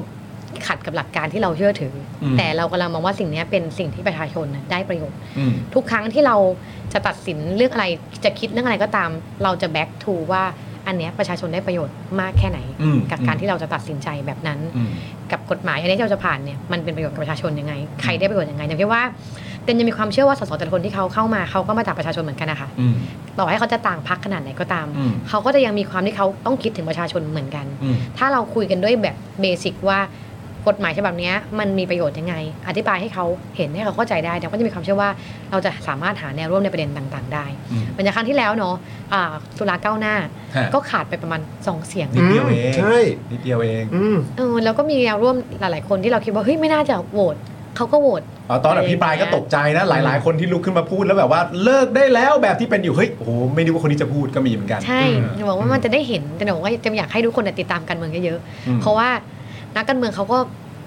Speaker 4: ขัดกับหลักการที่เราเชื่อถืออ
Speaker 2: ม
Speaker 4: แต่เรากำลังมองว่าสิ่งเนี้ยเป็นสิ่งที่ประชาชนน่ะได้ประโยชน์
Speaker 2: อืม
Speaker 4: ทุกครั้งที่เราจะตัดสินเรื่องอะไรจะคิดเรื่องอะไรก็ตาม เราจะแบ็กทูว่าอันเนี้ยประชาชนได้ประโยชน์มากแค่ไหน
Speaker 2: อืม
Speaker 4: กับการที่เราจะตัดสินใจแบบนั้น
Speaker 2: อืม
Speaker 4: กับกฎหมายอันนี้ที่เราจะผ่านเนี่ยมันเป็นประโยชน์กับประชาชนยังไง ใครได้ประโยชน์ยังไงแต่เพียงว่าเต็นยังมีความเชื่อว่าสสแต่ละคนที่เขาเข้ามาเขาก็มาจากประชาชนเหมือนกันนะคะ
Speaker 2: อืม
Speaker 4: ต่อให้เขาจะต่างพักขนาดไหนก็ตาม
Speaker 2: อืม
Speaker 4: เขาก็จะยังมีความที่เขาต้องคิดถึงประชาชนเหมือนกัน
Speaker 2: อืม
Speaker 4: ถ้าเราคุยกันด้วยแบบเบสิกว่ากฎหมายฉบับเนี้ยมันมีประโยชน์ยังไง อธิบายให้เขาเห็นให้เขาเข้าใจได้เราก็จะมีความเชื่อว่าเราจะสามารถหาแนวร่วมในประเด็นต่าง ๆ ได้
Speaker 2: อืม
Speaker 4: เหมือนอย่างครั้งที่แล้วเนาะอ่าสุราก้าวหน้า
Speaker 2: ฮะ
Speaker 4: ก็ขาดไปประมาณ 2 เสียง
Speaker 2: นิดเดียวเอง
Speaker 1: ใช่
Speaker 2: นิดเดียวเอง
Speaker 1: อืม
Speaker 4: เออแล้วก็มีแนวร่วมหลาย ๆ คนที่เราคิดว่าเฮ้ยไม่น่าจะโหวตเขาก็โหวต
Speaker 2: อ๋อตอนอภิปรายก็ตกใจนะ หลาย ๆ คนที่ลุกขึ้นมาพูดแล้วแบบว่าเลิกได้แล้วแบบที่เป็นอยู่ เฮ้ย โอ้โห ไม่รู้ว่าคนนี้จะพูดก็มีเหมือนกัน
Speaker 4: ใช่
Speaker 1: อืม
Speaker 4: จะบอกว่ามันจะได้เห็นแต่หนูว่าจะอยากให้ทุกคนนะติดตามการเมืองเยอะ
Speaker 2: อืม
Speaker 4: ๆ เพราะว่านักการเมืองเขาก็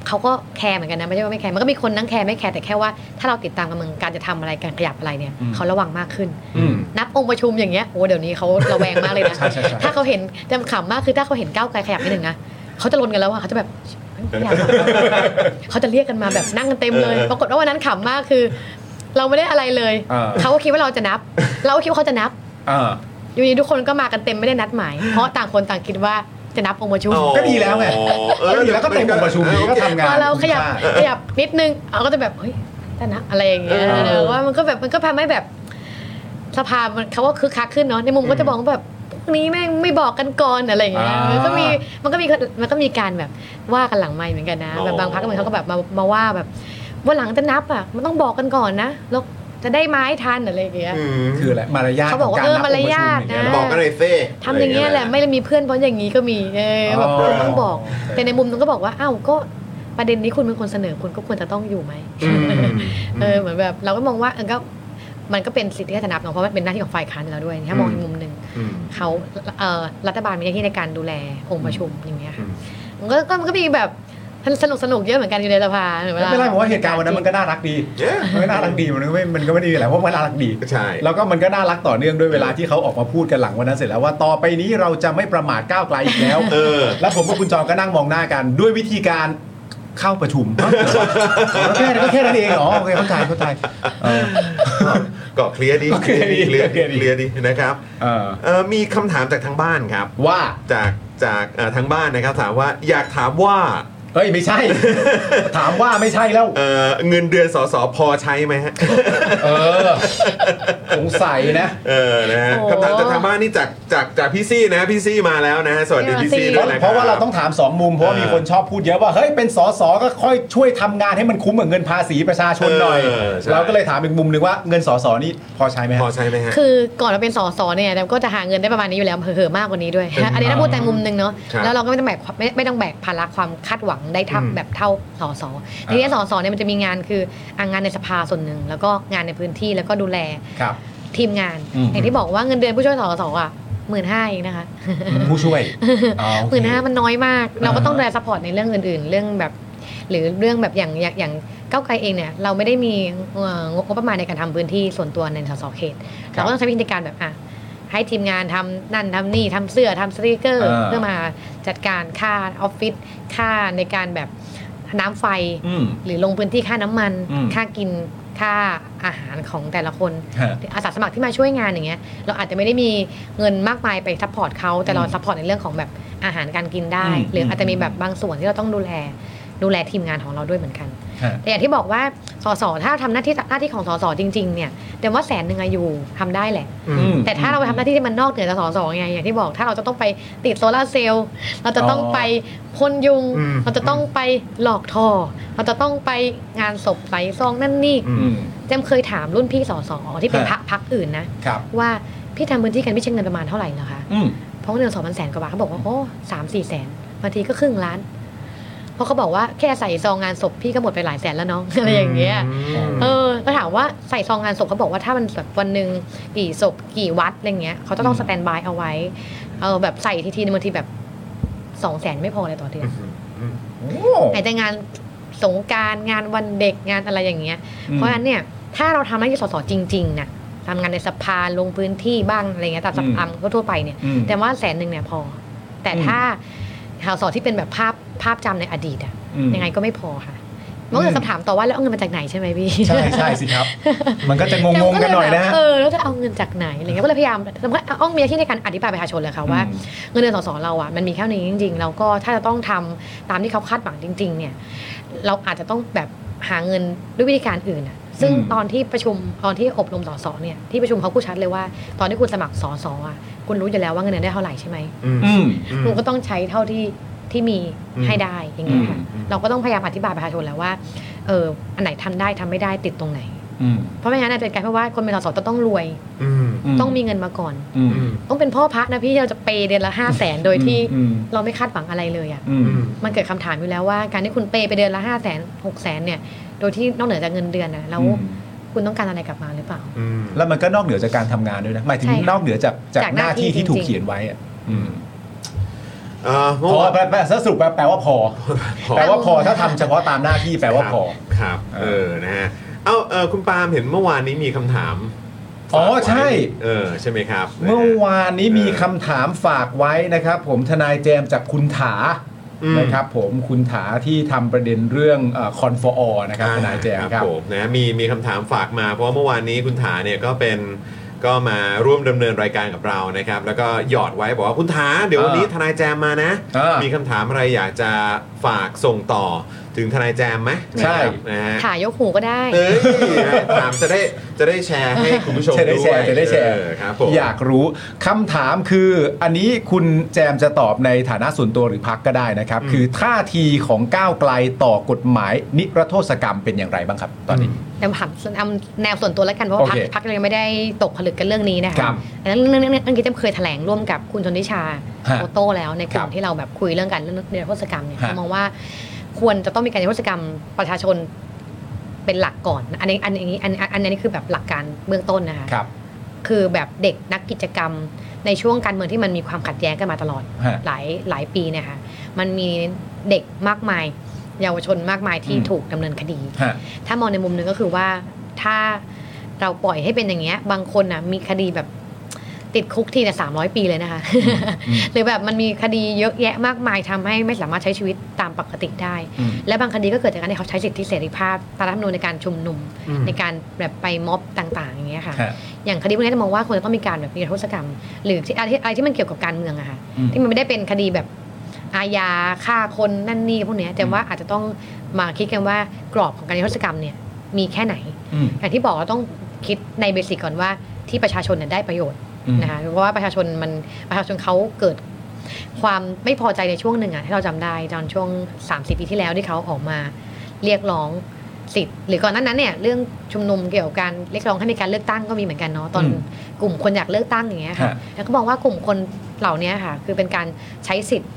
Speaker 4: เขาก็แคร์เหมือนกันนะไม่ใช่ว่าไม่แคร์ มันก็มีคนนั่งแคร์ไม่แคร์แต่แค่ว่าถ้าเราติดตามการเมืองการจะทำอะไรการขยับอะไรเนี่ยเขาระวังมากขึ้น
Speaker 2: อืม
Speaker 4: นับองค์ประชุมอย่างเงี้ยโอ้เดี๋ยวนี้เขาระแวงมากเลยนะ
Speaker 2: ใช่ใช่ใช่
Speaker 4: ถ้าเขาเห็นจำขำมากคือถ้าเขาเห็นก้าวไกลขยับนิดหนึ่งนะเขาจะลนกันแล้วอะเขาจะแบบไม่อยากอะเขาจะเรียกกันมาแบบนั่งกันเต็มเลย ปรากฏว่าวันนั้นขำมากคือ เราไม่ได้อะไรเลย
Speaker 2: เออ
Speaker 4: เขาก็คิดว่าเราจะนับ เราก็คิดว่าเขาจะนับ
Speaker 2: อ่า
Speaker 4: อยู่ดีทุกคนก็มากันเต็มไม่ได้นัดหมาย เพราะต่างคนต่างคิดว่าจะนับองค์ประชุม
Speaker 2: ก็ดีแล้วไง ก็ดีแล้วก็เต็มองค์ประชุมดีก็ทำงาน
Speaker 4: พอเราขยับ
Speaker 2: คุ้มค่า
Speaker 4: ขยับนิดนึงเราก็จะแบบเฮ้ยจะนับอะไรอย่างเงี้ย
Speaker 1: เออ
Speaker 4: เออว่ามันก็แบบมันก็ทำให้แบบสภามันเขาว่าคึกคักขึ้นเนาะในมุมก็จะบอกว่าแบบพวกนี้แม่งไม่บอกกันก่อนอะไรอย่างเงี้ย
Speaker 2: อ่ามั
Speaker 4: มันก็มีมันก็มีมันก็มีการแบบว่ากันหลังไม่เหมือนกันนะแบบบางพักเหมือนเขาก็แบบมามาว่าแบบว่าหลังจะนับอ่ะมันต้องบอกกันก่อนนะแล้วจะได้ไม้ทันอะไรอย่างเงี้ย
Speaker 1: อืม
Speaker 2: คืออะไรมารยาท
Speaker 4: เขาบอกว่าเออมารยาทนะ
Speaker 2: ของกรนับองค์ปรชุมองเงี้ยเหรอ
Speaker 1: บอกกันหน่อยเซ่
Speaker 4: ทำอย่างเงี้ยแหละไม่ได้มีเพื่อนเพราะอย่างงี้ก็มีเออแบบ
Speaker 2: อ๋อ
Speaker 4: ต้องบอก แต่ในมุมนึงก็บอกว่าอ้าวก็ประเด็นนี้คุณเป็นคนเสนอคุณก็ควรจะต้องอยู่ไหม
Speaker 1: อืม
Speaker 4: เออเหมือนแบบเราก็มองว่าเออก็มันก็เป็นสิทธิที่จะนับเนาะเพราะมันเป็นหน้าที่ของฝ่ายค้านอยู่แล้วด้วยถ้ามองใน
Speaker 1: อืม
Speaker 4: มุมหนึ่ง
Speaker 1: อืม
Speaker 4: เขาเอ่อรัฐบาลมีหน้าที่ในการดูแลองค์ประชุมอย่างเงี้ยค่ะ
Speaker 1: อืม
Speaker 4: มันก็ก็มันก็มีแบบสนุกสนุกๆเยอะเหมือนกันอยู่ในสภาหอวล
Speaker 2: ไม่เป็นไรผมว่าเหตุการณ์วันนั้นมันก็น่ารักดี
Speaker 1: เย้
Speaker 2: มันก็น่ารักดีมันก็ไม่มันก็ไม่ได้มีอะไรเพราะมันน่ารักดี
Speaker 1: ใช่
Speaker 2: แล้วก็มันก็น่ารักต่อเนื่องด้วยเวลาที่เขาออกมาพูดกันหลังวันนั้นเสร็จแล้วว่าต่อไปนี้เราจะไม่ประมาทก้าวไกลอีกแล้ว
Speaker 1: เออ
Speaker 2: แล้วผมกับคุณจอมก็นั่งมองหน้ากันด้วยวิธีการเข้าประชุม เอ้าแค่นั้นก็แค่นั้นเองเหรอโอเคเข้าใจเข้าใจ
Speaker 1: ก็เคลียร์ดี
Speaker 2: ก็เคลียร์ดี
Speaker 1: เคลียร์ดี
Speaker 2: เคลียร์ดี
Speaker 1: เคลียร์ดีนะครับ
Speaker 2: เออ
Speaker 1: เอ่อมีคำถามจากทางบ้านครับ
Speaker 2: ว่า
Speaker 1: จากจากเอ่อทางบ้านนะครับ ถามว่าอยากถามว่า
Speaker 2: เอ้ยไม่ใช่ ถามว่าไม่ใช่แล้ว
Speaker 1: เอ่อเงินเดือนสสพอใช้ไหมฮะ
Speaker 2: เออ สงสัยนะ
Speaker 1: เออนะฮะ
Speaker 4: โอ้
Speaker 1: คำถามจากทางบ้านนี่จากจากจากพี่ซี่นะพี่ซี่มาแล้วนะฮะสวัสดี
Speaker 4: พี่
Speaker 1: พี่
Speaker 4: ซี่
Speaker 1: ซี่ด้วยนะคบ
Speaker 2: เพราะว่าเราต้องถามสองมุมเพราะว่า
Speaker 1: เออ
Speaker 2: มีคนชอบพูดเยอะว่าเฮ้ยเป็นสสก็ค่อยช่วยทำงานให้มันคุ้มกับเงินภาษีประชาชนหน่อย
Speaker 1: เออใช่
Speaker 2: เราก็เลยถามอีกมุมหนึ่งว่าเงินสสนี่พอใช้ไหมฮะ
Speaker 1: พอใช้ไหมฮะ
Speaker 4: คือก่อนเราเป็นสอสอเนี่ยเราก็จะหาเงินได้ประมาณนี้อยู่แล้วเหอะๆมากกว่านี้ด้วย อันนี้ถ้าพูดแต่มุมหนึงเนาะ
Speaker 1: ครับ
Speaker 4: แล้วเราก็ไม่ต้องแบกไม่ไม่ต้องแบกภาระความคาดหวังได้ทับ
Speaker 1: อืม
Speaker 4: แบบเท่าสอสอทีนี้สอสอเนี่ยมันจะมีงานคืออ่ะงานในสภาส่วนหนึ่งแล้วก็งานในพื้นที่แล้วก็ดูแล
Speaker 2: ครับ
Speaker 4: ทีมงาน
Speaker 2: อืม
Speaker 4: อย่างที่บอกว่าเงินเดือนผู้ช่วยสอสออ่ะหมื่นห้าเองนะคะ
Speaker 2: ผู้ ช่วยอ๋อโอ
Speaker 4: ห
Speaker 2: เค
Speaker 4: มื่นห้ามันน้อยมาก เราก็
Speaker 2: อ่า
Speaker 4: ต้องดูแลซัพพอร์ตในเรื่องอื่น ๆ เรื่องแบบ หรือเรื่องแบบอย่างอย่างอย่างก้าวไกลเองเนี่ยเราไม่ได้มีเอ่องบงบประมาณในการทำพื้นที่ส่วนตัวในสสเขต เราก็ต้องใช้วิธีในการแบบอ่ะให้ทีมงานทำนั่นทำนี่ทำเสื้อทำสติกเกอร์
Speaker 2: อ่า
Speaker 4: เพื่อมาจัดการค่าออฟฟิศค่าในการแบบน้ำไฟ
Speaker 2: อืม
Speaker 4: หรือลงพื้นที่ค่าน้ำมัน
Speaker 2: อืม
Speaker 4: ค่ากินค่าอาหารของแต่ละคน
Speaker 2: ฮะ
Speaker 4: อาสาสมัครที่มาช่วยงานอย่างเงี้ยเราอาจจะไม่ได้มีเงินมากมายไปซัพพอร์ตเขาแต่เราซัพพอร์ตในเรื่องของแบบอาหารการกินได้
Speaker 2: อืม
Speaker 4: หรืออาจจะมี
Speaker 2: อืม
Speaker 4: แบบบางส่วนที่เราต้องดูแลดูแลทีมงานของเราด้วยเหมือนกัน
Speaker 2: ฮะ
Speaker 4: แต่อย่างที่บอกว่าสสถ้าทำหน้าที่หน้าที่ของสสจริง ๆเนี่ยแต่ว่าแสนหนึ่งอะอยู่ทำได้แหละ
Speaker 1: อืม
Speaker 4: แต่ถ้าเราไปทำหน้าที่ที่มันนอกเหนือจากสสไงอย่างที่บอกถ้าเราจะต้องไปติดโซลาร์เซลล์เราจะต้องไปพ่นยุง
Speaker 1: อืม
Speaker 4: เราจะต้องไปหลอกทอ เราจะต้องไปงานศพไหลซองนั่นนี่
Speaker 1: อื
Speaker 2: อื
Speaker 1: ม
Speaker 2: ม
Speaker 4: เจมเคยถามรุ่นพี่สสที่เป็น
Speaker 2: ฮะ
Speaker 4: พักพักอื่นนะ
Speaker 2: ครับ
Speaker 4: ว่าพี่ทำพื้นที่กันพี่ใช้เงินประมาณเท่าไหร่เหรอคะ
Speaker 2: อืม
Speaker 4: เพราะเงินสองพันแสนกว่าบาทเขาบอกว่าโอ้สามสี่แสนบางทีก็ครึ่งล้าน เพราะเขาบอกว่าแค่ใส่ซองงานศพพี่ก็หมดไปหลายแสนแล้วน้อง อะไรอย่างเงี้ยเออแล้วถามว่าใส่ซองงานศพเขาบอกว่าถ้ามันแบบวันหนึ่งกี่ศพกี่วัดอะไรเงี้ยเขาจะต้อง
Speaker 2: อื
Speaker 4: ส
Speaker 2: ม
Speaker 4: แตนบายเอาไว้เออแบบใส่ทีทีนึงบางทีแบบสองแสนไม่พอเลยต่อเดือน
Speaker 2: โอ้
Speaker 4: ไอ้แต่งานสงกรารงานวันเด็กงานอะไรอย่างเงี้ย เพราะฉะนั้นเนี่ยถ้าเราทำหน้าที่สสจริงๆนะทำงานในสภาลงพื้นที่บ้างอะไรเงี้ยตามสภาทั่วๆไปเนี่ย
Speaker 2: อืม
Speaker 4: แต่ว่าแสนหนึ่งเนี่ยพอ แต่
Speaker 2: อืม
Speaker 4: ถ้าสสที่เป็นแบบภาพภาพจำในอดีตอะ
Speaker 2: อืม
Speaker 4: ยังไงก็ไม่พอค่ะมันก็เกิดคำถามต่อว่าแล้วเอาเงินมาจากไหนใช่ไหมพี่
Speaker 2: ใช่ใช่สิครับ มันก็จะงงๆกันหน่อยนะฮะ
Speaker 4: เออแล้วจะเอาเงินจากไหนอะไรเงี้ยก็เลยพยายามแล้วก็อ้องมีหน้าที่ในการอธิบายประชาชนแหละค่ะว่า
Speaker 2: อืม
Speaker 4: เงินเดือนสสเราอ่ะมันมีแค่นี้จริงๆแล้วก็ถ้าจะต้องทำตามที่เขาคาดหวังจริง ๆ เนี่ย เราอาจจะต้องแบบหาเงินด้วยวิธีการอื่นอะซึ่งตอนที่ประชุมตอนที่อบรมสสเนี่ยที่ประชุมเขาพูดชัดเลยว่า ตอนที่คุณสมัครสสอ่ะคุณรู้อยู่แล้วว่าเงินเดือนได้เท่าไหร่ใช่ไหม
Speaker 1: อืม
Speaker 2: อืม
Speaker 4: คุณก็ต้องใช้เท่าที่ที่มี
Speaker 1: อืม
Speaker 4: ให้ได้อย่างเงี้ยค่ะ
Speaker 1: อืม
Speaker 4: เราก็ต้องพยายามอธิบายประชาชนแล้วว่าเอออันไหนทำได้ทำไม่ได้ติดตรงไหน
Speaker 2: อืม
Speaker 4: เพราะไม่งั้นอาจจะเป็นการเพราะว่าคนเป็นสสจะต้องรวย
Speaker 1: อืม
Speaker 4: ต้องมีเงินมาก่อน
Speaker 2: อืม
Speaker 1: อืม
Speaker 4: ต้องเป็นพ่อพระนะพี่ที่เราจะเปย์เดือนละห้าแสนโดยที่
Speaker 2: อืม
Speaker 4: เราไม่คาดหวังอะไรเลยอ่ะ
Speaker 2: อื
Speaker 1: อื
Speaker 2: ม
Speaker 1: ม
Speaker 4: มันเกิดคำถามอยู่แล้วว่าการที่คุณเปย์ไปเดือนละห้าแสนหกแสนเนี่ยโดยที่นอกเหนือจากเงินเดือนนะแล้ว
Speaker 2: อืม
Speaker 4: คุณต้องการอะไรกลับมาหรือเปล่า
Speaker 1: อืม
Speaker 2: แล้วมันก็นอกเหนือจากการทำงานด้วยนะหมายถึง
Speaker 4: ใช่ค่ะ
Speaker 2: นอกเหนือจากจาก
Speaker 4: จาก
Speaker 2: ห
Speaker 4: ห
Speaker 2: น้า
Speaker 4: น้าที่
Speaker 2: ที่ที่
Speaker 4: จริงๆ
Speaker 2: ถูกเขียนไว้อะอืม
Speaker 1: เอ่อ
Speaker 2: พ
Speaker 1: เมื่อ
Speaker 2: อ
Speaker 1: วาน
Speaker 2: แปลแปลสรุปแปลว่าพอ แปลว่าพอถ้าทำเฉพาะตามหน้าที่แปลว่าพอ
Speaker 1: ครับ เออ นะฮะ เอ้าเออคุณปาล์มเห็นเมื่อวานนี้มีคำถาม
Speaker 2: อ๋อใช่
Speaker 1: เออ ใช่ไหมครับ
Speaker 2: เมื่อวานนี้มีคำถามฝากไว้นะครับ ผมทนายเจมส์จากคุณถา
Speaker 1: อืม
Speaker 2: นะครับ ผมคุณถาที่ทำประเด็นเรื่องคอนฟอร์นะครับทนายเจมส์ครับ
Speaker 1: ผมนะ มี มีคำถามฝากมา เพราะว่าเมื่อวานนี้คุณถาเนี่ยก็เป็น ก็มาร่วมดำเนินรายการกับเรานะครับ แล้วก็หยอดไว้บอกว่าคุณถาเดี๋ยววันนี้ทนายแจมมานะ
Speaker 2: อ่ามี
Speaker 1: มีคำถามอะไรอยากจะฝากส่งต่อถึงทนายแจมไหม
Speaker 2: ใช่
Speaker 1: นะฮะ
Speaker 4: ถ่ายยกหูก็ได้
Speaker 1: เอ้ยถามจะได้จะได้แชร์ให้คุณผู้ชม
Speaker 2: จะได้แชร์
Speaker 1: วย
Speaker 2: จะได้แชร์
Speaker 1: เออครับผม
Speaker 2: อยากรู้คำถามคืออันนี้คุณแจมจะตอบในฐานะส่วนตัวหรือพักก็ได้นะครับ คือท่าทีของก้าวไกลต่อกฎหมายนิรโทษกรรมเป็นอย่างไรบ้างครับ ตอนนี้
Speaker 4: แต่ถามเอาแนวส่วนตัวแล้วกันเพราะว่าพัก
Speaker 2: โอเค
Speaker 4: พักยังไม่ได้ตกผลึกกันเรื่องนี้นะ
Speaker 2: ครั
Speaker 4: คะ
Speaker 2: บ
Speaker 4: แต่เรื่องเรื่องเรื่องเรื่องที่เจมเคยแถลงร่วมกับคุณชนทิชา
Speaker 2: ฮะ
Speaker 4: โอโต้แล้วในกลุ่
Speaker 2: ครั
Speaker 4: ม
Speaker 2: บ
Speaker 4: ที่เราแบบคุยเรื่องการเรื่องนิรโทษกรรมเนี่ย
Speaker 2: ฮะ
Speaker 4: เรามองว่าควรจะต้องมีการนิรโทษกรรมประชาชนเป็นหลักก่อน อันนี้อันนี้อันอันอันนี้คือแบบหลักการเบื้องต้นนะคะ
Speaker 2: ครับ
Speaker 4: คือแบบเด็กนักกิจกรรมในช่วงการเมืองที่มันมีความขัดแย้งกันมาตลอด
Speaker 2: ฮะ
Speaker 4: หลายหลายปีเนี่ยค่ะมันมีเด็กมากมาย เยาวชนมากมายที่
Speaker 2: อืม
Speaker 4: ถูกดำเนินคดี
Speaker 2: ฮะ
Speaker 4: ถ้ามองในมุมหนึ่งก็คือว่าถ้าเราปล่อยให้เป็นอย่างเงี้ย บางคนนะมีคดีแบบติดคุกทีเนี่ยสามร้อยปีเลยนะคะ
Speaker 2: อืม
Speaker 4: หรือแบบมันมีคดีเยอะแยะมากมายทำให้ไม่สามารถใช้ชีวิตตามปกติได้
Speaker 2: อืม
Speaker 4: และบางคดีก็เกิดจากการที่เขาใช้สิทธิเสรีภาพตามรัฐธรรมนูญในการชุมนุม ในการแบบไปม็อบต่าง ๆ อย่างเงี้ยค่ะ
Speaker 2: ฮะ
Speaker 4: อย่างคดีพวกนี้จะมองว่าควรจะต้องมีการแบบนิรโทษกรรม หรือที่อะไรที่อะไรที่มันเกี่ยวกับการเมืองอะค่ะ
Speaker 2: อืม
Speaker 4: ที่มันไม่ได้เป็นคดีแบบอาญาฆ่าคนนั่นนี่พวกเนี้ยแต่ว่าอาจจะต้องมาคิดกันว่ากรอบของการนิรโทษกรรมเนี่ยมีแค่ไหน
Speaker 2: อืม
Speaker 4: อย่างที่บอกเราต้องคิดในเบสิกก่อนว่าที่ประชาชนเนี่ยได้ประโยชน์
Speaker 2: อืม
Speaker 4: นะคะเพราะว่าประชาชนมันประชาชนเขาเกิดความไม่พอใจในช่วงหนึ่งอะที่เราจำได้ตอนช่วง 30 ปีที่แล้วที่เขาออกมาเรียกร้องสิทธิ์หรือก่อนหนั้นนั้นเนี่ยเรื่องชุมนุมเกี่ยวกับการเรียกร้องให้มีการเลือกตั้งก็มีเหมือนกันเนาะตอน
Speaker 2: อืม
Speaker 4: กลุ่มคนอยากเลือกตั้งอย่างเงี้ยค่ะ
Speaker 2: ฮะ
Speaker 4: แล้วก็มองว่ากลุ่มคนเหล่านี้ค่ะคือเป็นการใช้สิทธิ์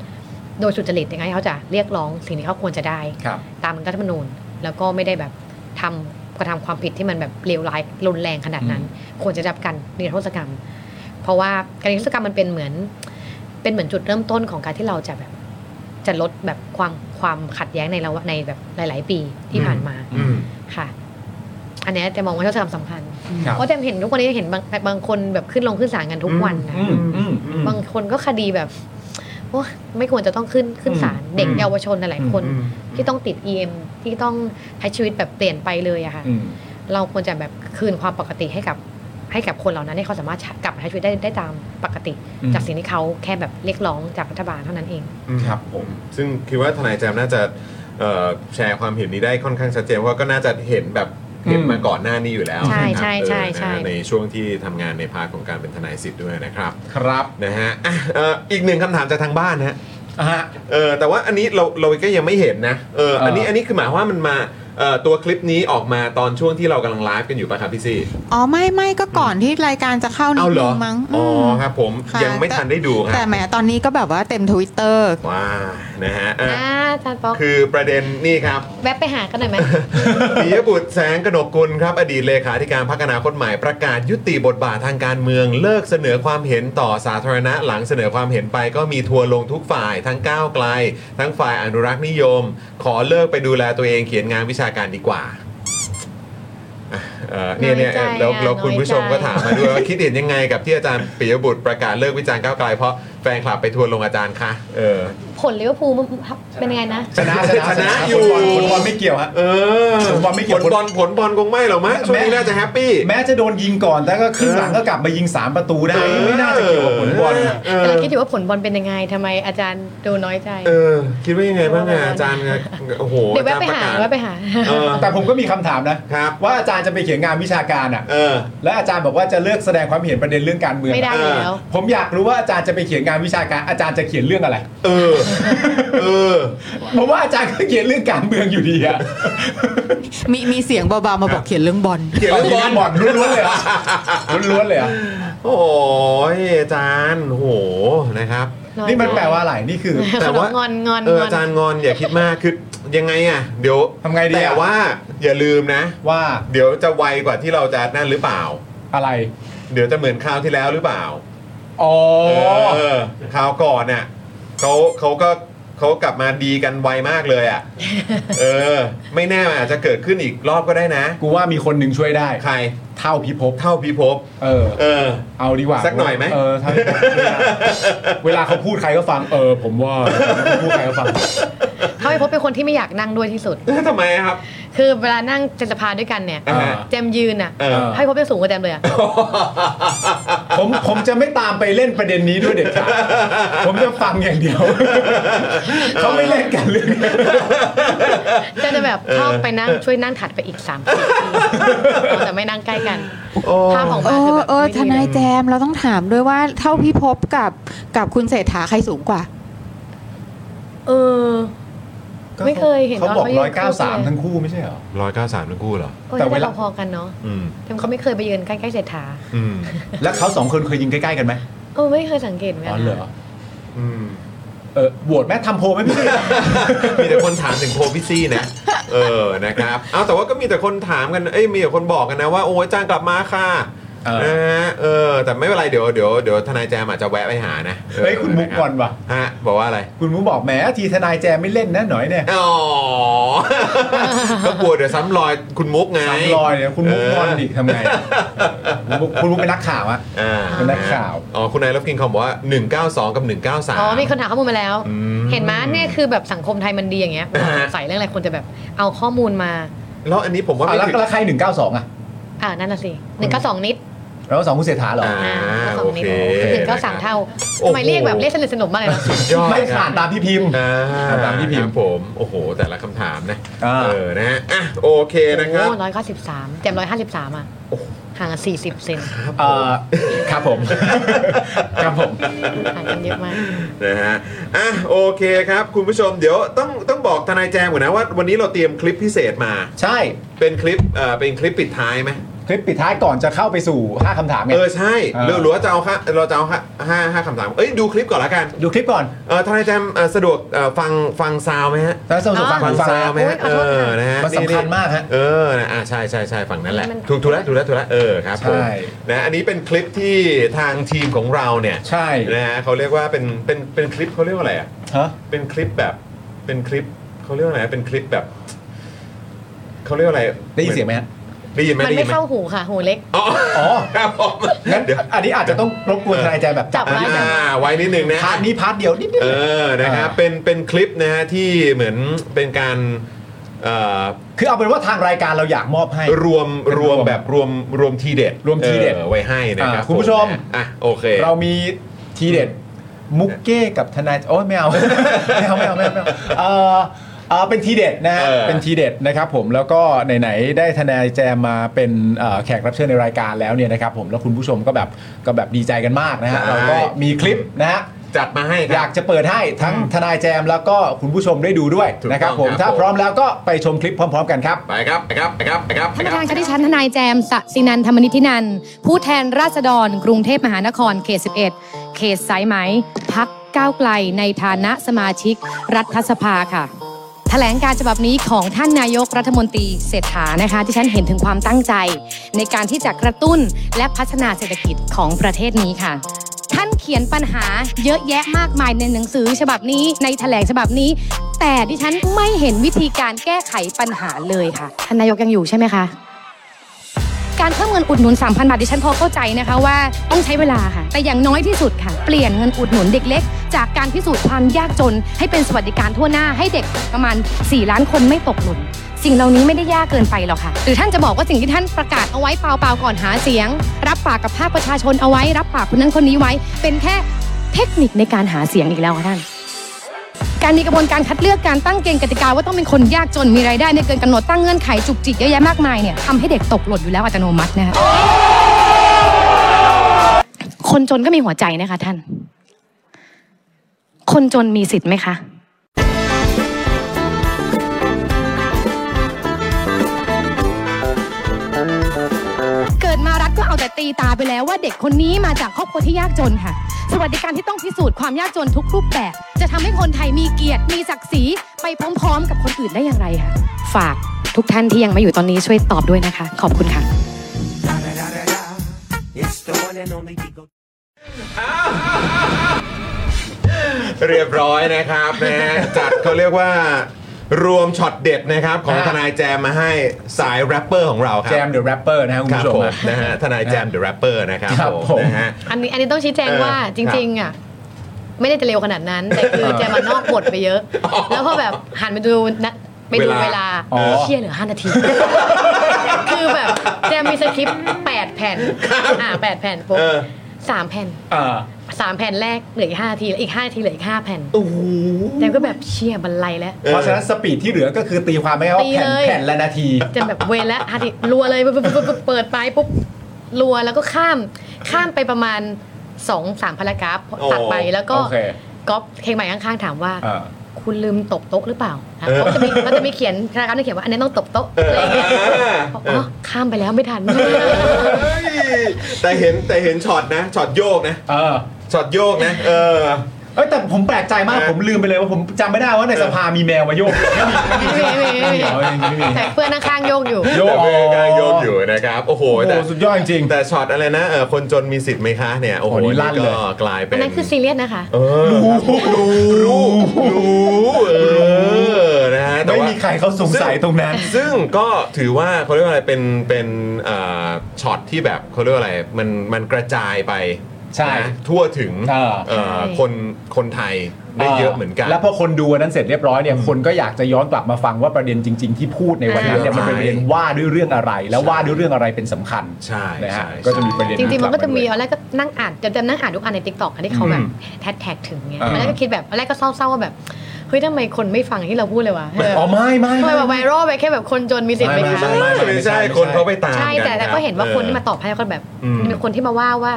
Speaker 4: โดยสุจริตยังไงให้เขาจะเรียกร้องสิ่งที่เขาควรจะได้
Speaker 2: ครับ
Speaker 4: ตามรัฐธรรมนูญแล้วก็ไม่ได้แบบทำกระทำความผิดที่มันแบบเลวร้ายรุนแรงขนาดนั้น ควรจะได้รับการนิรโทษกรรม เพราะว่าการนิรโทษกรรมมันเป็นเหมือน เป็นเหมือนจุดเริ่มต้นของการที่เราจะแบบจะลดแบบความความขัดแย้งในเราในแบบหลาย ๆ ปีที่ผ่านมา
Speaker 1: อืม
Speaker 4: ค่ะ อันเนี้ยจะมองว่านิรโทษกรรมสำคัญ
Speaker 2: ครับ
Speaker 4: เพราะแต่เห็นทุกวันนี้เห็นบางบางคนแบบขึ้นลงขึ้นศาลกันทุกวันนะ
Speaker 2: อืมอืมอืม
Speaker 4: บางคนก็คดีแบบโอ้ไม่ควรจะต้องขึ้นขึ้นศาลเด็ก
Speaker 2: อืม
Speaker 4: เยาวชนหลายๆคน
Speaker 1: อืม
Speaker 4: ที่ต้องติด EM ที่ต้องใช้ชีวิตแบบเปลี่ยนไปเลยอะค่ะ
Speaker 2: อืม
Speaker 4: เราควรจะแบบคืนความปกติให้กับให้กับคนเหล่านั้นให้เขาสามารถกลับมาใช้ชีวิตได้ได้ตามปกติ
Speaker 2: อืม
Speaker 4: จากสิ่งที่เขาแค่แบบเรียกร้องจากรัฐบาลเท่านั้นเอง
Speaker 1: อืม
Speaker 2: ครับผม
Speaker 1: ซึ่งคิดว่าทนายแจมน่าจะเอ่อแชร์ความเห็นนี้ได้ค่อนข้างชัดเจนเพราะก็น่าจะเห็นแบบเห็น
Speaker 2: อืม
Speaker 1: มาก่อนหน้านี้อยู่แล้ว
Speaker 4: ใช่
Speaker 1: นะครับ
Speaker 4: ใช่ใช่
Speaker 1: เออนะ
Speaker 4: ใช่
Speaker 1: ในช่วงที่ทำงานในพาร์ทของการเป็นทนายสิทธิ์ด้วยนะครับ
Speaker 2: ครับ
Speaker 1: นะฮะอ่ะเอ่ออีกหนึ่งคำถามจากทางบ้านนะฮะ
Speaker 2: อ่ะฮะ
Speaker 1: เออแต่ว่าอันนี้เราเราก็ยังไม่เห็นนะเอออันนี้
Speaker 2: เอออั
Speaker 1: อันนี้คือหมายความว่ามันมาเอ่อตัวคลิปนี้ออกมาตอนช่วงที่เรากำลังไลฟ์กันอยู่ป่ะครับพี่ซี่
Speaker 5: อ๋อไม่ไม่ก็ก่อนที่รายการจะเข้านิ
Speaker 1: เอา
Speaker 5: ด
Speaker 1: เหร
Speaker 5: นึ
Speaker 1: อง
Speaker 5: มั้ง
Speaker 1: อ๋อ
Speaker 5: ม
Speaker 1: ครับผม
Speaker 5: ค่ะ
Speaker 1: ยังไม่ทันได้ดูค
Speaker 5: แต่
Speaker 1: รับ
Speaker 5: แหมตอนนี้ก็แบบว่าเต็มทวิตเตอร์
Speaker 1: ว้านะฮะอ่ะ
Speaker 4: นะอาจารย์ป๊อก
Speaker 1: คือประเด็นนี่ครับ
Speaker 4: แวะไปหากันหน่อยไหม
Speaker 1: ปิยบุตรแสงกนกกุลครับ อดีตเลขาธิการพรรคอนาคตใหม่ประกาศยุติบทบาททางการเมืองเลิกเสนอความเห็นต่อสาธารณะหลังเสนอความเห็นไปก็มีทัวร์ลงทุกฝ่ายทั้งก้าวไกล ทั้งฝ่ายอนุรักษ์นิยม ขอเลิกไปดูแลตัวเองเขียนงานวิชาการดีกว่าอ่ะเอ่อเนี่ยเนี่ย
Speaker 4: น้อยใจ
Speaker 1: แล้ว
Speaker 4: อ่ะ
Speaker 1: แล้วคุณผู้ชม
Speaker 4: น้อยใจ
Speaker 1: ก็ถามมาด้วยว่าคิดเห็นยังไงกับที่อาจารย์ปิยบุตรประกาศเลิกวิจารณ์ก้าวไกลเพราะ แฟนคลับไปทัวร์ลงอาจารย์ค่ะ เออ
Speaker 4: ผลลิเวอร์พูลมันเป็นยังไงนะ
Speaker 2: ชนะ
Speaker 1: ชนะอยู่
Speaker 2: ฟุตบอลฟุตบอลไม่เกี่ยวฮะ
Speaker 1: เออ
Speaker 2: ผลบอลไม่เกี่ยว
Speaker 1: ผลบอลผลบอลคงไม่หรอกมั้งช่วงนี้
Speaker 2: แม้
Speaker 1: น่าจะแฮปปี้
Speaker 2: แม้จะโดนยิงก่อนแต่ก็ครึ่งหลัง
Speaker 1: เออ
Speaker 2: ก็กลับมายิง 3 ประตูได้ ไม่น่าจะเกี่ยวกับผลบอลนะ
Speaker 1: เออ
Speaker 4: กำลังคิดอยู่ว่าผลบอลเป็นยังไงทำไมอาจารย์ดูน้อยใจ
Speaker 1: เออ คิดว่ายังไงบ้างอะอาจารย์อะโอ้โห
Speaker 4: เดี๋ยวแวะไปหา
Speaker 1: อจรย์ระกศ
Speaker 4: แวะไปหา
Speaker 1: เออ
Speaker 2: แต่ผมก็มีคำถามนะ
Speaker 1: ครับ
Speaker 2: ว่าอาจารย์จะไปเขียนงานวิชาการอ่ะ
Speaker 1: เออ
Speaker 2: และอาจารย์บอกว่าจะเลือกแสดงความเห็นประเด็นเรื่องการเมือง
Speaker 4: ไม่ได้
Speaker 1: เออ
Speaker 4: แล้ว
Speaker 2: ผมอยากรู้ว่าอาจารย์จะไปเขียนงานวิชาการอาจารย์จะเขียนเรื่อง อะไร
Speaker 1: เออ เออ
Speaker 2: เพราะว่าอาจารย์ก็เขียนเรื่องการเมืองอยู่ดีอะ
Speaker 5: มีมีเสียงเบาๆมาบอกเขียนเรื่องบอล
Speaker 1: เกี่ยว
Speaker 2: ตอน
Speaker 1: เรื่อง
Speaker 2: นี้บอล
Speaker 1: บอล
Speaker 2: ล้วนๆเลย อะล้วนๆเลยอะ
Speaker 1: โอ้ยอาจารย์โอ้โหนะครับ
Speaker 4: อย
Speaker 2: นี่มันแปลว่าอะไรนี่คือ
Speaker 4: ใจ
Speaker 1: แต่ว่า
Speaker 4: งอนงอน
Speaker 1: เออง
Speaker 4: อน
Speaker 1: อาจารย์งอนอย่าคิดมากคือยังไงอะเดี๋ยว
Speaker 2: ทำไงดีอะ
Speaker 1: แต่ว่าอย่าลืมนะ
Speaker 2: ว่า
Speaker 1: เดี๋ยวจะไวกว่าที่เราจะนั่นหรือเปล่า
Speaker 2: อะไร
Speaker 1: เดี๋ยวจะเหมือนคราวที่แล้วหรือเปล่า
Speaker 2: อ๋อ
Speaker 1: เออคราวก่อนน่ะเขาเขาก็เขากลับมาดีกันไวมากเลยอ่ะ เออ ไม่แน่มันอาจจะเกิดขึ้นอีกรอบก็ได้นะ
Speaker 2: กูว่ามีคนหนึ่งช่วยได้
Speaker 1: ใคร
Speaker 2: เท่าพิภพ
Speaker 1: เท่าพิภพ
Speaker 2: เออ
Speaker 1: เออ
Speaker 2: เอาดีกว่า
Speaker 1: สักหน่อยไหม
Speaker 2: เออเท่าพิภพช่วยได้เวลาเขาพูดใครก็ฟัง เออ ผมว่าเขาพูดใครก็ฟัง
Speaker 4: เขาไปพบเป็นคนที่ไม่อยากนั่งด้วยที่สุด
Speaker 1: ทำไมครับ
Speaker 4: คือเวลานั่งจันทภาด้วยกันเนี่ย
Speaker 1: อ่าฮะ
Speaker 4: แจมยืนอ่ะ
Speaker 1: เออ
Speaker 4: ให้พบเป็นสูงกว่าแจมเลยอะ
Speaker 2: ผมผมจะไม่ตามไปเล่นประเด็นนี้ด้วยเด็ดขาดผมจะฟังอย่างเดียว เขาไม่เล่นกันเลย
Speaker 4: แจมจะแบบชอบไปนั่งช่วยนั่งถัดไปอีกสามสี่ที่แต่ไม่นั่งใกล้กัน
Speaker 1: โอ้
Speaker 4: ภาพของ
Speaker 5: เอ
Speaker 4: บ้านคือ
Speaker 5: อ
Speaker 4: แบบ
Speaker 5: เออ
Speaker 4: ไม่
Speaker 5: ท
Speaker 4: ดี
Speaker 5: นาย
Speaker 4: นะ
Speaker 5: แจมเราต้องถามด้วยว่าเท่าพี่พบกับกับคุณเศรษฐาใครสูงกว่า
Speaker 4: เออ ไม่เคยเห็น
Speaker 2: เขาบอก
Speaker 4: ตอนเขา
Speaker 2: ร้อยเก้าสาม
Speaker 4: ยืน
Speaker 2: ทั้งคู่ไม่ใช่เหรอ
Speaker 1: ร้อยเก้าสามทั้งคู่เหรอ
Speaker 4: โอ้ย
Speaker 2: แต่
Speaker 4: แต่
Speaker 2: เวลา
Speaker 4: เราพอกันเนาะ
Speaker 1: อืม
Speaker 4: แต่เขาไม่เคยไปยืนใกล้ๆเศรษฐา
Speaker 1: อืม
Speaker 2: แล้วเขาสองคนเคยยิงใกล้ๆกันไหม
Speaker 4: เออไม่เคยสังเกตเหมือน
Speaker 2: อ๋
Speaker 4: กั
Speaker 2: อน เหรอ
Speaker 4: นะ
Speaker 1: อืม
Speaker 2: เออโหวตแม่ทำโพลไหมพี่
Speaker 1: มีแต่คนถามถึงโพลพี่ซี่ นะ เออ นะครับ เอาแต่ว่าก็มีแต่คนถามกัน เอ้ย มีแต่คนบอกกันนะว่า โอ้ยจ้างกลับมาค่ะ
Speaker 2: เออ
Speaker 1: นะฮะ เออ แต่ไม่เป็นไร เดี๋ยว เดี๋ยว เดี๋ยวทนายแจมอาจจะแวะไปหานะเออ
Speaker 2: เฮ้ยคุณมุกก่อนว่ะ
Speaker 1: ฮะ บอกว่าอะไร
Speaker 2: คุณมุกบอกแหมทีทนายแจมไม่เล่นนะหน่อยเนี่ย
Speaker 1: อ๋ อ ก็กลัวเดี๋ยวซ้ำรอยคุณมุกไง
Speaker 2: สามร้อยเนี่ยคุณมุกงอนอีกทำไงอะเออคุณมุกคุณมุกเป็นนักข่าวอะ
Speaker 1: อ่า
Speaker 2: เป็นนักข่าว
Speaker 1: อ๋อ คุณนายรับกินคำบอกว่า 192 กับ 193
Speaker 4: อ๋อมีคนถามข้อมูลมาแล้ว
Speaker 1: อืม
Speaker 4: เห็นไหมเนี่ยคือแบบสังคมไทยมันดีอย่างเงี้ยเวลา
Speaker 1: อ่า
Speaker 4: ส
Speaker 1: ฮะ
Speaker 4: งสัยเรื่องอะไรคนจะแบบเอาข้อมูลมา
Speaker 1: แล้วอันนี้ผมว่า
Speaker 2: อ่ะ
Speaker 1: ไม่
Speaker 2: แล้ว
Speaker 1: ถึง
Speaker 2: แล้วใครหนึ่งเก้าสองอะ
Speaker 4: อ่านั่นน่ะสิหนึ่งเก้าสองนิด
Speaker 2: แล้วสองคุณเศรษฐาเหรอ
Speaker 1: อ่า
Speaker 4: สองนิด
Speaker 1: โอเค
Speaker 4: หนึ่งเก้าสามเท่า
Speaker 1: โอ้โห
Speaker 4: ทำไมเรียกแบบเรียกสนิทสนมมากเลยนะ
Speaker 1: ยอด
Speaker 2: ไม่
Speaker 1: นะ
Speaker 2: ผ่านตามที่พิมพ์
Speaker 1: อ่า
Speaker 2: ตามที่พิมพ์
Speaker 1: ครับผม โอ้โห แต่ละคำถามนะ
Speaker 2: อ่า
Speaker 1: เออ นะฮะ อ่ะ โอเคนะครับ
Speaker 4: โอ้ร้อยเก้าสิบสามแจมร้อยห้าสิบสามอ่ะห่างสี่สิบเซน
Speaker 2: เอ่อครับ ผม ครับผม
Speaker 4: ห่างกันเยอะมาก
Speaker 1: นะฮะ อ่ะ โอเคครับ คุณผู้ชม เดี๋ยวต้องต้องบอกทนายแจมก่อนนะว่าวันนี้เราเตรียมคลิปพิเศษมา
Speaker 2: ใช่
Speaker 1: เป็นคลิป เอ่อ เป็นคลิปปิดท้ายไหม
Speaker 2: คลิปปิดท้ายก่อนจะเข้าไปสู่ 5คำถามไง
Speaker 1: เออ ใช่
Speaker 2: อ่า
Speaker 1: หรือหรือว่าจะเอาค่ะเราจะเอาค่ะห้าห้าคำถาม เอ้ย ดูคลิปก่อนละกัน
Speaker 2: ดูคลิปก่อน
Speaker 1: เออทนายแจมเอ่อสะดวกเอ่อฟัง ฟังซาวไหมฮะ
Speaker 2: แล้วส่งสู่ฟัง
Speaker 1: ฟั
Speaker 2: หู
Speaker 1: ง
Speaker 2: ฟัง
Speaker 1: ซาวไหมฮะ
Speaker 4: โอ้
Speaker 1: เอย
Speaker 4: ขอโทษค่ะ
Speaker 1: อ นะฮะ
Speaker 2: มันสำคัญมากฮะ
Speaker 1: เออนะอ่ะใช่ใช่ใช่ฝั่งนั้นแหละ
Speaker 4: มัน
Speaker 1: ถูกถูกแล้วถูกแล้วถูกแล้ว เออ ครับผม
Speaker 2: ใช่
Speaker 1: นะอันนี้เป็นคลิปที่ทางทีมของเราเนี่ย
Speaker 2: ใช่
Speaker 1: นะฮะเขาเรียกว่าเป็นเป็นเป็นคลิปเขาเรียกว่าอะไรอ่ะ
Speaker 2: ฮะ
Speaker 1: เป็นคลิปแบบเป็นคลิปเขาเรียกว่าอะไรเป็นคลิปแบบเขาเรียกว่าอะไร
Speaker 2: ได้ยินเสียงไหมฮะ
Speaker 1: ได้ยินไหม
Speaker 4: มัน
Speaker 1: ได้ยิ
Speaker 4: ไม่
Speaker 1: นไหม
Speaker 4: เข้าหูค่ะ หูเล็ก
Speaker 1: อ๋อ
Speaker 2: อ๋อ
Speaker 1: ครับผม
Speaker 2: งั้น
Speaker 1: เดี๋ยว
Speaker 2: อันนี้อาจจะต้องรบกวนทนายใจมแบบจับ
Speaker 4: จับ
Speaker 2: นิดนึ
Speaker 1: อ่าง ไว้นิดนึงนะ
Speaker 2: พาร์ทนี้พาร์ทเดียวนิดนึง
Speaker 1: เออนะครับ
Speaker 2: อ่า
Speaker 1: เป็นเป็นคลิปนะฮะที่เหมือนเป็นการเอ่อ
Speaker 2: คือเอาเป็นว่าทางรายการเราอยากมอบให้
Speaker 1: รวม
Speaker 2: เป็น
Speaker 1: ร
Speaker 2: ร
Speaker 1: ว
Speaker 2: ว
Speaker 1: ม
Speaker 2: ม
Speaker 1: แบบรวมรวมทีเด็ด
Speaker 2: รวมทีเด็ด
Speaker 1: ออไว้ให้นะครับ
Speaker 2: อ่าคุณผู้ชม
Speaker 1: อ่ะโอเค
Speaker 2: เรามีทีเด็ด มุกเก้กับทนายโอ้ยไม่เอา ไม่เอาไม่เอาไม่เอาไม่เอาเออเออเป็นทีเด็ดนะฮะ
Speaker 1: เออ
Speaker 2: เป็นทีเด็ดนะครับผมแล้วก็ไหนๆได้ทนายแจมมาเป็นเอ่อแขกรับเชิญในรายการแล้วเนี่ยนะครับผมแล้วคุณผู้ชมก็แบบก็แบบดีใจกันมากนะฮะ
Speaker 1: ใช่
Speaker 2: เราก็มีคลิปนะฮะ
Speaker 1: จัดมาให้ค
Speaker 2: อ
Speaker 1: รั
Speaker 2: ยา
Speaker 1: บ
Speaker 2: กจะเปิดให้ทั้งทนายแจมแล้วก็คุณผู้ชมได้ดูด้วย
Speaker 1: ถูก
Speaker 2: นะครับ
Speaker 1: ต้อง
Speaker 2: ผม
Speaker 1: ครับ
Speaker 2: ถ้า
Speaker 1: ผม
Speaker 2: พร้อมแล้วก็ไปชมคลิปพร้อม ๆ กันครับ
Speaker 1: ไปครับไปครับไปครับไปครับ
Speaker 4: ท่านประธานคะ
Speaker 1: ไปค
Speaker 4: ดิ
Speaker 1: รับ
Speaker 4: ฉันทนายแจมสสินันธรรมนิธินันท์ผู้แทนราษฎร กรุงเทพมหานครเขต 11 เขตสายไหม พักก้าวไกลในฐานะสมาชิกรัฐสภาค่ะ แถลงการฉบับนี้ของท่านนายกรัฐมนตรีเศรษฐานะคะที่ฉันเห็นถึงความตั้งใจ ในการที่จะกระตุ้นและพัฒนาเศรษฐกิจของประเทศนี้ค่ะ ท่านเขียนปัญหาเยอะแยะมากมายในหนังสือฉบับนี้ในแถลงฉบับนี้ แต่ดิฉันไม่เห็นวิธีการแก้ไขปัญหาเลยค่ะท่านนายกยังอยู่ใช่ไหมคะ การ
Speaker 6: การเพิ่มเงินอุดหนุน 3,000 บาทดิฉันพอเข้าใจนะคะว่าต้องใช้เวลาค่ะ แต่อย่างน้อยที่สุดค่ะ เปลี่ยนเงินอุดหนุนเด็กเล็ก จากการพิสูจน์ความยากจน ให้เป็นสวัสดิการทั่วหน้าให้เด็กประมาณ 4 ล้านคนไม่ตกหล่น สิ่งเหล่านี้ไม่ได้ยากเกินไปหรอกค่ะ หรือท่านจะบอกว่าสิ่งที่ท่านประกาศเอาไว้เปล่าๆก่อนหาเสียง รับปากกับภาคประชาชนเอาไว้ รับปากคนนั้นคนนี้ไว้ เป็นแค่เทคนิคในการหาเสียงอีกแล้วค่ะท่าน การมีกระบวนการคัดเลือกการตั้งเกณฑ์กติกาว่าต้องเป็นคนยากจนมีรายได้ไม่เกินกำหนดตั้งเงื่อนไขจุกจิกเยอะแยะมากมายเนี่ยทำให้เด็กตกหล่นอยู่แล้วอัตโนมัตินะคะคนจนก็มีหัวใจนะคะท่าน คนจนมีสิทธิ์ไหมคะ เกิดมารัฐก็เอาแต่ตีตาไปแล้วว่าเด็กคนนี้มาจากครอบครัวที่ยากจนค่ะ สวัสดิการที่ต้องพิสูจน์ความยากจนทุกรูปแบบ จะทำให้คนไทยมีเกียรติมีศักดิ์ศรีไปพร้อมๆ กับคนอื่นได้อย่างไรค่ะ ฝากทุกท่านที่ยังไม่อยู่ตอนนี้ช่วยตอบด้วยนะคะ ขอบคุณค่ะ
Speaker 1: เรียบร้อยนะครับ นะฮะจัดเขาเรียกว่า รวมช็อตเด็ดนะครับ ของ
Speaker 2: ฮะ
Speaker 1: ทนายแจมมาให้สายแรปเปอร์ของเราครับ
Speaker 2: แจมเดอะแรปเปอร์นะครับคุณ
Speaker 1: ครับ
Speaker 2: ผู้ชม
Speaker 1: ผม
Speaker 2: ฮะ
Speaker 1: นะฮะทนายแจมเดอะแรปเปอร์นะครับ
Speaker 2: ครับ
Speaker 1: ผม
Speaker 2: ผม
Speaker 1: นะฮะ
Speaker 4: อันนี้อันนี้ต้องชี้แจง
Speaker 1: เออ
Speaker 4: ว่าจริง ๆอ่ะไม่ได้จะเร็วขนาดนั้น แต่คือแจมานอกบทไปเยอะ แล้วพอแบบหันไปดูนะไปดู
Speaker 1: เว
Speaker 4: เว
Speaker 1: ลา
Speaker 4: ลา
Speaker 2: อ๋อ
Speaker 4: เชี่ยเหลือห้านาที คือแบบแจมมีสคริปต์แปดแผ่นอ่าแปดแผ่นปุ๊บ
Speaker 1: เออ
Speaker 4: สามแผ่น
Speaker 2: อ่า
Speaker 4: สามแผ่นแรกเหลืออีกห้านาทีแล้วอีกห้านาทีเหลืออีกห้าแผ่น
Speaker 1: โอ้โห
Speaker 4: แจมก็แบบเชี่ยบันไลแล้ว
Speaker 1: เออ
Speaker 2: เพราะฉะนั้นสปีดที่เหลือก็คือตีความไม่ได้ว่า
Speaker 4: ตี
Speaker 2: แผ่
Speaker 4: เล
Speaker 2: น
Speaker 4: ย
Speaker 2: แผ่นละนาที
Speaker 4: แจมแบบเวรแล้วห้านาทีรัวเลยปุ๊บปุ๊บปุ๊บปุ๊บเปิดไปปุ๊บรัวแล้วก็ข้ามข้ามไปประมาณสองสามพารากราฟตัดไปแล้วก็
Speaker 2: โอเค
Speaker 4: ก๊อฟเคงใหม่ข้างๆถามว่า
Speaker 2: อ่า
Speaker 4: คุณลืมตบโต๊ะหรือเปล่าอ่ะ
Speaker 1: เออ
Speaker 4: เขาจะมีเขาจะมีเขียนธนาคารจะเขียนว่าอันนี้ต้องตบโต๊ะ
Speaker 1: เออ
Speaker 4: อะไรอย่างเงี้ย
Speaker 1: เออ
Speaker 4: บอกอ๋อข้ามไปแล้วไม่ทัน
Speaker 1: เฮ้ยแต่เห็นแต่เห็นช็อตนะช็อตโยกนะ
Speaker 2: เออ
Speaker 1: ช็อตโยกนะเออ
Speaker 2: เอ้ยแต่ผมแปลกใจมาก
Speaker 1: เออ
Speaker 2: ผมลืมไปเลยว่าผมจำไม่ได้ว่าในสภามีแมวมาโยกไม่มีไม่มี
Speaker 4: ไม่มีไม่มี
Speaker 2: ไม่มี
Speaker 4: แต่เพื่อนข้างๆโยกอยู่
Speaker 2: โย
Speaker 1: แต่
Speaker 2: ก
Speaker 1: เพื่อนกำลังโยกอยู่นะครับโอ้โห
Speaker 2: โอ้โห
Speaker 1: แต่
Speaker 2: สุดยอดจริง
Speaker 1: แต่ช็อตอะไรนะเออคนจนมีสิทธิ์ไหมคะเนี่ยโอ้โห
Speaker 2: โอ้นี่ลั่นเลย
Speaker 1: ก็กลายเป็
Speaker 4: อั
Speaker 1: น
Speaker 4: นนั้นคือซีเรียสนะคะ
Speaker 1: เออรู้รู้รู้เออนะฮะแต่
Speaker 2: ไม่
Speaker 1: ว่า
Speaker 2: มีใครเขาสงสัยตรงนั้น
Speaker 1: ซึ่งก็ถือว่าเขาเรียกว่าอะไรเป็นเป็นเอ่อช็อตที่แบบเขาเรียกว่าอะไรมันมันกระจายไป
Speaker 2: ใช่
Speaker 1: นะทั่วถึง
Speaker 2: เออ
Speaker 1: เอ่อ
Speaker 4: ใช่
Speaker 1: คนคนไทยได้เยอะเหมือนกัน
Speaker 2: แล้วพอคนดูอันนั้นเสร็จเรียบร้อยเนี่ยคนก็อยากจะย้อนกลับมาฟังว่าประเด็นจริง ๆ ที่พูดในวันนั้นเนี่ย
Speaker 1: ใช่
Speaker 2: มันเป็นประเด็นว่าด้วยเรื่องอะไร แล้วว่าด้วยเรื่องอะไรเป็นสำคัญ
Speaker 1: ใช่
Speaker 2: นะฮะ
Speaker 1: ใช่
Speaker 2: ก็จะมีประเด็น
Speaker 4: จริงๆ มันก็จะมี
Speaker 2: ลับาด้วย
Speaker 4: เอาแรกก็นั่งอ่านจำจำนั่งอ่านทุกอันในติ๊กต็อกอันที่เขาแบบ
Speaker 2: อืม
Speaker 4: แท็กแท็กถึงไง
Speaker 2: อ่า
Speaker 4: อันแรกก็คิดแบบอันแรกก็เศร้าๆว่าแบบเฮ้ยทำไมคนไม่ฟังที่เราพูดเลยวะ
Speaker 2: อ๋อไม่ไม่
Speaker 4: ทำไม
Speaker 2: ไม่
Speaker 4: แบบไวรัลไปแค่แบบคนจนมีสิทธิ์ไหม
Speaker 2: ไม่
Speaker 4: คะ
Speaker 2: ใช่
Speaker 1: ไม่ใช่คนเขาไปตาม
Speaker 4: ใช่แต่
Speaker 1: น
Speaker 4: แต่
Speaker 1: ครับ
Speaker 4: ก็เห็นว่าคนที่มาตอบให้ก็แบบ
Speaker 1: อืม
Speaker 4: มีคนที่มาว่าว่า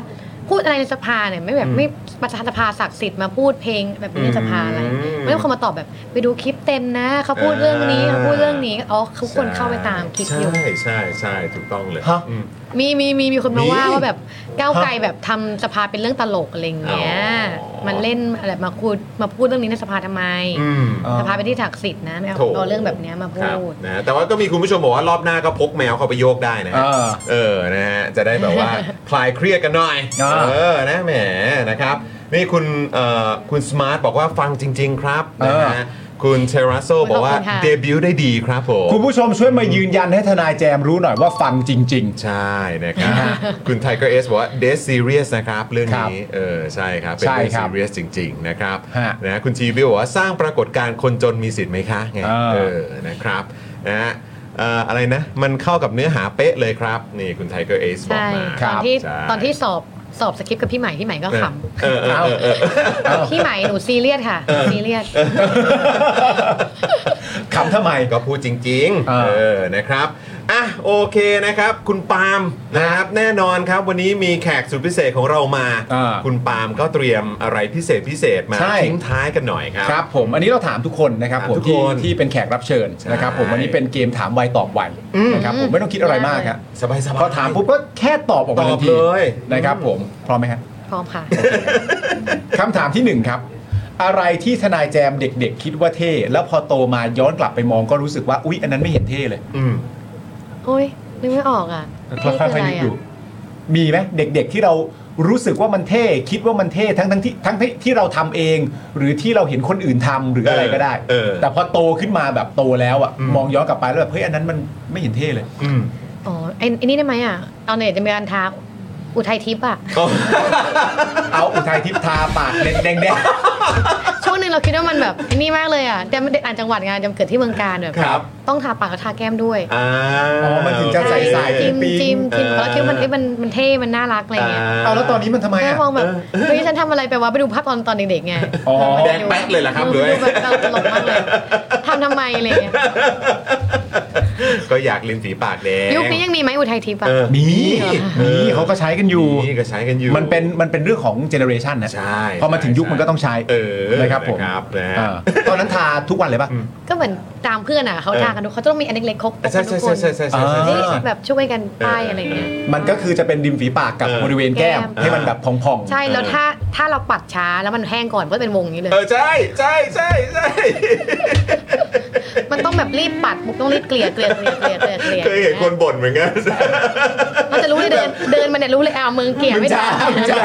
Speaker 4: พูดอะไรในสภาเนี่ยไม่แบบ
Speaker 1: อืม
Speaker 4: ไม่ประธานสภาศักดิ์สิทธิ์มาพูดเพลงแบบนี้ในสภาอะไร
Speaker 1: อืม
Speaker 4: ไม่ต้องคนมาตอบแบบไปดูคลิปเต็มนะเขาพูดเรื่องนี้
Speaker 1: อ่า
Speaker 4: เขาพูดเรื่องนี้อ๋อทุกคนเข้าไปตามคลิปอยู่
Speaker 1: ใช่ใช่ใช่ถูกต้องเลย
Speaker 2: ฮะ
Speaker 1: อืม
Speaker 4: มีมีมีมีคนมาว่า
Speaker 1: มี
Speaker 4: ว่าแบบก้าวไกลแบบทำสภาเป็นเรื่องตลกอะไรอย่างเงี้ย
Speaker 1: อ๋อ
Speaker 4: มันเล่นอะไรมาพูดมาพูดเรื่องนี้ในสภาทำไม
Speaker 1: อืม
Speaker 2: อ่า
Speaker 4: สภาเป็นที่ศักดิ์สิทธิ์นะไม่เอา
Speaker 1: โถ
Speaker 4: เอาเรื่องแบบเนี้ยมา
Speaker 1: ครับ
Speaker 4: พูด
Speaker 1: นะแต่ว่าก็มีคุณผู้ชมบอกว่ารอบหน้าก็พกแมวเข้าไปโยกได้นะ
Speaker 2: เอ
Speaker 1: ฮะ
Speaker 2: อ
Speaker 1: เออนะฮะจะได้ แบบว่า คลายเครียดกันหน่อย
Speaker 2: อ่า
Speaker 1: เออนะแหมนะครับ นี่คุณเอ่อคุณสมาร์ทบอกว่าฟังจริง ๆ ครับ
Speaker 2: เอ
Speaker 1: นะ
Speaker 2: อ
Speaker 1: ฮะคุณเทราโซบอกว่า
Speaker 4: ขอบคุณค่ะ
Speaker 1: เดบิวต์ได้ดีครับผม
Speaker 2: คุณผู้ชมช่วยมายืนยันให้ทนายแจมรู้หน่อยว่าฟังจริง
Speaker 1: ใช่นะครับคุณไทเกอร์เอสบอกว่าเดซซีเรียสนะครับเรื่อง
Speaker 2: ครับ
Speaker 1: นี้เออใช่ครับ เป็นเรื่อง
Speaker 2: ใช่ครับ
Speaker 1: ซีเรียสจริง ๆ นะครับ
Speaker 2: ฮะ
Speaker 1: นะคุณทีวิวบอกว่าสร้างปรากฏการณ์คนจนมีสิทธิ์ไหมคะไง
Speaker 2: เออ
Speaker 1: เออ เออนะครับนะฮะเอ่ออะไรนะ มันเข้ากับเนื้อหาเป๊ะเลยครับ นี่คุณไทเกอร์เอซบอก
Speaker 4: ใช่
Speaker 1: มา
Speaker 2: ค
Speaker 4: ต
Speaker 2: รั
Speaker 4: อน
Speaker 2: บ
Speaker 4: ที่
Speaker 1: ใช่
Speaker 4: ตอนที่สอบสอบสคริปต์กับพี่ใหม่พี่ใหม่ก็ขำ
Speaker 1: เออเออเออเออ
Speaker 4: พี่ใหม่หนูซีเรียสค่ะซีเรียส
Speaker 2: ๆขำทำไม
Speaker 1: ก็พูดจริงๆ
Speaker 2: เออ
Speaker 1: เออ นะครับ อ่ะ โอเคนะครับ คุณปาล์มนะครับ แน่นอนครับ วันนี้มีแขกสุดพิเศษของเรามา
Speaker 2: อ่า
Speaker 1: คุณปาล์มก็เตรียมอะไรพิเศษพิเศษมา
Speaker 2: ใช่
Speaker 1: ทิ้งท้ายกันหน่อยครับ
Speaker 2: ครับผมอันนี้เราถามทุกคนนะครับ
Speaker 1: ถาม
Speaker 2: ผม
Speaker 1: ทุก
Speaker 2: ที่
Speaker 1: คน
Speaker 2: ที่เป็นแขกรับเชิญ
Speaker 1: ใช่
Speaker 2: นะครับผมวันนี้เป็นเกมถามไวตอบไวนะครับผมไม่ต้องคิดอะไรมากครับ
Speaker 1: สบายสบาย
Speaker 2: พอถามปุ๊บก็แค่ตอบออกมาทันที
Speaker 1: ตอบเลย
Speaker 2: นะครับผมพร้อมไหมครับ
Speaker 4: พร้อมค่ะ
Speaker 2: คำถามที่หนึ่งครับ อะไรที่ทนายแจมเด็กๆ คิดว่าเท่ แล้วพอโตมาย้อนกลับไปมองก็รู้สึกว่าอุ๊ยอันนั้นไม่เห็นเท่เลย
Speaker 1: อืม
Speaker 4: โอ้ยนึกไม่ออกอ่ะ
Speaker 2: ค่
Speaker 4: นี่คืออะ
Speaker 2: อยๆ
Speaker 4: ไร
Speaker 2: นึก
Speaker 4: อ่ะ
Speaker 2: ดูมีไหมเด็กๆที่เรารู้สึกว่ามันเท่คิดว่ามันเท่ทั้งทั้งๆที่ทั้งที่ที่เราทำเอง หรือที่เราเห็นคนอื่นทำหรืออะไรก็ได้
Speaker 1: เออเออ
Speaker 2: แต่พอโตขึ้นมาแบบโตแล้วอะ
Speaker 1: อืม
Speaker 2: มองย้อนกลับไปแล้วแบบเฮ้ยอันนั้นมันไม่เห็นเท่เลย
Speaker 1: อืม
Speaker 4: อ๋อไอ้ไอ้นี่ได้ไหมอ่ะตอนเด็กจะมีการทาอุทัยทิพย์อ่ะ
Speaker 2: เอาอุทัยทิพย์ทาปากแดงแดง
Speaker 4: ช่วงหนึ่งเราคิดว่ามันแบบไอ้นี่มากเลยอ่ะแต่มันเด็กอ่านจังหวัดไงานจำเกิดที่เมืองการแบบ
Speaker 1: ครับ
Speaker 4: ต้องทาปากแล้วทาแก้มด้วย
Speaker 1: อ๋อ
Speaker 2: อ๋อมันถึงจะใส่สาย
Speaker 4: จิ้ม
Speaker 2: ปิ๊ง
Speaker 4: จิ้มจิ้มแล้วคิดว่ามันเอ้ยมันมันเท่มันน่ารักอะไรเงี้ย
Speaker 2: ๆเอาแล้วตอนนี้มันทำไม
Speaker 4: แม่
Speaker 2: อ่ะ
Speaker 4: มองแบบเฮ้ยฉันทำอะไรไปวะไปดูภาพตอนตอนเด็กๆไง
Speaker 2: อ๋อ
Speaker 1: แดงแป๊ดเลยเหรอครับหรือ
Speaker 4: ดู
Speaker 1: ไง
Speaker 4: แบบตลกมากเลยทำทำไมอะไรเงี้ย
Speaker 1: ก็อยากลิ้นสีปากแดง
Speaker 4: ยุคนี้ยังมีไหมอุทัยทิพย์อ่ะ
Speaker 1: เออ
Speaker 2: มีมีเขาก็ใช้กันอยู่
Speaker 1: นี่ก็ใช้กันอยู่
Speaker 2: มันเป็นมันเป็นเรื่องของเจเนอเรชันนะ
Speaker 1: ใช่
Speaker 2: พอมาถึงยุคมันก็ต้องใช้
Speaker 1: เออ
Speaker 2: นะครับผม
Speaker 1: นะครับนะฮะ
Speaker 2: อ่าตอนนั้นทาทุกวันเลยป่ะ
Speaker 4: ก็เหมือนตามเพื่อนอ่ะเขาทากันทุกเขาต้องมีอันเล็กๆครบ
Speaker 1: ใช่
Speaker 4: ทุ
Speaker 1: ใช่
Speaker 4: กค
Speaker 1: ใช่
Speaker 4: น
Speaker 1: ใช่ใช่ใช่ใช่
Speaker 2: อ่า
Speaker 4: ที่แบบช่วยกันป้ายอะไรเงี้ย
Speaker 2: มันก็คือจะเป็นริมฝีปากกับ
Speaker 1: เออ
Speaker 2: บริเวณแก้ม
Speaker 4: แก้ม
Speaker 2: ให้มันแบบพองๆ
Speaker 4: ใช่แล้วถ้าถ้าเราปัดช้าแล้วมันแห้งก่อนก็จะเป็นวงอย่างนี้เลย
Speaker 1: เออใช่ใช่ใช่ใช่
Speaker 4: มันต้องแบบรีบปัดมุกต้องรีบเกลี่ยเกลี่ยเกลี่ยเกลี่ยเกลี่ยเกลี่ย
Speaker 1: เคยเห็นคนบ่นเหมือนกัน
Speaker 4: มันจะรู้เลยเดินเดินมันเนี่ยรู้เลยอ้าวมึงเกลี่ยไม่ได้
Speaker 2: มึงจ้า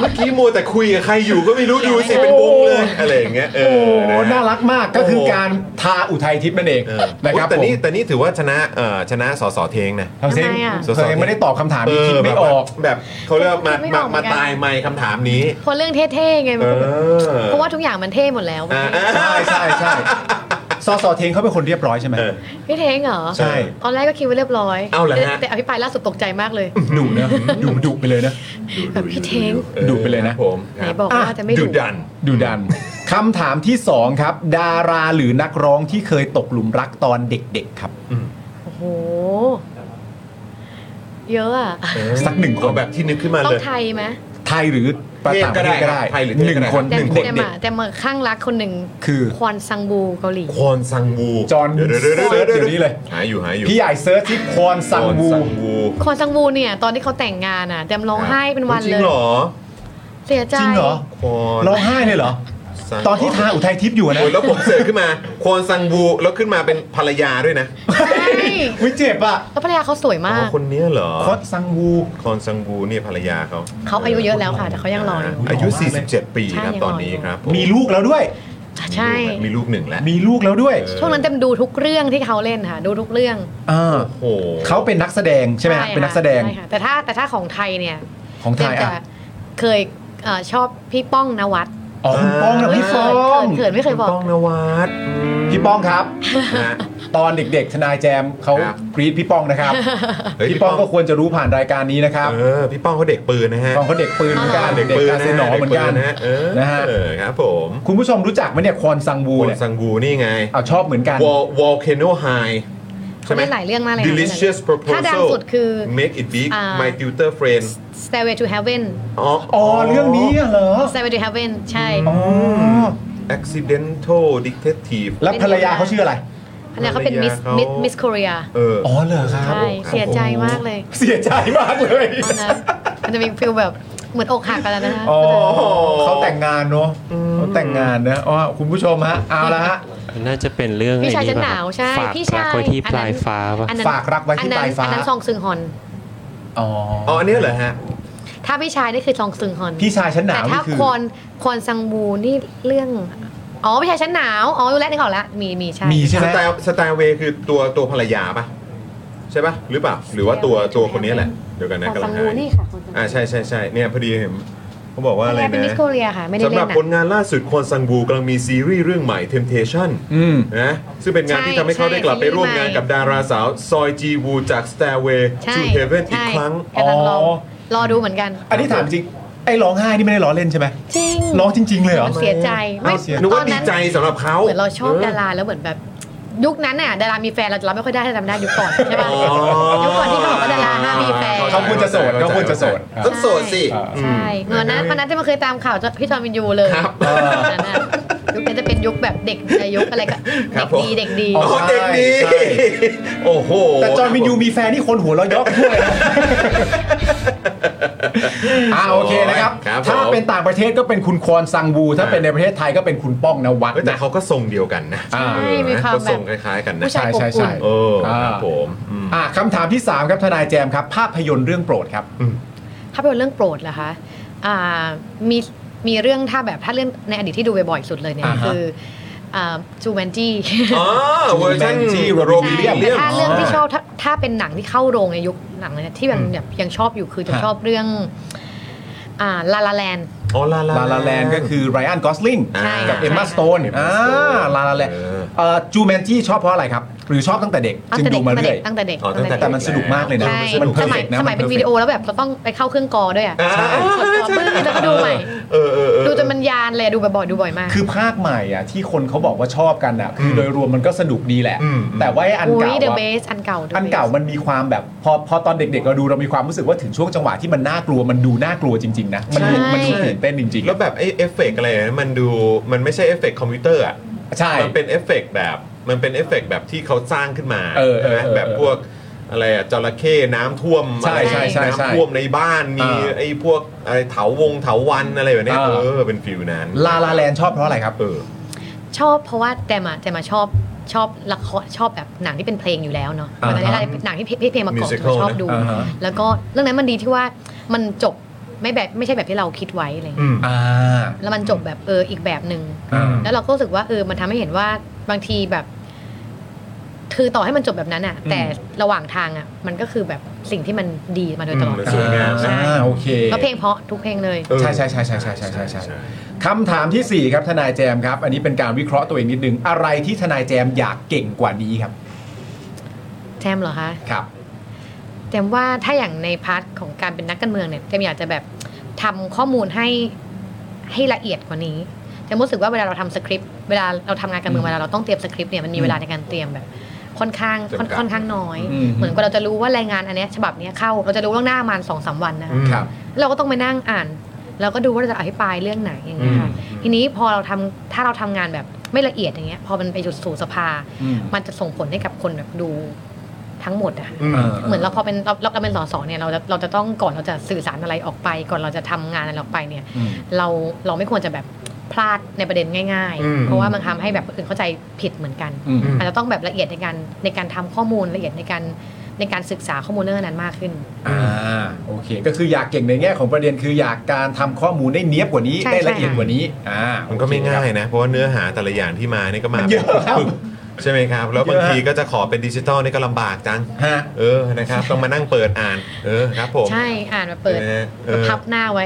Speaker 1: เมื่อกี้มัวแต่คุยกับใครอยู่ก็ไม่รู้ดูสิเป็นวงเลยอะไรอย่างเงี้ยเอ
Speaker 2: โอ้
Speaker 1: อ
Speaker 2: โห
Speaker 1: ะฮะ
Speaker 2: น่ารักมากก็คือ
Speaker 1: โอ้โห
Speaker 2: การทาอุทัยทิพย์นั่นเอง
Speaker 1: เออ
Speaker 2: นะครับ
Speaker 1: แต่
Speaker 2: ผม
Speaker 1: นี่แต่นี่ถือว่าชนะเอ่อชนะสสเทงนะ
Speaker 2: ทางเซ็ง
Speaker 4: ำไมอะ
Speaker 1: สอสอ
Speaker 2: เธอยังไม่ได้ตอบคำถามที่คิดไม่
Speaker 1: แบบ
Speaker 2: อ
Speaker 1: ว่า
Speaker 2: อก
Speaker 1: แบบเขาเรียกว่ามา
Speaker 4: คิดไม่อ
Speaker 1: มา
Speaker 4: อกเหมื
Speaker 1: มา
Speaker 4: อนกัน
Speaker 1: ตายไม่คำถามนี้
Speaker 4: เพราะเรื่องเท่ๆไงมัน
Speaker 1: เอ
Speaker 4: ก็แบบ
Speaker 1: อ
Speaker 4: เพราะว่าทุกอย่างมันเท่หมดแล้ว
Speaker 1: อ่าอ่า
Speaker 2: ใช่ใช่ใช่ซอสอเทงเขาเป็นคนเรียบร้อยใช่ไหม
Speaker 1: เออ
Speaker 4: พี่เท้งเหรอ
Speaker 2: ใช่
Speaker 4: ตอนแรกก็คิดไว้เรียบร้อย
Speaker 1: เอาเหรอฮะ
Speaker 4: แต่อภิปรายล่าสุดตกใจมากเลย
Speaker 2: ดุนะดุดุไปเลยนะ
Speaker 4: แบบพี่เท้ง
Speaker 2: ดูไปเลยนะ
Speaker 1: ครับผม
Speaker 4: ไหนบอกว่าจะไม่ดุ
Speaker 1: ดุดัน
Speaker 2: ดูดัน คำถามที่ 2 ครับ ดาราหรือนักร้องที่เคยตกหลุมรักตอนเด็กๆครับ
Speaker 4: โอ้โหเยอะอ่ะ
Speaker 2: สักหนึ่งคน
Speaker 1: เอาแบบที่นึกขึ้นมา
Speaker 4: ต้อ
Speaker 1: เลย
Speaker 4: งไทยไหม
Speaker 2: ไทยหรือประต่างประเทศก็ได้
Speaker 1: ไทยหรือ
Speaker 2: หนึ่ง
Speaker 1: เทศก็ได้
Speaker 2: คน
Speaker 4: แต่
Speaker 2: หนึ่งคน
Speaker 4: แต่
Speaker 2: เด็ก
Speaker 4: มาแต่มาข้างรักคนหนึ่ง
Speaker 2: คือ
Speaker 4: ควอนซังบูเกาหลี
Speaker 1: ควอนซังวู
Speaker 2: จอห์น
Speaker 1: เดี๋ยวเดี๋ยวเดี๋ยว
Speaker 2: เซิร์ช
Speaker 1: เดี๋ยว
Speaker 2: เดี๋ยวนี้เลย
Speaker 1: หาอยู่หาอยู่
Speaker 2: พี่ใหญ่เซิร์ชที่ควอนซัง
Speaker 1: ควอน
Speaker 2: วู
Speaker 1: ซังวู
Speaker 4: คอนซังบูเนี่ยตอนที่เขาแต่งงานอ่ะแจมร้องไห้เป็นวัน
Speaker 1: จริ
Speaker 4: เล
Speaker 1: ง
Speaker 4: ย
Speaker 1: เหรอ
Speaker 4: เสียใจ
Speaker 2: จริงเหรอ
Speaker 1: ควอน
Speaker 2: ร้องไห้เลยเหรอ
Speaker 1: ซัง
Speaker 2: ตอนที่ทาอุทัยทิพย์อยู่อะนะ
Speaker 1: โอ้ยแล้วผมเสิร์ชขึ้นมา ควอนซังวูแล้วขึ้นมาเป็นภรรยาด้วยนะ
Speaker 4: ใช่
Speaker 2: วิเจ็บอ่ะ
Speaker 4: แล้วภรรยาเขาสวย
Speaker 1: อ๋
Speaker 4: มา
Speaker 1: อก คนเนี้ยเหรอ
Speaker 2: ควอนซังวู
Speaker 1: คอนซังบูเนี่ยภรรยาเขา
Speaker 4: เขาอายุเยอะแล้วค่ะ แต่เขายังรออยู่
Speaker 1: อายุ
Speaker 2: หล่อมากเลย
Speaker 1: 47 ปีครับ
Speaker 4: ใช่
Speaker 1: ตอน
Speaker 4: หล่อ
Speaker 1: นี้
Speaker 4: อยู่
Speaker 1: ครับผม
Speaker 2: มีลูกแล้วด้วย
Speaker 4: ใช่
Speaker 1: มีลูกหนึ่งแล้ว
Speaker 2: มีลูกแล้วด้วย
Speaker 1: เออ
Speaker 4: ช่วงนั้นเต็มดูทุกเรื่องที่เขาเล่นค่ะ ดูทุกเรื่อง
Speaker 2: อ่า
Speaker 1: โอ้โห
Speaker 2: เขาเป็นนักแสดงใช่ไหมฮะ
Speaker 4: ค่ะ
Speaker 2: เป็นนักแสดง
Speaker 4: ใช่ค่ะแต่ถ้าแต่ถ้าของไทยเนี่ย
Speaker 2: ของไทย
Speaker 4: เต็มจะ
Speaker 2: อ่ะ
Speaker 4: เคยเอ่อชอบพี่ป้องนวัด
Speaker 2: อ๋อคุณป้องนะพี่ป้อง
Speaker 4: เขินไม่เคยบอก
Speaker 1: ป้องนวัด
Speaker 2: พี่ป้องครับ
Speaker 1: นะ
Speaker 2: ตอนเด็กๆ ทนายแจมเขา
Speaker 1: ครับ
Speaker 2: กรีดพี่ป้องนะครับ
Speaker 1: เฮ้ย
Speaker 2: พี่ป้องก็ควรจะรู้ผ่านรายการนี้นะครับ
Speaker 1: เออพี่ป้องเขาเด็กปืนนะฮะ
Speaker 2: ป้องเขาเด็กปืนเหมือนกัน
Speaker 1: เด็กปืน
Speaker 2: กา
Speaker 1: นะ
Speaker 2: เซโนเหมือนกัน
Speaker 1: ด็ปืนะฮะเออ
Speaker 2: นะฮะ
Speaker 1: ครับผม
Speaker 2: คุณผู้ชมรู้จักไหมเนี่ยควอนซัง
Speaker 1: ค
Speaker 2: บู
Speaker 1: อน
Speaker 2: เนี่ย
Speaker 1: ซังบูนี่ไง
Speaker 2: เอาชอบเหมือนกัน
Speaker 1: Wall Volcano High ใช่
Speaker 4: เขา
Speaker 1: ไหม
Speaker 4: เล่นหลายเรื่องมากเลยนะ
Speaker 1: Delicious
Speaker 4: ถ้าดัง
Speaker 1: Proposal
Speaker 4: สุดคือ
Speaker 1: Make It Big
Speaker 4: อ่า
Speaker 1: My Tutor Friend
Speaker 4: Stairway to Heaven
Speaker 1: อ๋อ
Speaker 2: อ๋อเรื่องนี้เหรอ
Speaker 4: Stairway to Heaven ใช่
Speaker 2: อ๋อ
Speaker 1: Accidental Detective
Speaker 2: แล้วภรรยาเขาชื่ออะไร
Speaker 4: อันนี้นเขาเป็นมิส
Speaker 1: ภรรยาเขามิ
Speaker 4: มิสมิสโคเรีย
Speaker 1: เออ
Speaker 2: อ๋อเหรอครับ
Speaker 4: ใช่เสียใจมากเลย
Speaker 2: เสียใจมากเลย
Speaker 4: ตอนนั้นมันจะมีฟิลแบบเหมือนอกหักกันแล้วนะคะ
Speaker 2: อ๋อเขาแต่งงานเนาะเขาแต่งงานนะอ๋อคุณผู้ชมฮะเอาละฮะ
Speaker 3: น่าจะเป็นเรื่อง
Speaker 4: พี่ชาย
Speaker 3: ไอ้
Speaker 4: ฉันหนาวใช่
Speaker 3: ฝาก
Speaker 4: พี่
Speaker 3: รั
Speaker 4: ชากย
Speaker 3: ไว้ที่ปลายฟ้าป่ะ
Speaker 4: อันนั้น
Speaker 2: ฝากรักไว้ที่ปลายฟ้า
Speaker 4: อันนั้นซองซึงฮอน
Speaker 2: อ๋อ
Speaker 1: อ๋ออันนี้เหรอฮะ
Speaker 4: ถ้าพี่ชายนี่คือซองซึงฮอน
Speaker 2: พี่ชายฉันหนา
Speaker 4: แต่
Speaker 2: ว
Speaker 4: ถ้า
Speaker 2: นี่คือ
Speaker 4: ควอนควอนซังบูนี่เรื่องอ๋อพี่ชายฉันหนาวอ๋อรู้แล้วนี่ก่อนละมีมีใช่
Speaker 2: มี
Speaker 1: ส
Speaker 2: ใช่ไหม
Speaker 1: ไตล์สไตล์เวย์คือตัวตัวภรรยาปะใช่ปะหรือเปล่า หรือว่าตัวตัวคนนี้แหละเดี๋ยวกันนะ
Speaker 4: ควอนซั
Speaker 1: กำลัง
Speaker 4: ง
Speaker 1: หา
Speaker 4: บูนี่ค่ะควอนซัง
Speaker 1: อ่าใช่ใช่ใช่เนี่ยพอดีเห็นเขาบอกว่าอะไร
Speaker 4: เป็นมิส
Speaker 1: นะ
Speaker 4: โคเรียค่ะ ไม่ได้
Speaker 1: สำห
Speaker 4: เล่
Speaker 1: รับ
Speaker 4: น
Speaker 1: ผ
Speaker 4: นะ
Speaker 1: ลงานล่าสุดควอนซังบูกำลังมีซีรีส์เรื่องใหม่ Temptation
Speaker 2: อืม
Speaker 1: นะซึ่งเป็นงาน
Speaker 4: ใช่
Speaker 1: ที่ทำให้เขาได้กลับไปร่วมงานกับดาราสาว ซอยจีวูจาก Stairway
Speaker 4: ใช่
Speaker 1: to Heaven อีก
Speaker 4: ใช่
Speaker 1: ครั้ง
Speaker 4: กำลังรอ
Speaker 2: อ๋อ
Speaker 4: รอดูเหมือนกัน
Speaker 2: อันนี้ถามจริงไอ้ร้องไห้นี่ไม่ได้ร้องเล่นใช่ไหม
Speaker 4: จริง
Speaker 2: ร้องจริง ๆ เลยเหรอ
Speaker 4: มันเสียใจไม่
Speaker 2: เอาเสีย
Speaker 1: นึก
Speaker 4: ตอ
Speaker 1: ว่าน ดี
Speaker 4: นั้น
Speaker 1: ใจสำหรับเขา
Speaker 4: เหมือนเราชอบดาราแล้วเหมือนแบบยุคนั้นน่ะดารามีแฟนเราจะรับไม่ค่อยได้ถ้าจำได้ยุคก่อนใช่ป่ะ
Speaker 1: อ๋อ
Speaker 4: ยุคก่อนที่เขาบอกว่าดาราห้ามมีแฟน
Speaker 2: เขาควรจะโสดเขาควรจะโสด
Speaker 1: ต้องโสดสิ
Speaker 4: ใช่เหมือนนั้นวันนั้นที่มาเคยตามข่าวจะพี่จอมวินยูเลย
Speaker 1: ครับ
Speaker 4: นั่นน่ะยุคนั้นจะเป็นยุคแบบเด็กในยุคอะไรก็
Speaker 1: ครั
Speaker 4: เด็
Speaker 1: บ
Speaker 4: ก
Speaker 1: ผม
Speaker 4: ดีเด็กดี
Speaker 1: อ๋อเด็กดี
Speaker 2: ใช่ใช่
Speaker 1: โอ้โห
Speaker 2: แต่จอห์นวินยูมีแฟนที่คนหัวเราะเยอะกันทั่วเลยนะอ่าโอเคนะครับ
Speaker 1: ครับผม
Speaker 2: ถ้าเป็นต่างประเทศก็เป็นคุณควอนซังวู ถ้าเป็นในประเทศไทยก็เป็นคุณป้องนวัด
Speaker 1: เฮ้ยแต่
Speaker 2: นะ
Speaker 1: เขาก็ทรงเดียวกันนะ
Speaker 2: ใช่
Speaker 4: มีความ
Speaker 1: ก็ทรง
Speaker 4: แบ
Speaker 1: ค
Speaker 4: บ
Speaker 1: ล้ายๆกันนะ
Speaker 4: ผู้ชายอบ
Speaker 2: ใช่ใช่
Speaker 4: อุ่น
Speaker 2: ใช่
Speaker 1: เออ
Speaker 2: อ่า
Speaker 1: ครับผมอืม
Speaker 2: อ่าคำถามที่ 3 ครับทนายแจมครับ ภาพยนตร์เรื่องโปรดครับ
Speaker 4: ภาพยนตร์เรื่องโปรดเหรอคะอ่ามีมีเรื่องถ้าแบบถ้าเรื่องในอดีตที่ดูบ่อยๆสุดเลยเนี่ย
Speaker 2: อ่าฮะ
Speaker 4: คือ จูแมนจี้
Speaker 1: อ๋อเวอร์ชัน
Speaker 2: Jumanji
Speaker 1: โรบิเลียม
Speaker 4: แต่ถ้าเรื่องที่ชอบถ้าถ้าเป็นหนังที่เข้าโรงในยุคหนังเนี่ยที่ยัง
Speaker 2: อืม
Speaker 4: แบบยังชอบอยู่คือจะ
Speaker 2: ฮะ
Speaker 4: ชอบเรื่องลาลาแลน
Speaker 1: อ๋อลาลา
Speaker 2: ลาลาแลนก็คือไรอันกอสลิง
Speaker 4: ใช่
Speaker 2: กับ
Speaker 4: ค่ะ
Speaker 2: เอมมาสโตน
Speaker 1: Emma
Speaker 2: อ่า
Speaker 1: Stone
Speaker 2: ลาลาแลน
Speaker 1: เออ
Speaker 2: จูแมนจี้ชอบเพราะอะไรครับ หรือชอบตั้งแต่เด็ก
Speaker 4: ตั้ง
Speaker 2: จึง
Speaker 4: แต่เด็
Speaker 2: ดู
Speaker 4: ก
Speaker 2: มาเรื่อย
Speaker 4: ตั้งแต่เด็ก
Speaker 1: อ๋อ
Speaker 4: ตั้งแต่เด็
Speaker 2: แต่
Speaker 1: ตั้ง
Speaker 4: ก
Speaker 2: มันสนุกมากเลยนะ
Speaker 4: ใช่
Speaker 2: มันเพ
Speaker 4: ส
Speaker 2: อร์
Speaker 4: มั
Speaker 2: เฟ
Speaker 4: ย
Speaker 2: กต์นะ
Speaker 4: สมัยเป็น
Speaker 2: พอร์ฟกต์
Speaker 4: วิดีโอแล้วแบบเราต้องไปเข้าเครื่องกอด้วยอ่ะ
Speaker 1: อ่า
Speaker 4: กดจอปื้อแล้วก็ดูใหม่
Speaker 1: เออเออเออ
Speaker 4: ดูจนมันยานเลยดูบ่อยๆดูบ่อยมาก
Speaker 2: คือภาคใหม่อ่ะที่คนเขาบอกว่าชอบกันอ่ะ คืออ
Speaker 1: ม
Speaker 2: โดยรวมมันก็สนุกดีแหละ
Speaker 1: อืม
Speaker 2: แต่ว่าไอ้อัน
Speaker 4: อุ้
Speaker 2: เก่าย
Speaker 4: The
Speaker 2: อะ
Speaker 4: Base อันเก่า The
Speaker 2: อันเก่า
Speaker 4: Base
Speaker 2: มันมีความแบบพอพอตอนเด็กๆเราดูเรามีความรู้สึกว่าถึงช่วงจังหวะที่มันน่ากลัวมันดูน่ากลัวจริงๆนะ มันดู
Speaker 4: ใช่
Speaker 2: มันดูตื่นเต้นจริงๆ
Speaker 1: แล้วแบบไอ้เอฟเฟกต์อะไรนะมันดูมันไม่ใช่เอฟเฟกต์คอมพิวเตอร์อ่ะ
Speaker 2: ใช่
Speaker 1: มันเป็นเอฟเฟกต์แบบมันเป็นเอฟเฟกต์แบบที่เขาสร้างขึ้นมา
Speaker 2: เออเออ
Speaker 1: ใช่ไหม
Speaker 2: เออ
Speaker 1: แบบพวกอะไรอะจระเข้น้ำท่วม
Speaker 2: ใช่
Speaker 1: อะไร
Speaker 2: ใช่ใช่ใช่
Speaker 1: น้ำท่วมในบ้านมี
Speaker 2: อ่า
Speaker 1: ไอ้พวกอะไรเถาวงเถาวันอะไรแบบเนี้ย
Speaker 2: อ่า
Speaker 1: เออเป็นฟิลนั้น
Speaker 2: ลาลาแลนชอบเพราะอะไรครับ
Speaker 1: เออ
Speaker 4: ชอบเพราะว่าแต่มาแต่มาชอบชอบละครชอบแบบหนังที่เป็นเพลงอยู่แล้วเนาะ
Speaker 2: อ่าฮะ
Speaker 4: ตอนแรกๆหนังที่เพลงมาก่อน
Speaker 1: Musical
Speaker 4: ชอบดู
Speaker 2: นะอ่าฮะ
Speaker 4: แล้วก็เรื่องนั้นมันดีที่ว่ามันจบไม่แบบไม่ใช่แบบที่เราคิดไว้อะไรเงี้ย
Speaker 1: อืม
Speaker 2: อ่า
Speaker 4: แล้วมันจบแบบเอออีกแบบหนึ่ง
Speaker 2: อ่า
Speaker 4: แล้วเราก็รู้สึกว่าเออมันทำให้เห็นว่าบางทีแบบคือต่อให้มันจบแบบนั้นอะ
Speaker 2: อืม
Speaker 4: แต่ระหว่างทางอะมันก็คือแบบสิ่งที่มันดีมาโดยตลอด
Speaker 1: อืมมันสวยงาม
Speaker 4: ใช่
Speaker 2: อ่าโอเค
Speaker 4: แล้วเพลงเพราะทุกเพลงเลย
Speaker 1: เออ
Speaker 2: ใช่ใช่ใช่ใช่ใช่ใช่ใช่ใช่
Speaker 1: ใช่
Speaker 2: คำถามทีสี่4ครับทนายแจมครับ อันนี้เป็นการวิเคราะห์ตัวเองนิดนึง อะไรที่ทนายแจมอยากเก่งกว่านี้ครับ
Speaker 4: แจมเหรอคะ
Speaker 2: ครับ
Speaker 4: แจมว่าถ้าอย่างในพาร์ทของการเป็นนักการเมืองเนี่ยแจมอยากจะแบบทำข้อมูลให้ให้ละเอียดกว่านี้แจมรู้สึกว่าเวลาเราทำสคริปต์เวลาเราทำงานการเมืองเวลาเราต้องเตรียมสคริปต์เนี่ยมันมีเวลาในการเตรียมแบบค่อนข้างค่อน
Speaker 1: จำกัด
Speaker 4: ค่อนข้างน้อย
Speaker 2: อืม
Speaker 4: เหมือนกว่าเราจะรู้ว่ารายงานอันเนี้ยฉบับเนี้ยเข้าเราจะรู้ล่วงหน้าประมาณสองสามวันนะคะ
Speaker 1: อืม
Speaker 2: ครับ
Speaker 4: เราก็ต้องไปนั่งอ่าน แล้วก็ดูว่าเราจะอภิปรายเรื่องไหนอย่างเงี้ยค่ะ
Speaker 1: อืม
Speaker 4: ทีนี้พอเราทำถ้าเราทำงานแบบไม่ละเอียดอย่างเงี้ยพอมันไปจุดสู่สภา
Speaker 2: อืม
Speaker 4: มันจะส่งผลให้กับคนแบบดูทั้งหมดอะค่ะ
Speaker 1: อืม
Speaker 4: เหมือนเราพอเป็นเราเราเราเป็นสสเนี่ยเราจะเราจะต้องก่อนเราจะสื่อสารอะไรออกไป ก่อนเราจะทำงานอะไรออกไปเนี่ย
Speaker 2: อืม
Speaker 4: เราเราไม่ควรจะแบบพลาดในประเด็นง่าย
Speaker 1: อืม
Speaker 4: ๆ เพราะว่ามันทำให้แบบคนอื่นเข้าใจผิดเหมือนกัน
Speaker 2: อืม
Speaker 4: อาจจะต้องแบบละเอียดในการในการทำข้อมูลละเอียดในการในการศึกษาข้อมูลเรื่องนั้นมากขึ้น
Speaker 2: อ่าโอเค ก็คืออยากเก่งในแง่ของประเด็นคืออยากการทำข้อมูลได้เนี้ยบกว่านี้
Speaker 4: ใช่
Speaker 2: ได้ละเอียด
Speaker 4: ใช่
Speaker 2: กว่านี้อ่า
Speaker 1: มั
Speaker 2: มัน
Speaker 1: ก็ไม่ง่ายนะ เพราะว่าเนื้อหาแต่ละอย่างที่มาเนี่ยก็มา
Speaker 2: เยอะครับ
Speaker 1: ปึกๆใช่ไหมครับ แล้วบาง
Speaker 2: เยอะ
Speaker 1: ทีก็จะขอเป็นดิจิทัลนี่ก็ลำบากจัง
Speaker 2: ฮะ
Speaker 1: เออนะครับต้องมานั่งเปิดอ่าน เออครับผม
Speaker 4: ใช่อ่านมาเปิด
Speaker 1: ออเออ
Speaker 4: พับหน้าไว้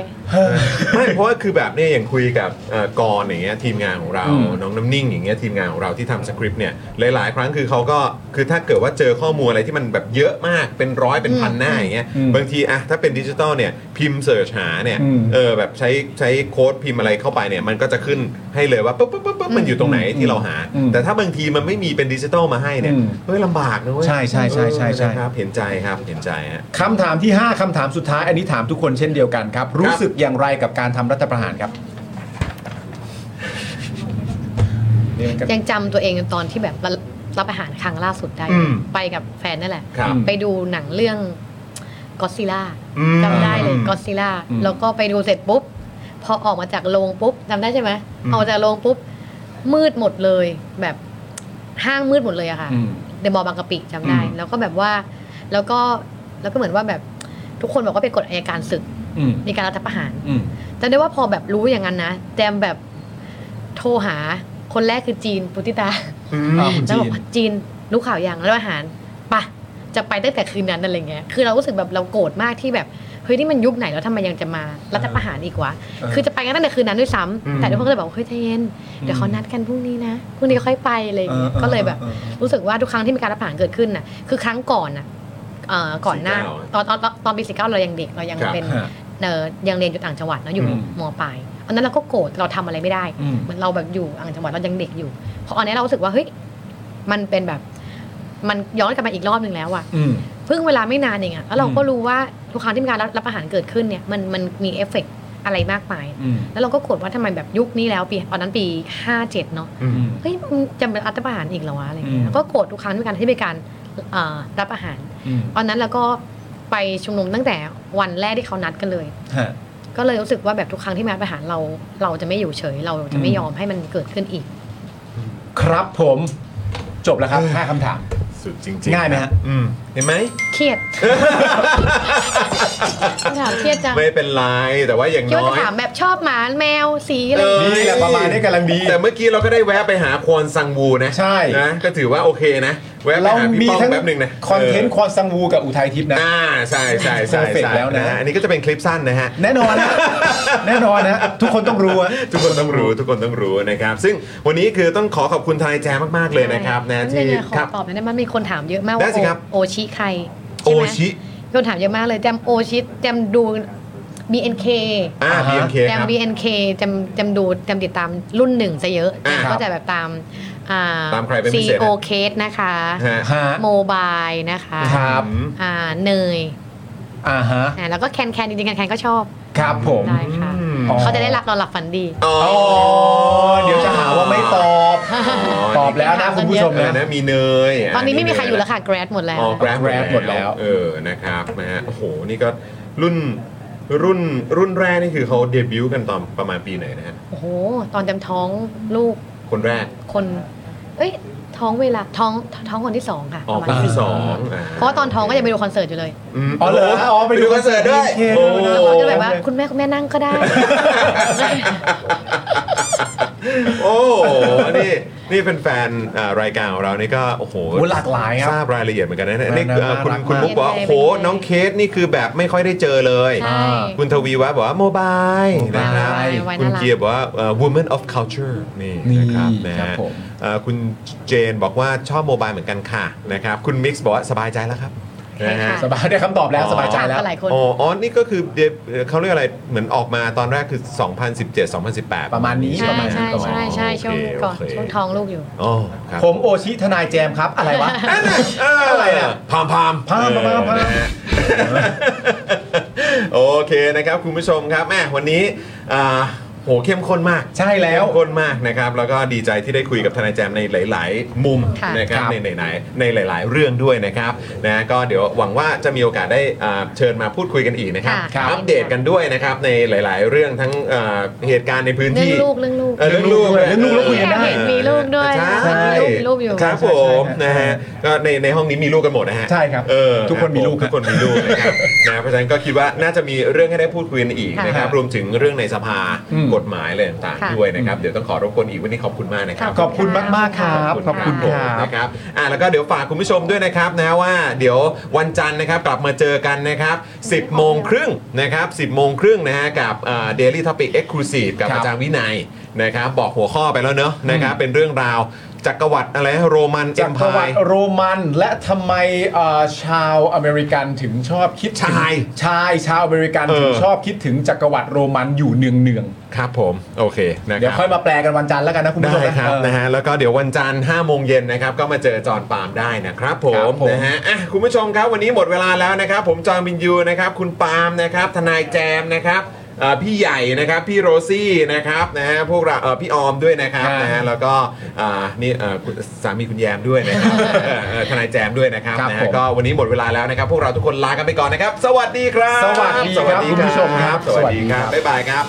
Speaker 1: ไม่เพราะว่าคือแบบเนี่ยอย่างคุยกับเอ่อกรณ์อย่างเงี้ยทีมงานของเรา
Speaker 2: อืม
Speaker 1: น้องน้ำนิ่งอย่างเงี้ยทีมงานของเราที่ทำสคริปต์เนี่ยหลาย ๆ ครั้งคือเขาก็คือถ้าเกิดว่าเจอข้อมูลอะไรที่มันแบบเยอะมากเป็นร้อยเป็นพันหน้าอย่างเงี้ย
Speaker 2: อืม
Speaker 1: บางทีอะถ้าเป็นดิจิตอลเนี่ยพิมพ์เสิร์ชหาเนี่ย
Speaker 2: อืม
Speaker 1: เออแบบใช้ใช้โค้ดพิมพ์อะไรเข้าไปเนี่ยมันก็จะขึ้นให้เลยว่าปุ๊บปุ๊บปุ๊บปุ๊บมันอยู่ตรงไหน
Speaker 2: อืม
Speaker 1: ที่เราหา
Speaker 2: อืม
Speaker 1: แต่ถ้าบางทีมันไม่มีเป็นดิจิตอลมาให้เนี่ย
Speaker 2: อืม
Speaker 1: เฮ้ยลำบากนะเว้ย
Speaker 2: ใช่ใช่ใช่ใช่ใช่
Speaker 1: เออนะครับเห็นใจครับเห็นใจฮะ
Speaker 2: คำถามที่ 5คำถามสุดท้ายอันนี้ถามทุกคนเช่นเดียวกันครับ รู้
Speaker 1: ครับ
Speaker 2: สึกอย่างไรกับการทำรัฐประหารครับนี่มันก็
Speaker 4: ยังจำตัวเองตอนที่แบบรับอาหารครั้งล่าสุดได้
Speaker 1: อืม
Speaker 4: ไปกับแฟนนั่นแหละ
Speaker 1: ครับ
Speaker 4: ไปดูหนังเรื่องก็ซิล่า
Speaker 1: อืม
Speaker 4: จำได้เลยก็ซิล่า
Speaker 2: อืม
Speaker 4: แล้วก็ไปดูเสร็จปุ๊บ พอออกมาจากโรงปุ๊บจำได้ใช่ไหม
Speaker 1: อืม
Speaker 4: ออกจากโรงปุ๊บ มืดหมดเลยแบบห้างมืดหมดเลยอะค่ะ
Speaker 2: อืม
Speaker 4: เดมอบางกะปิจำได้
Speaker 2: อืม
Speaker 4: แล้วก็แบบว่าแล้วก็แล้วก็เหมือนว่าแบบทุกคนบอกว่าเป็นกฎอายการศึก
Speaker 2: อืม
Speaker 4: มีการรัฐประหาร
Speaker 2: อืม
Speaker 4: จำได้ว่าพอแบบรู้อย่างนั้นนะแจมแบบโทรหาคนแรกคือจีนปุติตา
Speaker 1: อืม
Speaker 2: อ่า คุณ
Speaker 4: แล้
Speaker 2: จีน
Speaker 4: วบอกจีนรู้ข่าวยังแล้วอาหารปะจะไปตั้งแต่คืนนั้นอะไรเงี้ยคือเรารู้สึกแบบเราโกรธมากที่แบบเฮ้ยนี่มันยุคไหนแล้วทำไมยังจะมารัฐประหารอีกวะคือจะไปกันตั้งแต่คืนนั้นด้วยซ้ำ
Speaker 1: อืม
Speaker 4: แต่ทุกคนก็เลยบอกว่าเฮ้ยใจเย็นเดี๋ยวเขานัดกันพรุ่งนี้นะพรุ่งนี้ค่อยไปอะไรเงี้ยก็เลยแบบ
Speaker 2: ออออเออ
Speaker 4: รู้สึกว่าทุกครั้งที่มีการรัฐประหารเกิดขึ้นน่ะคือครั้งก่อนน่ะเอ่อก่อนหน้า
Speaker 1: 49
Speaker 4: ตอนตอนตอนตอนปีสี่เก้าเรายังเด็กเรายัง
Speaker 1: ครับ
Speaker 4: เป็น
Speaker 2: ฮะ
Speaker 4: เออยังเรียนอยู่ต่างจังหวัดเนาะอยู่
Speaker 2: อืม
Speaker 4: มปลายอันนั้นเราก็โกรธเราทำอะไรไม่ได้
Speaker 2: อืม
Speaker 4: เหมันเราแบบอยู่ต่างจังหวัดเรายังเด็กอยู่เพราะอันนี้เรารู้สึกว่าเฮ้ยมันเป็นแบบ มันย้อนกลับมาอีกรอบหนึ่งแล้วอะ
Speaker 2: อืม
Speaker 4: เพิ่งเวลาไม่นานเองอะแล้วเรา
Speaker 2: อืม
Speaker 4: ก็รู้ว่าทุกครั้งที่มีการรัฐประหารเกิดขึ้นเนี่ยมันมันมีเอฟเฟกต์อะไรมากมาย
Speaker 2: อืม
Speaker 4: แล้วเราก็โกรธว่าทำไมแบบยุคนี้แล้วปีตอนนั้นปีห้าเจ็ดเนาะ
Speaker 2: อืม
Speaker 4: เฮ้ยมันจะเป็นรัฐประหารอีกเหรอวะอะไรอย่างเงี้ย
Speaker 2: อืม
Speaker 4: แล้วก็โกรธทุกครั้งที่มีการที่มีการเอ่อรับอาหาร
Speaker 2: อืม
Speaker 4: ตอนนั้นเราก็ไปชุมนุมตั้งแต่วันแรกที่เขานัดกันเลย
Speaker 2: ฮะ
Speaker 4: ก็เลยรู้สึกว่าแบบทุกครั้งที่มาประหารเรา เราจะไม่อยู่เฉย เราจะไม่
Speaker 2: อืม
Speaker 4: ยอมให้มันเกิดขึ้นอีก
Speaker 2: ครับผม จบแล้วครับ 5คำถาม
Speaker 1: สุดจริงๆ
Speaker 2: ง่ายไหมฮะ
Speaker 1: อืม เห็นไหม
Speaker 4: เครียดถามเครียดจัง
Speaker 1: ไม่เป็นไรแต่ว่าอย่าง
Speaker 4: คิดว่า
Speaker 1: น้อ
Speaker 4: จะ
Speaker 1: ย
Speaker 4: ถามแบบชอบหมาแมวสีอะไรอย่างเงี้ย
Speaker 1: อ
Speaker 2: นี่แหละประมาณนี้กำลังดี
Speaker 1: แต่เมื่อกี้เราก็ได้แวะไปหาควอนซังวูนะ
Speaker 2: ใช่
Speaker 1: นะก็ถือว่าโอเคนะ แวะไป
Speaker 2: เรา
Speaker 1: หาพี่
Speaker 2: มี
Speaker 1: ป้อง
Speaker 2: ทั้ง
Speaker 1: แป๊บหนึ่งนะ
Speaker 2: คอนเทนต์ความสังวูกับอุทัยทิพย์นะ
Speaker 1: อ่าใช่ใช่ใช่
Speaker 2: Perfect
Speaker 1: ใช่
Speaker 2: แล้วนะ
Speaker 1: ฮอันนี้ก็จะเป็นคลิปสั้นนะฮะ
Speaker 2: แน่นอน นะ แน่นอนนะทุกคนต้องรู้อะ
Speaker 1: ทุกคนต้อง รู้ทุกคนต้องรู้นะครับ ซึ่งวันนี้คือต้องขอขอบคุณทนายแจมากๆเลยนะครับนะ
Speaker 4: ที่
Speaker 1: ที่
Speaker 4: ขอ
Speaker 1: ครับ
Speaker 4: ตอบหนะมันมีคนถามเยอะมาก
Speaker 1: ได้
Speaker 4: ว่า
Speaker 1: สิครับ
Speaker 4: โอชิใคร
Speaker 1: โอ
Speaker 4: ใช่ไหม
Speaker 1: ชิ
Speaker 4: คนถามเยอะมากเลยแจมโอชิแจมดู BNK
Speaker 1: อ่า
Speaker 2: อ่าฮะ
Speaker 1: BMK
Speaker 4: แจม
Speaker 1: ครับ
Speaker 4: BNK แจมแจมดูแจมติดตามรุ่นหนึ่งซะเยอะ
Speaker 1: อ่าครับ
Speaker 4: ก็จะแบบตามอ่า
Speaker 1: ตามใครเป็นพิเศษ
Speaker 4: CO Case นะคะ
Speaker 1: ฮะ
Speaker 2: ฮะ
Speaker 4: โมบายนะคะ
Speaker 2: ครับ
Speaker 1: อืม
Speaker 4: อ่าเนย
Speaker 2: อ่าฮะ
Speaker 4: อ่าแล้วก็แคนแคนจริงๆแคนแคนก็ชอบ
Speaker 2: ครับผม
Speaker 4: ได้ค่ะ
Speaker 2: อ๋อ
Speaker 4: เขาจะได้รักนอนหลับฝันดี
Speaker 1: อ๋อ
Speaker 2: อ๋อเดี๋ยวจะหาว่าไม่ตอบ ตอบแล้วนะคุณผู้ชม
Speaker 1: เออ
Speaker 2: นะ
Speaker 1: นะมีเนย
Speaker 4: ตอนนี้ไม่มีใครอยู่แล้วค่ะแกรดหมดแล้ว
Speaker 1: อ๋อแกร
Speaker 2: แกร็
Speaker 1: บบ
Speaker 2: หมดแล้ว
Speaker 1: เออนะครับนะฮะโอ้โหนี่ก็รุ่นรุ่นรุ่นแรกนี่คือเขาเดบิวต์กันตอนประมาณปีไหนนะฮะ
Speaker 4: โอ้โห ตอนจำท้องลูก
Speaker 1: คนแรก
Speaker 4: คน เอ้ย ท้องเวลา ท้อง ท้องคนที่สองค่ะ
Speaker 1: ออก
Speaker 4: ประ
Speaker 1: ปี
Speaker 4: มาณ
Speaker 1: ที่
Speaker 4: นั้น
Speaker 1: สอง
Speaker 4: เพราะว่าตอนท้องก็ยังไปดูคอนเสิร์ตอยู่เลย
Speaker 1: ม
Speaker 2: อ๋อเหรออ๋อไปดู
Speaker 1: คอนเสิร์ตด้วย
Speaker 2: โอเค
Speaker 1: โอ้
Speaker 4: แล้วเขาจะแบบว่า คุณแม่คุณแม่นั่งก็ได้
Speaker 1: โอ้โห นี่นี่เป็นแฟนๆอ่ารายการของเรานี่ก็โอ้โห
Speaker 2: โอ้หลากหลายครับ
Speaker 1: ทราบรายละเอียดเหมือนกันนะเนี่ย
Speaker 2: น่า
Speaker 1: นี่คือ
Speaker 2: น่า
Speaker 1: อ่าคุณ
Speaker 2: รัก
Speaker 1: คุณ
Speaker 2: มาก
Speaker 1: มุกบอกว่า
Speaker 4: เป็นไง
Speaker 1: โอ้
Speaker 4: เป
Speaker 1: โห
Speaker 4: ็นไง
Speaker 1: น้องเคสนี่คือแบบไม่ค่อยได้เจอเลย
Speaker 4: ใช่
Speaker 1: คุณทวีวัฒน์บอกว่าโมบายนะครับ
Speaker 4: โมบายไว้
Speaker 1: คุณ
Speaker 4: น่ารัก
Speaker 1: เกียร์บอกว่าเอ่อ woman of culture นี่
Speaker 2: นี่
Speaker 1: นะครับนะครับ
Speaker 2: ผม
Speaker 1: เอ่อคุณเจนบอกว่าชอบโมบายเหมือนกันค่ะนะครับคุณมิกซ์บอกว่าสบายใจแล้วครับนะฮะ
Speaker 2: สบายได้คำตอบแล้วสบายใจ
Speaker 4: ถาม
Speaker 2: แล้ว
Speaker 4: กันหลายคน
Speaker 1: อ๋ออ๋อนี่ก็คือเดบเอ่อเขาเรียกอะไร เหมือนออกมาตอนแรกคือ 2017 2018
Speaker 2: ประมาณนี้
Speaker 4: ใช่
Speaker 2: ประมาณนั้
Speaker 4: ใช่
Speaker 2: นประมาณ
Speaker 4: ใช่
Speaker 2: นั้น
Speaker 4: ใช่
Speaker 1: โอ
Speaker 4: ช่วง
Speaker 1: เค
Speaker 4: ก่อน
Speaker 1: โอเค
Speaker 4: ช่วงท้องลูกอยู่
Speaker 1: อ๋อครับ
Speaker 2: ผมโอชิทนายแจมครับอะไรวะ อะไรอ่ะ
Speaker 1: พามพาม
Speaker 2: พามพามพาม
Speaker 1: เออนะฮะ โอเคนะครับ คุณผู้ชมครับแม่วันนี้อ่าโหเข้มข้นมาก
Speaker 2: ใช่แล้ว
Speaker 1: เข้มข้นมากนะครับ แล้วก็ดีใจที่ได้คุยกับทนายแจมในหลาย ๆ มุม
Speaker 4: ค่ะ
Speaker 1: นะครับ
Speaker 2: ครับ
Speaker 1: ในไหนๆในหลาย ๆ เรื่องด้วยนะครับนะก็เดี๋ยวหวังว่าจะมีโอกาสได้อ่าเชิญมาพูดคุยกันอีกนะครับ
Speaker 4: ค่ะครับ
Speaker 1: อัปเดตกันด้วยนะครับในหลาย ๆ เรื่องทั้งเอ่อเหตุการณ์ในพื้น
Speaker 4: เรื่อง
Speaker 1: ที่
Speaker 4: ลูกเรื่องลูก
Speaker 1: เออเรื่องลูก
Speaker 2: เรื่องลูกแล้วคุยกันได้
Speaker 4: เห็นมีลูกด้วย
Speaker 1: ใช่
Speaker 4: ใช่มีลูกอยู่
Speaker 1: ครับผมนะฮะก็ในในห้องนี้มีลูกกันหมดนะฮะ
Speaker 2: ใช่ครับ
Speaker 1: เออ
Speaker 2: ทุกคนมีลูก
Speaker 1: ทุกคนมีลูกนะครับ นะเพราะฉะนั้นก็คิดว่าน่าจะมีเรื่องให้ได้พูดคุยกันอีกนะครับ
Speaker 2: ค่ะ
Speaker 1: รวมถึงเรื่องในสภา
Speaker 2: อืม
Speaker 1: กฎหมายอะไรต่าง
Speaker 4: ค่ะ
Speaker 1: ๆด้วยนะครับเดี๋ยวต้องขอรบกวนอีกวันนี้ขอบคุณมากนะครับ
Speaker 2: ขอบคุณมากๆครับขอบคุณค
Speaker 1: ผม
Speaker 2: รับ
Speaker 1: นะครับ อ่าแล้วก็เดี๋ยวฝากคุณผู้ชมด้วยนะครับนะว่าเดี๋ยววันจันทร์นะครับกลับมาเจอกันนะครับ 10 โมงครึ่งนะครับ 10 โมงครึ่งนะฮะกับเดลี่ท็อปิกเอ็กซ์คลูซีฟกับ
Speaker 2: ครับ
Speaker 1: อาจารย์วินัยนะครับ บอกหัวข้อไปแล้วเนอะนะครับ เป็นเรื่องราวจักรวรรดิอะไรโรมันเอ็
Speaker 2: จาก
Speaker 1: ม
Speaker 2: ประ
Speaker 1: พา
Speaker 2: วั
Speaker 1: ย
Speaker 2: ติโรมันและทำไมเอ่อชาวอเมริกันถึงชอบคิดถึง
Speaker 1: ชาย
Speaker 2: ชายชาวอเมริกัน
Speaker 1: เออ
Speaker 2: ถึงชอบคิดถึงจักรวรรดิโรมันอยู่เนืองเนือง
Speaker 1: ครับผมโอเค
Speaker 2: ๆ
Speaker 1: นะครั
Speaker 2: เดี๋ยวค่อยมาแปลกันวันจันทร์แล้วกันนะคุณผู้ชม
Speaker 1: ได้
Speaker 2: นะครับ เออ
Speaker 1: นะฮะแล้วก็เดี๋ยววันจันทร์5โมงเย็นนะครับก็มาเจอจอห์นปาล์มได้นะครับผ
Speaker 2: ครั
Speaker 1: ม
Speaker 2: บผม
Speaker 1: นะฮะอ่ะคุณผู้ชมครับวันนี้หมดเวลาแล้วนะครับ ผมจอห์นบินยูนะครับคุณปาล์มนะครับทนายแจมนะครับเอ่อพี่ใหญ่นะครับพี่โรซี่นะครับนะฮะพวกเราเอ่อพี่ออมด้วยนะครับนะฮะแล้วก็อ่านี่เอ่อคุณสามีคุณแยมด้วยนะครับ เอ่อเอ่อทนายแจมด้วยนะครับ
Speaker 2: ครับ
Speaker 1: นะ
Speaker 2: ผ
Speaker 1: ฮะ
Speaker 2: ม
Speaker 1: ก็วันนี้หมดเวลาแล้วนะครับ พวกเราทุกคนลากันไปก่อนนะครับ สวัสดีครับ
Speaker 2: สวัสดีครับ
Speaker 1: วัส
Speaker 2: คุณผู้ชมครับ
Speaker 1: สวัส
Speaker 2: สวัสดี
Speaker 1: ดีค
Speaker 2: ครั
Speaker 1: รับ
Speaker 2: บ
Speaker 1: บ๊ายบายครับ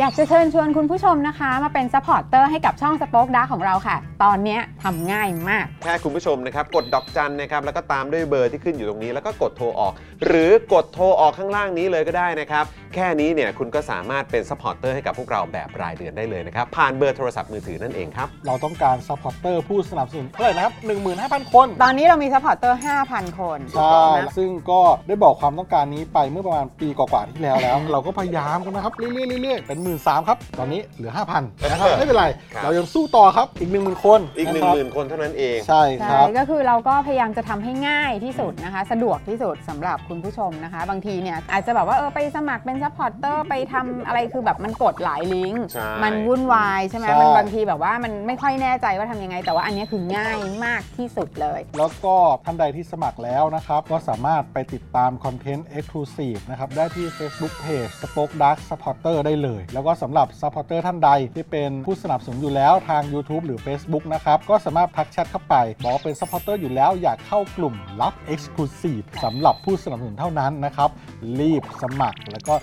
Speaker 7: อยากจะเชิญชวนคุณผู้ชมนะคะ มาเป็นซัพพอร์ตเตอร์ให้กับช่องสป็อคดาของเราค่ะ ตอนเนี้ยทำง่ายมาก
Speaker 1: แค่คุณผู้ชมนะครับ กดดอกจันนะครับ แล้วก็ตามด้วยเบอร์ที่ขึ้นอยู่ตรงนี้ แล้วก็กดโทรออก หรือกดโทรออกข้างล่างนี้เลยก็ได้นะครับ แค่นี้เนี่ยคุณก็สามารถเป็นซัพพอร์ตเตอร์ให้กับพวกเราแบบรายเดือนได้เลยนะครับ ผ่านเบอร์โทรศัพท์มือถือนั่นเองครับ
Speaker 8: เราต้องการซัพพอร์ตเตอร์ผู้สนับสนุนเท่าไหร่นะครับ 15,000 คน
Speaker 7: ตอนนี้เรามีซัพพอร์ตเตอร์5,000 คน
Speaker 8: ใช่
Speaker 7: นะ
Speaker 8: ซึ่งก็ได้บอกความต้องการนี้ไปเมื่อประมาณปีกว่าๆที่แล้วแล้ว เราก็พยายามกันนะครับ เรื่อยๆเรื่อยๆเป็น 1 3ื่นครับ ตอนนี้เหลือ 5,000นะครับไม่เป็นไร
Speaker 1: ครับ
Speaker 8: เรายังสู้ต่อครับอีก 10,000 คน
Speaker 1: อีก1
Speaker 8: ะครับ
Speaker 1: 0,000 คนเท่านั้นเอง
Speaker 8: ใช่ค
Speaker 7: ใช่
Speaker 8: รับ
Speaker 7: ก็คือเราก็พยายามจะทำให้ง่ายที่สุดนะคะ สะดวกที่สุดสำหรับคุณผู้ชมนะคะ บางทีเนี่ยอาจจะแบบว่าเออไปสมัครเป็นซัพพอร์ตเตอร์ไปทำอะไรคือแบบมันกดหลายลิงก์
Speaker 1: ใช่
Speaker 7: มันวุ่นวายใช่ไหม
Speaker 8: ใช่
Speaker 7: มันบางทีแบบว่ามันไม่ค่อยแน่ใจว่าทำยังไง แต่ว่าอันเนี้ยคือง่ายมากที่สุดเลย
Speaker 8: แล้วก็ท่านใดที่สมัครแล้วนะครับ ก็สามารถไปติดตามคอนเทนต์ Exclusive นะครับ ได้ที่ Facebook Page Spoke Dark Supporter ได้เลย แล้วก็สำหรับ Supporter ท่านใดที่เป็นผู้สนับสนุนอยู่แล้วทาง YouTube หรือ Facebook นะครับ ก็สามารถทักแชทเข้าไป บอกว่าเป็น Supporter อยู่แล้วอยากเข้ากลุ่มลับ Exclusive สำหรับผู้สนับสนุนเท่านั้นนะครับ รีบสมัครแล้วก็